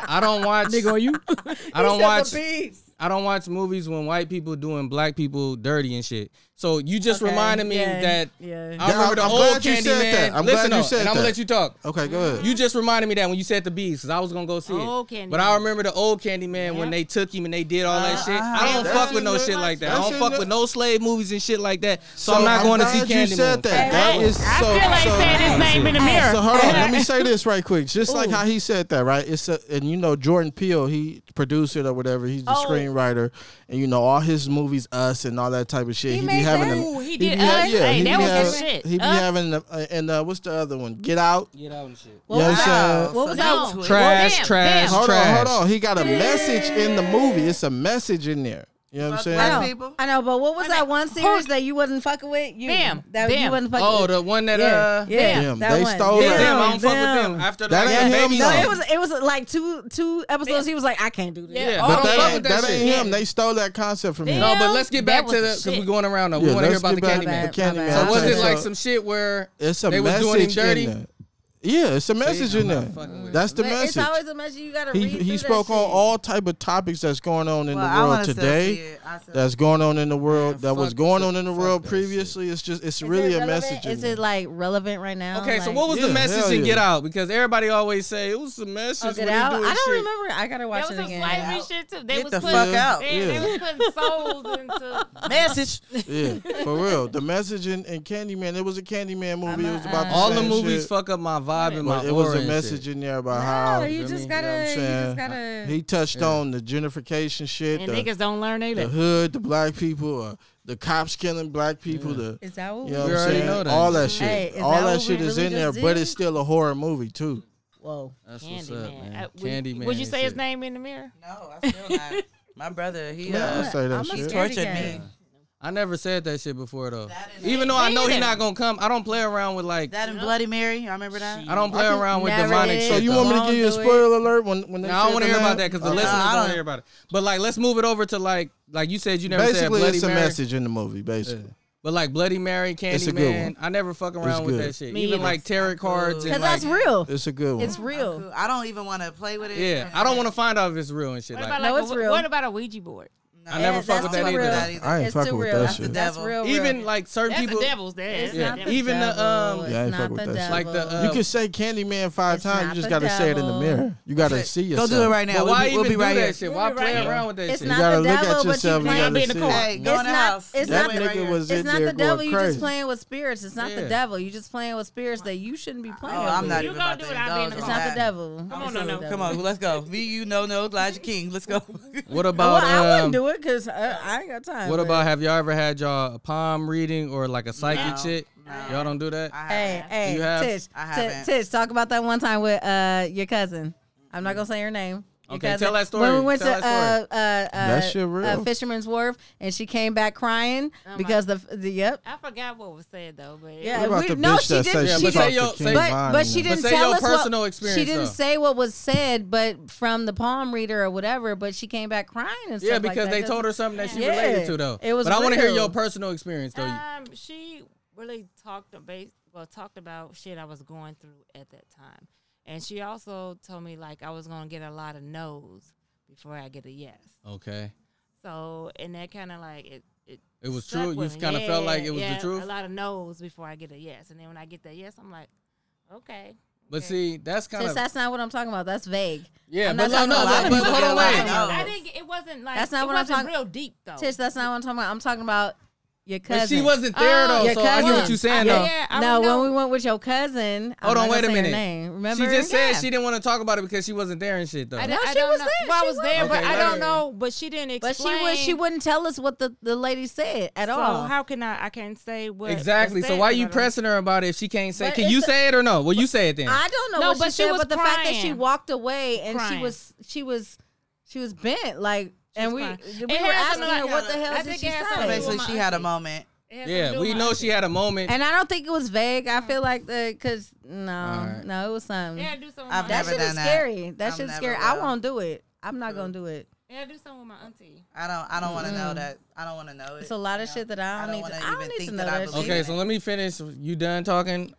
[SPEAKER 5] I don't watch. Nigga, you? [LAUGHS] I don't watch. I don't watch movies when white people doing black people dirty and shit. So you just reminded me
[SPEAKER 4] yeah,
[SPEAKER 5] that
[SPEAKER 4] yeah.
[SPEAKER 5] I remember the
[SPEAKER 6] I'm
[SPEAKER 5] old
[SPEAKER 6] glad you said
[SPEAKER 5] Candyman.
[SPEAKER 6] that.
[SPEAKER 5] Listen
[SPEAKER 6] I'm glad you
[SPEAKER 5] though,
[SPEAKER 6] said
[SPEAKER 5] and I'm gonna
[SPEAKER 6] that.
[SPEAKER 5] let you talk.
[SPEAKER 6] okay, go ahead.
[SPEAKER 5] You just reminded me that when you said the bees, because I was gonna go see
[SPEAKER 9] Old
[SPEAKER 5] it.
[SPEAKER 9] Candyman.
[SPEAKER 5] But I remember the old Candyman when they took him and they did all Uh, that shit. I don't
[SPEAKER 6] That's
[SPEAKER 5] fuck with no
[SPEAKER 6] in
[SPEAKER 5] shit
[SPEAKER 6] the-
[SPEAKER 5] like that. I
[SPEAKER 6] that's
[SPEAKER 5] don't
[SPEAKER 6] in
[SPEAKER 5] fuck
[SPEAKER 6] the-
[SPEAKER 5] with no slave movies and shit like that. So, I'm not going to see
[SPEAKER 6] glad
[SPEAKER 5] Candyman.
[SPEAKER 6] You said that. That is so.
[SPEAKER 9] I still ain't
[SPEAKER 6] so,
[SPEAKER 9] saying his name in the mirror.
[SPEAKER 6] So hold on,
[SPEAKER 9] [LAUGHS]
[SPEAKER 6] let me say this right quick. Just like how he said that, right? It's a, and you know Jordan Peele, he produced it or whatever. He's
[SPEAKER 9] Oh.
[SPEAKER 6] the screenwriter, and you know all his movies, Us and all that type of shit. He, be
[SPEAKER 4] made
[SPEAKER 6] having
[SPEAKER 4] that?
[SPEAKER 6] them.
[SPEAKER 9] Ooh, he
[SPEAKER 6] be
[SPEAKER 9] did
[SPEAKER 6] ha-
[SPEAKER 9] Us? Hey,
[SPEAKER 6] he
[SPEAKER 9] that
[SPEAKER 6] be
[SPEAKER 9] was
[SPEAKER 6] having-
[SPEAKER 9] his shit.
[SPEAKER 6] He be
[SPEAKER 9] Us.
[SPEAKER 6] having the, uh, and uh, what's the other one? Get out.
[SPEAKER 5] Get out and shit.
[SPEAKER 6] you know what I'm
[SPEAKER 1] Wow.
[SPEAKER 6] saying?
[SPEAKER 4] What was
[SPEAKER 1] So
[SPEAKER 4] that
[SPEAKER 1] you
[SPEAKER 4] one?
[SPEAKER 1] tweet.
[SPEAKER 5] Trash,
[SPEAKER 9] damn,
[SPEAKER 5] trash,
[SPEAKER 9] damn.
[SPEAKER 6] Hold
[SPEAKER 5] trash.
[SPEAKER 6] on, hold on. He got a message in the movie. It's a message in there. You know what I'm
[SPEAKER 1] Fuck
[SPEAKER 6] saying?
[SPEAKER 1] black
[SPEAKER 4] I know.
[SPEAKER 1] people?
[SPEAKER 4] I know, but what was
[SPEAKER 9] Wait a
[SPEAKER 4] that
[SPEAKER 9] minute.
[SPEAKER 4] one series that you wasn't fucking with? You,
[SPEAKER 9] Bam.
[SPEAKER 4] That you
[SPEAKER 9] Bam.
[SPEAKER 4] wasn't fucking
[SPEAKER 5] Oh,
[SPEAKER 4] with.
[SPEAKER 5] the one that
[SPEAKER 4] yeah,
[SPEAKER 5] uh,
[SPEAKER 4] yeah,
[SPEAKER 9] Damn,
[SPEAKER 4] that
[SPEAKER 6] they
[SPEAKER 4] one.
[SPEAKER 6] stole
[SPEAKER 5] yeah,
[SPEAKER 6] that.
[SPEAKER 5] them. I don't fuck
[SPEAKER 4] Them.
[SPEAKER 5] with them. After
[SPEAKER 6] That
[SPEAKER 5] like,
[SPEAKER 6] ain't
[SPEAKER 5] the
[SPEAKER 6] him,
[SPEAKER 5] baby
[SPEAKER 6] though.
[SPEAKER 4] No,
[SPEAKER 5] song.
[SPEAKER 4] it was it was like two two episodes. He was like, I can't do this.
[SPEAKER 5] Yeah,
[SPEAKER 9] Oh,
[SPEAKER 5] I
[SPEAKER 6] But
[SPEAKER 5] don't
[SPEAKER 9] yeah.
[SPEAKER 5] fuck
[SPEAKER 6] that,
[SPEAKER 5] with
[SPEAKER 6] that,
[SPEAKER 5] that, shit.
[SPEAKER 6] ain't him. They stole that concept from him.
[SPEAKER 5] no, but let's get back
[SPEAKER 9] That
[SPEAKER 5] to the
[SPEAKER 9] was the
[SPEAKER 5] because
[SPEAKER 9] shit.
[SPEAKER 5] we're going around now.
[SPEAKER 6] Yeah,
[SPEAKER 5] we want to hear
[SPEAKER 6] let's
[SPEAKER 5] about the
[SPEAKER 6] get back
[SPEAKER 5] Candyman.
[SPEAKER 4] Bad,
[SPEAKER 6] to
[SPEAKER 4] my bad.
[SPEAKER 6] Candyman.
[SPEAKER 5] So was
[SPEAKER 6] Okay,
[SPEAKER 5] it like
[SPEAKER 6] so-
[SPEAKER 5] some shit where
[SPEAKER 6] It's a
[SPEAKER 5] they was
[SPEAKER 6] message
[SPEAKER 5] doing him dirty?
[SPEAKER 6] in there. Yeah, it's a message
[SPEAKER 5] I'm
[SPEAKER 6] in
[SPEAKER 5] not
[SPEAKER 6] there.
[SPEAKER 5] fucking with
[SPEAKER 6] That's the
[SPEAKER 4] But
[SPEAKER 6] message.
[SPEAKER 4] it's always a message you gotta
[SPEAKER 6] he
[SPEAKER 4] read.
[SPEAKER 6] he
[SPEAKER 4] through
[SPEAKER 6] spoke
[SPEAKER 4] that
[SPEAKER 6] on
[SPEAKER 4] shit.
[SPEAKER 6] all type of topics that's going on in
[SPEAKER 1] Well, I
[SPEAKER 6] the world
[SPEAKER 1] wanna still see
[SPEAKER 6] today.
[SPEAKER 1] it. I still-
[SPEAKER 6] That's going on in the world
[SPEAKER 5] Man,
[SPEAKER 6] that was
[SPEAKER 5] fuck
[SPEAKER 6] going
[SPEAKER 5] that-
[SPEAKER 6] on in the
[SPEAKER 5] fuck
[SPEAKER 6] world
[SPEAKER 5] that
[SPEAKER 6] previously. It's just it's
[SPEAKER 4] Is it
[SPEAKER 6] really a
[SPEAKER 4] relevant?
[SPEAKER 6] message. in
[SPEAKER 4] Is
[SPEAKER 6] there.
[SPEAKER 4] it like relevant right now?
[SPEAKER 5] Okay, so
[SPEAKER 4] Like-
[SPEAKER 5] what was the
[SPEAKER 6] Yeah,
[SPEAKER 5] message
[SPEAKER 6] hell
[SPEAKER 5] in
[SPEAKER 6] yeah.
[SPEAKER 5] Get Out? Because everybody always say it was the message.
[SPEAKER 4] Oh, get
[SPEAKER 5] when he
[SPEAKER 4] out.
[SPEAKER 5] doing
[SPEAKER 4] I don't
[SPEAKER 5] shit.
[SPEAKER 4] remember. I gotta watch
[SPEAKER 9] That was
[SPEAKER 4] it
[SPEAKER 9] some
[SPEAKER 4] again.
[SPEAKER 9] slavery shit too. They
[SPEAKER 1] Get
[SPEAKER 9] was
[SPEAKER 1] the
[SPEAKER 9] putting,
[SPEAKER 1] fuck out.
[SPEAKER 9] They, they was putting souls
[SPEAKER 6] [LAUGHS]
[SPEAKER 9] into.
[SPEAKER 1] Message.
[SPEAKER 6] yeah, for real. The message in, in Candyman. It was a Candyman movie. It was about the
[SPEAKER 5] All the
[SPEAKER 6] same
[SPEAKER 5] movies
[SPEAKER 6] shit,
[SPEAKER 5] fuck up my vibe and my
[SPEAKER 6] But it
[SPEAKER 5] aura
[SPEAKER 6] was a
[SPEAKER 5] and
[SPEAKER 6] message
[SPEAKER 5] shit.
[SPEAKER 6] in there about how
[SPEAKER 4] No, you
[SPEAKER 5] Really?
[SPEAKER 4] just
[SPEAKER 5] You know
[SPEAKER 6] what
[SPEAKER 4] gotta.
[SPEAKER 6] I'm
[SPEAKER 4] You
[SPEAKER 6] saying?
[SPEAKER 4] just gotta.
[SPEAKER 6] he touched on the gentrification shit,
[SPEAKER 9] And
[SPEAKER 6] the,
[SPEAKER 9] niggas don't learn
[SPEAKER 6] the
[SPEAKER 9] either.
[SPEAKER 6] hood, the black people, uh, the cops killing black people, the
[SPEAKER 4] Is that what?
[SPEAKER 6] You know
[SPEAKER 5] We
[SPEAKER 6] what I'm
[SPEAKER 5] already
[SPEAKER 6] saying?
[SPEAKER 5] know that.
[SPEAKER 6] All that shit.
[SPEAKER 4] Hey, is
[SPEAKER 6] All
[SPEAKER 4] that
[SPEAKER 6] that,
[SPEAKER 4] what we
[SPEAKER 6] shit is
[SPEAKER 4] really
[SPEAKER 6] in there,
[SPEAKER 4] just
[SPEAKER 6] but
[SPEAKER 4] did?
[SPEAKER 6] it's still a horror movie too.
[SPEAKER 4] Whoa.
[SPEAKER 5] That's what's up,
[SPEAKER 9] Candyman.
[SPEAKER 5] man.
[SPEAKER 9] Uh, would-
[SPEAKER 5] Candyman.
[SPEAKER 9] Would you
[SPEAKER 5] and
[SPEAKER 9] say his
[SPEAKER 5] shit.
[SPEAKER 9] name in the mirror?
[SPEAKER 1] No, I still not. My brother, he
[SPEAKER 6] Yeah, I
[SPEAKER 1] uh,
[SPEAKER 6] say that
[SPEAKER 4] I'm a
[SPEAKER 6] shit.
[SPEAKER 4] scaredy
[SPEAKER 1] tortured me.
[SPEAKER 4] cat.
[SPEAKER 5] I never said that shit before though.
[SPEAKER 1] That is-
[SPEAKER 5] Even though I
[SPEAKER 9] Me
[SPEAKER 5] know he's
[SPEAKER 9] either.
[SPEAKER 5] not gonna come, I don't play around with like.
[SPEAKER 1] That and Bloody Mary, I remember that.
[SPEAKER 5] I don't play around with
[SPEAKER 4] Never
[SPEAKER 5] demonic
[SPEAKER 4] did.
[SPEAKER 5] shit.
[SPEAKER 6] So you
[SPEAKER 5] though.
[SPEAKER 6] want me to
[SPEAKER 4] Don't
[SPEAKER 6] give you a
[SPEAKER 4] do it.
[SPEAKER 6] spoiler alert when when they
[SPEAKER 5] No, I don't
[SPEAKER 6] want
[SPEAKER 5] want to hear about that because
[SPEAKER 6] Uh,
[SPEAKER 5] the
[SPEAKER 1] Okay.
[SPEAKER 5] listeners
[SPEAKER 1] No, I
[SPEAKER 5] don't
[SPEAKER 1] don't.
[SPEAKER 5] hear about it. But like, let's move it over to like, like you said, you never said
[SPEAKER 6] basically
[SPEAKER 5] Bloody
[SPEAKER 6] it's a
[SPEAKER 5] Mary.
[SPEAKER 6] message in the movie. Basically,
[SPEAKER 5] But like Bloody Mary,
[SPEAKER 6] It's a good
[SPEAKER 5] Candyman,
[SPEAKER 6] one.
[SPEAKER 5] I never fuck around
[SPEAKER 6] It's
[SPEAKER 5] with
[SPEAKER 6] good.
[SPEAKER 5] that shit.
[SPEAKER 9] Me
[SPEAKER 5] Even
[SPEAKER 9] either.
[SPEAKER 5] like tarot cards and
[SPEAKER 4] Because
[SPEAKER 5] like,
[SPEAKER 4] that's real.
[SPEAKER 6] it's a good one.
[SPEAKER 4] It's real.
[SPEAKER 1] Cool. I don't even want to play with it.
[SPEAKER 5] yeah, I don't want to find out if it's real and shit.
[SPEAKER 9] What
[SPEAKER 5] Like,
[SPEAKER 9] about
[SPEAKER 4] No,
[SPEAKER 9] like
[SPEAKER 4] it's
[SPEAKER 9] a,
[SPEAKER 4] real.
[SPEAKER 9] What about a Ouija board?
[SPEAKER 1] to.
[SPEAKER 5] I never fuck with
[SPEAKER 4] that's
[SPEAKER 5] that
[SPEAKER 4] too
[SPEAKER 5] either.
[SPEAKER 4] real.
[SPEAKER 1] That either.
[SPEAKER 6] I ain't
[SPEAKER 4] It's
[SPEAKER 6] fucking
[SPEAKER 4] too
[SPEAKER 6] with
[SPEAKER 4] real.
[SPEAKER 6] that
[SPEAKER 4] That's
[SPEAKER 6] shit.
[SPEAKER 4] That's
[SPEAKER 1] Devil.
[SPEAKER 4] real. real.
[SPEAKER 5] Even like certain
[SPEAKER 3] That's
[SPEAKER 5] people,
[SPEAKER 3] the devil's dad.
[SPEAKER 4] It's
[SPEAKER 5] yeah,
[SPEAKER 4] not the
[SPEAKER 5] even the,
[SPEAKER 4] devil.
[SPEAKER 5] um,
[SPEAKER 4] It's
[SPEAKER 6] Yeah, I ain't
[SPEAKER 4] not
[SPEAKER 6] fuck with
[SPEAKER 4] the
[SPEAKER 6] that shit.
[SPEAKER 5] Like the,
[SPEAKER 4] devil.
[SPEAKER 5] uh,
[SPEAKER 6] You can say Candyman five
[SPEAKER 4] It's
[SPEAKER 6] times.
[SPEAKER 4] not
[SPEAKER 6] You just
[SPEAKER 4] the
[SPEAKER 6] gotta say it in the
[SPEAKER 4] devil.
[SPEAKER 6] mirror. You gotta see
[SPEAKER 1] Go
[SPEAKER 6] yourself.
[SPEAKER 1] do it right now.
[SPEAKER 5] but
[SPEAKER 1] we'll
[SPEAKER 5] why
[SPEAKER 1] be, we'll
[SPEAKER 5] even
[SPEAKER 1] be
[SPEAKER 5] do
[SPEAKER 1] right
[SPEAKER 5] that
[SPEAKER 1] here.
[SPEAKER 5] shit? Why
[SPEAKER 3] We'll be
[SPEAKER 5] play
[SPEAKER 3] right here.
[SPEAKER 5] around with that
[SPEAKER 4] It's
[SPEAKER 5] shit?
[SPEAKER 6] You
[SPEAKER 4] not
[SPEAKER 6] gotta
[SPEAKER 4] the
[SPEAKER 6] look
[SPEAKER 4] devil,
[SPEAKER 6] at
[SPEAKER 4] but you
[SPEAKER 6] yourself. You
[SPEAKER 4] playing-
[SPEAKER 6] gotta
[SPEAKER 3] Be in the
[SPEAKER 6] see
[SPEAKER 3] car.
[SPEAKER 6] it.
[SPEAKER 1] Hey,
[SPEAKER 4] It's
[SPEAKER 1] go in the
[SPEAKER 4] not-
[SPEAKER 1] house.
[SPEAKER 4] it's
[SPEAKER 1] That
[SPEAKER 4] not
[SPEAKER 1] way
[SPEAKER 4] the-
[SPEAKER 1] right here.
[SPEAKER 6] was
[SPEAKER 4] It's not the devil. You just playing with spirits. It's not
[SPEAKER 5] Yeah.
[SPEAKER 4] the devil. You just playing with spirits that you shouldn't be playing
[SPEAKER 1] Oh,
[SPEAKER 4] with.
[SPEAKER 1] I'm not
[SPEAKER 3] You
[SPEAKER 1] even
[SPEAKER 3] go
[SPEAKER 1] about
[SPEAKER 3] do
[SPEAKER 1] to
[SPEAKER 3] it, I'll be in the
[SPEAKER 1] indulge
[SPEAKER 4] It's
[SPEAKER 1] on
[SPEAKER 4] not the
[SPEAKER 1] that.
[SPEAKER 4] devil.
[SPEAKER 3] Come
[SPEAKER 4] It's
[SPEAKER 3] on,
[SPEAKER 4] not
[SPEAKER 3] no,
[SPEAKER 4] the
[SPEAKER 3] no.
[SPEAKER 4] devil.
[SPEAKER 1] Come on, let's go. Me, you, no, no, Elijah King. Let's go.
[SPEAKER 5] What
[SPEAKER 4] Well,
[SPEAKER 5] about
[SPEAKER 4] I
[SPEAKER 5] um,
[SPEAKER 4] wouldn't do it because I, I ain't got time.
[SPEAKER 5] What
[SPEAKER 4] but-
[SPEAKER 5] about have y'all ever had y'all a palm reading or like a psychic
[SPEAKER 1] No,
[SPEAKER 5] shit?
[SPEAKER 1] no.
[SPEAKER 5] Y'all don't do that.
[SPEAKER 1] I
[SPEAKER 4] Hey,
[SPEAKER 1] have
[SPEAKER 4] hey,
[SPEAKER 5] You have?
[SPEAKER 4] Tish,
[SPEAKER 1] I
[SPEAKER 4] Ti-
[SPEAKER 1] haven't.
[SPEAKER 4] Tish, talk about that one time with uh your cousin. I'm not gonna say her name. Your
[SPEAKER 5] Mm-hmm. Okay,
[SPEAKER 4] cousin.
[SPEAKER 5] tell that story.
[SPEAKER 4] When we went
[SPEAKER 5] Tell
[SPEAKER 4] to
[SPEAKER 5] that
[SPEAKER 4] uh, uh, uh,
[SPEAKER 6] That shit real.
[SPEAKER 4] uh, Fisherman's Wharf, and she came back crying
[SPEAKER 5] Oh
[SPEAKER 4] because the, the yep,
[SPEAKER 3] I forgot what was said though, but
[SPEAKER 4] yeah,
[SPEAKER 6] What about the
[SPEAKER 4] we- no,
[SPEAKER 6] bitch
[SPEAKER 4] she
[SPEAKER 6] that
[SPEAKER 4] didn't.
[SPEAKER 6] said
[SPEAKER 5] Yeah,
[SPEAKER 4] she
[SPEAKER 5] but
[SPEAKER 4] didn't-
[SPEAKER 5] say yo- say-
[SPEAKER 4] but but she
[SPEAKER 6] didn't.
[SPEAKER 4] didn't
[SPEAKER 5] say
[SPEAKER 4] tell
[SPEAKER 5] your
[SPEAKER 4] us
[SPEAKER 5] personal
[SPEAKER 4] what,
[SPEAKER 5] experience,
[SPEAKER 4] She didn't
[SPEAKER 5] though.
[SPEAKER 4] say what was said, but from the palm reader or whatever. But she came back crying and
[SPEAKER 5] yeah,
[SPEAKER 4] stuff like
[SPEAKER 5] because
[SPEAKER 4] that.
[SPEAKER 5] they
[SPEAKER 4] That's-
[SPEAKER 5] told her something that she
[SPEAKER 4] Yeah.
[SPEAKER 5] related to though.
[SPEAKER 4] It was
[SPEAKER 5] but I wanna hear
[SPEAKER 4] real.
[SPEAKER 5] your personal experience though.
[SPEAKER 3] Um, she really talked about well talked about shit I was going through at that time, and she also told me like I was gonna get a lot of no's before I get a yes.
[SPEAKER 5] okay,
[SPEAKER 3] So and that kind of like it. It,
[SPEAKER 5] It was
[SPEAKER 3] stuck
[SPEAKER 5] true?
[SPEAKER 3] with
[SPEAKER 5] You
[SPEAKER 3] me.
[SPEAKER 5] kinda felt like it was the
[SPEAKER 3] yeah,
[SPEAKER 5] truth?
[SPEAKER 3] A lot of no's before I get a yes, and then when I get that yes, I'm like, okay.
[SPEAKER 5] but
[SPEAKER 3] okay.
[SPEAKER 5] see, that's kind
[SPEAKER 4] Tish,
[SPEAKER 5] of
[SPEAKER 4] that's not what I'm talking about. That's vague.
[SPEAKER 5] yeah.
[SPEAKER 4] I'm
[SPEAKER 5] But
[SPEAKER 4] not
[SPEAKER 5] no, no,
[SPEAKER 4] talking about
[SPEAKER 5] but,
[SPEAKER 4] it.
[SPEAKER 5] but hold on,
[SPEAKER 1] Yeah,
[SPEAKER 5] wait.
[SPEAKER 1] like- No.
[SPEAKER 3] I didn't. get- It wasn't like
[SPEAKER 4] That's not
[SPEAKER 3] it
[SPEAKER 4] what I'm
[SPEAKER 3] wasn't
[SPEAKER 4] talking-
[SPEAKER 3] Real deep though.
[SPEAKER 4] Tish, that's not what I'm talking about. I'm talking about your cousin.
[SPEAKER 5] But she wasn't there
[SPEAKER 3] Oh,
[SPEAKER 5] though,
[SPEAKER 4] your
[SPEAKER 5] so I get
[SPEAKER 4] cousin.
[SPEAKER 5] what you're saying
[SPEAKER 3] Yeah,
[SPEAKER 5] though.
[SPEAKER 3] yeah, I
[SPEAKER 4] no,
[SPEAKER 3] don't know.
[SPEAKER 4] when we went with your cousin. I'm
[SPEAKER 5] Hold
[SPEAKER 4] not
[SPEAKER 5] on,
[SPEAKER 4] gonna
[SPEAKER 5] wait a
[SPEAKER 4] say her
[SPEAKER 5] minute.
[SPEAKER 4] Name.
[SPEAKER 5] She
[SPEAKER 4] Remember?
[SPEAKER 5] just said
[SPEAKER 4] Yeah.
[SPEAKER 5] she didn't want to talk about it because she wasn't there and shit though.
[SPEAKER 3] I,
[SPEAKER 4] No,
[SPEAKER 3] don't- I
[SPEAKER 4] she
[SPEAKER 3] don't
[SPEAKER 4] was
[SPEAKER 3] know.
[SPEAKER 4] there.
[SPEAKER 3] Well,
[SPEAKER 4] She
[SPEAKER 3] I was
[SPEAKER 4] was
[SPEAKER 3] there, but
[SPEAKER 5] there.
[SPEAKER 3] I don't
[SPEAKER 5] Okay.
[SPEAKER 3] know. But she didn't
[SPEAKER 4] But
[SPEAKER 3] explain.
[SPEAKER 4] she was she wouldn't tell us what the, the lady said at all.
[SPEAKER 3] So how can I? I can't say what
[SPEAKER 5] exactly.
[SPEAKER 3] was
[SPEAKER 5] So
[SPEAKER 3] said
[SPEAKER 5] why
[SPEAKER 3] 'cause I
[SPEAKER 5] you
[SPEAKER 3] don't-
[SPEAKER 5] pressing her about it if she can't say?
[SPEAKER 4] But
[SPEAKER 5] Can
[SPEAKER 4] it's
[SPEAKER 5] you
[SPEAKER 4] the-
[SPEAKER 5] say it or no? Well, you say it then.
[SPEAKER 4] I don't know
[SPEAKER 3] No,
[SPEAKER 4] what
[SPEAKER 3] but she
[SPEAKER 4] she, said,
[SPEAKER 3] was
[SPEAKER 4] but the fact that she
[SPEAKER 3] crying.
[SPEAKER 4] walked away and
[SPEAKER 3] Crying.
[SPEAKER 4] she was she was she was bent like and we
[SPEAKER 3] crying.
[SPEAKER 4] we
[SPEAKER 3] It
[SPEAKER 4] were
[SPEAKER 3] had
[SPEAKER 4] asking
[SPEAKER 3] something
[SPEAKER 4] her
[SPEAKER 3] like-
[SPEAKER 4] what the
[SPEAKER 3] I
[SPEAKER 4] hell did
[SPEAKER 3] think
[SPEAKER 4] she
[SPEAKER 3] it had something
[SPEAKER 1] So
[SPEAKER 3] to
[SPEAKER 4] say.
[SPEAKER 3] do with
[SPEAKER 1] basically,
[SPEAKER 3] my
[SPEAKER 1] she had a
[SPEAKER 3] auntie.
[SPEAKER 1] moment.
[SPEAKER 3] It had something to
[SPEAKER 5] Yeah,
[SPEAKER 3] do
[SPEAKER 5] we
[SPEAKER 3] with
[SPEAKER 5] know
[SPEAKER 3] my
[SPEAKER 5] she had a moment.
[SPEAKER 4] And I don't think it was vague. I feel like the cause no
[SPEAKER 5] Alright.
[SPEAKER 4] no it was something.
[SPEAKER 3] auntie. It had to do something.
[SPEAKER 1] I've
[SPEAKER 3] with my
[SPEAKER 4] that
[SPEAKER 1] never
[SPEAKER 4] shit
[SPEAKER 3] auntie.
[SPEAKER 4] is
[SPEAKER 1] done that.
[SPEAKER 4] scary. That
[SPEAKER 1] I'm
[SPEAKER 4] shit's
[SPEAKER 1] never
[SPEAKER 4] scary. I
[SPEAKER 1] will.
[SPEAKER 4] won't do it. I'm not gonna do it.
[SPEAKER 3] It had to do something with my auntie.
[SPEAKER 1] I don't. I don't want to know that. I don't want to know it.
[SPEAKER 4] It's a lot of
[SPEAKER 1] Yeah.
[SPEAKER 4] shit that I don't,
[SPEAKER 1] I don't
[SPEAKER 4] need.
[SPEAKER 1] wanna
[SPEAKER 4] To, I
[SPEAKER 1] even
[SPEAKER 4] don't need
[SPEAKER 1] think
[SPEAKER 4] to know
[SPEAKER 1] that I
[SPEAKER 4] that. shit.
[SPEAKER 1] believe
[SPEAKER 5] Okay,
[SPEAKER 1] in
[SPEAKER 5] so
[SPEAKER 1] it.
[SPEAKER 5] let me finish. You done talking,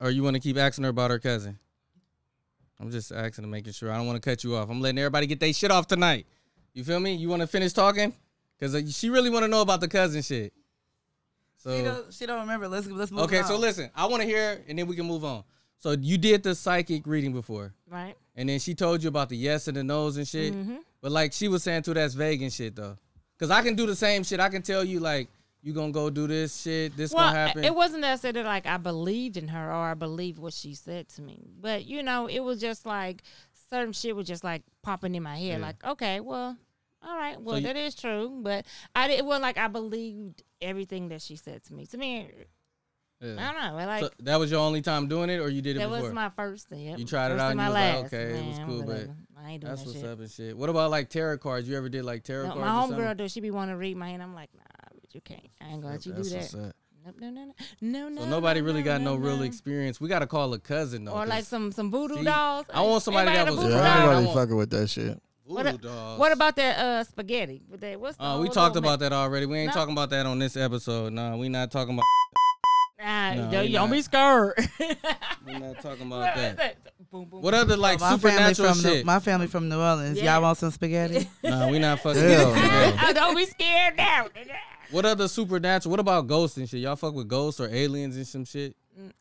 [SPEAKER 5] or you want to keep asking her about her cousin? I'm just asking and making sure. I don't want to cut you off. I'm letting everybody get their shit off tonight. You feel me? You want to finish talking? Cause uh, she really want to know about the cousin shit.
[SPEAKER 1] She
[SPEAKER 5] So
[SPEAKER 1] don't, she don't remember. Let's let's move.
[SPEAKER 5] okay,
[SPEAKER 1] on.
[SPEAKER 5] so listen, I want to hear, and then we can move on. So you did the psychic reading before,
[SPEAKER 3] Right. Mm-hmm.
[SPEAKER 5] and then she told you about the yes and the no's and shit. But like she was saying too, that's vague and shit though. Cause I can do the same shit. I can tell you like you gonna go do this shit. This
[SPEAKER 3] Well,
[SPEAKER 5] gonna happen.
[SPEAKER 3] Uh, it wasn't that I said that like I believed in her or I believed what she said to me, but you know, it was just like certain shit was just like popping in my head. Like, okay, well, all right, well,
[SPEAKER 5] you-
[SPEAKER 3] that is true, but I didn't. It wasn't like I believed everything that she said to me. To me,
[SPEAKER 5] Yeah.
[SPEAKER 3] I don't know. Like
[SPEAKER 5] So that was your only time doing it, or you did it
[SPEAKER 3] that
[SPEAKER 5] before?
[SPEAKER 3] was my first thing. Yep.
[SPEAKER 5] You tried it
[SPEAKER 3] First
[SPEAKER 5] out
[SPEAKER 3] and
[SPEAKER 5] and
[SPEAKER 3] my
[SPEAKER 5] you was like,
[SPEAKER 3] last.
[SPEAKER 5] okay, it was
[SPEAKER 3] Man,
[SPEAKER 5] cool, but
[SPEAKER 3] whatever. I ain't doing
[SPEAKER 5] That's
[SPEAKER 3] that
[SPEAKER 5] what's
[SPEAKER 3] shit.
[SPEAKER 5] up and shit. What about like tarot cards? You ever did like tarot
[SPEAKER 3] No,
[SPEAKER 5] cards?
[SPEAKER 3] my
[SPEAKER 5] or something?
[SPEAKER 3] homegirl though, she be wanting to read my hand. I'm like, nah, but you can't. I ain't gonna let you do
[SPEAKER 5] That's
[SPEAKER 3] that.
[SPEAKER 5] what's up.
[SPEAKER 3] Nope, no, no, no, no, no.
[SPEAKER 5] So nobody
[SPEAKER 3] no,
[SPEAKER 5] really
[SPEAKER 3] no,
[SPEAKER 5] got
[SPEAKER 3] no,
[SPEAKER 5] no real
[SPEAKER 3] no.
[SPEAKER 5] experience. We gotta call a cousin though.
[SPEAKER 3] Or
[SPEAKER 5] 'cause
[SPEAKER 3] like some some voodoo
[SPEAKER 5] see,
[SPEAKER 3] dolls.
[SPEAKER 5] I want somebody
[SPEAKER 3] Anybody
[SPEAKER 5] that
[SPEAKER 3] had a
[SPEAKER 5] was
[SPEAKER 3] voodoo
[SPEAKER 6] Yeah,
[SPEAKER 5] around.
[SPEAKER 3] doll?
[SPEAKER 6] I
[SPEAKER 5] I
[SPEAKER 6] ain't really
[SPEAKER 5] want-
[SPEAKER 6] fucking with that shit.
[SPEAKER 5] voodoo
[SPEAKER 3] What, a-
[SPEAKER 5] dolls.
[SPEAKER 3] what about that uh, spaghetti? With that, what's the
[SPEAKER 5] Uh, we
[SPEAKER 3] whole
[SPEAKER 5] talked
[SPEAKER 3] little
[SPEAKER 5] about that already. We ain't
[SPEAKER 3] No.
[SPEAKER 5] talking about that on this episode. Nah, we not talking about.
[SPEAKER 3] ma- Nah,
[SPEAKER 5] No,
[SPEAKER 3] don't-
[SPEAKER 5] we
[SPEAKER 3] you don't
[SPEAKER 5] not.
[SPEAKER 3] be scared.
[SPEAKER 5] We not talking about that.
[SPEAKER 3] [LAUGHS] boom, boom.
[SPEAKER 5] What other like
[SPEAKER 1] my family
[SPEAKER 5] supernatural
[SPEAKER 1] from
[SPEAKER 5] shit?
[SPEAKER 1] New, my family from New Orleans.
[SPEAKER 3] Yeah.
[SPEAKER 1] Y'all want some spaghetti?
[SPEAKER 5] nah, we
[SPEAKER 1] [LAUGHS]
[SPEAKER 5] not fucking.
[SPEAKER 6] Hell
[SPEAKER 5] with
[SPEAKER 6] no.
[SPEAKER 5] that.
[SPEAKER 3] Oh, don't be scared now. [LAUGHS]
[SPEAKER 5] What other supernatural? What about ghosts and shit? Y'all fuck with ghosts or aliens and some shit?
[SPEAKER 1] um,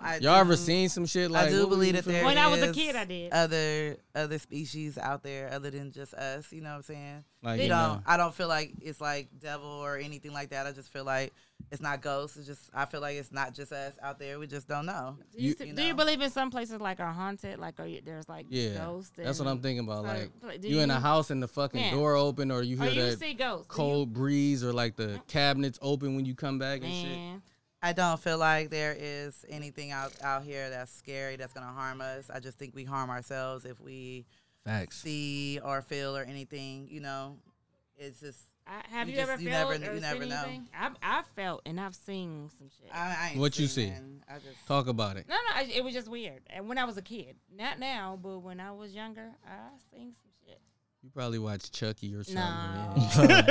[SPEAKER 1] I
[SPEAKER 5] Y'all ever
[SPEAKER 1] do-
[SPEAKER 5] seen some shit like?
[SPEAKER 1] I do
[SPEAKER 5] what was
[SPEAKER 1] believe
[SPEAKER 5] you
[SPEAKER 1] that there
[SPEAKER 3] When I was a
[SPEAKER 1] is
[SPEAKER 3] kid, I did.
[SPEAKER 5] Uh,
[SPEAKER 1] other other species out there other than just us. You know what I'm saying?
[SPEAKER 5] Like,
[SPEAKER 1] you
[SPEAKER 5] you
[SPEAKER 1] don't.
[SPEAKER 5] know.
[SPEAKER 1] I don't feel like it's like devil or anything like that. I just feel like it's not ghosts. It's just I feel like it's not just us out there. We just don't know.
[SPEAKER 3] Do you,
[SPEAKER 1] you
[SPEAKER 3] do you
[SPEAKER 1] know.
[SPEAKER 3] believe in some places like are haunted? Like are you, there's like
[SPEAKER 5] Yeah,
[SPEAKER 3] ghosts.
[SPEAKER 5] that's what
[SPEAKER 3] and-
[SPEAKER 5] I'm thinking
[SPEAKER 3] so,
[SPEAKER 5] about. Like
[SPEAKER 3] like, do
[SPEAKER 5] you in a
[SPEAKER 3] you-
[SPEAKER 5] house and the fucking
[SPEAKER 3] Yeah.
[SPEAKER 5] door open, or you
[SPEAKER 3] Or
[SPEAKER 5] hear
[SPEAKER 3] Oh, you
[SPEAKER 5] that
[SPEAKER 3] see ghosts. Do you-
[SPEAKER 5] cold breeze, or like the cabinets open when you come back and shit.
[SPEAKER 3] Man.
[SPEAKER 1] I don't feel like there is anything out out here that's scary that's gonna harm us. I just think we harm ourselves if we
[SPEAKER 5] Facts.
[SPEAKER 1] see or feel or anything. You know, it's just
[SPEAKER 3] I, have
[SPEAKER 1] You
[SPEAKER 3] you,
[SPEAKER 1] just-
[SPEAKER 3] ever
[SPEAKER 1] you
[SPEAKER 3] felt
[SPEAKER 1] never-
[SPEAKER 3] or
[SPEAKER 1] you never
[SPEAKER 3] seen
[SPEAKER 1] know.
[SPEAKER 3] anything? I've, I've felt and I've seen some shit.
[SPEAKER 1] I, I ain't
[SPEAKER 5] What you
[SPEAKER 1] seen
[SPEAKER 5] see?
[SPEAKER 1] nothing. I just
[SPEAKER 5] Talk about it.
[SPEAKER 3] no, no, I, it was just weird. And when I was a kid, not now, but when I was younger, I seen some shit.
[SPEAKER 5] You probably watched Chucky or something.
[SPEAKER 3] No,
[SPEAKER 5] man.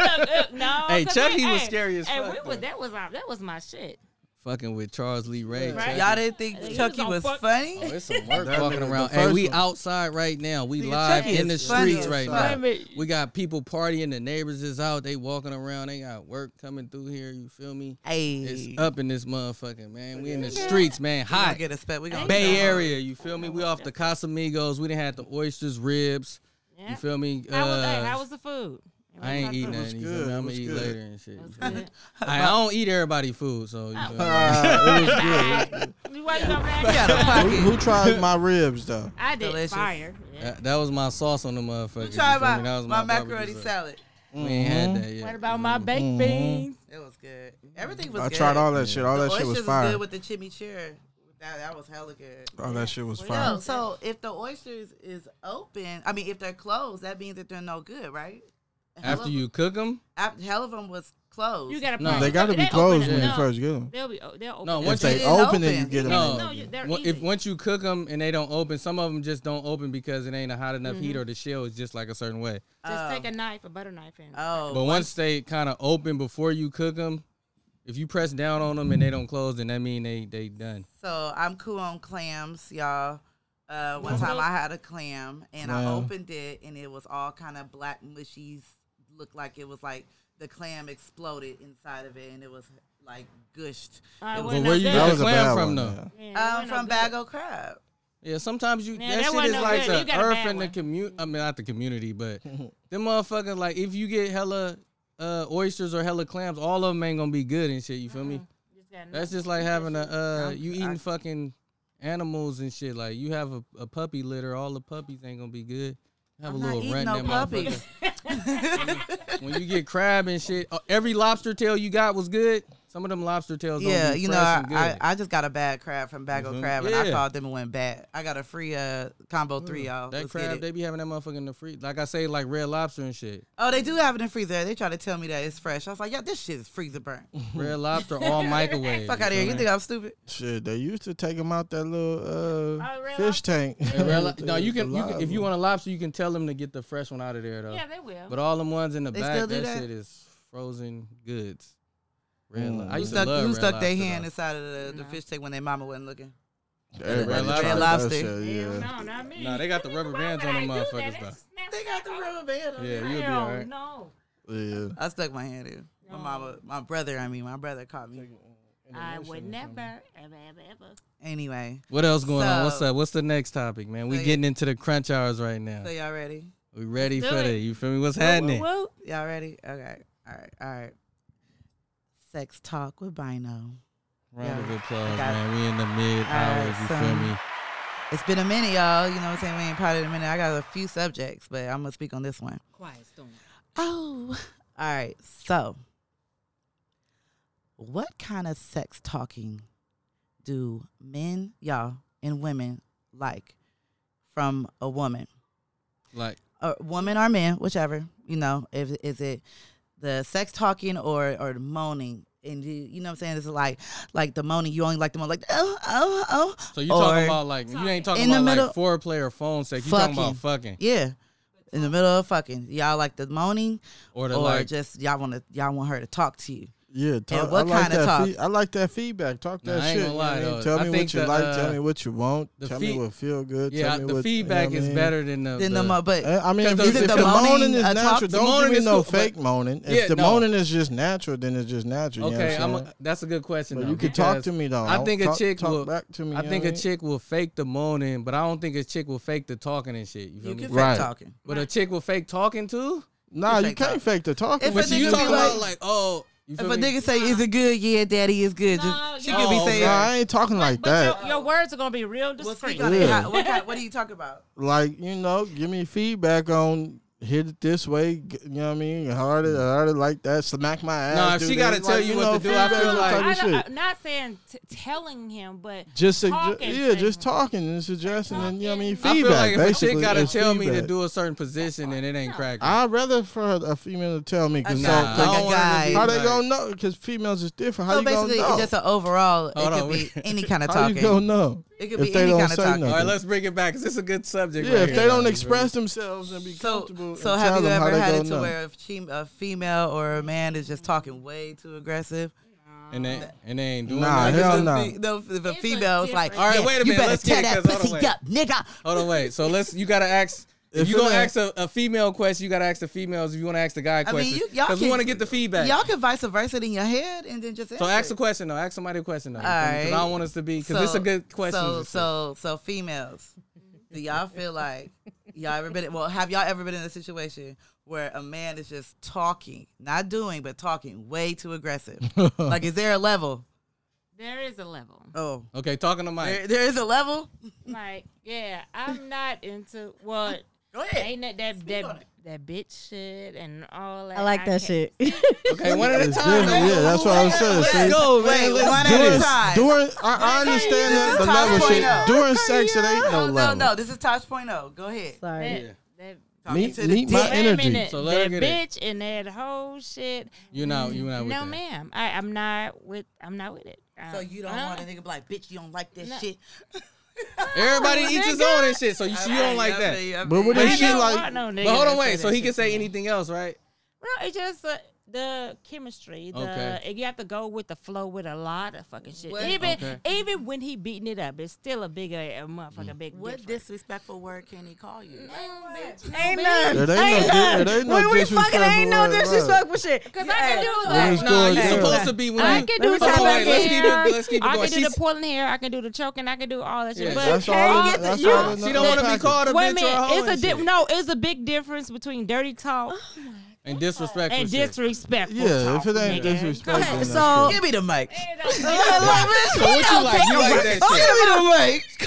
[SPEAKER 5] [LAUGHS]
[SPEAKER 3] no.
[SPEAKER 5] Hey,
[SPEAKER 1] [LAUGHS]
[SPEAKER 3] 'cause
[SPEAKER 5] Chucky
[SPEAKER 3] we-
[SPEAKER 5] was scary as
[SPEAKER 3] hey,
[SPEAKER 5] fuck,
[SPEAKER 3] we was-
[SPEAKER 5] though.
[SPEAKER 3] that was our, that was my shit.
[SPEAKER 5] fucking with Charles Lee Ray.
[SPEAKER 3] Right.
[SPEAKER 1] Y'all didn't think
[SPEAKER 3] He was
[SPEAKER 1] Chucky
[SPEAKER 3] on
[SPEAKER 1] was
[SPEAKER 3] fuck-
[SPEAKER 1] funny?
[SPEAKER 5] Oh, it's some work
[SPEAKER 6] That
[SPEAKER 5] walking
[SPEAKER 6] nigga,
[SPEAKER 5] around.
[SPEAKER 6] the
[SPEAKER 5] Hey,
[SPEAKER 6] first
[SPEAKER 5] we
[SPEAKER 6] one.
[SPEAKER 5] outside right now. We
[SPEAKER 1] Nigga,
[SPEAKER 5] live
[SPEAKER 1] Chucky
[SPEAKER 5] in the
[SPEAKER 1] is funny
[SPEAKER 5] streets
[SPEAKER 1] as
[SPEAKER 5] right
[SPEAKER 1] fuck.
[SPEAKER 5] now.
[SPEAKER 1] Wait
[SPEAKER 5] We got people partying. The neighbors is out. They walking around. They got work coming through here. You feel me?
[SPEAKER 1] Hey,
[SPEAKER 5] It's up in this motherfucker, man. We in the streets, man.
[SPEAKER 1] we gonna
[SPEAKER 5] Hot.
[SPEAKER 1] get a spec. We gonna
[SPEAKER 5] Bay
[SPEAKER 1] get a-
[SPEAKER 5] Area, you feel me? We off the Casamigos. We didn't have the oysters, ribs. You
[SPEAKER 3] Yeah.
[SPEAKER 5] feel me?
[SPEAKER 3] How was, hey, how
[SPEAKER 5] Uh,
[SPEAKER 3] was the food?
[SPEAKER 5] I ain't eating
[SPEAKER 6] It was
[SPEAKER 5] nothing.
[SPEAKER 6] good, it
[SPEAKER 5] I'm gonna
[SPEAKER 6] was
[SPEAKER 5] eat
[SPEAKER 6] good.
[SPEAKER 5] later and shit. you feel me?
[SPEAKER 3] Good. Oh.
[SPEAKER 5] I, I don't eat everybody food, so you feel me?
[SPEAKER 3] [LAUGHS]
[SPEAKER 6] Ah, it was good.
[SPEAKER 3] Why you coming
[SPEAKER 1] We
[SPEAKER 3] at
[SPEAKER 1] got
[SPEAKER 3] me?
[SPEAKER 1] a
[SPEAKER 6] who,
[SPEAKER 1] pocket.
[SPEAKER 6] who tried my ribs though?
[SPEAKER 3] I did
[SPEAKER 1] Delicious.
[SPEAKER 3] fire. Yeah.
[SPEAKER 5] that, that was my sauce on the motherfucker. you
[SPEAKER 1] Try
[SPEAKER 5] feel
[SPEAKER 1] my,
[SPEAKER 5] me? That was
[SPEAKER 1] my,
[SPEAKER 5] barbecue
[SPEAKER 1] macaroni
[SPEAKER 5] sauce.
[SPEAKER 1] salad.
[SPEAKER 5] We ain't
[SPEAKER 6] Mm-hmm.
[SPEAKER 5] had that yet. Mm-hmm.
[SPEAKER 3] What about my baked beans?
[SPEAKER 1] It was good. Everything was
[SPEAKER 6] I
[SPEAKER 1] good.
[SPEAKER 6] tried all that shit. All
[SPEAKER 1] the
[SPEAKER 6] that shit
[SPEAKER 1] oysters
[SPEAKER 6] was fire.
[SPEAKER 1] good with the chimichurri. That, that was hella good.
[SPEAKER 6] All that shit was
[SPEAKER 1] No,
[SPEAKER 6] fire.
[SPEAKER 1] so if the oysters is open, I mean, if they're closed, that means that they're no good, right?
[SPEAKER 5] After you cook them?
[SPEAKER 1] af- hell of them was closed.
[SPEAKER 3] You got to
[SPEAKER 5] No,
[SPEAKER 6] They got to be closed when you first get them.
[SPEAKER 3] They'll be. o- They'll open.
[SPEAKER 5] No,
[SPEAKER 3] it.
[SPEAKER 5] once
[SPEAKER 6] If
[SPEAKER 5] you
[SPEAKER 6] they
[SPEAKER 1] didn't
[SPEAKER 6] open it, you
[SPEAKER 1] open.
[SPEAKER 6] get them.
[SPEAKER 5] No,
[SPEAKER 3] no, you- they're
[SPEAKER 5] Well,
[SPEAKER 3] easy.
[SPEAKER 5] if once you cook them and they don't open, some of them just don't open because it ain't a hot enough heat or the shell is just like a certain way.
[SPEAKER 3] just take a knife, a butter knife, and
[SPEAKER 1] oh,
[SPEAKER 5] But once they kind of open before you cook them, if you press down on them and they don't close, then that mean they they done.
[SPEAKER 1] so I'm cool on clams, y'all. Uh, one
[SPEAKER 5] Mm-hmm.
[SPEAKER 1] time I had a clam and I
[SPEAKER 5] Wow.
[SPEAKER 1] opened it and it was all kind of black mushies. Looked like it was like the clam exploded inside of it and it was like gushed.
[SPEAKER 3] I
[SPEAKER 1] It
[SPEAKER 5] But
[SPEAKER 3] Well,
[SPEAKER 5] where
[SPEAKER 3] now that-
[SPEAKER 5] you get
[SPEAKER 6] That
[SPEAKER 5] the
[SPEAKER 6] was a
[SPEAKER 5] clam
[SPEAKER 6] bad
[SPEAKER 5] from
[SPEAKER 6] one.
[SPEAKER 5] though?
[SPEAKER 6] yeah.
[SPEAKER 3] Man, that
[SPEAKER 1] um,
[SPEAKER 3] wasn't
[SPEAKER 1] from
[SPEAKER 3] no good.
[SPEAKER 1] Bagel Crab.
[SPEAKER 5] Yeah, sometimes you
[SPEAKER 3] Man,
[SPEAKER 5] that,
[SPEAKER 3] that
[SPEAKER 5] shit
[SPEAKER 3] wasn't
[SPEAKER 5] is
[SPEAKER 3] no
[SPEAKER 5] like
[SPEAKER 3] good. You
[SPEAKER 5] the
[SPEAKER 3] got a
[SPEAKER 5] earth
[SPEAKER 3] bad
[SPEAKER 5] in the
[SPEAKER 3] one.
[SPEAKER 5] community. I mean, not the community, but them motherfuckers like if you get hella uh, oysters or hella clams, all of them ain't gonna be good and shit. You feel me?
[SPEAKER 3] Just got
[SPEAKER 5] That's just like having a uh, you eating fucking animals and shit. Like you have a, a puppy litter, all the puppies ain't gonna be good. Have
[SPEAKER 1] I'm
[SPEAKER 5] a
[SPEAKER 1] not
[SPEAKER 5] little
[SPEAKER 1] eating
[SPEAKER 5] run
[SPEAKER 1] no
[SPEAKER 5] in that
[SPEAKER 1] puppies.
[SPEAKER 5] motherfucker. [LAUGHS] when you get crab and shit, uh, every lobster tail you got was good. Some of them lobster tails,
[SPEAKER 1] Yeah,
[SPEAKER 5] gonna be
[SPEAKER 1] you know,
[SPEAKER 5] fresh
[SPEAKER 1] I,
[SPEAKER 5] and good.
[SPEAKER 1] I, I just got a bad crab from Bagel
[SPEAKER 5] Mhm.
[SPEAKER 1] Crab, and I
[SPEAKER 5] Yeah. Mm,
[SPEAKER 1] called them and went back. I got a free uh combo three, y'all.
[SPEAKER 5] that
[SPEAKER 1] Let's get
[SPEAKER 5] crab,
[SPEAKER 1] it.
[SPEAKER 5] they be having that motherfucker in the freezer. Like I say, like red lobster and shit.
[SPEAKER 1] oh, they do have it in the freezer. They try to tell me that it's fresh. I was like, yeah, this shit is freezer burnt.
[SPEAKER 5] Red lobster, all microwave.
[SPEAKER 1] Fuck out of here. You think I'm stupid?
[SPEAKER 6] Shit, they used to take them out that little uh,
[SPEAKER 3] Oh, red
[SPEAKER 6] fish tank.
[SPEAKER 5] And red lo- no, you
[SPEAKER 6] The
[SPEAKER 5] can, you can. If you
[SPEAKER 6] live
[SPEAKER 5] want a lobster, you can tell them to get the fresh one out of there though.
[SPEAKER 3] Yeah, they will.
[SPEAKER 5] But all them ones in the
[SPEAKER 1] They
[SPEAKER 5] back,
[SPEAKER 1] still do
[SPEAKER 5] that,
[SPEAKER 1] that?
[SPEAKER 5] shit is frozen goods. Red
[SPEAKER 6] Mm.
[SPEAKER 5] lo- I
[SPEAKER 6] Who
[SPEAKER 5] used to
[SPEAKER 1] Stuck,
[SPEAKER 5] love
[SPEAKER 1] who
[SPEAKER 5] red
[SPEAKER 1] stuck their
[SPEAKER 5] lobster,
[SPEAKER 1] hand
[SPEAKER 5] though.
[SPEAKER 1] inside of the, the fish tank when their mama wasn't looking?
[SPEAKER 6] one. Everybody
[SPEAKER 5] Red
[SPEAKER 6] tried
[SPEAKER 1] lobster.
[SPEAKER 6] that shit,
[SPEAKER 3] Hell
[SPEAKER 6] yeah.
[SPEAKER 3] No, not me.
[SPEAKER 5] Nah, they got the rubber bands on them motherfuckers though.
[SPEAKER 1] They got the rubber band. on
[SPEAKER 5] Yeah,
[SPEAKER 1] it.
[SPEAKER 5] you'll be alright.
[SPEAKER 3] No,
[SPEAKER 6] Yeah.
[SPEAKER 1] I stuck my hand in. My mama, my brother. I mean, my brother caught me. uh,
[SPEAKER 3] I would never, ever, ever, ever.
[SPEAKER 1] Anyway,
[SPEAKER 5] What else going on? What's
[SPEAKER 1] So-
[SPEAKER 5] up? What's the next topic, man? We
[SPEAKER 1] So-
[SPEAKER 5] getting into the crunch hours right now.
[SPEAKER 1] so y'all ready?
[SPEAKER 5] We ready
[SPEAKER 3] do
[SPEAKER 5] for
[SPEAKER 3] it.
[SPEAKER 5] it. You feel me? What's happening?
[SPEAKER 3] Woo.
[SPEAKER 1] Y'all ready? Okay. All right. All right. Sex talk with Bino.
[SPEAKER 5] Round of
[SPEAKER 1] Yeah.
[SPEAKER 5] applause,
[SPEAKER 1] I got it.
[SPEAKER 5] man. We in the mid hours.
[SPEAKER 1] Alright,
[SPEAKER 5] You
[SPEAKER 1] so-
[SPEAKER 5] feel me?
[SPEAKER 1] It's been a minute, y'all. You know what I'm saying? We ain't potted in a minute. I got a few subjects, but I'm gonna speak on this one.
[SPEAKER 3] Quiet storm.
[SPEAKER 1] Oh. [LAUGHS] All right. So, what kind of sex talking do men, y'all, and women like from a woman?
[SPEAKER 5] Like,
[SPEAKER 1] A woman or men, whichever. You know, if is it the sex talking or or the moaning? And you, you know what I'm saying? It's like like the moaning. You only like the moan like oh oh oh.
[SPEAKER 5] so you talking
[SPEAKER 1] Or-
[SPEAKER 5] about like you ain't talking
[SPEAKER 1] In the
[SPEAKER 5] about like
[SPEAKER 1] middle-
[SPEAKER 5] foreplay or phone sex. You talking about fucking
[SPEAKER 1] Yeah. In the middle of fucking, y'all like the moaning,
[SPEAKER 5] or the
[SPEAKER 1] or
[SPEAKER 5] like.
[SPEAKER 1] just y'all want to y'all want her to talk to you.
[SPEAKER 6] Yeah, talk,
[SPEAKER 1] what
[SPEAKER 6] I like
[SPEAKER 1] kinda
[SPEAKER 6] that
[SPEAKER 1] talk?
[SPEAKER 6] fee- I like that feedback. Talk
[SPEAKER 5] Nah,
[SPEAKER 6] that
[SPEAKER 5] I ain't
[SPEAKER 6] shit.
[SPEAKER 5] gonna
[SPEAKER 6] you know
[SPEAKER 5] lie,
[SPEAKER 6] what I mean?
[SPEAKER 5] though. I
[SPEAKER 6] Tell me
[SPEAKER 5] think
[SPEAKER 6] what you
[SPEAKER 5] the,
[SPEAKER 6] like.
[SPEAKER 5] uh,
[SPEAKER 6] tell me what you want.
[SPEAKER 5] the
[SPEAKER 6] Tell
[SPEAKER 5] fee-
[SPEAKER 6] me what feel good.
[SPEAKER 5] yeah,
[SPEAKER 6] tell me
[SPEAKER 5] the
[SPEAKER 6] what,
[SPEAKER 5] feedback
[SPEAKER 6] you know what I
[SPEAKER 5] is
[SPEAKER 6] mean?
[SPEAKER 5] better than the.
[SPEAKER 1] Then the, mo- but
[SPEAKER 6] Uh, I mean, if,
[SPEAKER 5] Because
[SPEAKER 6] if
[SPEAKER 5] the-
[SPEAKER 6] the,
[SPEAKER 5] the
[SPEAKER 6] moaning
[SPEAKER 1] moaning
[SPEAKER 6] is
[SPEAKER 1] a talk-
[SPEAKER 6] natural,
[SPEAKER 1] the
[SPEAKER 6] don't
[SPEAKER 5] moaning
[SPEAKER 6] give me
[SPEAKER 5] is
[SPEAKER 6] no
[SPEAKER 5] cool, but-
[SPEAKER 6] fake moaning. If
[SPEAKER 5] Yeah,
[SPEAKER 6] the
[SPEAKER 5] no.
[SPEAKER 6] moaning is just natural, then it's just natural. you know
[SPEAKER 5] Okay,
[SPEAKER 6] what I'm
[SPEAKER 5] I'm
[SPEAKER 6] saying?
[SPEAKER 5] a, that's a good question.
[SPEAKER 6] But
[SPEAKER 5] though,
[SPEAKER 6] you can talk
[SPEAKER 5] because
[SPEAKER 6] to me, though.
[SPEAKER 5] I think a
[SPEAKER 6] Talk-
[SPEAKER 5] chick
[SPEAKER 6] talk
[SPEAKER 5] will
[SPEAKER 6] back to me,
[SPEAKER 5] I
[SPEAKER 6] you know
[SPEAKER 5] think
[SPEAKER 6] what
[SPEAKER 5] a
[SPEAKER 6] I mean?
[SPEAKER 5] chick will fake the moaning, but I don't think a chick will fake the talking and shit. You feel
[SPEAKER 1] you
[SPEAKER 5] me?
[SPEAKER 1] can
[SPEAKER 6] Right.
[SPEAKER 1] fake talking.
[SPEAKER 5] But a chick will fake talking too.
[SPEAKER 6] Nah,
[SPEAKER 1] You
[SPEAKER 6] you
[SPEAKER 1] fake
[SPEAKER 6] can't
[SPEAKER 1] talk.
[SPEAKER 6] fake the talking.
[SPEAKER 1] If
[SPEAKER 6] But
[SPEAKER 1] a
[SPEAKER 6] you
[SPEAKER 1] nigga
[SPEAKER 6] talk
[SPEAKER 1] be
[SPEAKER 6] about-
[SPEAKER 1] like-
[SPEAKER 5] oh, you feel
[SPEAKER 1] If a
[SPEAKER 5] me?
[SPEAKER 1] nigga say, "Is it good?" Yeah, daddy is good. Just,
[SPEAKER 3] No,
[SPEAKER 1] she
[SPEAKER 3] you-
[SPEAKER 1] could be
[SPEAKER 5] Oh,
[SPEAKER 1] saying,
[SPEAKER 6] nah, I ain't talking like that.
[SPEAKER 3] Your words are gonna be real
[SPEAKER 1] "Well,
[SPEAKER 3] discreet.
[SPEAKER 1] speak on it.
[SPEAKER 6] Yeah.
[SPEAKER 1] How- what, kind, what are you talking about?"
[SPEAKER 6] like you know, give me feedback on hit it this way. g- You know what I mean? Hard it, hard it like that. Smack my ass.
[SPEAKER 5] Nah, if
[SPEAKER 6] do
[SPEAKER 5] she gotta
[SPEAKER 6] this.
[SPEAKER 5] tell
[SPEAKER 6] Like,
[SPEAKER 5] you what
[SPEAKER 6] know,
[SPEAKER 5] to do, I
[SPEAKER 6] feedback
[SPEAKER 5] feel
[SPEAKER 6] on the
[SPEAKER 5] like-
[SPEAKER 6] type of
[SPEAKER 3] I
[SPEAKER 6] shit.
[SPEAKER 3] don't, I'm not saying t- telling him, but
[SPEAKER 6] just sugge-
[SPEAKER 3] talking
[SPEAKER 6] yeah, just
[SPEAKER 3] thing.
[SPEAKER 6] talking and suggesting, and you know what I mean.
[SPEAKER 5] I
[SPEAKER 6] Feedback.
[SPEAKER 5] feel like if a
[SPEAKER 6] basically,
[SPEAKER 5] chick gotta
[SPEAKER 6] is
[SPEAKER 5] tell me to
[SPEAKER 6] feedback.
[SPEAKER 5] do a certain position and it ain't cracking.
[SPEAKER 6] I'd rather for a a female to tell me because
[SPEAKER 1] Nah,
[SPEAKER 5] Nah, I
[SPEAKER 1] like a
[SPEAKER 5] don't want her to
[SPEAKER 1] guy.
[SPEAKER 5] be
[SPEAKER 6] how they
[SPEAKER 5] like-
[SPEAKER 6] gonna know? Because females is different. [LAUGHS] How
[SPEAKER 1] So
[SPEAKER 6] you gonna
[SPEAKER 1] basically,
[SPEAKER 6] know?
[SPEAKER 1] it's just an overall. It
[SPEAKER 5] Hold
[SPEAKER 1] could
[SPEAKER 5] on,
[SPEAKER 1] be
[SPEAKER 5] wait.
[SPEAKER 1] [LAUGHS] any kind
[SPEAKER 6] [LAUGHS]
[SPEAKER 1] of
[SPEAKER 6] how you gonna
[SPEAKER 1] talking.
[SPEAKER 6] know?
[SPEAKER 1] It could
[SPEAKER 6] if
[SPEAKER 1] be
[SPEAKER 6] they
[SPEAKER 1] any
[SPEAKER 6] don't
[SPEAKER 1] kind of
[SPEAKER 6] say
[SPEAKER 1] talking.
[SPEAKER 5] All
[SPEAKER 6] nothing.
[SPEAKER 5] right, let's bring it back. 'cause It's a good subject.
[SPEAKER 6] Yeah,
[SPEAKER 5] right
[SPEAKER 6] if
[SPEAKER 5] here,
[SPEAKER 6] they
[SPEAKER 5] though, you
[SPEAKER 6] don't
[SPEAKER 5] feel
[SPEAKER 6] express
[SPEAKER 5] me?
[SPEAKER 6] themselves and be
[SPEAKER 1] So,
[SPEAKER 6] comfortable,
[SPEAKER 1] so
[SPEAKER 6] and
[SPEAKER 1] have
[SPEAKER 6] tell
[SPEAKER 1] you
[SPEAKER 6] them how
[SPEAKER 1] ever
[SPEAKER 6] they
[SPEAKER 1] had
[SPEAKER 6] gonna
[SPEAKER 1] it to
[SPEAKER 6] know.
[SPEAKER 1] where a, she, a female or a man is just talking way too aggressive?
[SPEAKER 5] and they and they ain't doing
[SPEAKER 6] Nah,
[SPEAKER 5] that.
[SPEAKER 6] hell
[SPEAKER 1] the,
[SPEAKER 6] no.
[SPEAKER 1] fe- the, the, females like,
[SPEAKER 5] All right,
[SPEAKER 1] "Yeah,
[SPEAKER 5] wait a
[SPEAKER 1] you
[SPEAKER 5] minute,
[SPEAKER 1] better
[SPEAKER 5] let's
[SPEAKER 1] tear
[SPEAKER 5] get it,
[SPEAKER 1] that
[SPEAKER 5] 'cause hold on,
[SPEAKER 1] pussy
[SPEAKER 5] wait.
[SPEAKER 1] up, nigga.
[SPEAKER 5] Hold on, wait. So let's you gotta ask. If
[SPEAKER 6] If
[SPEAKER 5] you gonna
[SPEAKER 6] it ain't-
[SPEAKER 5] ask a, a female question, you gotta ask the females. If you wanna ask the guy
[SPEAKER 1] I mean,
[SPEAKER 5] questions,
[SPEAKER 1] you, y'all
[SPEAKER 5] because we
[SPEAKER 1] can-
[SPEAKER 5] wanna get the feedback.
[SPEAKER 1] Y'all can vice versa it in your head and then just
[SPEAKER 5] so
[SPEAKER 1] answer
[SPEAKER 5] ask
[SPEAKER 1] it.
[SPEAKER 5] a question though. Ask somebody a question though.
[SPEAKER 1] All
[SPEAKER 5] Because I
[SPEAKER 1] right.
[SPEAKER 5] don't want us to be. Because it's a good question.
[SPEAKER 1] So
[SPEAKER 5] to say.
[SPEAKER 1] so so females, do y'all feel like y'all ever been? Well, have y'all ever been in a situation where a man is just talking, not doing, but talking way too
[SPEAKER 6] [LAUGHS]
[SPEAKER 1] aggressive? like, is there a level?
[SPEAKER 3] There is a level.
[SPEAKER 1] Oh,
[SPEAKER 5] okay, talking to
[SPEAKER 1] there,
[SPEAKER 5] Mike.
[SPEAKER 1] there is a level.
[SPEAKER 3] Like, yeah, I'm not into what
[SPEAKER 1] Go ahead.
[SPEAKER 3] ain't that that
[SPEAKER 1] on
[SPEAKER 3] that,
[SPEAKER 1] it.
[SPEAKER 3] that bitch shit and all that.
[SPEAKER 4] I like that
[SPEAKER 3] can't-
[SPEAKER 4] shit.
[SPEAKER 5] Okay, one at a
[SPEAKER 6] It's
[SPEAKER 5] time.
[SPEAKER 6] different, yeah, that's what I was saying. see?
[SPEAKER 5] Let's go, man.
[SPEAKER 1] Wait,
[SPEAKER 5] Let's
[SPEAKER 1] one
[SPEAKER 5] do
[SPEAKER 1] at a
[SPEAKER 5] this.
[SPEAKER 1] time.
[SPEAKER 6] During, I, I understand
[SPEAKER 1] This is
[SPEAKER 6] the, the level shit.
[SPEAKER 1] 5.0.
[SPEAKER 6] During sex, it ain't no
[SPEAKER 1] No, no,
[SPEAKER 6] level.
[SPEAKER 1] no. This is Tosh Point oh. Go ahead.
[SPEAKER 4] Sorry.
[SPEAKER 3] That,
[SPEAKER 5] Yeah.
[SPEAKER 3] that,
[SPEAKER 1] Talking
[SPEAKER 6] Meet,
[SPEAKER 1] to the
[SPEAKER 6] meet my
[SPEAKER 1] dick.
[SPEAKER 3] wait a
[SPEAKER 6] energy.
[SPEAKER 3] minute,
[SPEAKER 5] So let her
[SPEAKER 3] that
[SPEAKER 5] get it.
[SPEAKER 3] bitch and that whole shit.
[SPEAKER 5] You're not. You're not with
[SPEAKER 3] No,
[SPEAKER 5] that.
[SPEAKER 3] ma'am. I, I'm not with. I'm not with it. Uh,
[SPEAKER 1] So you don't want a nigga to be like, bitch, you don't like that
[SPEAKER 3] No.
[SPEAKER 1] shit.
[SPEAKER 5] Everybody eats his own and shit. So you, you don't like that.
[SPEAKER 6] But what
[SPEAKER 3] I
[SPEAKER 6] if she
[SPEAKER 3] don't
[SPEAKER 6] like?
[SPEAKER 3] want no nigga
[SPEAKER 5] But hold on,
[SPEAKER 3] to
[SPEAKER 5] wait. So
[SPEAKER 3] that
[SPEAKER 5] he can
[SPEAKER 3] shit to
[SPEAKER 5] say
[SPEAKER 3] me.
[SPEAKER 5] anything else, right?
[SPEAKER 3] No, it's just uh, the chemistry. The,
[SPEAKER 5] Okay.
[SPEAKER 3] You have to go with the flow with a lot of fucking shit.
[SPEAKER 1] What-
[SPEAKER 3] Even
[SPEAKER 5] Okay.
[SPEAKER 3] even when he beating it up, it's still a big a, a motherfucking big.
[SPEAKER 1] Mm. What
[SPEAKER 3] difference.
[SPEAKER 1] disrespectful word can he call you?
[SPEAKER 4] Ain't none.
[SPEAKER 6] It ain't no di-
[SPEAKER 4] Ain't none.
[SPEAKER 6] it ain't no
[SPEAKER 4] When we fucking ain't no
[SPEAKER 6] disrespectful word, right.
[SPEAKER 4] disrespectful shit.
[SPEAKER 3] Because I can do
[SPEAKER 6] Let
[SPEAKER 3] like
[SPEAKER 6] me
[SPEAKER 5] No,
[SPEAKER 6] go
[SPEAKER 5] you're
[SPEAKER 6] again.
[SPEAKER 5] supposed to be with
[SPEAKER 3] I
[SPEAKER 5] you.
[SPEAKER 3] can
[SPEAKER 4] Let
[SPEAKER 3] do
[SPEAKER 4] me
[SPEAKER 3] the
[SPEAKER 4] tap
[SPEAKER 3] tap
[SPEAKER 4] back in.
[SPEAKER 3] hair.
[SPEAKER 5] Let's keep it
[SPEAKER 3] I
[SPEAKER 5] going.
[SPEAKER 3] can do
[SPEAKER 5] She's-
[SPEAKER 3] the pulling hair. I can do the choking. I can do all that shit.
[SPEAKER 5] Yeah,
[SPEAKER 3] but
[SPEAKER 6] That's all.
[SPEAKER 4] Can't
[SPEAKER 6] I-
[SPEAKER 4] get the-
[SPEAKER 6] That's
[SPEAKER 4] you-
[SPEAKER 6] all. I know.
[SPEAKER 5] She don't want to be
[SPEAKER 6] Package.
[SPEAKER 5] called a
[SPEAKER 3] wait a
[SPEAKER 5] bitch or a
[SPEAKER 3] minute.
[SPEAKER 5] hoe.
[SPEAKER 3] It's a
[SPEAKER 5] and
[SPEAKER 3] di-
[SPEAKER 5] shit.
[SPEAKER 3] no. It's a big difference between dirty talk
[SPEAKER 5] and disrespectful.
[SPEAKER 3] and
[SPEAKER 5] shit.
[SPEAKER 3] disrespectful.
[SPEAKER 6] Yeah, if
[SPEAKER 3] talk,
[SPEAKER 6] it ain't
[SPEAKER 3] nigga.
[SPEAKER 6] disrespectful. then that's
[SPEAKER 4] So-
[SPEAKER 6] it.
[SPEAKER 1] Give me the mic.
[SPEAKER 5] So what you like? You like that
[SPEAKER 1] Oh,
[SPEAKER 5] shit?
[SPEAKER 1] give me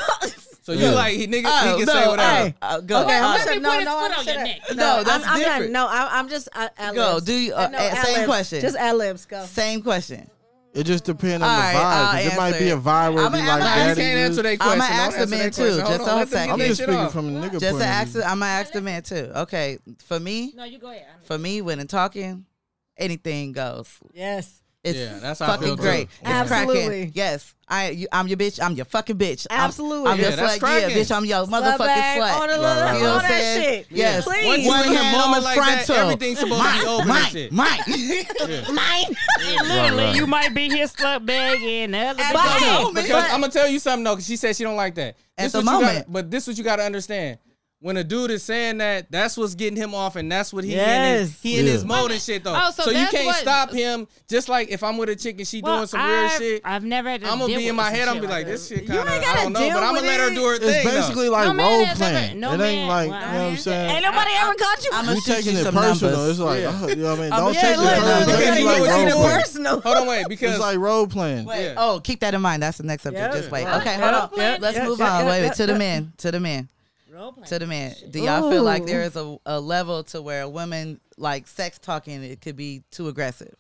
[SPEAKER 4] [LAUGHS]
[SPEAKER 1] the mic.
[SPEAKER 5] So you
[SPEAKER 6] Yeah.
[SPEAKER 5] like he nigga?
[SPEAKER 1] Oh,
[SPEAKER 5] he can
[SPEAKER 1] no,
[SPEAKER 5] say whatever.
[SPEAKER 1] hey. Uh, go.
[SPEAKER 4] Okay,
[SPEAKER 1] Uh,
[SPEAKER 4] I'm
[SPEAKER 3] Let me
[SPEAKER 4] shut- no,
[SPEAKER 3] put his
[SPEAKER 4] no,
[SPEAKER 3] foot
[SPEAKER 4] I'm
[SPEAKER 3] on your
[SPEAKER 4] shut-
[SPEAKER 3] neck.
[SPEAKER 1] No, that's
[SPEAKER 4] I'm, I'm
[SPEAKER 1] different.
[SPEAKER 4] Not, no, I'm, I'm just uh, ad-libs.
[SPEAKER 1] Go, do you-
[SPEAKER 4] Uh, no,
[SPEAKER 1] uh, uh, same
[SPEAKER 4] ad-libs.
[SPEAKER 1] question.
[SPEAKER 4] Just ad libs. Go.
[SPEAKER 1] Same question.
[SPEAKER 6] It just depends on
[SPEAKER 1] All
[SPEAKER 6] the
[SPEAKER 1] right,
[SPEAKER 6] vibe.
[SPEAKER 1] I'll
[SPEAKER 6] 'cause It might
[SPEAKER 1] answer
[SPEAKER 6] be a
[SPEAKER 1] it.
[SPEAKER 6] vibe where it
[SPEAKER 1] I'ma-
[SPEAKER 6] be
[SPEAKER 1] I'ma-
[SPEAKER 6] like
[SPEAKER 5] I
[SPEAKER 6] daddy.
[SPEAKER 5] just can't answer
[SPEAKER 6] good.
[SPEAKER 5] that
[SPEAKER 1] I'ma
[SPEAKER 5] question.
[SPEAKER 1] ask
[SPEAKER 5] Don't
[SPEAKER 1] the
[SPEAKER 5] answer
[SPEAKER 1] men
[SPEAKER 5] that
[SPEAKER 1] too,
[SPEAKER 5] question. Hold on,
[SPEAKER 1] just
[SPEAKER 5] let
[SPEAKER 1] a
[SPEAKER 5] them
[SPEAKER 1] second.
[SPEAKER 5] get
[SPEAKER 6] I'm
[SPEAKER 5] their
[SPEAKER 6] just
[SPEAKER 5] shit
[SPEAKER 6] speaking
[SPEAKER 5] off.
[SPEAKER 6] from the nigga point.
[SPEAKER 1] Just to
[SPEAKER 6] of
[SPEAKER 1] ask,
[SPEAKER 6] view.
[SPEAKER 1] I'm gonna ask the man too. Okay, for me,
[SPEAKER 3] No, you go ahead. I'm-
[SPEAKER 1] for me, when I'm talking, anything goes.
[SPEAKER 4] Yes.
[SPEAKER 1] It's
[SPEAKER 5] Yeah, that's how I
[SPEAKER 1] fucking
[SPEAKER 5] feel, too.
[SPEAKER 1] great. It's
[SPEAKER 4] Absolutely.
[SPEAKER 1] cracking. Yes, I, you, I'm your bitch. I'm your fucking bitch. I'm-
[SPEAKER 4] Absolutely.
[SPEAKER 1] I'm,
[SPEAKER 5] Yeah,
[SPEAKER 1] your
[SPEAKER 5] that's
[SPEAKER 1] slut. Yeah,
[SPEAKER 5] cracking.
[SPEAKER 1] bitch. I'm your
[SPEAKER 4] Slut
[SPEAKER 1] motherfucking
[SPEAKER 4] bag,
[SPEAKER 1] slut.
[SPEAKER 4] All, the,
[SPEAKER 6] Right, right,
[SPEAKER 1] You know
[SPEAKER 4] all
[SPEAKER 1] what I'm
[SPEAKER 4] that
[SPEAKER 1] saying?
[SPEAKER 4] shit.
[SPEAKER 1] Yes.
[SPEAKER 4] Please.
[SPEAKER 5] Once you
[SPEAKER 1] One
[SPEAKER 5] in a
[SPEAKER 1] hand on
[SPEAKER 5] moment
[SPEAKER 1] the
[SPEAKER 5] like that,
[SPEAKER 1] frontal.
[SPEAKER 5] everything's supposed to be open and shit.
[SPEAKER 1] Mike,
[SPEAKER 6] Right, right.
[SPEAKER 3] You might be his slut bag and other.
[SPEAKER 4] At
[SPEAKER 3] bitch.
[SPEAKER 4] the moment.
[SPEAKER 5] Because I'm gonna tell you something though, because she said she don't like that.
[SPEAKER 1] At
[SPEAKER 5] This
[SPEAKER 1] the
[SPEAKER 5] what you gotta-
[SPEAKER 1] moment.
[SPEAKER 5] but this what you got to understand. When a dude is saying that, that's what's getting him off, and that's what he in
[SPEAKER 4] Yes.
[SPEAKER 5] his, he in his
[SPEAKER 6] Yeah.
[SPEAKER 5] mode and shit though.
[SPEAKER 3] Oh, so
[SPEAKER 5] you
[SPEAKER 3] that's
[SPEAKER 5] can't
[SPEAKER 3] what-
[SPEAKER 5] stop him. Just like if I'm with a chick and she
[SPEAKER 3] Well,
[SPEAKER 5] doing some weird
[SPEAKER 3] I've-
[SPEAKER 5] shit,
[SPEAKER 3] I've never had to
[SPEAKER 5] I'm gonna
[SPEAKER 3] deal
[SPEAKER 5] be in
[SPEAKER 3] with
[SPEAKER 5] my
[SPEAKER 3] some
[SPEAKER 5] head. I'm
[SPEAKER 3] shit
[SPEAKER 5] gonna be like, this shit kind of
[SPEAKER 4] ain't
[SPEAKER 5] I
[SPEAKER 4] gotta
[SPEAKER 5] don't know,
[SPEAKER 4] deal
[SPEAKER 5] but I'm
[SPEAKER 4] with
[SPEAKER 5] gonna let her
[SPEAKER 4] it.
[SPEAKER 5] do her
[SPEAKER 6] It's
[SPEAKER 5] thing. though.
[SPEAKER 6] basically like
[SPEAKER 3] No man
[SPEAKER 6] role
[SPEAKER 3] has ever-
[SPEAKER 6] playing.
[SPEAKER 3] no
[SPEAKER 6] it ain't
[SPEAKER 3] man-
[SPEAKER 6] like
[SPEAKER 3] well,
[SPEAKER 6] you know what I'm saying.
[SPEAKER 4] Ain't nobody ever caught you.
[SPEAKER 1] I'm
[SPEAKER 6] You
[SPEAKER 1] gonna shoot
[SPEAKER 6] taking
[SPEAKER 1] you
[SPEAKER 6] it
[SPEAKER 1] some
[SPEAKER 6] personal?
[SPEAKER 1] numbers.
[SPEAKER 6] It's like
[SPEAKER 5] Yeah.
[SPEAKER 6] uh, you know what I mean.
[SPEAKER 1] I'm-
[SPEAKER 6] Don't
[SPEAKER 1] yeah,
[SPEAKER 6] take it
[SPEAKER 1] look,
[SPEAKER 6] personal.
[SPEAKER 1] look,
[SPEAKER 6] It's like
[SPEAKER 1] look, look,
[SPEAKER 6] role
[SPEAKER 1] look,
[SPEAKER 6] playing.
[SPEAKER 1] look.
[SPEAKER 4] personal.
[SPEAKER 5] Hold on, wait,
[SPEAKER 6] It's
[SPEAKER 5] because
[SPEAKER 6] like role playing.
[SPEAKER 1] Wait.
[SPEAKER 5] Yeah.
[SPEAKER 1] Oh, keep that in mind. That's the next subject.
[SPEAKER 4] Yeah.
[SPEAKER 1] Just wait.
[SPEAKER 5] Right.
[SPEAKER 1] Okay,
[SPEAKER 4] Yeah.
[SPEAKER 1] hold on.
[SPEAKER 4] Yeah.
[SPEAKER 1] Let's
[SPEAKER 4] Yeah.
[SPEAKER 1] move
[SPEAKER 4] Yeah.
[SPEAKER 1] on.
[SPEAKER 4] Yeah.
[SPEAKER 1] Wait,
[SPEAKER 4] Yeah.
[SPEAKER 1] wait. To the men. To the men.
[SPEAKER 3] Role playing.
[SPEAKER 1] To the men. Do y'all feel
[SPEAKER 4] Ooh.
[SPEAKER 1] like there is a, a level to where women like sex talking? It could be too aggressive.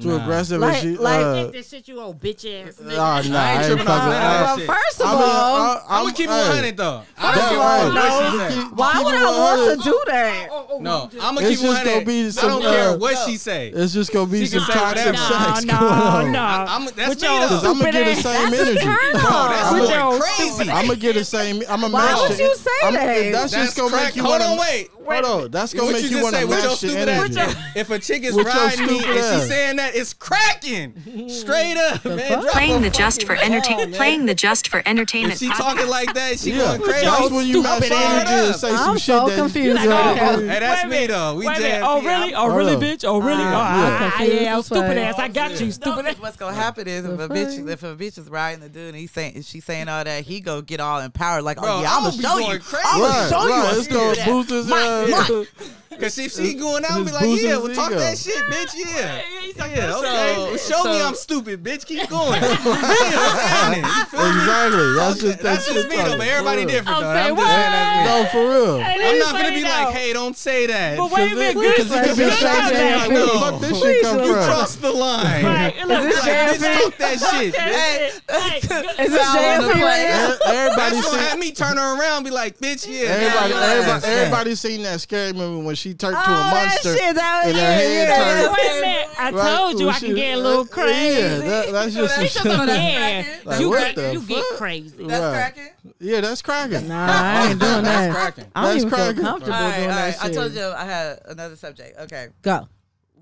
[SPEAKER 6] Too
[SPEAKER 5] Nah.
[SPEAKER 6] aggressive.
[SPEAKER 4] Like-
[SPEAKER 6] as you,
[SPEAKER 4] like-
[SPEAKER 6] uh,
[SPEAKER 3] This shit, you old bitch ass.
[SPEAKER 6] nah, nah, I ain't
[SPEAKER 5] tripping off
[SPEAKER 6] fucking-
[SPEAKER 5] that.
[SPEAKER 6] I-
[SPEAKER 4] Well,
[SPEAKER 5] shit. uh,
[SPEAKER 4] first of
[SPEAKER 6] I mean,
[SPEAKER 4] all,
[SPEAKER 6] I-
[SPEAKER 5] I'm gonna keep it
[SPEAKER 6] hey,
[SPEAKER 5] 100 though. I don't
[SPEAKER 6] that's
[SPEAKER 5] give a
[SPEAKER 6] right.
[SPEAKER 5] fuck what she
[SPEAKER 6] You
[SPEAKER 5] say.
[SPEAKER 6] keep-
[SPEAKER 4] why
[SPEAKER 6] keep
[SPEAKER 4] would
[SPEAKER 6] it
[SPEAKER 4] I want
[SPEAKER 6] 100.
[SPEAKER 4] to do that?
[SPEAKER 5] No, I'm gonna
[SPEAKER 6] It's
[SPEAKER 5] keep it
[SPEAKER 6] just
[SPEAKER 5] 100.
[SPEAKER 6] gonna be
[SPEAKER 5] I
[SPEAKER 6] some,
[SPEAKER 5] don't care
[SPEAKER 6] uh,
[SPEAKER 5] what she say.
[SPEAKER 6] It's just gonna be
[SPEAKER 5] She can
[SPEAKER 6] some
[SPEAKER 5] say
[SPEAKER 6] toxic
[SPEAKER 5] whatever.
[SPEAKER 6] sex
[SPEAKER 3] No,
[SPEAKER 6] going on.
[SPEAKER 3] no, no.
[SPEAKER 5] I'm that's me
[SPEAKER 3] your
[SPEAKER 5] though.
[SPEAKER 6] Cause I'm gonna get the same
[SPEAKER 4] That's a
[SPEAKER 6] energy.
[SPEAKER 4] turn
[SPEAKER 5] I'm
[SPEAKER 4] off.
[SPEAKER 6] I'ma-
[SPEAKER 5] going crazy.
[SPEAKER 6] I'm gonna get the same. I'm gonna
[SPEAKER 4] Why
[SPEAKER 6] match
[SPEAKER 4] would
[SPEAKER 6] the-
[SPEAKER 4] you say
[SPEAKER 6] I'm-
[SPEAKER 4] that?
[SPEAKER 6] That's,
[SPEAKER 5] That's
[SPEAKER 6] just gonna
[SPEAKER 5] crack.
[SPEAKER 6] make you
[SPEAKER 5] Hold
[SPEAKER 6] wanna.
[SPEAKER 5] on, wait.
[SPEAKER 6] Hold on. That's gonna
[SPEAKER 5] What
[SPEAKER 6] make
[SPEAKER 5] you
[SPEAKER 6] you,
[SPEAKER 5] just
[SPEAKER 6] wanna
[SPEAKER 5] say with your
[SPEAKER 6] match the
[SPEAKER 5] stupid
[SPEAKER 6] energy.
[SPEAKER 5] ass. If a chick is
[SPEAKER 6] With your
[SPEAKER 5] riding me and
[SPEAKER 6] stupid
[SPEAKER 5] she's
[SPEAKER 6] ass.
[SPEAKER 5] saying that, it's cracking. Straight up, man. Drop
[SPEAKER 2] Playing
[SPEAKER 5] a
[SPEAKER 2] the just for
[SPEAKER 5] fucking
[SPEAKER 2] entertain.
[SPEAKER 5] bomb, man.
[SPEAKER 2] playing the just for
[SPEAKER 5] If
[SPEAKER 2] entertainment.
[SPEAKER 5] she
[SPEAKER 2] podcast.
[SPEAKER 5] talking like that, she
[SPEAKER 6] Yeah,
[SPEAKER 5] going crazy.
[SPEAKER 6] that's when you match the
[SPEAKER 5] fired
[SPEAKER 6] energy and
[SPEAKER 5] up.
[SPEAKER 6] say
[SPEAKER 4] I'm
[SPEAKER 6] some shit
[SPEAKER 4] so
[SPEAKER 6] that you-
[SPEAKER 4] confused
[SPEAKER 6] you
[SPEAKER 4] right
[SPEAKER 6] know,
[SPEAKER 5] Hey, that's me though. We
[SPEAKER 3] Wait a minute.
[SPEAKER 5] jam.
[SPEAKER 3] Oh really? Oh
[SPEAKER 6] Hold
[SPEAKER 3] really,
[SPEAKER 6] up.
[SPEAKER 3] bitch? Oh really?
[SPEAKER 6] yeah.
[SPEAKER 3] oh, I, I, yeah,
[SPEAKER 4] Confused
[SPEAKER 3] stupid
[SPEAKER 4] as
[SPEAKER 3] ass. I got you, stupid ass.
[SPEAKER 1] What's gonna happen is if a bitch if a bitch is riding the dude and he's saying and she's saying all that, he go get all empowered like,
[SPEAKER 5] Bro,
[SPEAKER 1] oh yeah, I'm
[SPEAKER 5] I'll
[SPEAKER 1] gonna
[SPEAKER 5] be
[SPEAKER 1] show
[SPEAKER 5] going
[SPEAKER 1] you.
[SPEAKER 5] crazy.
[SPEAKER 1] I'm gonna
[SPEAKER 6] Right,
[SPEAKER 1] show you.
[SPEAKER 6] right.
[SPEAKER 1] a
[SPEAKER 6] It's
[SPEAKER 1] stupid
[SPEAKER 6] gonna
[SPEAKER 1] ass."
[SPEAKER 6] boost his.
[SPEAKER 1] Mike,
[SPEAKER 6] uh,
[SPEAKER 5] Cause if she going out,
[SPEAKER 6] It's
[SPEAKER 5] be like, yeah,
[SPEAKER 6] boosting
[SPEAKER 5] well,
[SPEAKER 6] his
[SPEAKER 5] talk
[SPEAKER 6] ego.
[SPEAKER 5] that shit, bitch. Yeah, yeah, okay. Well, show me
[SPEAKER 1] so-
[SPEAKER 5] I'm stupid, bitch. [LAUGHS] Keep going. Yeah, what's happening? You feel me?
[SPEAKER 6] Exactly. That's just
[SPEAKER 5] That's just me though. But everybody different though. I'm just saying that's me.
[SPEAKER 6] No, Oh, for real.
[SPEAKER 5] I'm not gonna be like, hey, don't say that.
[SPEAKER 3] But wait a minute,
[SPEAKER 6] Because you
[SPEAKER 3] good.
[SPEAKER 6] could be
[SPEAKER 4] Please,
[SPEAKER 6] shocked
[SPEAKER 4] please,
[SPEAKER 6] and be like, where the
[SPEAKER 5] please,
[SPEAKER 6] fuck this shit come
[SPEAKER 5] You
[SPEAKER 6] from?
[SPEAKER 5] crossed the line.
[SPEAKER 3] Right, look,
[SPEAKER 5] Like, bitch, talk that
[SPEAKER 6] [LAUGHS]
[SPEAKER 5] shit. bitch.
[SPEAKER 4] Is this jam for you right now?
[SPEAKER 6] E- Everybody
[SPEAKER 5] That's gonna
[SPEAKER 6] seen.
[SPEAKER 5] have me turn her around, and be like, bitch, yeah.
[SPEAKER 6] Everybody,
[SPEAKER 5] yeah, yeah.
[SPEAKER 6] everybody, everybody seen that scary movie when she turned to
[SPEAKER 4] Oh,
[SPEAKER 6] a
[SPEAKER 4] that
[SPEAKER 6] monster
[SPEAKER 4] shit, that-
[SPEAKER 6] and her
[SPEAKER 4] yeah,
[SPEAKER 6] head
[SPEAKER 4] yeah,
[SPEAKER 6] turned.
[SPEAKER 4] that's-
[SPEAKER 6] [LAUGHS]
[SPEAKER 3] Wait a minute. I
[SPEAKER 6] right?
[SPEAKER 3] told you I
[SPEAKER 6] She-
[SPEAKER 3] can get a little crazy.
[SPEAKER 6] Yeah, that, that's just some shit.
[SPEAKER 3] Yeah,
[SPEAKER 6] Like,
[SPEAKER 3] you,
[SPEAKER 6] what
[SPEAKER 3] get-
[SPEAKER 6] the
[SPEAKER 3] you get
[SPEAKER 6] fuck?
[SPEAKER 3] crazy.
[SPEAKER 6] Right.
[SPEAKER 1] cracking?
[SPEAKER 6] Yeah, that's cracking.
[SPEAKER 4] Nah, I
[SPEAKER 6] [LAUGHS]
[SPEAKER 4] ain't doing
[SPEAKER 5] That's
[SPEAKER 4] that.
[SPEAKER 5] cracking.
[SPEAKER 4] I don't
[SPEAKER 6] That's
[SPEAKER 4] even feel
[SPEAKER 6] cracking.
[SPEAKER 4] comfortable
[SPEAKER 1] All right, all
[SPEAKER 4] doing that
[SPEAKER 1] right. I
[SPEAKER 4] shit.
[SPEAKER 1] told you I had another subject. Okay,
[SPEAKER 4] Go.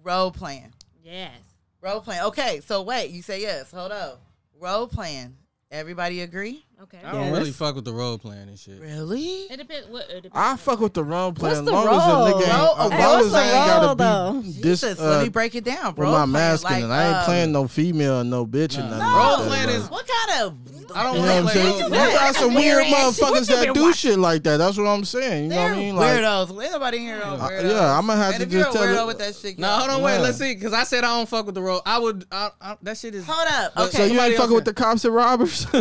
[SPEAKER 1] role playing.
[SPEAKER 3] Yes.
[SPEAKER 1] Role playing. Okay, so wait, you say yes. Hold up. Role playing. Everybody agree?
[SPEAKER 3] Okay.
[SPEAKER 5] I don't really fuck with the role playing and shit.
[SPEAKER 1] Really?
[SPEAKER 3] It depends. What, it depends
[SPEAKER 6] I fuck with the wrong plan.
[SPEAKER 4] What's the
[SPEAKER 6] long as
[SPEAKER 4] role?
[SPEAKER 6] the nigga ain't,
[SPEAKER 1] Role-
[SPEAKER 6] as
[SPEAKER 1] okay,
[SPEAKER 6] long
[SPEAKER 1] what's
[SPEAKER 6] as
[SPEAKER 1] the
[SPEAKER 6] I ain't
[SPEAKER 4] role,
[SPEAKER 6] gotta
[SPEAKER 4] though?
[SPEAKER 6] be this
[SPEAKER 1] Jesus,
[SPEAKER 6] uh,
[SPEAKER 1] let me break it down,
[SPEAKER 6] with
[SPEAKER 1] bro.
[SPEAKER 6] my mask
[SPEAKER 1] like,
[SPEAKER 6] in it. I ain't
[SPEAKER 1] um,
[SPEAKER 6] playing no female and no bitch and nothing.
[SPEAKER 5] Role
[SPEAKER 6] like
[SPEAKER 5] playing
[SPEAKER 6] that,
[SPEAKER 5] is-
[SPEAKER 6] bro.
[SPEAKER 1] What kind of?
[SPEAKER 5] I don't
[SPEAKER 6] You know
[SPEAKER 5] wanna
[SPEAKER 6] what I'm
[SPEAKER 5] play
[SPEAKER 6] saying?
[SPEAKER 5] role
[SPEAKER 6] You
[SPEAKER 5] playing.
[SPEAKER 6] got some weird motherfuckers that do shit like that. That's what I'm saying. You know what
[SPEAKER 1] They're
[SPEAKER 6] I mean? Like,
[SPEAKER 1] weirdos. Ain't nobody here no
[SPEAKER 6] I-
[SPEAKER 1] weirdos.
[SPEAKER 6] yeah, I'm gonna have
[SPEAKER 1] and
[SPEAKER 6] to
[SPEAKER 1] if you're
[SPEAKER 6] just
[SPEAKER 1] a
[SPEAKER 6] tell
[SPEAKER 1] weirdo
[SPEAKER 6] it-
[SPEAKER 1] with that shit,
[SPEAKER 5] No,
[SPEAKER 1] y'all-
[SPEAKER 5] hold on, wait,
[SPEAKER 6] Yeah.
[SPEAKER 5] let's see, because I said I don't fuck with the role. I would, I, I, that shit is.
[SPEAKER 1] Hold up.
[SPEAKER 5] But-
[SPEAKER 1] Okay.
[SPEAKER 6] so you
[SPEAKER 5] Somebody
[SPEAKER 6] ain't
[SPEAKER 5] else
[SPEAKER 6] fucking with
[SPEAKER 5] then.
[SPEAKER 6] the cops and robbers?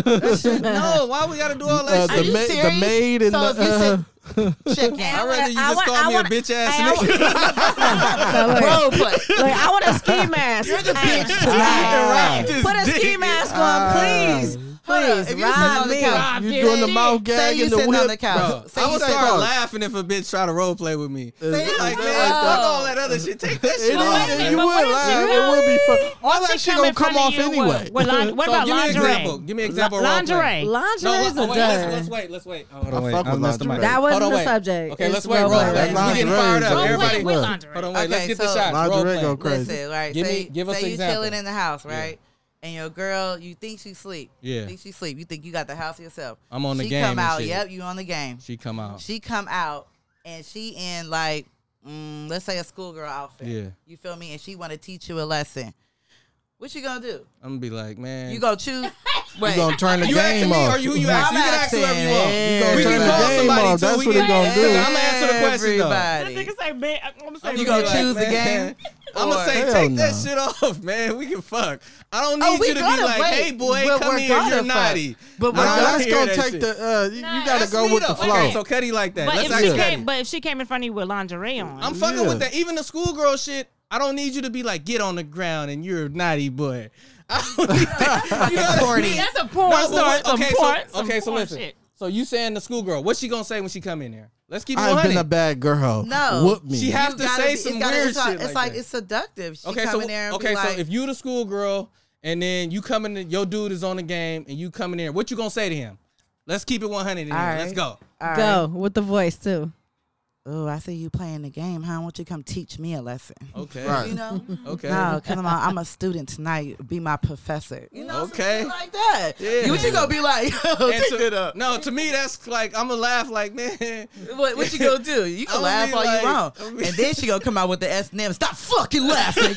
[SPEAKER 5] no, why we gotta do all
[SPEAKER 6] Uh,
[SPEAKER 5] that
[SPEAKER 6] the,
[SPEAKER 1] Are
[SPEAKER 5] shit?
[SPEAKER 1] you
[SPEAKER 6] ma- the
[SPEAKER 1] serious?
[SPEAKER 6] maid and
[SPEAKER 1] So
[SPEAKER 6] the.
[SPEAKER 1] if you said-
[SPEAKER 6] uh,
[SPEAKER 1] chicken.
[SPEAKER 5] [LAUGHS] I'd rather you
[SPEAKER 4] I
[SPEAKER 5] just
[SPEAKER 4] want-
[SPEAKER 5] call
[SPEAKER 4] I
[SPEAKER 5] me a
[SPEAKER 4] want-
[SPEAKER 5] bitch
[SPEAKER 4] I
[SPEAKER 5] ass [LAUGHS] nigga.
[SPEAKER 1] Role play.
[SPEAKER 5] [LAUGHS]
[SPEAKER 4] Like I want a ski mask. You're the bitch.
[SPEAKER 5] This
[SPEAKER 4] [LAUGHS] Put a
[SPEAKER 5] dick. [LAUGHS]
[SPEAKER 4] ski mask on, please.
[SPEAKER 1] Hold up. If
[SPEAKER 4] Please,
[SPEAKER 1] you sit on
[SPEAKER 4] ride
[SPEAKER 1] the
[SPEAKER 4] me.
[SPEAKER 1] couch,
[SPEAKER 6] you doing the mouth
[SPEAKER 1] say
[SPEAKER 6] gag
[SPEAKER 1] you
[SPEAKER 6] and the
[SPEAKER 1] sitting on
[SPEAKER 6] whip.
[SPEAKER 1] the
[SPEAKER 5] Bro,
[SPEAKER 1] couch. Say
[SPEAKER 5] I
[SPEAKER 1] you
[SPEAKER 5] would
[SPEAKER 1] sitting
[SPEAKER 5] start
[SPEAKER 1] on
[SPEAKER 5] laughing if a bitch try to role play with me.
[SPEAKER 1] Say-
[SPEAKER 5] Like, man,
[SPEAKER 1] Oh.
[SPEAKER 5] fuck all that other shit. Take that
[SPEAKER 6] It
[SPEAKER 5] shit off.
[SPEAKER 6] is. You would laugh. It would be fun. All that shit gonna come off anyway.
[SPEAKER 3] What, what
[SPEAKER 5] So
[SPEAKER 3] about
[SPEAKER 5] give me an
[SPEAKER 3] lingerie?
[SPEAKER 5] example. Give me an example. of role
[SPEAKER 3] lingerie.
[SPEAKER 5] play.
[SPEAKER 4] Lingerie
[SPEAKER 5] No,
[SPEAKER 4] is a
[SPEAKER 5] oh, wait, let's, let's
[SPEAKER 4] dud.
[SPEAKER 5] wait. Let's wait. Oh, hold
[SPEAKER 6] I fuck with
[SPEAKER 5] messed the
[SPEAKER 6] lingerie.
[SPEAKER 5] mic.
[SPEAKER 4] That wasn't
[SPEAKER 5] Hold on,
[SPEAKER 4] the
[SPEAKER 5] wait.
[SPEAKER 4] subject.
[SPEAKER 5] Okay,
[SPEAKER 4] It's
[SPEAKER 5] let's wait.
[SPEAKER 4] role
[SPEAKER 5] Role
[SPEAKER 4] play.
[SPEAKER 5] play. We getting fired up.
[SPEAKER 6] Lingerie is
[SPEAKER 5] Everybody,
[SPEAKER 6] a-
[SPEAKER 3] Oh, With
[SPEAKER 6] Look.
[SPEAKER 3] lingerie.
[SPEAKER 5] hold on. Wait, let's
[SPEAKER 1] Okay,
[SPEAKER 5] get the
[SPEAKER 1] so-
[SPEAKER 5] shots. Role
[SPEAKER 6] Lingerie go
[SPEAKER 5] play.
[SPEAKER 6] crazy.
[SPEAKER 1] Listen, right.
[SPEAKER 5] Give
[SPEAKER 1] say
[SPEAKER 5] me- give us
[SPEAKER 1] say
[SPEAKER 5] an
[SPEAKER 1] you
[SPEAKER 5] example.
[SPEAKER 1] chilling in the house, right? And your girl, you think she sleep.
[SPEAKER 5] Yeah.
[SPEAKER 1] Think she sleep. You think you got the house yourself.
[SPEAKER 5] I'm on the
[SPEAKER 1] she
[SPEAKER 5] game
[SPEAKER 1] come
[SPEAKER 5] and
[SPEAKER 1] out.
[SPEAKER 5] shit.
[SPEAKER 1] Yep, you on the game.
[SPEAKER 5] She come out.
[SPEAKER 1] She come out and she in like, mm, let's say a schoolgirl outfit.
[SPEAKER 5] Yeah.
[SPEAKER 1] You feel me? And she want to teach you a lesson. What you gonna do?
[SPEAKER 5] I'm gonna be like, man.
[SPEAKER 1] You gonna choose?
[SPEAKER 6] You gonna turn the
[SPEAKER 5] [LAUGHS] You asking
[SPEAKER 6] game
[SPEAKER 5] me
[SPEAKER 6] off?
[SPEAKER 5] or you who you asking? You can ask
[SPEAKER 1] asking
[SPEAKER 5] whoever you want.
[SPEAKER 1] everybody.
[SPEAKER 5] We
[SPEAKER 6] Turn
[SPEAKER 5] can
[SPEAKER 6] the
[SPEAKER 5] call
[SPEAKER 6] game
[SPEAKER 5] somebody too.
[SPEAKER 6] off. That's
[SPEAKER 5] We
[SPEAKER 6] what
[SPEAKER 5] can-
[SPEAKER 6] it gonna do.
[SPEAKER 5] I'm gonna answer the question though.
[SPEAKER 3] That
[SPEAKER 1] Everybody.
[SPEAKER 3] nigga say, man, I'm gonna say,
[SPEAKER 1] You gonna
[SPEAKER 5] Like,
[SPEAKER 1] choose the
[SPEAKER 5] man, [LAUGHS]
[SPEAKER 1] game?
[SPEAKER 5] I'm gonna
[SPEAKER 1] Or-
[SPEAKER 5] say
[SPEAKER 6] Hell
[SPEAKER 5] take that
[SPEAKER 6] no.
[SPEAKER 5] shit off, man. We can fuck. I don't need
[SPEAKER 1] Oh, we
[SPEAKER 5] you to be
[SPEAKER 1] gotta
[SPEAKER 5] like,
[SPEAKER 1] wait.
[SPEAKER 5] hey boy,
[SPEAKER 1] But
[SPEAKER 5] come
[SPEAKER 1] we're
[SPEAKER 5] here,
[SPEAKER 1] gonna
[SPEAKER 5] you're
[SPEAKER 1] fuck.
[SPEAKER 5] naughty. I
[SPEAKER 1] But we're
[SPEAKER 6] Nah,
[SPEAKER 5] don't
[SPEAKER 1] gonna
[SPEAKER 6] that's
[SPEAKER 5] hear
[SPEAKER 6] gonna
[SPEAKER 5] that
[SPEAKER 6] take
[SPEAKER 5] shit.
[SPEAKER 6] the. Uh, you
[SPEAKER 3] Nah,
[SPEAKER 6] gotta
[SPEAKER 5] That's
[SPEAKER 6] go
[SPEAKER 5] me,
[SPEAKER 6] with
[SPEAKER 5] though.
[SPEAKER 6] the flow.
[SPEAKER 5] Okay, so Cuddy like that.
[SPEAKER 3] But
[SPEAKER 5] Let's
[SPEAKER 3] if she
[SPEAKER 5] ask Cuddy.
[SPEAKER 3] came, but if she came in front of you with lingerie on,
[SPEAKER 5] I'm fucking
[SPEAKER 6] Yeah.
[SPEAKER 5] with that. Even the schoolgirl shit, I don't need you to be like, get on the ground and you're a naughty boy. [LAUGHS] I don't need that. you know what I mean?
[SPEAKER 3] that's a porn
[SPEAKER 5] No, but
[SPEAKER 3] story.
[SPEAKER 5] what-
[SPEAKER 3] Some
[SPEAKER 5] okay,
[SPEAKER 3] porn,
[SPEAKER 5] so,
[SPEAKER 3] some
[SPEAKER 5] okay, so
[SPEAKER 3] porn
[SPEAKER 5] listen.
[SPEAKER 3] shit.
[SPEAKER 5] So you saying the schoolgirl? What's she gonna say when she come in there? Let's keep it
[SPEAKER 6] I've been a
[SPEAKER 5] 100.
[SPEAKER 6] bad girl.
[SPEAKER 1] No.
[SPEAKER 6] whoop me.
[SPEAKER 5] She have
[SPEAKER 1] You
[SPEAKER 5] to
[SPEAKER 1] gotta
[SPEAKER 5] say
[SPEAKER 1] be-
[SPEAKER 5] some
[SPEAKER 1] it's gotta-
[SPEAKER 5] weird
[SPEAKER 1] it's like,
[SPEAKER 5] shit
[SPEAKER 1] It's
[SPEAKER 5] like
[SPEAKER 1] like
[SPEAKER 5] that.
[SPEAKER 1] it's seductive. She
[SPEAKER 5] Okay,
[SPEAKER 1] come
[SPEAKER 5] so
[SPEAKER 1] in there and
[SPEAKER 5] okay,
[SPEAKER 1] be like,
[SPEAKER 5] so if you the schoolgirl and then you coming, in, your dude is on the game and you coming in there, what you gonna say to him? Let's keep it 100 in here.
[SPEAKER 1] All
[SPEAKER 5] Let's
[SPEAKER 1] right.
[SPEAKER 5] go.
[SPEAKER 4] Go with the voice too.
[SPEAKER 1] oh, I see you playing the game. How won't you come teach me a lesson?
[SPEAKER 5] Okay.
[SPEAKER 6] Right.
[SPEAKER 1] You know.
[SPEAKER 5] Oh. [LAUGHS] Okay.
[SPEAKER 1] No, because I'm a, I'm a student tonight. Be my professor. You know, some
[SPEAKER 5] Okay.
[SPEAKER 1] shit like that.
[SPEAKER 5] Yeah.
[SPEAKER 1] You, what you gonna be like? [LAUGHS] Yo,
[SPEAKER 5] And
[SPEAKER 1] take
[SPEAKER 5] to-
[SPEAKER 1] it up.
[SPEAKER 5] No, to me that's like I'm gonna laugh like [LAUGHS] man.
[SPEAKER 1] What, what you gonna do? You
[SPEAKER 6] [LAUGHS]
[SPEAKER 5] I'ma
[SPEAKER 1] can laugh
[SPEAKER 5] be
[SPEAKER 1] all
[SPEAKER 5] like-
[SPEAKER 1] you want,
[SPEAKER 5] I'ma be-
[SPEAKER 1] and then she gonna come out with the S and M. Stop
[SPEAKER 6] [LAUGHS]
[SPEAKER 1] fucking laughing.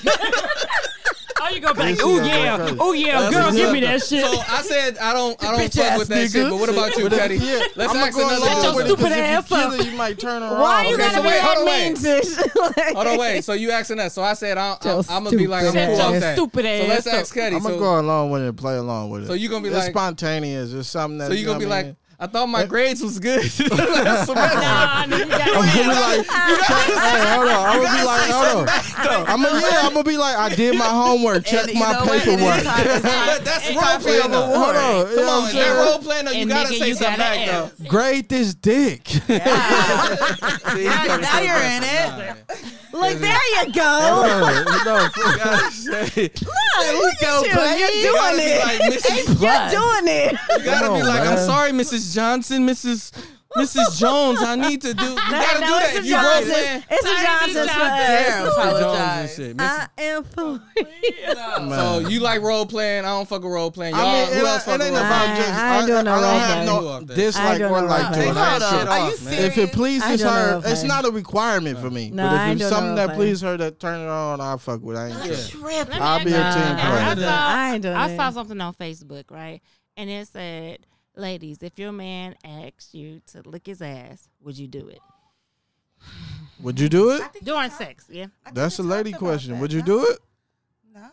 [SPEAKER 3] Oh, you go back.
[SPEAKER 6] she
[SPEAKER 3] Oh
[SPEAKER 6] gonna go
[SPEAKER 3] yeah,
[SPEAKER 6] crazy.
[SPEAKER 3] oh yeah,
[SPEAKER 5] That's
[SPEAKER 3] girl,
[SPEAKER 5] what's
[SPEAKER 3] give
[SPEAKER 5] up,
[SPEAKER 3] me that
[SPEAKER 5] though.
[SPEAKER 3] shit.
[SPEAKER 5] So I said I don't I don't
[SPEAKER 1] Bitch
[SPEAKER 5] fuck
[SPEAKER 1] ass
[SPEAKER 5] with that shit.
[SPEAKER 1] nigga.
[SPEAKER 5] But what about you,
[SPEAKER 6] But if-
[SPEAKER 5] Cuddy?
[SPEAKER 6] yeah,
[SPEAKER 5] Let's
[SPEAKER 6] I'ma
[SPEAKER 5] ask
[SPEAKER 6] go
[SPEAKER 5] another
[SPEAKER 6] along
[SPEAKER 5] one.
[SPEAKER 6] with it 'cause
[SPEAKER 4] stupid
[SPEAKER 6] if you
[SPEAKER 4] ass
[SPEAKER 6] kill
[SPEAKER 4] up.
[SPEAKER 6] it, You might turn her
[SPEAKER 4] Why
[SPEAKER 6] off.
[SPEAKER 4] you
[SPEAKER 5] Okay,
[SPEAKER 4] gotta
[SPEAKER 5] so
[SPEAKER 4] be
[SPEAKER 5] wait, hold
[SPEAKER 4] that
[SPEAKER 5] on, wait.
[SPEAKER 4] mean to?
[SPEAKER 5] Hold on, wait. So you asking us? So I said I, I,
[SPEAKER 4] Your
[SPEAKER 5] I'm gonna be like I'm
[SPEAKER 4] stupid
[SPEAKER 5] cool off
[SPEAKER 4] ass.
[SPEAKER 5] that.
[SPEAKER 3] Stupid
[SPEAKER 5] So let's
[SPEAKER 3] ass.
[SPEAKER 5] ask Cuddy.
[SPEAKER 6] I'm gonna
[SPEAKER 5] so,
[SPEAKER 6] go along with it and play along with it.
[SPEAKER 5] So you gonna be
[SPEAKER 6] it's
[SPEAKER 5] like-
[SPEAKER 6] spontaneous. It's something that
[SPEAKER 5] so you gonna be
[SPEAKER 6] know
[SPEAKER 5] like?
[SPEAKER 6] what
[SPEAKER 5] I thought my grades was
[SPEAKER 6] [LAUGHS]
[SPEAKER 5] good. [LAUGHS] That's what I-
[SPEAKER 3] Nah,
[SPEAKER 5] [LAUGHS]
[SPEAKER 3] nigga, you
[SPEAKER 6] I mean?
[SPEAKER 3] got
[SPEAKER 6] I'm gonna be like, hey, hold on. I'm gonna be like, hold on. I'm gonna, yeah, I'm gonna be like, I did my homework. Check
[SPEAKER 1] And you
[SPEAKER 6] my
[SPEAKER 1] know what? And it's
[SPEAKER 6] paperwork.
[SPEAKER 1] time- it's time-
[SPEAKER 5] But that's
[SPEAKER 1] it's
[SPEAKER 5] role
[SPEAKER 1] time for
[SPEAKER 5] playing.
[SPEAKER 1] your
[SPEAKER 5] though.
[SPEAKER 6] Hold
[SPEAKER 1] reward.
[SPEAKER 6] on. you know
[SPEAKER 5] Come on,
[SPEAKER 6] what I'm
[SPEAKER 5] is
[SPEAKER 6] saying?
[SPEAKER 5] that role playing? though? You
[SPEAKER 3] And
[SPEAKER 5] gotta
[SPEAKER 3] nigga,
[SPEAKER 5] say
[SPEAKER 3] you
[SPEAKER 5] something
[SPEAKER 3] gotta
[SPEAKER 5] back though.
[SPEAKER 3] ask.
[SPEAKER 6] Grade this dick.
[SPEAKER 5] See, you
[SPEAKER 1] Now-
[SPEAKER 5] gotta
[SPEAKER 1] [LAUGHS] now
[SPEAKER 5] say
[SPEAKER 1] you're
[SPEAKER 5] something.
[SPEAKER 1] in
[SPEAKER 5] Nah,
[SPEAKER 1] it.
[SPEAKER 5] man.
[SPEAKER 4] Like there you go.
[SPEAKER 6] no,
[SPEAKER 5] You gotta say-
[SPEAKER 4] Look at you.
[SPEAKER 1] play.
[SPEAKER 4] You're doing
[SPEAKER 5] be
[SPEAKER 4] it.
[SPEAKER 5] like, Mrs.
[SPEAKER 4] You're doing it.
[SPEAKER 5] You gotta
[SPEAKER 6] Come
[SPEAKER 5] be
[SPEAKER 6] on,
[SPEAKER 5] like, I'm
[SPEAKER 6] man.
[SPEAKER 5] sorry, Mrs. Johnson, Mrs. Mrs. Jones. I need to
[SPEAKER 1] [LAUGHS]
[SPEAKER 5] do. You gotta
[SPEAKER 4] no,
[SPEAKER 5] do that.
[SPEAKER 4] it's
[SPEAKER 5] If
[SPEAKER 4] a
[SPEAKER 5] you broke, man.
[SPEAKER 4] Johnson. It's a Johnson for us.
[SPEAKER 1] There,
[SPEAKER 5] Mrs. Jones and
[SPEAKER 1] apologize.
[SPEAKER 5] shit. Mrs.
[SPEAKER 4] I am for
[SPEAKER 5] So
[SPEAKER 6] man.
[SPEAKER 5] you like role playing? I don't fuck with role playing. Y'all,
[SPEAKER 6] I mean,
[SPEAKER 5] who
[SPEAKER 6] it,
[SPEAKER 5] else
[SPEAKER 6] it
[SPEAKER 5] fuck
[SPEAKER 6] ain't
[SPEAKER 5] with role playing?
[SPEAKER 6] about
[SPEAKER 4] I-
[SPEAKER 6] just.
[SPEAKER 4] I ain't doing no
[SPEAKER 6] I
[SPEAKER 4] role
[SPEAKER 6] don't
[SPEAKER 5] play.
[SPEAKER 6] have no
[SPEAKER 4] I ain't
[SPEAKER 6] dislike
[SPEAKER 4] doing
[SPEAKER 6] or
[SPEAKER 4] no
[SPEAKER 6] like
[SPEAKER 4] role
[SPEAKER 6] to
[SPEAKER 4] play.
[SPEAKER 6] it.
[SPEAKER 1] Hold
[SPEAKER 6] I
[SPEAKER 1] up.
[SPEAKER 6] ain't shit
[SPEAKER 5] Are
[SPEAKER 6] off,
[SPEAKER 1] you
[SPEAKER 6] man.
[SPEAKER 1] serious?
[SPEAKER 6] If it
[SPEAKER 4] I ain't
[SPEAKER 6] pleases
[SPEAKER 4] doing no
[SPEAKER 6] her,
[SPEAKER 4] role
[SPEAKER 6] it's
[SPEAKER 4] play.
[SPEAKER 6] not a requirement for me.
[SPEAKER 4] No,
[SPEAKER 6] but if
[SPEAKER 4] I
[SPEAKER 6] it's
[SPEAKER 4] ain't doing no
[SPEAKER 6] something
[SPEAKER 4] role
[SPEAKER 6] that
[SPEAKER 4] play.
[SPEAKER 6] pleases her that turn it on, I fuck with. it. I ain't. tripping.
[SPEAKER 1] Tripping.
[SPEAKER 6] I'll be a team
[SPEAKER 4] I
[SPEAKER 6] player.
[SPEAKER 4] ain't doing- I ain't doing
[SPEAKER 3] I saw
[SPEAKER 4] that.
[SPEAKER 3] something on Facebook, right? And it said, "Ladies, if your man asks you to lick his ass, would you do it
[SPEAKER 6] Would you do it?
[SPEAKER 3] during sex?" Yeah.
[SPEAKER 6] That's a lady question. Would you do it?
[SPEAKER 1] No.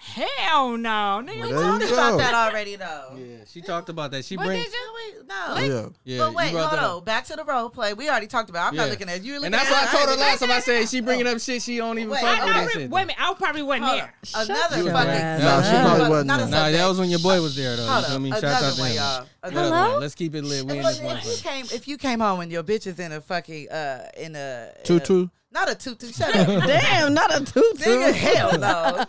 [SPEAKER 3] Hell no, nigga.
[SPEAKER 6] Well,
[SPEAKER 3] what
[SPEAKER 6] there you
[SPEAKER 1] Talked about that
[SPEAKER 6] go.
[SPEAKER 1] already though.
[SPEAKER 5] Yeah, she talked about that. She
[SPEAKER 3] What
[SPEAKER 5] brings.
[SPEAKER 3] did you?
[SPEAKER 1] No.
[SPEAKER 6] Yeah.
[SPEAKER 5] Yeah,
[SPEAKER 1] but wait,
[SPEAKER 5] you brought
[SPEAKER 1] hold
[SPEAKER 5] that up.
[SPEAKER 1] on. Back to the role play. We already talked about. it. I'm not
[SPEAKER 5] Yeah.
[SPEAKER 1] looking at you. You're
[SPEAKER 5] And
[SPEAKER 1] looking
[SPEAKER 5] that's
[SPEAKER 1] at
[SPEAKER 5] why I
[SPEAKER 1] us.
[SPEAKER 5] told her
[SPEAKER 1] ain't
[SPEAKER 5] last
[SPEAKER 1] looking
[SPEAKER 5] time. I said she bringing up shit she don't even
[SPEAKER 1] Wait,
[SPEAKER 5] fuck
[SPEAKER 3] I
[SPEAKER 5] with
[SPEAKER 1] What
[SPEAKER 5] that
[SPEAKER 3] probably,
[SPEAKER 5] shit.
[SPEAKER 3] wait a minute, I probably wasn't
[SPEAKER 1] Hold
[SPEAKER 3] there.
[SPEAKER 1] up.
[SPEAKER 4] Shut
[SPEAKER 1] Another
[SPEAKER 4] your
[SPEAKER 1] fucking.
[SPEAKER 4] ass
[SPEAKER 6] Nah, she
[SPEAKER 1] another-
[SPEAKER 6] probably wasn't
[SPEAKER 1] not a
[SPEAKER 6] there.
[SPEAKER 5] Nah, that
[SPEAKER 1] subject.
[SPEAKER 5] was when your boy was there though.
[SPEAKER 1] Hold
[SPEAKER 5] I
[SPEAKER 1] up.
[SPEAKER 5] mean, shout out
[SPEAKER 1] Another
[SPEAKER 5] to
[SPEAKER 1] one,
[SPEAKER 5] him.
[SPEAKER 1] y'all.
[SPEAKER 5] Another
[SPEAKER 1] Another
[SPEAKER 5] one.
[SPEAKER 1] one.
[SPEAKER 5] Let's keep it lit. We in
[SPEAKER 1] If,
[SPEAKER 5] this
[SPEAKER 1] if you
[SPEAKER 5] motherfucker.
[SPEAKER 1] came, if you came home and your bitch is in a fucking uh in a in a-
[SPEAKER 6] Tutu.
[SPEAKER 1] Not a tutu.
[SPEAKER 5] [LAUGHS]
[SPEAKER 1] Shut up.
[SPEAKER 4] Damn, not a
[SPEAKER 1] Nigga,
[SPEAKER 4] tutu.
[SPEAKER 1] hell no.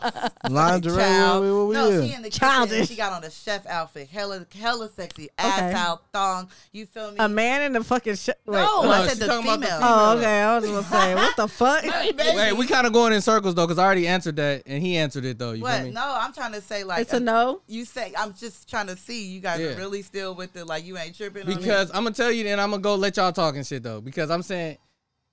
[SPEAKER 6] Lingerie.
[SPEAKER 1] Child.
[SPEAKER 6] What we
[SPEAKER 1] no,
[SPEAKER 6] in?
[SPEAKER 1] she in the kitchen.
[SPEAKER 4] Childish.
[SPEAKER 1] She got on a chef outfit. Hella, hella sexy. Ass
[SPEAKER 4] Okay.
[SPEAKER 1] out, thong. You feel me?
[SPEAKER 4] A man in the fucking sh- wait.
[SPEAKER 1] no,
[SPEAKER 5] No,
[SPEAKER 1] I
[SPEAKER 5] she
[SPEAKER 1] said the
[SPEAKER 5] talking
[SPEAKER 1] female.
[SPEAKER 5] about the
[SPEAKER 4] Oh, okay. I was gonna say, what the fuck?
[SPEAKER 1] Baby.
[SPEAKER 5] Wait, we kind of going in circles though, because I already answered that, and he answered it though. You feel
[SPEAKER 1] What?
[SPEAKER 5] me?
[SPEAKER 1] No, I'm trying to say like
[SPEAKER 4] [LAUGHS]
[SPEAKER 1] um,
[SPEAKER 4] It's a no.
[SPEAKER 1] You say I'm just trying to see you guys
[SPEAKER 5] Yeah.
[SPEAKER 1] are really still with it. Like you ain't tripping on it.
[SPEAKER 5] Because I'm gonna tell you, then I'm gonna go let y'all talk and shit though. Because I'm saying,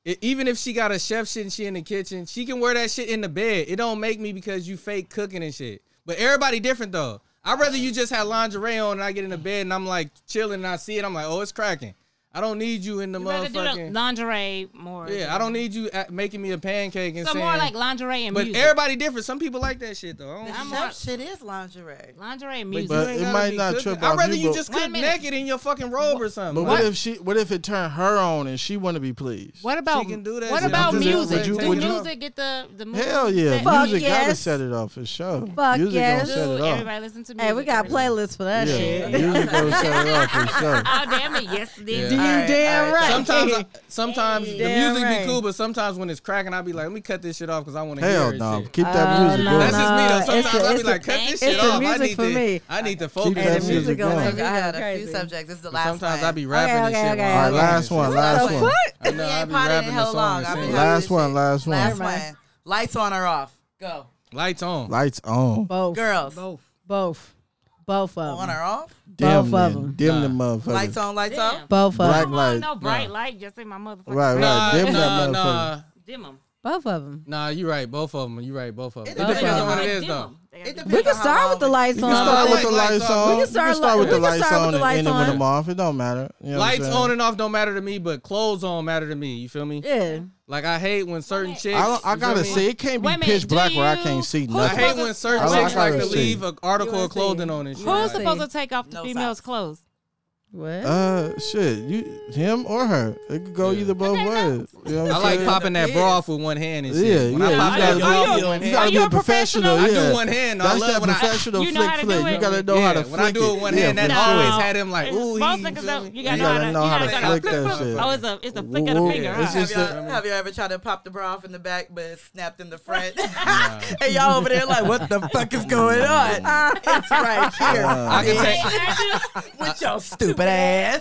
[SPEAKER 5] i even if she got a chef shit and she in the kitchen, she can wear that shit in the bed. It don't make me because you fake cooking and shit. But everybody different though. I'd rather you just have lingerie on and I get in the bed and I'm like chilling and I see it. I'm like, oh, it's cracking. I don't need you in the
[SPEAKER 3] You rather do the
[SPEAKER 5] motherfucking.
[SPEAKER 3] lingerie more.
[SPEAKER 5] yeah, I don't need you at making me a pancake and
[SPEAKER 3] So
[SPEAKER 5] saying.
[SPEAKER 3] more like lingerie and
[SPEAKER 5] but
[SPEAKER 3] music.
[SPEAKER 5] everybody different. Some people like that shit though. I don't-
[SPEAKER 1] The
[SPEAKER 3] I'm
[SPEAKER 1] chef
[SPEAKER 3] not-
[SPEAKER 1] shit is lingerie.
[SPEAKER 3] lingerie and
[SPEAKER 5] you
[SPEAKER 3] music.
[SPEAKER 6] But
[SPEAKER 5] ain't
[SPEAKER 6] it
[SPEAKER 5] gotta
[SPEAKER 6] might
[SPEAKER 5] be
[SPEAKER 6] not
[SPEAKER 5] cooking.
[SPEAKER 6] trip
[SPEAKER 5] I'd
[SPEAKER 6] off
[SPEAKER 5] rather
[SPEAKER 6] you,
[SPEAKER 5] you
[SPEAKER 6] but-
[SPEAKER 5] just
[SPEAKER 3] Wait a
[SPEAKER 5] cook
[SPEAKER 3] minute.
[SPEAKER 5] naked in your fucking robe or something.
[SPEAKER 6] But
[SPEAKER 5] Like-
[SPEAKER 6] what if she? What if it turned her on and she want to be pleased?
[SPEAKER 3] What about
[SPEAKER 5] She can do that
[SPEAKER 3] what
[SPEAKER 5] shit.
[SPEAKER 3] about
[SPEAKER 6] Would you-
[SPEAKER 3] music?
[SPEAKER 6] would you-
[SPEAKER 3] Did
[SPEAKER 6] would you-
[SPEAKER 3] music get the the music
[SPEAKER 6] Hell yeah,
[SPEAKER 3] set?
[SPEAKER 4] Fuck
[SPEAKER 6] music gotta
[SPEAKER 4] yes.
[SPEAKER 6] set it off for sure.
[SPEAKER 4] Fuck
[SPEAKER 6] music
[SPEAKER 4] yes.
[SPEAKER 6] gonna set
[SPEAKER 3] Dude,
[SPEAKER 6] it off.
[SPEAKER 3] everybody listen to music.
[SPEAKER 4] Hey, we got
[SPEAKER 3] everybody.
[SPEAKER 4] playlists for that
[SPEAKER 6] Yeah,
[SPEAKER 4] shit.
[SPEAKER 6] music gonna set it off for sure.
[SPEAKER 3] Oh damn it! Yes, it is.
[SPEAKER 4] You
[SPEAKER 5] Yeah.
[SPEAKER 1] right,
[SPEAKER 4] damn
[SPEAKER 1] all
[SPEAKER 4] right.
[SPEAKER 5] Sometimes,
[SPEAKER 4] [LAUGHS]
[SPEAKER 5] I, sometimes the
[SPEAKER 4] Damn
[SPEAKER 5] music
[SPEAKER 4] right.
[SPEAKER 5] be cool, but sometimes when it's cracking, I'll be like, let me cut this shit off because I want to hear
[SPEAKER 6] Hell
[SPEAKER 5] it.
[SPEAKER 6] no,
[SPEAKER 5] shit.
[SPEAKER 6] keep that
[SPEAKER 4] Oh,
[SPEAKER 6] music
[SPEAKER 4] no,
[SPEAKER 6] going.
[SPEAKER 5] That's just me
[SPEAKER 4] no,
[SPEAKER 5] though.
[SPEAKER 4] it's
[SPEAKER 5] Sometimes
[SPEAKER 4] a-
[SPEAKER 5] I'll be
[SPEAKER 4] it's a-
[SPEAKER 5] like, cut this
[SPEAKER 3] it's
[SPEAKER 5] shit
[SPEAKER 3] the
[SPEAKER 5] off. I
[SPEAKER 4] music
[SPEAKER 5] need
[SPEAKER 4] for
[SPEAKER 5] to,
[SPEAKER 4] me.
[SPEAKER 5] I need to
[SPEAKER 6] Keep
[SPEAKER 5] focus.
[SPEAKER 6] that
[SPEAKER 4] and the
[SPEAKER 5] on
[SPEAKER 4] music
[SPEAKER 6] music
[SPEAKER 4] gonna
[SPEAKER 6] going.
[SPEAKER 4] let
[SPEAKER 1] Look,
[SPEAKER 4] me
[SPEAKER 1] I had
[SPEAKER 4] go
[SPEAKER 1] a
[SPEAKER 4] crazy.
[SPEAKER 1] few subjects. This is the last
[SPEAKER 5] Sometimes
[SPEAKER 1] one.
[SPEAKER 5] I be rapping and
[SPEAKER 4] Okay,
[SPEAKER 5] shit.
[SPEAKER 4] okay,
[SPEAKER 5] while
[SPEAKER 4] okay,
[SPEAKER 5] I'm
[SPEAKER 6] All right,
[SPEAKER 5] rapping
[SPEAKER 4] okay.
[SPEAKER 5] and
[SPEAKER 6] last
[SPEAKER 5] shit.
[SPEAKER 6] one,
[SPEAKER 4] What
[SPEAKER 6] last
[SPEAKER 4] the
[SPEAKER 6] one.
[SPEAKER 4] fuck?
[SPEAKER 5] I know,
[SPEAKER 1] We
[SPEAKER 5] I
[SPEAKER 1] ain't
[SPEAKER 5] be
[SPEAKER 1] potted
[SPEAKER 5] rapping
[SPEAKER 1] in
[SPEAKER 5] the
[SPEAKER 1] hell
[SPEAKER 5] song
[SPEAKER 1] long.
[SPEAKER 5] and
[SPEAKER 1] I've been
[SPEAKER 5] singing.
[SPEAKER 1] having
[SPEAKER 6] Last
[SPEAKER 1] this
[SPEAKER 6] one,
[SPEAKER 1] shit.
[SPEAKER 6] last one.
[SPEAKER 1] Last
[SPEAKER 4] Never
[SPEAKER 1] one. Lights on or off? Go.
[SPEAKER 5] Lights on.
[SPEAKER 6] Lights on.
[SPEAKER 4] Both.
[SPEAKER 1] Girls.
[SPEAKER 4] Both. Both of
[SPEAKER 1] On
[SPEAKER 4] them.
[SPEAKER 1] or off?
[SPEAKER 6] Dim
[SPEAKER 4] Both
[SPEAKER 6] them,
[SPEAKER 4] of them.
[SPEAKER 6] dim them motherfuckers.
[SPEAKER 1] Lights on, lights off?
[SPEAKER 3] Damn.
[SPEAKER 4] Both of
[SPEAKER 6] Black
[SPEAKER 4] them.
[SPEAKER 3] Come on,
[SPEAKER 6] light.
[SPEAKER 3] no bright light, just in my motherfucking
[SPEAKER 6] Right, right.
[SPEAKER 5] Nah, nah,
[SPEAKER 6] Dim that motherfucker.
[SPEAKER 5] nah.
[SPEAKER 3] Dim 'em.
[SPEAKER 4] Both of them.
[SPEAKER 5] Nah, you right. Both of them. You right. Both of them.
[SPEAKER 1] It
[SPEAKER 5] It
[SPEAKER 1] depends
[SPEAKER 5] depends
[SPEAKER 1] on
[SPEAKER 5] on what
[SPEAKER 1] how
[SPEAKER 5] it
[SPEAKER 3] Like,
[SPEAKER 5] is
[SPEAKER 3] dim
[SPEAKER 5] though.
[SPEAKER 3] 'em. They got
[SPEAKER 1] It
[SPEAKER 3] dim-
[SPEAKER 1] depends
[SPEAKER 4] We can
[SPEAKER 1] on how
[SPEAKER 4] start
[SPEAKER 1] long
[SPEAKER 4] with the
[SPEAKER 1] it-
[SPEAKER 4] lights
[SPEAKER 6] You
[SPEAKER 4] on.
[SPEAKER 6] can
[SPEAKER 5] I
[SPEAKER 6] start
[SPEAKER 5] like
[SPEAKER 6] with the
[SPEAKER 5] lights
[SPEAKER 6] lights
[SPEAKER 5] on. We
[SPEAKER 6] on. You
[SPEAKER 4] can
[SPEAKER 6] can
[SPEAKER 4] start
[SPEAKER 6] start with
[SPEAKER 4] li-
[SPEAKER 6] the
[SPEAKER 4] we can
[SPEAKER 6] lights
[SPEAKER 4] start with
[SPEAKER 6] on
[SPEAKER 4] the
[SPEAKER 6] and
[SPEAKER 4] lights
[SPEAKER 6] end it with
[SPEAKER 4] on.
[SPEAKER 6] them off. It don't matter. You know what I'm
[SPEAKER 5] Lights
[SPEAKER 6] saying?
[SPEAKER 5] on and off don't matter to me, but clothes on matter to me. You feel me?
[SPEAKER 4] Yeah.
[SPEAKER 5] Like I hate when certain chicks.
[SPEAKER 6] I, don't, I
[SPEAKER 5] you feel
[SPEAKER 6] gotta
[SPEAKER 5] me?
[SPEAKER 6] say, it can't be
[SPEAKER 3] Wait a minute,
[SPEAKER 6] pitch
[SPEAKER 3] do
[SPEAKER 6] black where I
[SPEAKER 3] you-
[SPEAKER 6] can't see
[SPEAKER 3] who's
[SPEAKER 5] I
[SPEAKER 6] nothing.
[SPEAKER 5] hate when certain
[SPEAKER 6] I like
[SPEAKER 5] chicks
[SPEAKER 6] how
[SPEAKER 5] like
[SPEAKER 6] they
[SPEAKER 5] to
[SPEAKER 6] see.
[SPEAKER 5] leave an article of clothing on and shit.
[SPEAKER 3] Who's
[SPEAKER 5] Like,
[SPEAKER 3] supposed to take off the
[SPEAKER 1] No
[SPEAKER 3] female's clothes?
[SPEAKER 4] What?
[SPEAKER 6] Uh, shit, you, him or her, it could go
[SPEAKER 5] Yeah.
[SPEAKER 6] either both ways. You know what
[SPEAKER 5] I
[SPEAKER 6] I'm
[SPEAKER 5] like
[SPEAKER 6] saying?
[SPEAKER 5] popping that bra off with one hand and shit.
[SPEAKER 6] Yeah,
[SPEAKER 5] when
[SPEAKER 6] yeah,
[SPEAKER 5] I
[SPEAKER 6] you
[SPEAKER 5] pop
[SPEAKER 6] gotta
[SPEAKER 5] that
[SPEAKER 6] be-
[SPEAKER 5] bra off with one
[SPEAKER 6] You
[SPEAKER 5] hand.
[SPEAKER 6] gotta be
[SPEAKER 3] you
[SPEAKER 6] a
[SPEAKER 3] a professional?
[SPEAKER 6] professional.
[SPEAKER 5] I do
[SPEAKER 6] yeah.
[SPEAKER 5] one hand. I
[SPEAKER 6] That's
[SPEAKER 5] love
[SPEAKER 6] that
[SPEAKER 5] when I-
[SPEAKER 6] professional
[SPEAKER 3] you know
[SPEAKER 6] flick
[SPEAKER 3] how to do
[SPEAKER 6] flick.
[SPEAKER 3] it.
[SPEAKER 6] You gotta know
[SPEAKER 5] yeah,
[SPEAKER 6] how to
[SPEAKER 5] when
[SPEAKER 6] flick
[SPEAKER 5] I do it with one
[SPEAKER 6] yeah,
[SPEAKER 5] hand, that
[SPEAKER 6] for
[SPEAKER 5] always
[SPEAKER 6] sure.
[SPEAKER 5] had him like,
[SPEAKER 3] It's-
[SPEAKER 5] ooh,
[SPEAKER 3] most
[SPEAKER 5] he,
[SPEAKER 3] niggas
[SPEAKER 5] you
[SPEAKER 3] don't.
[SPEAKER 5] feel me?
[SPEAKER 3] You gotta
[SPEAKER 6] You
[SPEAKER 3] know how
[SPEAKER 6] gotta
[SPEAKER 3] to.
[SPEAKER 6] know how
[SPEAKER 3] you
[SPEAKER 6] to
[SPEAKER 3] gotta
[SPEAKER 6] flick that shit.
[SPEAKER 3] Oh, it's a it's a
[SPEAKER 6] Woo,
[SPEAKER 3] flick of the
[SPEAKER 6] woo. [LAUGHS]
[SPEAKER 3] finger.
[SPEAKER 6] It's
[SPEAKER 3] huh?
[SPEAKER 6] just
[SPEAKER 1] Have y'all,
[SPEAKER 6] that-
[SPEAKER 1] have y'all ever tried to pop the bra off in the back, but it snapped in the front? [LAUGHS] and y'all over there like, what the fuck is going on? it's right here. [LAUGHS]
[SPEAKER 5] I can take,
[SPEAKER 1] with your stupid ass.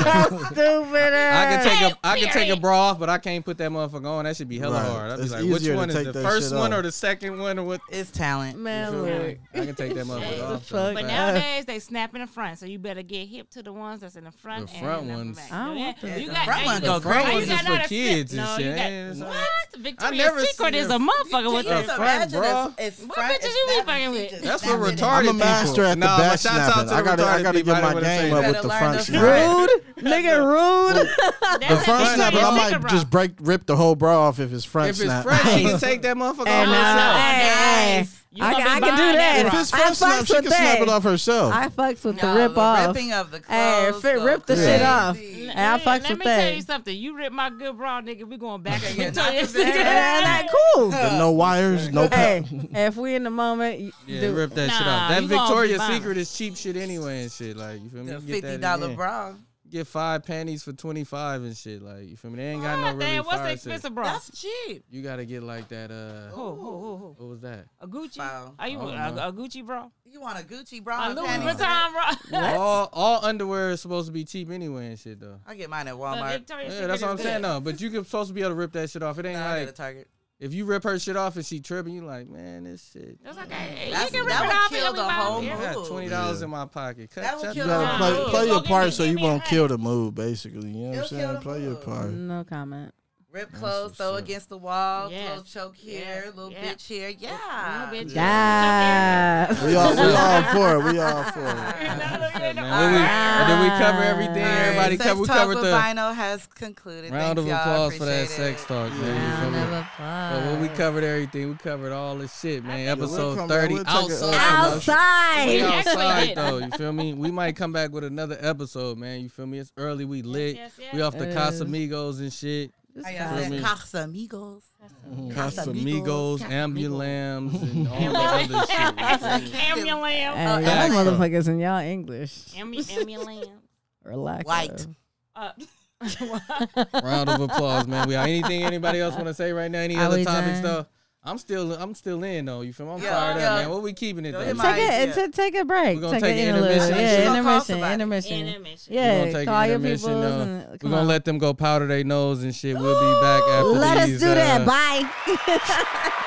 [SPEAKER 4] Stupid
[SPEAKER 6] [LAUGHS]
[SPEAKER 5] I can
[SPEAKER 4] ass.
[SPEAKER 5] take a, I can take a bra off, but I can't put that motherfucker on. That should be hella
[SPEAKER 6] Right.
[SPEAKER 5] hard. I'd be
[SPEAKER 6] It's
[SPEAKER 5] like, which
[SPEAKER 6] easier to
[SPEAKER 5] one is
[SPEAKER 6] take
[SPEAKER 5] the
[SPEAKER 6] that
[SPEAKER 5] first
[SPEAKER 6] shit
[SPEAKER 5] one
[SPEAKER 6] off.
[SPEAKER 5] or the second one or what?
[SPEAKER 1] It's talent.
[SPEAKER 4] Man, look.
[SPEAKER 5] I can take that motherfucker off.
[SPEAKER 4] fuck?
[SPEAKER 5] But
[SPEAKER 3] But
[SPEAKER 5] now-
[SPEAKER 3] nowadays they snap in the front, so you better get hip to the ones that's in the front.
[SPEAKER 5] The front
[SPEAKER 3] and in
[SPEAKER 5] ones.
[SPEAKER 3] The back.
[SPEAKER 4] I don't want
[SPEAKER 3] Yeah,
[SPEAKER 4] that.
[SPEAKER 3] you
[SPEAKER 1] The
[SPEAKER 3] got
[SPEAKER 1] front
[SPEAKER 3] now
[SPEAKER 1] ones
[SPEAKER 3] you
[SPEAKER 1] go
[SPEAKER 3] got-
[SPEAKER 5] crazy.
[SPEAKER 3] now you
[SPEAKER 5] Front ones
[SPEAKER 3] got
[SPEAKER 5] is for
[SPEAKER 3] how to
[SPEAKER 5] kids and
[SPEAKER 3] no,
[SPEAKER 5] shit.
[SPEAKER 3] You
[SPEAKER 5] Yeah, it's
[SPEAKER 3] got,
[SPEAKER 5] like-
[SPEAKER 3] what? Victoria's
[SPEAKER 5] never
[SPEAKER 3] Secret
[SPEAKER 5] seen
[SPEAKER 3] is
[SPEAKER 5] a-
[SPEAKER 3] a motherfucker with
[SPEAKER 1] Can you
[SPEAKER 3] that.
[SPEAKER 5] Uh, front
[SPEAKER 1] imagine
[SPEAKER 5] bra?
[SPEAKER 1] it's, it's
[SPEAKER 3] What
[SPEAKER 1] front,
[SPEAKER 3] bitches
[SPEAKER 1] it's
[SPEAKER 3] you be
[SPEAKER 1] snapping,
[SPEAKER 3] fucking
[SPEAKER 1] she
[SPEAKER 3] with?
[SPEAKER 1] just
[SPEAKER 5] That's for
[SPEAKER 1] snapped it in.
[SPEAKER 5] retarded
[SPEAKER 6] I'm a
[SPEAKER 5] people.
[SPEAKER 6] master at the
[SPEAKER 5] Nah,
[SPEAKER 6] back
[SPEAKER 5] but shout out to
[SPEAKER 6] snapping.
[SPEAKER 5] the
[SPEAKER 6] I gotta, I
[SPEAKER 5] retarded
[SPEAKER 6] gotta
[SPEAKER 5] people.
[SPEAKER 6] get
[SPEAKER 5] I
[SPEAKER 6] my
[SPEAKER 5] didn't wanna
[SPEAKER 6] game
[SPEAKER 5] say
[SPEAKER 6] up
[SPEAKER 5] that.
[SPEAKER 6] with the
[SPEAKER 1] Gotta learn
[SPEAKER 6] front
[SPEAKER 1] to
[SPEAKER 6] snap.
[SPEAKER 4] Rude. Nigga, rude.
[SPEAKER 6] The
[SPEAKER 3] That's
[SPEAKER 6] front
[SPEAKER 3] how
[SPEAKER 6] snap, but I
[SPEAKER 3] Victoria's
[SPEAKER 6] might
[SPEAKER 3] Secret
[SPEAKER 6] just
[SPEAKER 3] bra.
[SPEAKER 6] break, rip the whole bra off if it's front
[SPEAKER 5] If it's
[SPEAKER 6] snap.
[SPEAKER 5] fresh, she can take that motherfucker
[SPEAKER 4] Hey,
[SPEAKER 5] off
[SPEAKER 4] nah,
[SPEAKER 5] herself.
[SPEAKER 4] hey, hey.
[SPEAKER 3] Nice. You
[SPEAKER 4] I,
[SPEAKER 3] gonna
[SPEAKER 4] can-
[SPEAKER 3] be
[SPEAKER 4] I can do
[SPEAKER 3] buying
[SPEAKER 4] that.
[SPEAKER 3] that
[SPEAKER 6] If
[SPEAKER 3] bra.
[SPEAKER 6] [LAUGHS] it's
[SPEAKER 4] I
[SPEAKER 6] front snap,
[SPEAKER 4] fucks
[SPEAKER 6] she
[SPEAKER 4] with
[SPEAKER 6] can snap
[SPEAKER 4] that.
[SPEAKER 6] it off herself.
[SPEAKER 4] I fucks with
[SPEAKER 1] Y'all,
[SPEAKER 4] the rip off.
[SPEAKER 1] ripping of the clothes.
[SPEAKER 4] Hey, fit-
[SPEAKER 1] go
[SPEAKER 4] rip the
[SPEAKER 6] shit
[SPEAKER 4] off.
[SPEAKER 1] crazy.
[SPEAKER 4] And I fucks
[SPEAKER 3] Let
[SPEAKER 4] with
[SPEAKER 3] me tell
[SPEAKER 4] that.
[SPEAKER 3] you something. You rip my good bra, nigga. We going back to
[SPEAKER 1] yeah, not
[SPEAKER 3] Victoria's
[SPEAKER 4] [LAUGHS]
[SPEAKER 1] today.
[SPEAKER 3] Secret.
[SPEAKER 4] Yeah, like cool.
[SPEAKER 6] There's no wires, no
[SPEAKER 4] hey,
[SPEAKER 6] pa-
[SPEAKER 4] if we in the moment, you
[SPEAKER 5] Yeah,
[SPEAKER 4] do
[SPEAKER 5] rip that shit
[SPEAKER 3] Nah,
[SPEAKER 5] off. That
[SPEAKER 3] you gonna be
[SPEAKER 5] Victoria's
[SPEAKER 3] violent.
[SPEAKER 5] Secret is cheap shit anyway and shit. Like you feel me?
[SPEAKER 1] The
[SPEAKER 5] You get
[SPEAKER 1] fifty
[SPEAKER 5] that
[SPEAKER 1] dollar
[SPEAKER 5] again.
[SPEAKER 1] bra.
[SPEAKER 5] Get five panties for twenty five and shit. Like you feel me? They ain't got no
[SPEAKER 3] God
[SPEAKER 5] really
[SPEAKER 3] damn, what's the
[SPEAKER 5] fire shit.
[SPEAKER 3] expensive bra?
[SPEAKER 1] That's cheap.
[SPEAKER 5] You gotta get like that. Uh,
[SPEAKER 3] Who, who, who, who?
[SPEAKER 5] what was
[SPEAKER 3] [LAUGHS]
[SPEAKER 5] that?
[SPEAKER 3] A Gucci?
[SPEAKER 1] Wow.
[SPEAKER 3] Are you
[SPEAKER 5] I
[SPEAKER 3] a,
[SPEAKER 5] don't know.
[SPEAKER 3] a, a Gucci bra?
[SPEAKER 1] You want a Gucci bra?
[SPEAKER 3] A
[SPEAKER 1] and
[SPEAKER 3] Louis
[SPEAKER 1] panties?
[SPEAKER 3] Vuitton bra?
[SPEAKER 5] All all underwear is supposed to be cheap anyway and shit though.
[SPEAKER 1] I get mine at
[SPEAKER 3] [LAUGHS] But
[SPEAKER 1] Walmart.
[SPEAKER 3] Victoria's
[SPEAKER 5] Yeah,
[SPEAKER 3] Secret
[SPEAKER 5] that's what
[SPEAKER 3] is
[SPEAKER 5] I'm
[SPEAKER 3] good.
[SPEAKER 5] saying. No, but you can supposed to be able to rip that shit off. It ain't
[SPEAKER 1] Nah, I get a
[SPEAKER 5] like
[SPEAKER 1] Target.
[SPEAKER 5] if you rip her shit off and she tripping, you like, man, this shit.
[SPEAKER 3] That's okay.
[SPEAKER 1] That's-
[SPEAKER 3] you can rip
[SPEAKER 1] that
[SPEAKER 3] it
[SPEAKER 1] would
[SPEAKER 3] off.
[SPEAKER 1] kill
[SPEAKER 3] It'll be
[SPEAKER 1] the
[SPEAKER 3] fine.
[SPEAKER 1] whole
[SPEAKER 3] Yeah.
[SPEAKER 5] I got
[SPEAKER 1] Ooh.
[SPEAKER 5] twenty dollars in my pocket. Cut,
[SPEAKER 1] That would
[SPEAKER 5] shut
[SPEAKER 1] kill
[SPEAKER 6] You
[SPEAKER 5] the
[SPEAKER 6] gotta
[SPEAKER 5] fuck
[SPEAKER 6] play,
[SPEAKER 5] up.
[SPEAKER 6] play your
[SPEAKER 3] Okay,
[SPEAKER 6] part so
[SPEAKER 3] give
[SPEAKER 6] you
[SPEAKER 3] me
[SPEAKER 6] won't
[SPEAKER 3] that.
[SPEAKER 6] kill the mood, basically. You know what I'm
[SPEAKER 1] It'll kill
[SPEAKER 6] saying?
[SPEAKER 1] the
[SPEAKER 6] Play your
[SPEAKER 3] [LAUGHS]
[SPEAKER 1] mood.
[SPEAKER 6] part.
[SPEAKER 4] no comment.
[SPEAKER 1] Rip clothes,
[SPEAKER 5] for
[SPEAKER 1] throw
[SPEAKER 5] sure.
[SPEAKER 1] against the wall,
[SPEAKER 3] Yes.
[SPEAKER 1] little choke here,
[SPEAKER 3] Yes.
[SPEAKER 1] little
[SPEAKER 3] Yeah.
[SPEAKER 1] bitch here. Yeah.
[SPEAKER 3] Little bitch.
[SPEAKER 4] Yeah.
[SPEAKER 6] We all, we all for it. We all for it.
[SPEAKER 3] [LAUGHS]
[SPEAKER 5] Man, what we- did we cover everything?
[SPEAKER 1] All right,
[SPEAKER 5] Everybody
[SPEAKER 1] sex
[SPEAKER 5] cover. We
[SPEAKER 1] talk
[SPEAKER 5] covered
[SPEAKER 1] with
[SPEAKER 5] the
[SPEAKER 1] vinyl has concluded.
[SPEAKER 5] round
[SPEAKER 1] Thanks,
[SPEAKER 5] of
[SPEAKER 1] y'all.
[SPEAKER 5] applause for that
[SPEAKER 1] Appreciate it.
[SPEAKER 5] sex talk, man. You feel me? But when we covered everything, we covered all this shit, man.
[SPEAKER 6] we'll
[SPEAKER 5] Episode
[SPEAKER 6] come back.
[SPEAKER 5] thirty
[SPEAKER 6] We'll take a-
[SPEAKER 5] outside. We
[SPEAKER 4] Outside.
[SPEAKER 5] outside
[SPEAKER 3] Actually,
[SPEAKER 5] though, you feel me? We might come back with another episode, man. You feel me? It's early, we lit.
[SPEAKER 3] yes, yes.
[SPEAKER 5] We off the
[SPEAKER 4] Yes.
[SPEAKER 5] Casamigos and shit.
[SPEAKER 1] How y'all
[SPEAKER 5] Feel
[SPEAKER 1] said?
[SPEAKER 5] me?
[SPEAKER 1] Casamigos.
[SPEAKER 5] Casamigos, Ambulams, and all that other shit.
[SPEAKER 1] [LAUGHS]
[SPEAKER 5] you feel me?
[SPEAKER 3] Ambulance.
[SPEAKER 4] Hey, y'all
[SPEAKER 5] Facts, though.
[SPEAKER 4] motherfuckers in y'all English.
[SPEAKER 3] Ambulance.
[SPEAKER 4] Relax.
[SPEAKER 1] White.
[SPEAKER 3] Uh,
[SPEAKER 5] Round of applause, man. We are anything anybody else want to say right now? Any other
[SPEAKER 4] we
[SPEAKER 5] topics
[SPEAKER 4] done?
[SPEAKER 5] though? I'm still I'm still in though. You feel me? I'm
[SPEAKER 1] Yeah,
[SPEAKER 5] fired
[SPEAKER 1] yeah.
[SPEAKER 5] up, man. What we keeping it
[SPEAKER 1] Yo,
[SPEAKER 5] though?
[SPEAKER 1] hit my-
[SPEAKER 4] Take it.
[SPEAKER 1] Yeah.
[SPEAKER 4] t- Take a break.
[SPEAKER 5] We're gonna
[SPEAKER 4] a
[SPEAKER 5] take an
[SPEAKER 4] interlude.
[SPEAKER 5] intermission. We're
[SPEAKER 4] Yeah,
[SPEAKER 1] gonna call
[SPEAKER 4] intermission.
[SPEAKER 1] somebody.
[SPEAKER 4] Intermission.
[SPEAKER 3] Intermission.
[SPEAKER 5] We're
[SPEAKER 4] Yeah,
[SPEAKER 5] gonna take
[SPEAKER 4] call
[SPEAKER 5] an
[SPEAKER 4] your
[SPEAKER 5] intermission.
[SPEAKER 4] people.
[SPEAKER 5] though.
[SPEAKER 4] and-
[SPEAKER 5] We're
[SPEAKER 4] come
[SPEAKER 5] gonna
[SPEAKER 4] on.
[SPEAKER 5] let them go powder their nose and shit. We'll be back after uh,
[SPEAKER 4] Let us
[SPEAKER 5] these,
[SPEAKER 4] do that.
[SPEAKER 5] uh,
[SPEAKER 4] Bye.